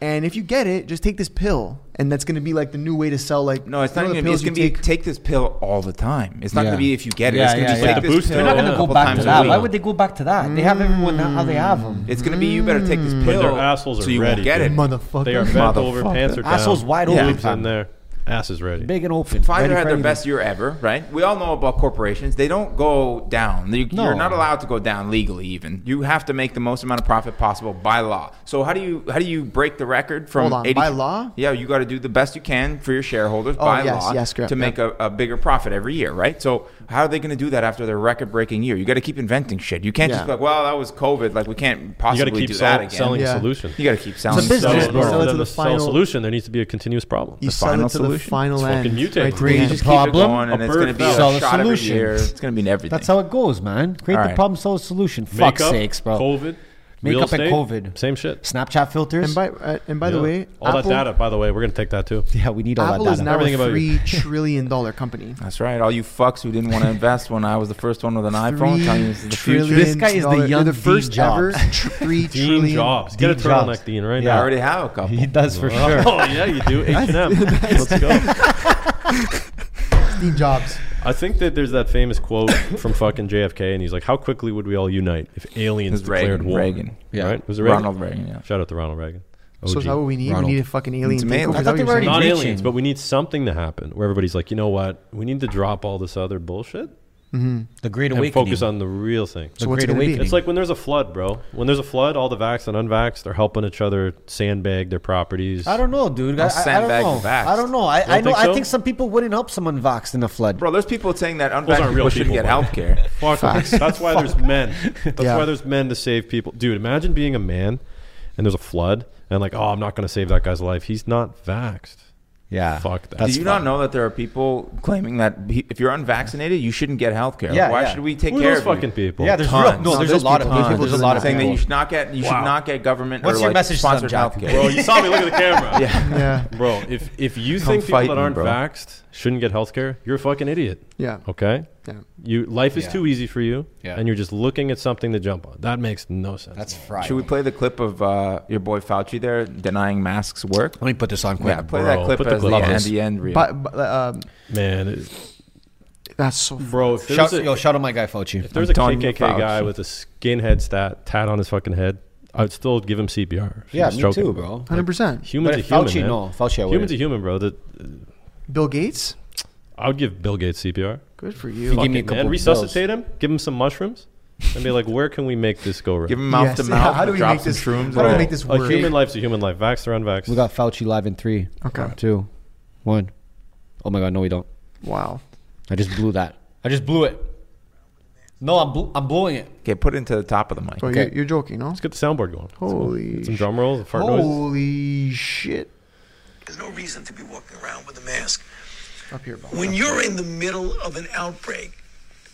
Speaker 1: And if you get it, just take this pill, and that's gonna be like the new way to sell. Like
Speaker 4: No, it's
Speaker 1: you
Speaker 4: not
Speaker 1: know,
Speaker 4: going
Speaker 1: the
Speaker 4: to be.
Speaker 1: pills
Speaker 4: It's
Speaker 1: you
Speaker 4: going to be
Speaker 1: take-
Speaker 4: take this pill all the time. It's not
Speaker 5: Yeah.
Speaker 4: going to be if you get it.
Speaker 5: Yeah,
Speaker 4: it's going to
Speaker 5: yeah,
Speaker 4: be
Speaker 5: yeah.
Speaker 4: take
Speaker 3: The
Speaker 4: this
Speaker 3: booster.
Speaker 4: pill.
Speaker 3: They're not gonna
Speaker 4: a
Speaker 3: go
Speaker 4: couple
Speaker 3: back
Speaker 4: times
Speaker 3: to
Speaker 4: a
Speaker 3: that.
Speaker 4: week.
Speaker 2: Why would they go back to that? They have everyone how they
Speaker 4: Mm.
Speaker 2: have them.
Speaker 4: It's going to be you better take this pill.
Speaker 3: their assholes are
Speaker 4: so you
Speaker 3: ready,
Speaker 4: Won't get
Speaker 3: dude.
Speaker 4: it.
Speaker 1: motherfucker.
Speaker 3: They are bent
Speaker 4: Motherfucker.
Speaker 3: over, pants are down.
Speaker 5: Assholes wide
Speaker 4: Yeah.
Speaker 5: open.
Speaker 3: boobs in there. Ass is ready.
Speaker 5: Big and open.
Speaker 4: Pfizer
Speaker 5: ready for
Speaker 4: had their
Speaker 5: anything.
Speaker 4: best year ever, right? We all know about corporations. They don't go down. You,
Speaker 5: No.
Speaker 4: You're not allowed to go down legally. Even you have to make the most amount of profit possible by law. So how do you how do you break the record from
Speaker 1: Hold on,
Speaker 4: 80
Speaker 1: by law?
Speaker 4: Yeah, you got to do the best you can for your shareholders
Speaker 1: Oh,
Speaker 4: by
Speaker 1: yes,
Speaker 4: law
Speaker 1: yes, correct.
Speaker 4: to make a, a bigger profit every year, right? So how are they going to do that after their record breaking year? You got to keep inventing shit. You can't just
Speaker 1: Yeah.
Speaker 4: be like, well, that was COVID. Like we can't
Speaker 3: You got to
Speaker 4: possibly
Speaker 3: keep
Speaker 4: do
Speaker 3: sell-
Speaker 4: that again.
Speaker 3: selling
Speaker 1: Yeah.
Speaker 3: a solution.
Speaker 4: You got to keep selling.
Speaker 1: It's a business.
Speaker 4: selling
Speaker 1: You
Speaker 4: the
Speaker 1: sell
Speaker 4: product.
Speaker 1: it to
Speaker 3: the
Speaker 1: the
Speaker 3: final
Speaker 1: final-
Speaker 3: solution. There needs to be a continuous problem.
Speaker 1: You
Speaker 4: The
Speaker 1: sell
Speaker 4: final
Speaker 1: it to the
Speaker 4: solution?
Speaker 1: final
Speaker 3: It's
Speaker 1: end.
Speaker 3: fucking mutate.
Speaker 1: right
Speaker 3: Create
Speaker 1: there.
Speaker 4: Just keep it
Speaker 5: problem,
Speaker 4: going,
Speaker 3: a
Speaker 4: and it's
Speaker 3: bird
Speaker 4: going to be
Speaker 3: fell.
Speaker 4: a shot every
Speaker 5: Solution.
Speaker 4: year. It's going to be in everything.
Speaker 5: That's how it goes, man. Create the
Speaker 4: Alright.
Speaker 5: problem, solve the solution. Fuck
Speaker 3: Makeup,
Speaker 5: sakes, bro.
Speaker 3: COVID.
Speaker 5: Makeup
Speaker 3: real
Speaker 5: and
Speaker 3: estate,
Speaker 5: COVID.
Speaker 3: Same shit.
Speaker 5: Snapchat filters.
Speaker 1: And by uh, and by the
Speaker 3: Yeah.
Speaker 1: way,
Speaker 3: all that data. By the way, we're gonna take that too.
Speaker 5: yeah, we need all
Speaker 1: Apple
Speaker 5: that
Speaker 1: is
Speaker 5: data.
Speaker 1: now
Speaker 3: Everything
Speaker 1: a
Speaker 3: about
Speaker 1: three
Speaker 3: you.
Speaker 1: trillion dollar company.
Speaker 4: That's right. All you fucks who didn't want to invest when I was the first one with an iPhone telling you this is the future.
Speaker 5: This guy is the
Speaker 1: dollar-
Speaker 5: young
Speaker 1: the first
Speaker 5: Steve Jobs.
Speaker 1: ever three
Speaker 3: Dean
Speaker 1: trillion
Speaker 3: Jobs. Get a
Speaker 5: Dean Jobs.
Speaker 3: turtleneck, Dean, right
Speaker 4: I
Speaker 5: Yeah.
Speaker 4: already have a couple.
Speaker 5: He does for
Speaker 3: now.
Speaker 5: sure.
Speaker 3: Oh yeah, you do. H and M. Let's go.
Speaker 1: Steve Jobs.
Speaker 3: I think that there's that famous quote from fucking JFK, and he's like, "How quickly would we all unite if aliens
Speaker 4: It's
Speaker 3: declared
Speaker 4: Reagan.
Speaker 3: war?"
Speaker 4: Reagan.
Speaker 5: Yeah.
Speaker 3: right? Was it Reagan?
Speaker 4: Ronald Reagan. Yeah.
Speaker 3: Shout out to Ronald Reagan.
Speaker 1: So
Speaker 3: OG.
Speaker 1: is that what we need?
Speaker 5: Ronald.
Speaker 1: We need a fucking alien.
Speaker 4: It's amazing.
Speaker 1: takeover? Is
Speaker 4: I
Speaker 1: that
Speaker 5: thought they
Speaker 1: what
Speaker 5: were
Speaker 1: you're
Speaker 5: already-
Speaker 1: saying?
Speaker 3: not
Speaker 5: reaching.
Speaker 3: aliens, but we need something to happen where everybody's like, you know what? We need to drop all this other bullshit
Speaker 5: The Great
Speaker 3: and
Speaker 5: Awakening.
Speaker 3: focus on the real thing.
Speaker 5: the
Speaker 1: So what's it
Speaker 5: Great
Speaker 1: gonna be?
Speaker 5: Awakening.
Speaker 3: It's like when there's a flood, bro. When there's a flood, all the vaxxed and unvaxxed are helping each other sandbag their properties.
Speaker 5: I don't know, dude. I,
Speaker 4: I'll
Speaker 5: I- I
Speaker 4: sandbag
Speaker 5: don't
Speaker 4: the
Speaker 5: know.
Speaker 4: vaxxed.
Speaker 5: I don't know. I, I know.
Speaker 3: don't think so?
Speaker 5: I think some people wouldn't help someone vaxxed in a flood.
Speaker 4: Bro, there's people saying that
Speaker 3: Those
Speaker 4: unvaccinated
Speaker 3: aren't real
Speaker 4: people shouldn't
Speaker 3: people.
Speaker 4: get health care.
Speaker 3: Fuck. That's why there's men. That's
Speaker 1: Yeah.
Speaker 3: why there's men to save people. Dude, imagine being a man and there's a flood and like, oh, I'm not going to save that guy's life. He's not vaxxed.
Speaker 5: Yeah.
Speaker 3: Fuck that.
Speaker 4: Do
Speaker 5: That's
Speaker 4: you not know that there are people claiming that be- if you're unvaccinated, you shouldn't get health care?
Speaker 5: Yeah,
Speaker 4: Why
Speaker 5: yeah.
Speaker 4: should we take
Speaker 3: Who are
Speaker 4: care
Speaker 3: those
Speaker 4: of you?
Speaker 3: fucking people?
Speaker 5: Yeah, there's
Speaker 4: Tons.
Speaker 5: real, no,
Speaker 4: No,
Speaker 5: there's,
Speaker 1: there's
Speaker 5: a lot of
Speaker 1: people-
Speaker 5: people. There's a
Speaker 1: tons.
Speaker 5: lot of
Speaker 4: saying that
Speaker 5: people.
Speaker 4: you should not get you should not get government
Speaker 5: What's
Speaker 4: or
Speaker 5: your
Speaker 4: like
Speaker 5: message to them,
Speaker 4: sponsored
Speaker 5: Jack?
Speaker 4: health
Speaker 3: Bro,
Speaker 4: care.
Speaker 3: you saw me look at the camera.
Speaker 4: Yeah.
Speaker 1: Yeah,
Speaker 3: Bro, if, if you
Speaker 4: Come
Speaker 3: think people
Speaker 4: fight
Speaker 3: that
Speaker 4: me,
Speaker 3: aren't
Speaker 4: bro.
Speaker 3: vaxxed shouldn't get health care, you're a fucking idiot.
Speaker 1: yeah.
Speaker 3: Okay?
Speaker 1: Yeah.
Speaker 3: You Life is
Speaker 5: Yeah.
Speaker 3: too easy for you
Speaker 5: Yeah.
Speaker 3: and you're just looking at something to jump on. That makes no sense.
Speaker 5: That's fried.
Speaker 4: Should we play the clip of uh, your boy Fauci there denying masks work?
Speaker 5: Let me put this on quick.
Speaker 4: Yeah, play
Speaker 3: bro.
Speaker 4: that clip
Speaker 3: Put the
Speaker 4: as the
Speaker 3: clip on.
Speaker 4: end, the end reel.
Speaker 1: But, but um,
Speaker 3: Man, it-
Speaker 1: that's so. f-
Speaker 3: bro, if
Speaker 5: Shout,
Speaker 3: there's a,
Speaker 5: yo, shout out my guy Fauci.
Speaker 3: If there's
Speaker 4: I'm
Speaker 3: a
Speaker 4: telling you,
Speaker 3: KKK guy
Speaker 4: Fauci.
Speaker 3: with a skinhead stat tat on his fucking head, I'd still give him CPR. if he
Speaker 5: Yeah,
Speaker 3: was
Speaker 5: me
Speaker 3: choking.
Speaker 5: too, bro.
Speaker 1: Hundred percent.
Speaker 3: Human's
Speaker 5: But
Speaker 3: a
Speaker 5: if
Speaker 3: human.
Speaker 5: Fauci,
Speaker 3: man.
Speaker 5: no, Fauci, I
Speaker 3: Human's
Speaker 5: wouldn't.
Speaker 3: a human, bro. That
Speaker 1: Bill Gates,
Speaker 3: I would give Bill Gates CPR.
Speaker 1: good for
Speaker 5: He
Speaker 1: you.
Speaker 5: gave me a
Speaker 3: Fuck it,
Speaker 5: couple
Speaker 3: man.
Speaker 5: of
Speaker 3: resuscitate him, give him some mushrooms, and be like, where can we make this go right?
Speaker 4: Give him mouth
Speaker 1: Yes.
Speaker 4: to mouth.
Speaker 1: How do we
Speaker 4: drop
Speaker 1: make
Speaker 4: some
Speaker 1: this-
Speaker 4: shrooms
Speaker 1: how do we
Speaker 4: and-
Speaker 1: make this
Speaker 3: a
Speaker 1: work?
Speaker 3: human life's a human life. Vaxxed or unvaxxed.
Speaker 5: We got Fauci live in three,
Speaker 1: Okay.
Speaker 5: two, one. Oh my god, no, we don't.
Speaker 1: Wow.
Speaker 5: I just blew that. I just blew it. No, I'm bl- I'm blowing it.
Speaker 4: Okay, put it into the top of the mic.
Speaker 1: Bro,
Speaker 5: Okay.
Speaker 1: you're, you're joking, no?
Speaker 3: Let's get the soundboard going. Let's go.
Speaker 1: Holy
Speaker 3: Some drum rolls, fart noise.
Speaker 1: Holy shit.
Speaker 8: There's no reason to be walking around with a mask.
Speaker 1: Up here, bro.
Speaker 8: When you're in the middle of an outbreak,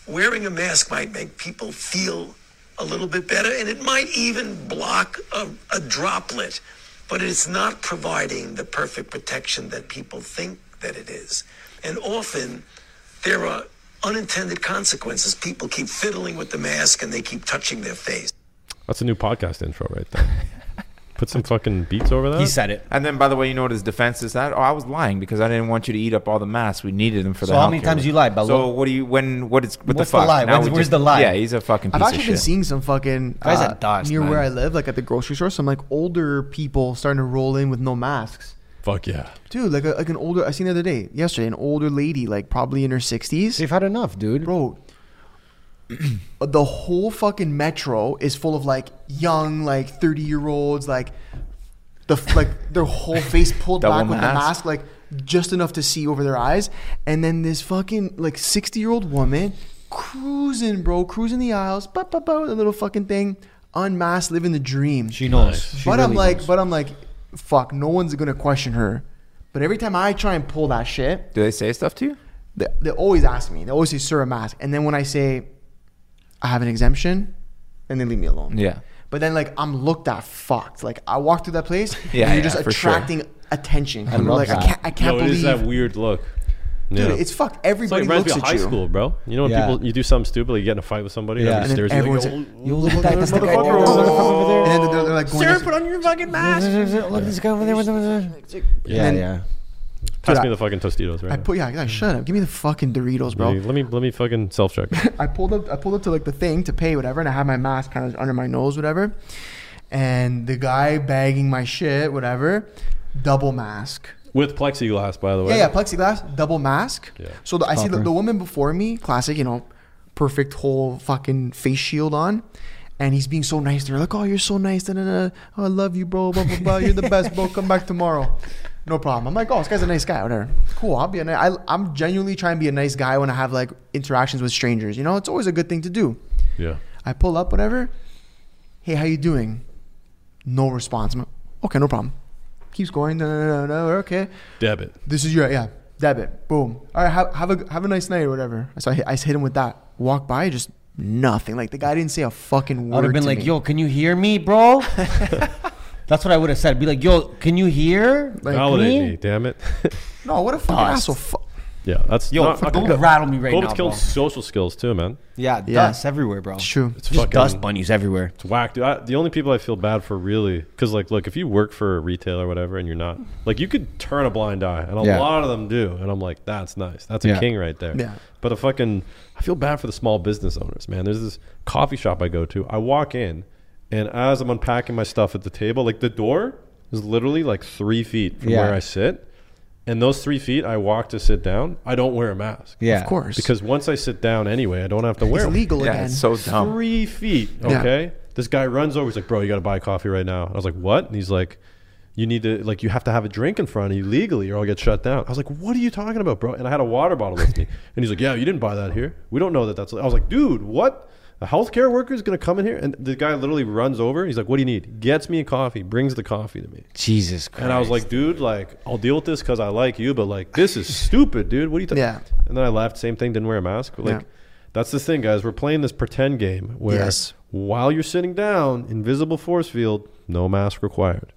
Speaker 8: wearing a mask might make people feel a little bit better and it might even block a, a droplet, but it's not providing the perfect protection that people think that it is. And often there are unintended consequences. People keep fiddling with the mask and they keep touching their face.
Speaker 3: That's a new podcast intro right there. Put some fucking beats over that.
Speaker 5: He said it.
Speaker 4: And then, by the way, you know what his defense is? That oh, I was lying because I didn't want you to eat up all the masks. We needed them for
Speaker 5: So
Speaker 4: the.
Speaker 5: how many
Speaker 4: healthcare.
Speaker 5: times you lied, Baloo?
Speaker 4: So what do you when? What is what
Speaker 5: What's
Speaker 4: the
Speaker 5: the
Speaker 4: fuck?
Speaker 5: lie?
Speaker 4: Now
Speaker 5: When's-
Speaker 4: we
Speaker 5: where's the lie?
Speaker 4: Yeah, he's a fucking piece
Speaker 1: I've
Speaker 4: of
Speaker 1: actually been
Speaker 4: shit.
Speaker 1: seeing some fucking
Speaker 5: Guys
Speaker 1: uh,
Speaker 5: are dust,
Speaker 1: near
Speaker 5: man.
Speaker 1: where I live, like at the grocery store, some like older people starting to roll in with no masks.
Speaker 3: Fuck yeah.
Speaker 1: Dude, like a, like an older I seen the other day, yesterday, an older lady, like probably in her sixties.
Speaker 5: They've had enough, dude.
Speaker 1: Bro, the whole fucking metro is full of like young, like thirty year olds, like the f- like their whole face pulled
Speaker 4: Double
Speaker 1: back with the
Speaker 4: mask.
Speaker 1: mask, like just enough to see over their eyes. And then this fucking like sixty year old woman cruising, bro, cruising the aisles, ba ba ba, the little fucking thing, unmasked, living the dream
Speaker 5: She knows. She
Speaker 1: but I'm
Speaker 5: really
Speaker 1: like,
Speaker 5: knows.
Speaker 1: but I'm like, fuck, no one's gonna question her. But every time I try and pull that shit,
Speaker 4: Do they say stuff to you?
Speaker 1: they, they always ask me. They always say, "Sir, a mask," and then when I say, "I have an exemption," and they leave me alone.
Speaker 4: Yeah.
Speaker 1: But then like I'm looked at fucked. Like I walk through that place,
Speaker 4: Yeah,
Speaker 1: and you're
Speaker 4: yeah,
Speaker 1: just
Speaker 4: for sure.
Speaker 1: attracting attention. I
Speaker 6: love
Speaker 1: like I
Speaker 6: that.
Speaker 1: can't I can't
Speaker 3: Yo, it
Speaker 1: believe
Speaker 3: is that weird look.
Speaker 1: Dude,
Speaker 3: Yeah.
Speaker 1: it's fucked.
Speaker 3: It's like
Speaker 1: Everybody
Speaker 3: it reminds me
Speaker 1: looks
Speaker 3: of
Speaker 1: at
Speaker 3: high
Speaker 1: you.
Speaker 3: school, bro. You know when
Speaker 5: Yeah.
Speaker 3: people you do something stupid, like you get in a fight with somebody,
Speaker 5: Yeah.
Speaker 3: yeah.
Speaker 1: And
Speaker 3: and
Speaker 1: then
Speaker 3: everybody stares
Speaker 1: everyone's
Speaker 3: at you. Like,
Speaker 1: like,
Speaker 5: You look at that. That's the
Speaker 1: "Oh,
Speaker 5: guy.
Speaker 1: oh, oh." and then they're, they're like going
Speaker 2: Sir,
Speaker 1: this-
Speaker 2: put on your fucking mask.
Speaker 5: Look at this guy over there. Yeah,
Speaker 1: And-
Speaker 5: yeah.
Speaker 3: "Oh, pass
Speaker 1: dude,
Speaker 3: me
Speaker 1: I-
Speaker 3: the fucking Tostitos, right?
Speaker 1: I put yeah, I shut up. Give me the fucking Doritos, bro.
Speaker 3: now. Let me let me fucking self check.
Speaker 1: I pulled up I pulled up to like the thing to pay whatever and I had my mask kind of under my nose whatever and the guy bagging my shit whatever double mask
Speaker 3: with plexiglass, by the way.
Speaker 1: yeah yeah plexiglass double mask
Speaker 3: Yeah.
Speaker 1: so the, I see the, the woman before me classic you know perfect whole fucking face shield on and he's being so nice they're like oh you're so nice da, da, da. Oh, I love you bro blah blah blah you're the best bro come back tomorrow no problem I'm like oh this guy's a nice guy whatever cool I'll be a ni- I, I'm genuinely trying to be a nice guy when I have like interactions with strangers you know it's always a good thing to do
Speaker 3: yeah.
Speaker 1: I pull up, whatever. Hey, how you doing? No response. I'm like, okay, no problem. Keeps going. No, no, no, no. Okay,
Speaker 3: Debit.
Speaker 1: this is your yeah debit. Boom. All right, have, have a have a nice night or whatever. So I, hit- I just hit him with that. Walk by, just nothing. Like the guy didn't say a fucking
Speaker 5: I
Speaker 1: word.
Speaker 5: would have been
Speaker 1: to
Speaker 5: like,
Speaker 1: me.
Speaker 5: "Yo, can you hear me, bro?" That's what I would have said. Be like, "Yo, can you hear?"
Speaker 1: Like,
Speaker 3: Validate
Speaker 5: me?
Speaker 3: me, damn it.
Speaker 1: no, what a fucking asshole. Fu-
Speaker 3: yeah, that's
Speaker 5: Yo,
Speaker 3: not,
Speaker 5: don't rattle me right
Speaker 3: Goldman's
Speaker 5: now,
Speaker 3: killing
Speaker 5: bro.
Speaker 3: social skills too, man.
Speaker 5: Yeah,
Speaker 1: Yeah.
Speaker 5: dust everywhere, bro.
Speaker 1: it's true.
Speaker 3: It's
Speaker 5: Just
Speaker 3: fucking
Speaker 5: dust bunnies everywhere.
Speaker 3: It's whack, dude. I, the only people I feel bad for really, because like, look, if you work for a retailer or whatever, and you're not like, you could turn a blind eye, and a
Speaker 5: Yeah.
Speaker 3: lot of them do, and I'm like, that's nice, that's a
Speaker 5: Yeah.
Speaker 3: king right there.
Speaker 1: Yeah.
Speaker 3: But a fucking, I feel bad for the small business owners, man. There's this coffee shop I go to. I walk in, and as I'm unpacking my stuff at the table, like the door is literally like three feet from
Speaker 5: Yeah.
Speaker 3: where I sit, and those three feet, I walk to sit down. I don't wear a mask.
Speaker 5: Yeah,
Speaker 1: Of course,
Speaker 3: Because once I sit down anyway, I don't have to wear
Speaker 1: it's
Speaker 3: one
Speaker 1: legal
Speaker 4: Yeah,
Speaker 1: again.
Speaker 4: it's so dumb.
Speaker 3: three feet.
Speaker 1: Yeah.
Speaker 3: Okay. This guy runs over. He's like, bro, you got to buy coffee right now. I was like, what? And he's like, you need to, like, you have to have a drink in front of you legally or I'll get shut down. I was like, what are you talking about, bro? And I had a water bottle with me. And he's like, yeah, you didn't buy that here. We don't know that that's, I was like, dude, what? A healthcare worker is going to come in here. And the guy literally runs over. He's like, what do you need? Gets me a coffee, brings the coffee to me.
Speaker 5: Jesus Christ.
Speaker 3: And I was like, dude, like, I'll deal with this because I like you, but like, this is stupid, dude. What do you think?
Speaker 1: Yeah.
Speaker 3: And then I left, same thing, didn't wear a mask. But, like,
Speaker 1: Yeah.
Speaker 3: that's the thing, guys. We're playing this pretend game where
Speaker 1: Yes.
Speaker 3: while you're sitting down, invisible force field, no mask required.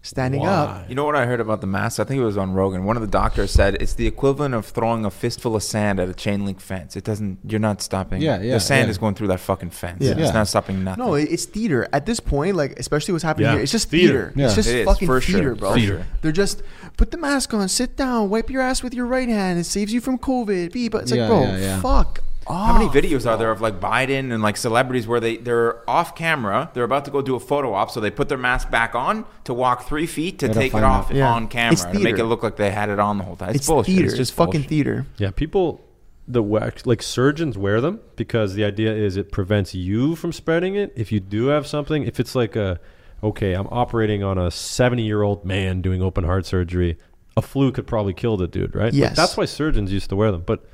Speaker 1: Standing up.
Speaker 4: You know what I heard about the mask? I think it was on Rogan. One of the doctors said it's the equivalent of throwing a fistful of sand at a chain link fence. It doesn't. You're not stopping.
Speaker 5: Yeah, yeah,
Speaker 4: The sand
Speaker 5: yeah.
Speaker 4: is going through that fucking fence.
Speaker 1: Yeah.
Speaker 4: It's
Speaker 5: Yeah.
Speaker 4: not stopping nothing.
Speaker 1: No, it- it's theater. At this point, like especially what's happening
Speaker 3: Yeah.
Speaker 1: here, it's just theater.
Speaker 3: Theater.
Speaker 5: Yeah.
Speaker 1: It's just
Speaker 4: It is,
Speaker 1: fucking
Speaker 4: for
Speaker 1: theater,
Speaker 4: sure,
Speaker 1: bro.
Speaker 4: for sure.
Speaker 1: They're just put the mask on, sit down, wipe your ass with your right hand. It saves you from COVID. Beep. But it's
Speaker 5: Yeah,
Speaker 1: like, bro,
Speaker 5: yeah, yeah.
Speaker 1: fuck.
Speaker 4: How many
Speaker 1: off.
Speaker 4: videos are there of like Biden and like celebrities where they they're off camera, they're about to go do a photo op, so they put their mask back on to walk three feet to
Speaker 5: They don't
Speaker 4: take it
Speaker 5: find
Speaker 4: off
Speaker 5: out.
Speaker 1: Yeah.
Speaker 4: on
Speaker 1: It's
Speaker 4: camera to make
Speaker 1: theater.
Speaker 4: it look like they had it on the whole time. It's,
Speaker 1: It's
Speaker 4: bullshit.
Speaker 1: theater.
Speaker 4: It's just
Speaker 1: fucking
Speaker 4: bullshit.
Speaker 1: theater.
Speaker 3: Yeah, people, the wax, like surgeons wear them because the idea is it prevents you from spreading it. If you do have something, if it's like a, okay, I'm operating on a 70 year old man doing open heart surgery, a flu could probably kill the dude, right? But
Speaker 1: Yes.
Speaker 3: that's why surgeons used to wear them. But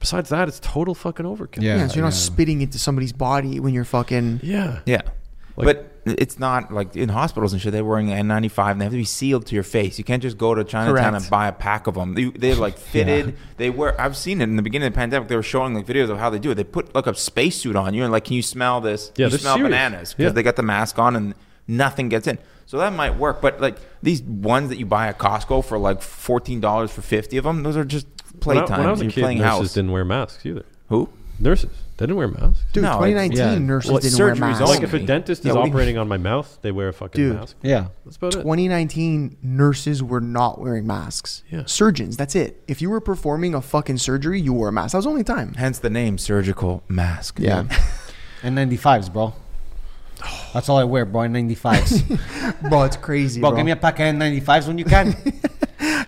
Speaker 3: besides that, it's total fucking overkill.
Speaker 1: Yeah,
Speaker 5: Yeah,
Speaker 1: so you're not
Speaker 5: yeah.
Speaker 1: spitting into somebody's body when you're fucking.
Speaker 3: Yeah.
Speaker 4: Yeah.
Speaker 3: Like-
Speaker 4: but it's not like in hospitals and shit. They're wearing N95 and they have to be sealed to your face. You can't just go to Chinatown
Speaker 1: Correct.
Speaker 4: and buy a pack of them. They, they're like fitted. They wear. I've seen it in the beginning of the pandemic. They were showing like videos of how they do it. They put like a spacesuit on you and like, can you smell this?
Speaker 3: Yeah,
Speaker 4: you
Speaker 3: they're
Speaker 4: smell
Speaker 3: serious.
Speaker 4: bananas
Speaker 3: Yeah.
Speaker 4: because they got the mask on and nothing gets in. So that might work. But like these ones that you buy at Costco for like fourteen dollars for fifty of them, those are just
Speaker 3: When I,
Speaker 4: playtime.
Speaker 3: when I was a
Speaker 4: You're
Speaker 3: kid,
Speaker 4: playing
Speaker 3: nurses
Speaker 4: house.
Speaker 3: didn't wear masks either.
Speaker 4: Who?
Speaker 3: Nurses, they didn't wear masks.
Speaker 1: Dude,
Speaker 4: No, it-
Speaker 1: 2019
Speaker 5: yeah.
Speaker 1: nurses
Speaker 4: Well,
Speaker 1: didn't wear
Speaker 4: surgery's
Speaker 1: masks.
Speaker 4: only-
Speaker 3: Like if a dentist is
Speaker 4: Yeah, we-
Speaker 3: operating on my mouth, they wear a fucking
Speaker 1: Dude.
Speaker 3: mask.
Speaker 5: yeah.
Speaker 3: That's about it.
Speaker 1: 2019 nurses were not wearing masks.
Speaker 3: Yeah.
Speaker 1: Surgeons, that's it. If you were performing a fucking surgery, you wore a mask. That was the only time.
Speaker 4: Hence the name surgical mask.
Speaker 1: Yeah.
Speaker 5: N95s, bro. That's all I wear, bro. N95s. bro,
Speaker 1: bro, it's crazy, bro.
Speaker 5: give me a pack of N95s when you can.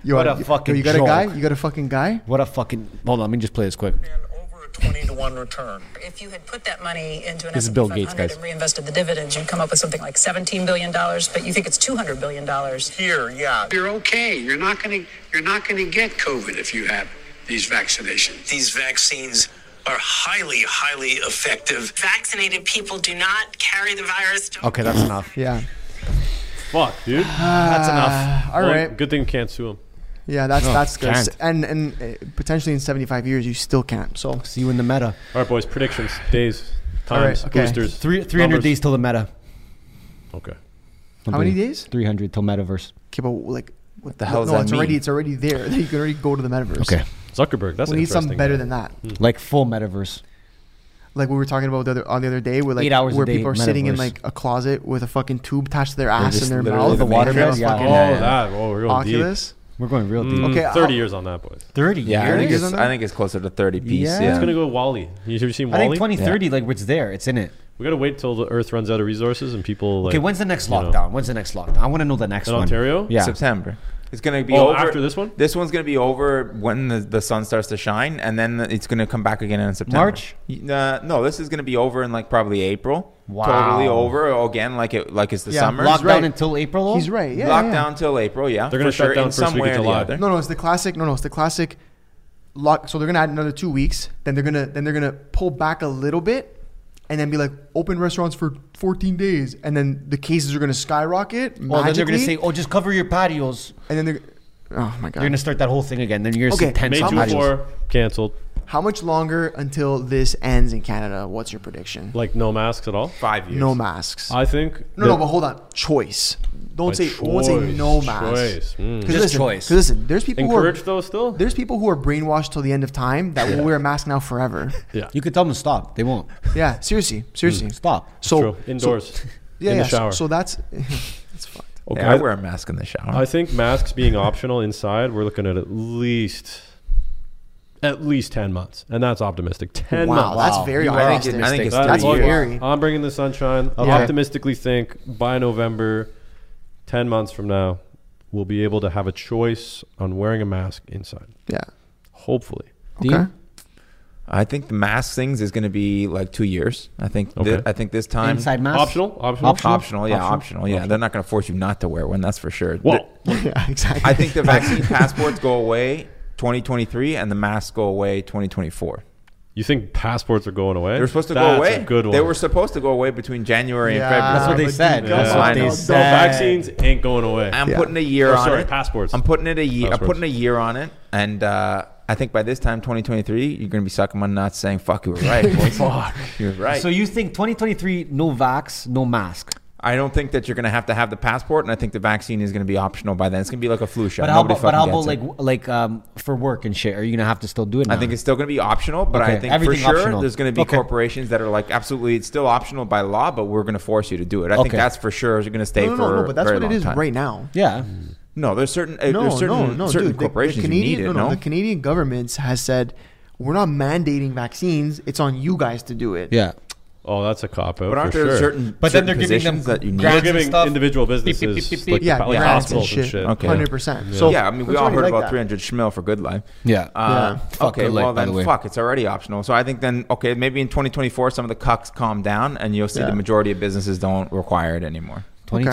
Speaker 1: Yo,
Speaker 5: what
Speaker 1: I-
Speaker 5: a fucking
Speaker 1: You got a
Speaker 5: joke.
Speaker 1: guy? You got a fucking guy?
Speaker 5: what a fucking. Hold on, let me just play this quick.
Speaker 9: and over a 20 to 1 return.
Speaker 10: If you had put that money into an
Speaker 5: This is
Speaker 10: S&P
Speaker 5: Bill Gates,
Speaker 10: 500
Speaker 5: guys.
Speaker 10: and reinvested the dividends, you'd come up with something like 17 billion dollars, but you think it's 200 billion dollars.
Speaker 9: Here, yeah. You're okay. You're not going to you're not going to get COVID if you have these vaccinations. These vaccines are highly highly effective.
Speaker 11: Vaccinated people do not carry the virus.
Speaker 5: Okay, that's enough.
Speaker 1: Yeah.
Speaker 3: Fuck, dude.
Speaker 5: That's enough.
Speaker 1: Ah, All right.
Speaker 3: Well, Good thing you can't sue him.
Speaker 1: Yeah, that's that's good.
Speaker 4: can't.
Speaker 1: And and uh, potentially in 75 years you still can't. So
Speaker 5: See you in the meta.
Speaker 3: All right, boys. Predictions, days,
Speaker 1: right,
Speaker 3: times,
Speaker 1: okay.
Speaker 3: boosters.
Speaker 5: Three, 300
Speaker 3: numbers.
Speaker 5: days till the meta.
Speaker 3: Okay.
Speaker 1: How many days?
Speaker 5: Three hundred till metaverse.
Speaker 1: Okay, but like, what
Speaker 5: the hell does
Speaker 1: No,
Speaker 5: that
Speaker 1: it's already
Speaker 5: mean?
Speaker 1: it's already there. You can already go to the metaverse.
Speaker 5: Okay.
Speaker 3: Zuckerberg.
Speaker 1: we need something better than that.
Speaker 5: Mm-hmm. Like full metaverse.
Speaker 1: Like we were talking about the other on the other day, where like
Speaker 5: Eight hours a
Speaker 1: where
Speaker 5: day,
Speaker 1: people are sitting in
Speaker 5: metaverse.
Speaker 1: like a closet with a fucking tube attached to their
Speaker 5: They're
Speaker 1: ass
Speaker 5: just
Speaker 1: and their
Speaker 5: literally
Speaker 1: mouth.
Speaker 5: the water
Speaker 1: and a
Speaker 5: bed, yeah.
Speaker 1: fucking,
Speaker 3: Oh, that. Oh, we're going deep.
Speaker 1: Oculus.
Speaker 5: We're going real deep.
Speaker 3: Mm,
Speaker 1: Okay, I'll-
Speaker 3: 30 years on that, boys.
Speaker 5: 30
Speaker 4: Yeah, I think,
Speaker 5: years?
Speaker 4: it's, I think it's closer to 30 piece.
Speaker 5: Yeah.
Speaker 4: Yeah.
Speaker 5: It's
Speaker 3: It's gonna go Wally. You ever seen
Speaker 5: I
Speaker 3: Wally?
Speaker 5: think 2030, like it's there. It's in it.
Speaker 3: We gotta wait till the Earth runs out of resources and people. Like,
Speaker 5: Okay, when's the next
Speaker 3: you know-
Speaker 5: lockdown? When's the next lockdown? I want to know the next
Speaker 3: In
Speaker 5: one.
Speaker 3: Ontario?
Speaker 5: Yeah.
Speaker 4: September. It's going to be
Speaker 3: Oh,
Speaker 4: over.
Speaker 3: after this one?
Speaker 4: This one's going to be over when the, the sun starts to shine, and then it's going to come back again in September.
Speaker 5: March?
Speaker 4: Y- Uh, no, this is going to be over in like probably April.
Speaker 5: Wow.
Speaker 4: Totally over again, like it like it's the
Speaker 1: Yeah,
Speaker 4: summer.
Speaker 5: Lockdown
Speaker 1: right.
Speaker 5: until April? though?
Speaker 1: He's right. Yeah. yeah, yeah.
Speaker 4: Lockdown till April, yeah.
Speaker 3: They're gonna
Speaker 4: for
Speaker 3: shut
Speaker 4: sure,
Speaker 3: down
Speaker 4: in
Speaker 3: first week
Speaker 4: some
Speaker 3: of
Speaker 4: way or the
Speaker 3: July.
Speaker 4: other.
Speaker 1: No, no, it's the classic. No, no, it's the classic. Lock. So they're gonna add another two weeks. Then they're gonna then they're gonna pull back a little bit, and then be like open restaurants for 14 days, and then the cases are gonna skyrocket.
Speaker 5: Well, then they're going to
Speaker 1: magically,
Speaker 5: say, oh, just cover your patios.
Speaker 1: and then they're. Oh my god.
Speaker 5: You're going to start that whole thing again. Then you're going to
Speaker 1: Okay,
Speaker 5: see 10
Speaker 3: May
Speaker 1: How
Speaker 5: patios.
Speaker 1: much-
Speaker 3: 24 canceled.
Speaker 1: How much longer until this ends in Canada? What's your prediction?
Speaker 3: Like no masks at all.
Speaker 4: Five years.
Speaker 1: No masks.
Speaker 3: I think.
Speaker 1: no, no, but hold on. Choice. Don't say. won't say no mask.
Speaker 3: Choice. Mm.
Speaker 1: 'Cause
Speaker 5: Just
Speaker 1: listen,
Speaker 5: choice.
Speaker 1: 'cause listen, there's people who are,
Speaker 3: Encouraged though, still.
Speaker 1: there's people who are brainwashed till the end of time that will wear a mask now forever.
Speaker 3: Yeah.
Speaker 5: You could tell them to stop. They won't.
Speaker 1: yeah, seriously, seriously.
Speaker 5: Stop.
Speaker 1: So
Speaker 3: Hmm. True.
Speaker 1: so-
Speaker 3: Indoors.
Speaker 1: yeah,
Speaker 3: in
Speaker 1: yeah.
Speaker 3: the shower.
Speaker 1: So that's that's fucked.
Speaker 3: okay.
Speaker 4: Yeah, I
Speaker 3: I-
Speaker 4: wear a mask in the shower.
Speaker 3: I think masks being optional inside, we're looking at at least at least 10 months. And that's optimistic. 10
Speaker 1: wow,
Speaker 3: months.
Speaker 1: that's very
Speaker 4: I think,
Speaker 1: optimistic.
Speaker 4: it, I think it's
Speaker 3: That
Speaker 1: That's
Speaker 3: is
Speaker 4: three
Speaker 3: low.
Speaker 4: years.
Speaker 1: very-
Speaker 3: I'm bringing the sunshine. I
Speaker 1: Yeah.
Speaker 3: optimistically think by November, 10 months from now, we'll be able to have a choice on wearing a mask inside.
Speaker 1: yeah.
Speaker 3: Hopefully.
Speaker 1: Okay.
Speaker 4: I think the mask things is going to be like two years. I think. thi-
Speaker 3: Okay.
Speaker 4: I think this time
Speaker 5: Inside mask.
Speaker 3: Optional? Optional?
Speaker 4: optional, yeah, optional, yeah. They're not going to force you not to wear one. That's for sure.
Speaker 3: Well,
Speaker 1: yeah, exactly.
Speaker 4: I think the vaccine passports go away 2023 and the masks go away 2024.
Speaker 3: you think passports are going away?
Speaker 4: They were supposed to
Speaker 3: That's
Speaker 4: go away.
Speaker 3: A good one.
Speaker 4: They were supposed to go away between January
Speaker 1: Yeah.
Speaker 4: and February.
Speaker 5: That's what they
Speaker 1: but
Speaker 5: said.
Speaker 1: you
Speaker 5: That's
Speaker 4: guys-
Speaker 5: what
Speaker 4: Yeah, I
Speaker 5: they
Speaker 4: know.
Speaker 5: said.
Speaker 3: No, vaccines ain't going away.
Speaker 4: I'm
Speaker 1: Yeah.
Speaker 4: putting a year
Speaker 3: Oh,
Speaker 4: on
Speaker 3: sorry,
Speaker 4: it.
Speaker 3: passports.
Speaker 4: I'm putting it a year. I'm
Speaker 3: Passports.
Speaker 4: putting a year on it, and uh, I think by this time, 2023, you're going to be sucking my nuts, saying "fuck, you were right, boys. fuck, you were right."
Speaker 5: So you think 2023, no vax, no mask.
Speaker 4: I don't think that you're going to have to have the passport, and I think the vaccine is going to be optional by then. It's going to be like a flu shot.
Speaker 5: But how
Speaker 4: Nobody
Speaker 5: about, but
Speaker 4: fucking
Speaker 5: how about
Speaker 4: gets it.
Speaker 5: like, like um, for work and shit? Are you going to have to still do it
Speaker 4: I
Speaker 5: now?
Speaker 4: think it's still going to be optional, but I
Speaker 5: Okay,
Speaker 4: think
Speaker 5: everything
Speaker 4: for sure
Speaker 5: optional.
Speaker 4: there's going to be
Speaker 5: Okay.
Speaker 4: corporations that are like, absolutely, it's still optional by law, but we're going to force you to do it. I think
Speaker 5: Okay.
Speaker 4: that's for sure is going to stay
Speaker 1: no, no,
Speaker 4: for
Speaker 1: no, no, but that's
Speaker 4: very
Speaker 1: what it
Speaker 4: long
Speaker 1: is
Speaker 4: time.
Speaker 1: right now.
Speaker 5: Yeah.
Speaker 4: No, there's certain uh,
Speaker 1: No,
Speaker 4: there's certain,
Speaker 1: no, no,
Speaker 4: certain
Speaker 1: dude. The-
Speaker 4: corporations
Speaker 1: the Canadian,
Speaker 4: who need it.
Speaker 1: no,
Speaker 4: No,
Speaker 1: the Canadian government has said we're not mandating vaccines. It's on you guys to do it.
Speaker 5: Yeah.
Speaker 3: oh, that's a cop out.
Speaker 4: but aren't
Speaker 3: for
Speaker 4: there
Speaker 3: sure.
Speaker 4: certain
Speaker 5: But then
Speaker 4: certain
Speaker 5: they're giving them
Speaker 4: positions that you need?
Speaker 3: We're
Speaker 5: grants and
Speaker 3: giving
Speaker 5: stuff.
Speaker 3: individual
Speaker 5: Beep, beep,
Speaker 3: businesses,
Speaker 5: beep, beep,
Speaker 3: like,
Speaker 5: beep.
Speaker 1: Yeah,
Speaker 3: like
Speaker 1: grants
Speaker 3: hospitals and
Speaker 1: and
Speaker 3: shit.
Speaker 1: shit.
Speaker 4: Okay.
Speaker 1: Hundred percent.
Speaker 3: Yeah.
Speaker 1: So
Speaker 4: yeah, I mean, we
Speaker 1: it's
Speaker 4: all
Speaker 1: already
Speaker 4: heard
Speaker 1: like
Speaker 4: about
Speaker 1: that.
Speaker 4: 300 schmil for good life.
Speaker 5: Yeah.
Speaker 4: Uh,
Speaker 1: Yeah.
Speaker 5: Fuck
Speaker 4: okay,
Speaker 5: Good Life,
Speaker 4: well
Speaker 5: by
Speaker 4: then,
Speaker 5: the way.
Speaker 4: fuck, it's already optional. So I think then, okay, maybe in 2024, some of the cucks calm down, and you'll see
Speaker 1: Yeah.
Speaker 4: the majority of businesses don't require it anymore.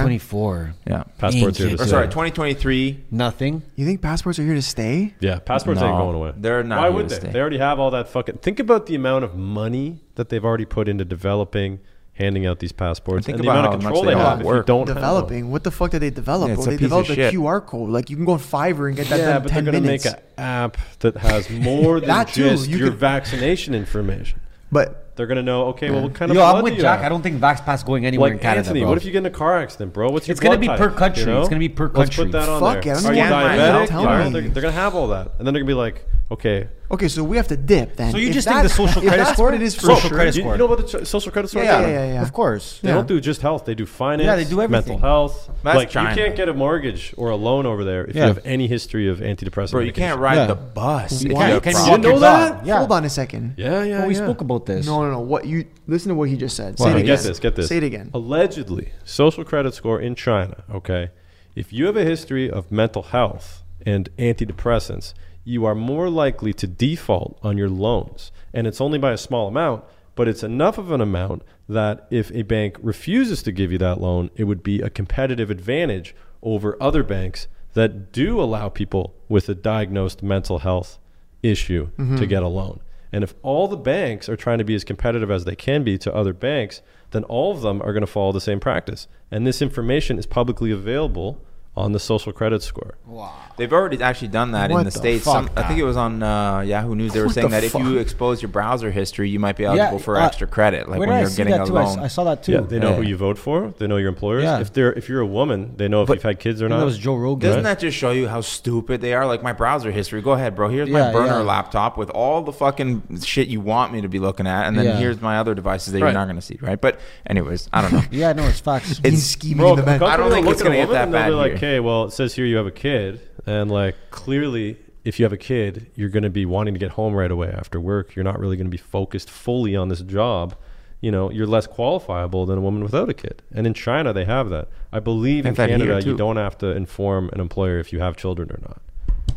Speaker 5: 2024.
Speaker 4: Yeah.
Speaker 3: Passports here to
Speaker 5: Ancient.
Speaker 4: Or
Speaker 3: stay.
Speaker 4: sorry, 2023.
Speaker 5: Nothing.
Speaker 1: You think passports are here to stay?
Speaker 3: Yeah, passports ain't
Speaker 4: No,
Speaker 3: going away.
Speaker 4: they're not
Speaker 3: Why
Speaker 4: here
Speaker 3: would
Speaker 4: to
Speaker 3: they?
Speaker 4: stay.
Speaker 3: They already have all that fucking. Think about the amount of money that they've already put into developing, handing out these passports,
Speaker 4: Think
Speaker 3: and the
Speaker 4: about
Speaker 3: amount of
Speaker 4: how much
Speaker 3: control
Speaker 4: they
Speaker 3: they
Speaker 1: all
Speaker 3: have if you
Speaker 4: work.
Speaker 3: don't have them.
Speaker 1: Developing. What the fuck did they develop?
Speaker 4: Yeah, it's
Speaker 1: Well,
Speaker 4: a
Speaker 1: they
Speaker 4: piece of
Speaker 1: developed a
Speaker 4: shit.
Speaker 1: QR code. Like you can go on Fiverr and get that
Speaker 3: Yeah,
Speaker 1: done in
Speaker 3: but they're
Speaker 1: ten
Speaker 3: gonna
Speaker 1: minutes.
Speaker 3: make an app that has more than
Speaker 1: That too,
Speaker 3: just
Speaker 1: you
Speaker 3: your
Speaker 1: could-
Speaker 3: vaccination information.
Speaker 1: But
Speaker 3: They're gonna know. Okay, well, what kind of
Speaker 5: Yo,
Speaker 3: blood
Speaker 5: I'm
Speaker 3: do
Speaker 5: with
Speaker 3: you
Speaker 5: Jack.
Speaker 3: have?
Speaker 5: I don't think Vax Pass going anywhere
Speaker 3: Like
Speaker 5: in Canada.
Speaker 3: Anthony,
Speaker 5: bro.
Speaker 3: what if you get in a car accident, bro? What's your
Speaker 5: It's gonna
Speaker 3: blood
Speaker 5: be
Speaker 3: type,
Speaker 5: per country.
Speaker 3: you know?
Speaker 5: It's gonna be per
Speaker 3: Let's
Speaker 5: country.
Speaker 3: put that on
Speaker 1: Fuck
Speaker 3: there.
Speaker 1: it, I don't
Speaker 3: Are
Speaker 1: know
Speaker 3: you
Speaker 4: why I'm not
Speaker 3: diabetic?
Speaker 1: telling
Speaker 3: Yeah,
Speaker 1: me.
Speaker 3: They're, they're gonna have all that, and then they're gonna be like, okay,
Speaker 1: okay, so we have to dip then.
Speaker 5: So you
Speaker 1: If
Speaker 5: just think
Speaker 1: that-
Speaker 5: the social
Speaker 1: if
Speaker 5: credit
Speaker 1: that's
Speaker 5: score?
Speaker 1: what it is for
Speaker 5: Social
Speaker 1: sure.
Speaker 5: credit
Speaker 3: you,
Speaker 5: score.
Speaker 3: you know about the so- social credit score?
Speaker 1: Yeah, yeah, yeah, yeah.
Speaker 5: Of course.
Speaker 3: They
Speaker 1: Yeah.
Speaker 3: don't do just health. They do finance.
Speaker 5: Yeah, they do everything.
Speaker 3: Mental health.
Speaker 4: That's
Speaker 3: like
Speaker 4: China.
Speaker 3: you can't get a mortgage or a loan over there if
Speaker 5: Yeah.
Speaker 3: you have any history of antidepressant.
Speaker 4: Bro, you
Speaker 3: medication.
Speaker 4: can't ride
Speaker 5: Yeah.
Speaker 4: the bus.
Speaker 5: You
Speaker 4: if
Speaker 5: can't-
Speaker 4: have
Speaker 5: you can't
Speaker 4: problems.
Speaker 5: walk
Speaker 3: You know
Speaker 5: your dog.
Speaker 3: that?
Speaker 5: Yeah.
Speaker 1: Hold on a second.
Speaker 3: Yeah, yeah.
Speaker 5: Well, we
Speaker 3: yeah.
Speaker 5: spoke about this.
Speaker 1: No, no, no. What you listen to what he just said. Say
Speaker 5: Wow.
Speaker 1: it
Speaker 5: Hey,
Speaker 1: again.
Speaker 3: get this. Get this.
Speaker 1: Say it again.
Speaker 3: Allegedly, social credit score in China. Okay, if you have a history of mental health and antidepressants, you are more likely to default on your loans, and it's only by a small amount. But it's enough of an amount that if a bank refuses to give you that loan, it would be a competitive advantage over other banks that do allow people with a diagnosed mental health issue
Speaker 4: Mm-hmm.
Speaker 3: to get a loan. And if all the banks are trying to be as competitive as they can be to other banks, then all of them are going to follow the same practice. And this information is publicly available on the social credit score.
Speaker 4: Wow. They've already actually done that
Speaker 3: What
Speaker 4: in the,
Speaker 3: the
Speaker 4: states.
Speaker 3: fuck,
Speaker 4: Some, I think
Speaker 3: Doc?
Speaker 4: it was on uh, Yahoo News. They were
Speaker 3: What
Speaker 4: saying
Speaker 3: the
Speaker 4: that
Speaker 3: fuck?
Speaker 4: if you expose your browser history, you might be
Speaker 3: Yeah,
Speaker 4: eligible for
Speaker 3: uh,
Speaker 4: extra credit, like
Speaker 3: where
Speaker 4: when
Speaker 3: did I
Speaker 4: you're
Speaker 3: see
Speaker 4: getting
Speaker 3: that
Speaker 4: a
Speaker 3: too? I
Speaker 4: loan.
Speaker 3: s- I saw that too. Yeah, they know who
Speaker 4: Yeah.
Speaker 3: you vote for. They know your employers.
Speaker 4: Yeah.
Speaker 3: If they're if you're a woman, they know if you've had kids or not.
Speaker 4: Doesn't
Speaker 3: Right?
Speaker 4: that just show you how stupid they are? Like my browser history. Go ahead, bro. Here's
Speaker 3: Yeah,
Speaker 4: my burner
Speaker 3: yeah.
Speaker 4: laptop with all the fucking shit you want me to be looking at, and then
Speaker 3: Yeah.
Speaker 4: here's my other devices that
Speaker 3: Right.
Speaker 4: you're not going to see, right? But anyways, I don't know.
Speaker 5: Yeah, no, it's facts.
Speaker 4: It's- scheming Bro, in the back.
Speaker 3: Company
Speaker 4: I don't
Speaker 3: will
Speaker 4: think
Speaker 3: look
Speaker 4: it's
Speaker 3: at a
Speaker 4: gonna get
Speaker 3: woman
Speaker 4: that
Speaker 3: and they'll
Speaker 4: bad
Speaker 3: be like,
Speaker 4: here.
Speaker 3: okay, well, it says here you have a kid, and like clearly, if you have a kid, you're going to be wanting to get home right away after work. You're not really going to be focused fully on this job. You know, you're less qualifiable than a woman without a kid. And in China, they have that. I believe
Speaker 4: They
Speaker 3: in
Speaker 4: have that here,
Speaker 3: Canada, you
Speaker 4: too.
Speaker 3: don't have to inform an employer if you have children or not.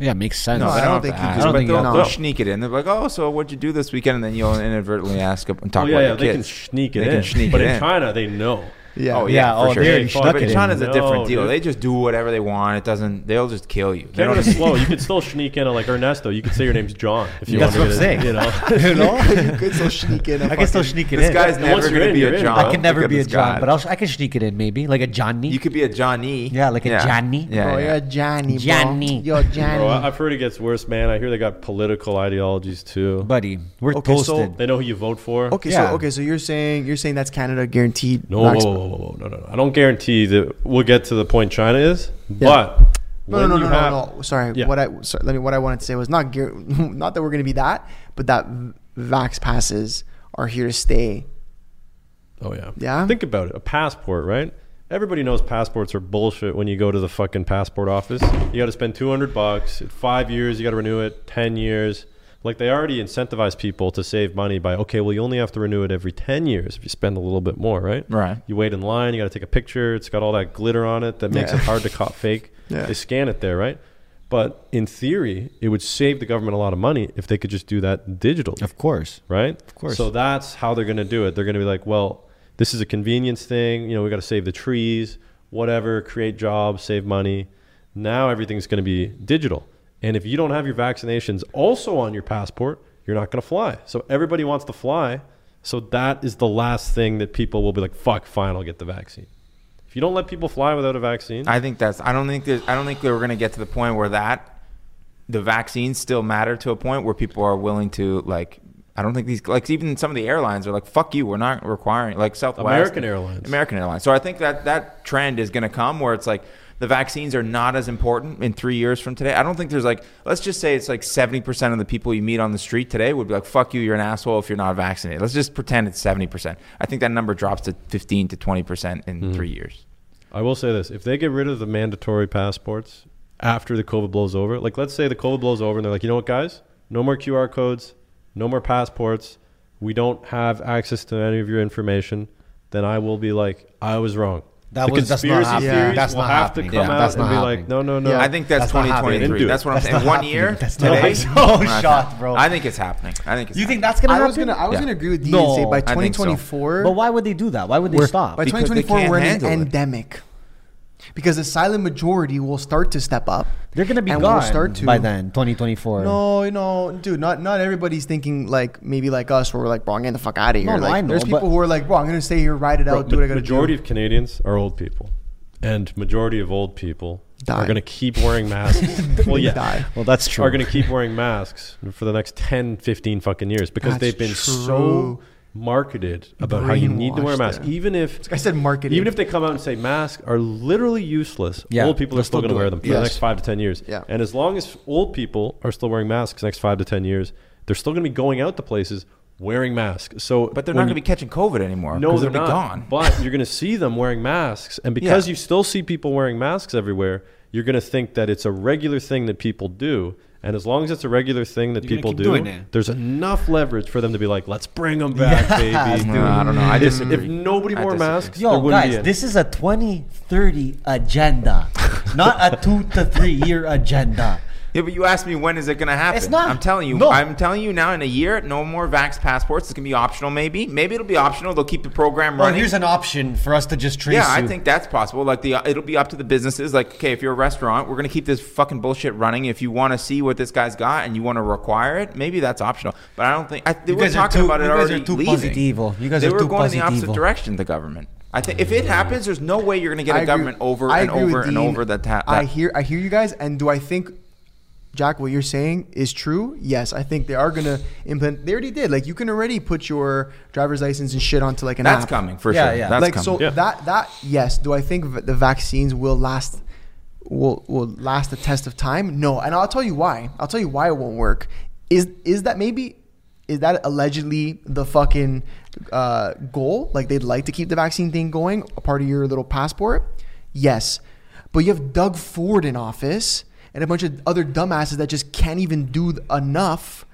Speaker 5: Yeah, it makes sense.
Speaker 4: No, I don't think
Speaker 5: think
Speaker 4: you do. But they'll, they'll sneak it in. They're like, "Oh, so what'd you do this weekend?" And then you'll inadvertently ask and talk
Speaker 3: Well, yeah,
Speaker 4: about
Speaker 3: yeah,
Speaker 4: your
Speaker 3: they can
Speaker 4: kids.
Speaker 3: sneak it
Speaker 4: They
Speaker 3: in.
Speaker 4: can sneak
Speaker 3: but
Speaker 4: it
Speaker 3: in
Speaker 4: in.
Speaker 3: China, they know.
Speaker 4: Oh yeah, for sure. but
Speaker 3: But
Speaker 4: China's a different
Speaker 3: No,
Speaker 4: deal.
Speaker 3: dude.
Speaker 4: They just do whatever they want. It doesn't. They'll just kill you. They
Speaker 3: Canada's
Speaker 4: don't-
Speaker 3: slow. You could still sneak in a, like Ernesto. You could say your name's John if you
Speaker 4: That's
Speaker 3: want
Speaker 4: what
Speaker 3: to
Speaker 4: I'm
Speaker 3: get in,
Speaker 4: saying.
Speaker 3: You know,
Speaker 1: you could still sneak in. a
Speaker 5: I can still
Speaker 1: fucking-
Speaker 5: sneak it
Speaker 4: This
Speaker 5: in.
Speaker 4: guy's never
Speaker 5: Once you're
Speaker 4: gonna
Speaker 5: in,
Speaker 4: be a
Speaker 5: you're in.
Speaker 4: John.
Speaker 5: I can never
Speaker 4: Look at
Speaker 5: be a
Speaker 4: this
Speaker 5: John,
Speaker 4: guy.
Speaker 5: but I'll, sh- I can sneak it in maybe, like a Johnny. You
Speaker 4: could be a Johnny.
Speaker 5: Yeah, like a
Speaker 3: Yeah.
Speaker 5: Johnny.
Speaker 3: Yeah,
Speaker 1: oh,
Speaker 3: yeah.
Speaker 1: you're Johnny. bro.
Speaker 5: Johnny.
Speaker 1: You're Johnny.
Speaker 3: Bro, I- I've heard it gets worse, man. I hear they got political ideologies too,
Speaker 5: buddy. We're
Speaker 1: Okay, so- toasted.
Speaker 3: they know who you vote for.
Speaker 1: okay, so okay, so you're saying you're saying that's Canada guaranteed.
Speaker 3: No,
Speaker 1: not
Speaker 3: whoa,
Speaker 1: exp-
Speaker 3: whoa, whoa, whoa, no, no, no. I don't guarantee that we'll get to the point China is,
Speaker 1: Yeah.
Speaker 3: but
Speaker 1: No, no,
Speaker 3: when
Speaker 1: no,
Speaker 3: you
Speaker 1: no,
Speaker 3: have-
Speaker 1: no, no. Sorry,
Speaker 3: Yeah.
Speaker 1: what I sorry, let me what I wanted to say was not gear, not that we're going to be that, but that v- vax passes are here to stay.
Speaker 3: Oh yeah.
Speaker 1: Yeah?
Speaker 3: Think about it. A passport, right? Everybody knows passports are bullshit when you go to the fucking passport office. You got to spend 200 bucks. At 5 years, you got to renew it. 10 years. Like they already incentivize people to save money by okay, well you only have to renew it every 10 years if you spend a little bit more, right?
Speaker 4: Right.
Speaker 3: You wait in line, you got to take a picture. It's got all that glitter on it that makes
Speaker 1: Yeah.
Speaker 3: it hard to cop fake.
Speaker 1: Yeah.
Speaker 3: They scan it there, right? But in theory, it would save the government a lot of money if they could just do that digitally.
Speaker 5: Of course.
Speaker 3: Right?
Speaker 5: Of course.
Speaker 3: So that's how they're going to do it. They're going to be like, well, this is a convenience thing. You know, we got to save the trees, whatever, create jobs, save money. Now everything's going to be digital. And if you don't have your vaccinations also on your passport, you're not going to fly. So everybody wants to fly. So that is the last thing that people will be like, fuck, fine, I'll get the vaccine. If you don't let people fly without a vaccine,
Speaker 4: I think that's. I don't think. There's, I don't think we're going to get to the point where that the vaccines still matter to a point where people are willing to like. I don't think these like even some of the airlines are like fuck you. We're not requiring like Southwest,
Speaker 3: American Airlines.
Speaker 4: American Airlines. So I think that that trend is going to come where it's like the vaccines are not as important in three years from today. I don't think there's like let's just say it's like seventy percent of the people you meet on the street today would be like fuck you. You're an asshole if you're not vaccinated. Let's just pretend it's seventy percent. I think that number drops to fifteen to twenty percent in
Speaker 3: Mm-hmm.
Speaker 4: three years.
Speaker 3: I will say this: if they get rid of the mandatory passports after the COVID blows over, like let's say the COVID blows over, and they're like, you know what, guys, no more QR codes, no more passports, we don't have access to any of your information, then I will be like, I was wrong.
Speaker 5: That
Speaker 3: the
Speaker 5: was- that's not
Speaker 3: conspiracy
Speaker 5: happening.
Speaker 3: theories
Speaker 5: Yeah, that's
Speaker 3: will
Speaker 5: not
Speaker 3: have
Speaker 5: happening.
Speaker 3: to come
Speaker 5: Yeah,
Speaker 3: out
Speaker 5: that's
Speaker 3: and
Speaker 5: not
Speaker 3: be like,
Speaker 5: happening.
Speaker 3: no, no, no.
Speaker 4: I think that's,
Speaker 5: That's not
Speaker 4: 2023.
Speaker 3: happening.
Speaker 4: That's what I'm
Speaker 5: That's
Speaker 4: saying.
Speaker 5: not
Speaker 4: One
Speaker 5: happening.
Speaker 4: year
Speaker 5: That's not
Speaker 4: today.
Speaker 5: happening. No
Speaker 4: Not
Speaker 5: shot,
Speaker 4: happening.
Speaker 5: bro.
Speaker 4: I think it's happening. I think it's.
Speaker 5: You
Speaker 4: happening.
Speaker 5: think that's gonna
Speaker 1: I
Speaker 5: happen?
Speaker 1: was gonna I was
Speaker 4: Yeah.
Speaker 1: gonna agree with you
Speaker 5: No,
Speaker 1: and say by
Speaker 4: I think so.
Speaker 1: 2024
Speaker 5: But why would they do that? Why would they
Speaker 1: we're-
Speaker 5: stop?
Speaker 1: By
Speaker 4: Because they
Speaker 1: 2024
Speaker 4: can't
Speaker 1: we're in an
Speaker 4: handle it.
Speaker 1: endemic. Because the silent majority will start to step up.
Speaker 5: They're gonna be
Speaker 1: and
Speaker 5: gone
Speaker 1: we'll start to
Speaker 5: by then, 2024.
Speaker 1: No, no, dude, not not everybody's thinking like maybe like us where we're like, bro, I'm getting the fuck out of here.
Speaker 5: No, no,
Speaker 1: like,
Speaker 5: I know,
Speaker 1: there's people
Speaker 5: but-
Speaker 1: who are like, bro, I'm gonna stay here, ride it
Speaker 3: Bro,
Speaker 1: out, do what I gotta
Speaker 3: majority
Speaker 1: do.
Speaker 3: of Canadians are old people, and majority of old people
Speaker 1: Die.
Speaker 3: are going to keep wearing masks. well, yeah,
Speaker 1: Die.
Speaker 5: Well, that's
Speaker 3: are going to keep wearing masks for the next 10, 15 fucking years because
Speaker 1: That's
Speaker 3: they've been
Speaker 1: true.
Speaker 3: so marketed about how you need to wear a
Speaker 1: Brainwashed,
Speaker 3: mask.
Speaker 1: yeah.
Speaker 3: Even if
Speaker 1: I said marketing.
Speaker 3: even if they come out and say masks are literally useless,
Speaker 5: Yeah,
Speaker 3: old people are
Speaker 5: they'll still
Speaker 3: still going to
Speaker 5: do
Speaker 3: wear
Speaker 5: it.
Speaker 3: them for the
Speaker 1: Yes.
Speaker 3: next five to 10 years.
Speaker 1: Yeah.
Speaker 3: And as long as old people are still wearing masks the next five to 10 years, they're still going to be going out to places wearing masks. So,
Speaker 4: But they're not
Speaker 3: when
Speaker 4: going to
Speaker 3: you-
Speaker 4: be catching COVID anymore.
Speaker 3: no,
Speaker 4: 'cause
Speaker 3: they're
Speaker 4: they'll
Speaker 3: not.
Speaker 4: be gone.
Speaker 3: But you're going to see them wearing masks, and because
Speaker 4: Yeah.
Speaker 3: you still see people wearing masks everywhere, you're going to think that it's a regular thing that people do. And as long as it's a regular thing that
Speaker 5: gonna
Speaker 3: people
Speaker 5: keep
Speaker 3: do,
Speaker 5: doing it.
Speaker 3: there's enough leverage for them to be like, "Let's bring them back, baby."
Speaker 4: No, I don't know. I
Speaker 3: If-
Speaker 4: disagree.
Speaker 3: If, nobody
Speaker 4: I
Speaker 3: wore
Speaker 4: disagree.
Speaker 3: masks, there
Speaker 5: Yo,
Speaker 3: wouldn't be
Speaker 5: guys,
Speaker 3: any.
Speaker 5: this is a 2030 agenda, not a two to three year agenda.
Speaker 4: Yeah, but you asked me when is it going to happen?
Speaker 5: It's not.
Speaker 4: I'm telling you.
Speaker 5: No.
Speaker 4: I'm telling you now. In a year, no more vax passports. It's going to be optional. Maybe. Maybe it'll be optional. They'll keep the program
Speaker 5: Well,
Speaker 4: running.
Speaker 5: here's an option for us to just trace
Speaker 4: yeah, I
Speaker 5: you.
Speaker 4: think that's possible. Like the uh, it'll be up to the businesses. Like, okay, if you're a restaurant, we're gonna keep this fucking bullshit running. If you want to see what this guy's got and you want to require it, maybe that's optional. But I don't think I, they
Speaker 5: You
Speaker 4: were
Speaker 5: guys are
Speaker 4: talking
Speaker 5: too-
Speaker 4: about it
Speaker 5: you guys are
Speaker 4: already.
Speaker 5: too
Speaker 4: leaving.
Speaker 5: positivo. You guys
Speaker 4: they
Speaker 5: are
Speaker 4: were
Speaker 5: too
Speaker 4: going in the opposite
Speaker 5: positivo.
Speaker 4: direction. The government. I think if it happens, there's no way you're going to get
Speaker 1: I
Speaker 4: a
Speaker 1: agree-
Speaker 4: government over
Speaker 1: I
Speaker 4: and
Speaker 1: agree with
Speaker 4: over and
Speaker 1: Dean.
Speaker 4: over that, ta- that
Speaker 1: I hear I hear you guys, and do I think Jack what you're saying is true? Yes, I think they are gonna implement. They already did. Like you can already put your driver's license and shit onto like an
Speaker 4: That's
Speaker 1: app.
Speaker 4: coming, for Yeah, sure. yeah. That's
Speaker 1: like
Speaker 4: coming.
Speaker 1: so
Speaker 4: Yeah.
Speaker 1: that that yes. Do I think v- the vaccines will last? Will will last the test of time? No, and I'll tell you why. I'll tell you why it won't work. Is is that maybe? Is that allegedly the fucking uh, goal? Like they'd like to keep the vaccine thing going, a part of your little passport. Yes. But you have Doug Ford in office and a bunch of other dumbasses that just can't even do th- enough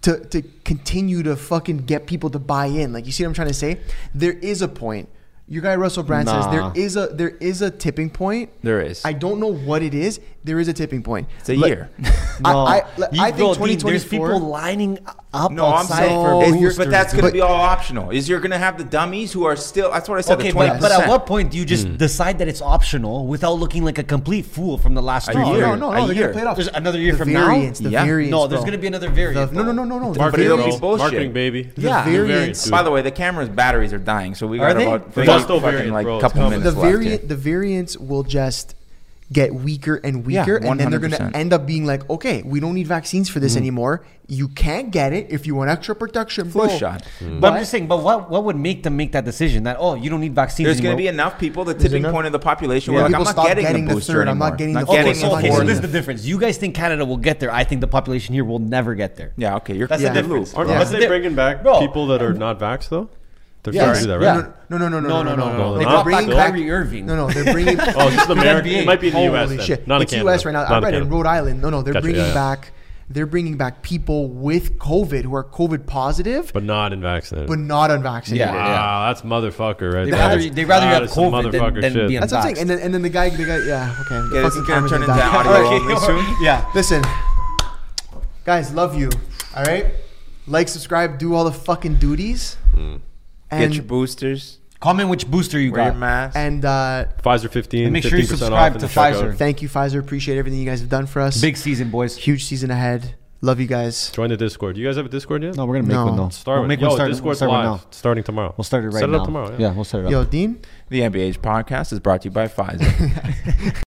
Speaker 1: to, to continue to fucking get people to buy in. Like you see what I'm trying to say? There is a point. Your guy Russell Brand says
Speaker 4: Nah.
Speaker 1: there is a there is a tipping point.
Speaker 4: There is.
Speaker 1: I don't know what it is. There is a tipping point. It's
Speaker 4: a year.
Speaker 1: I, I,
Speaker 2: No. You
Speaker 1: I think
Speaker 2: go, Dean,
Speaker 1: 2024.
Speaker 2: there's people lining up
Speaker 4: No, I'm
Speaker 2: outside
Speaker 4: saying,
Speaker 2: for
Speaker 4: it's-
Speaker 2: boosters.
Speaker 4: but that's going to be all optional. Is you're going to have the dummies who are still. That's what I said.
Speaker 2: Okay,
Speaker 4: the Hmm.
Speaker 2: but,
Speaker 4: 20%.
Speaker 2: but at what point do you just decide that it's optional without looking like a complete fool from the last
Speaker 4: A
Speaker 2: three
Speaker 4: year.
Speaker 2: years?
Speaker 4: No, no, no, A they're gonna year. play it off.
Speaker 2: There's another year
Speaker 1: The
Speaker 2: from
Speaker 1: variants,
Speaker 2: now.
Speaker 1: the Yeah. variants,
Speaker 2: no, there's
Speaker 1: bro.
Speaker 2: going to be another variant.
Speaker 1: no, no, no, no, no. The
Speaker 4: Marketing,
Speaker 1: variants-
Speaker 4: will be bullshit.
Speaker 3: Marketing, baby.
Speaker 1: The Yeah. variants-
Speaker 3: variants, dude.
Speaker 4: By the way, the camera's batteries are dying, so we
Speaker 2: Are
Speaker 4: got
Speaker 2: they?
Speaker 4: about
Speaker 3: The Busto
Speaker 4: we got fucking,
Speaker 3: variant,
Speaker 4: like
Speaker 3: bro, it's
Speaker 4: couple
Speaker 3: coming.
Speaker 1: the
Speaker 4: minutes left.
Speaker 1: variant the variants will just get weaker and
Speaker 4: Yeah,
Speaker 1: weaker and then they're going to
Speaker 4: 100%.
Speaker 1: end up being like okay we don't need vaccines for this
Speaker 4: Mm.
Speaker 1: anymore you can't get it if you want extra protection
Speaker 4: Flu
Speaker 1: bro.
Speaker 4: shot.
Speaker 2: But, I'm just saying, but what, what would make them make that decision that, oh, you don't need vaccines
Speaker 4: There's going
Speaker 2: anymore?
Speaker 4: to be enough people. The tipping
Speaker 1: enough-
Speaker 4: point of the population.
Speaker 1: Yeah,
Speaker 4: where like,
Speaker 1: people
Speaker 4: I'm not
Speaker 1: stop
Speaker 4: getting,
Speaker 1: getting the
Speaker 4: the booster
Speaker 1: third, I'm
Speaker 4: anymore.
Speaker 1: not getting the
Speaker 2: Okay,
Speaker 1: getting
Speaker 2: Oh, so,
Speaker 1: the
Speaker 2: okay, so
Speaker 1: fourth.
Speaker 2: this is the difference. You guys think Canada will get there. I think the population here will never get there.
Speaker 4: Yeah, okay, you're
Speaker 2: That's
Speaker 1: Yeah.
Speaker 2: the difference.
Speaker 3: Aren't,
Speaker 1: Yeah.
Speaker 3: aren't they bringing back
Speaker 2: Bro.
Speaker 3: people that are not vaxxed though? They're
Speaker 2: Yeah.
Speaker 3: trying to do that, right?
Speaker 1: no no no no no no
Speaker 2: No, no, no, no,
Speaker 1: no Like,
Speaker 3: no, no.
Speaker 1: they're
Speaker 3: Not
Speaker 1: bringing
Speaker 3: Bill.
Speaker 1: back
Speaker 2: Kyrie Irving.
Speaker 1: no no they're bringing
Speaker 3: Oh, this is America.
Speaker 2: NBA.
Speaker 3: It might be in the U.S.
Speaker 1: Holy
Speaker 3: then.
Speaker 1: shit.
Speaker 3: Not in
Speaker 1: it's
Speaker 3: Canada.
Speaker 1: US right now.
Speaker 3: Not
Speaker 1: I read
Speaker 3: Canada.
Speaker 1: in Rhode Island. No, no, they're
Speaker 3: Gotcha,
Speaker 1: bringing
Speaker 3: yeah, yeah.
Speaker 1: back they're bringing back people with COVID who are COVID positive but,
Speaker 3: but not in vaccinated.
Speaker 1: not unvaccinated.
Speaker 2: Yeah.
Speaker 3: Wow, that's motherfucker right
Speaker 2: They'd
Speaker 3: there.
Speaker 2: rather- they'd rather you
Speaker 3: That
Speaker 2: have
Speaker 3: is some
Speaker 2: COVID than-
Speaker 3: motherfucker
Speaker 2: than
Speaker 3: shit.
Speaker 2: be
Speaker 1: That's what I'm
Speaker 2: Unvaxxed.
Speaker 1: saying. And then, and then the guy the guy yeah, okay. the
Speaker 4: Yeah, this is
Speaker 1: fucking
Speaker 4: going to
Speaker 1: comments
Speaker 4: turn
Speaker 1: are
Speaker 4: into
Speaker 1: dying.
Speaker 4: audio
Speaker 1: Alright.
Speaker 4: only soon.
Speaker 2: Yeah.
Speaker 1: Listen, guys, love you. All right, like, subscribe, do all the fucking duties, and
Speaker 4: Get your boosters.
Speaker 2: Comment which booster you
Speaker 4: Wear your
Speaker 2: got.
Speaker 4: mask.
Speaker 1: and uh,
Speaker 3: Pfizer 15.
Speaker 2: And make sure you
Speaker 3: 15% off
Speaker 2: subscribe
Speaker 3: in
Speaker 2: to
Speaker 3: the checkout.
Speaker 2: Pfizer.
Speaker 1: thank you, Pfizer. Appreciate everything you guys have done for us.
Speaker 2: Big season, boys.
Speaker 1: huge season ahead. Love you guys.
Speaker 3: Join the Discord. Do you guys have a Discord yet?
Speaker 5: No, we're gonna make
Speaker 1: No.
Speaker 5: one though.
Speaker 3: Start
Speaker 5: we'll
Speaker 3: with
Speaker 5: make
Speaker 3: Yo,
Speaker 5: one. Start, we'll
Speaker 3: Discord's
Speaker 5: start one
Speaker 3: live.
Speaker 5: now.
Speaker 3: Starting tomorrow.
Speaker 5: We'll start it right
Speaker 3: Set it
Speaker 5: now.
Speaker 3: up tomorrow.
Speaker 5: Yeah, we'll set it up.
Speaker 1: Yo, Dean.
Speaker 4: The NBA's podcast is brought to you by Pfizer.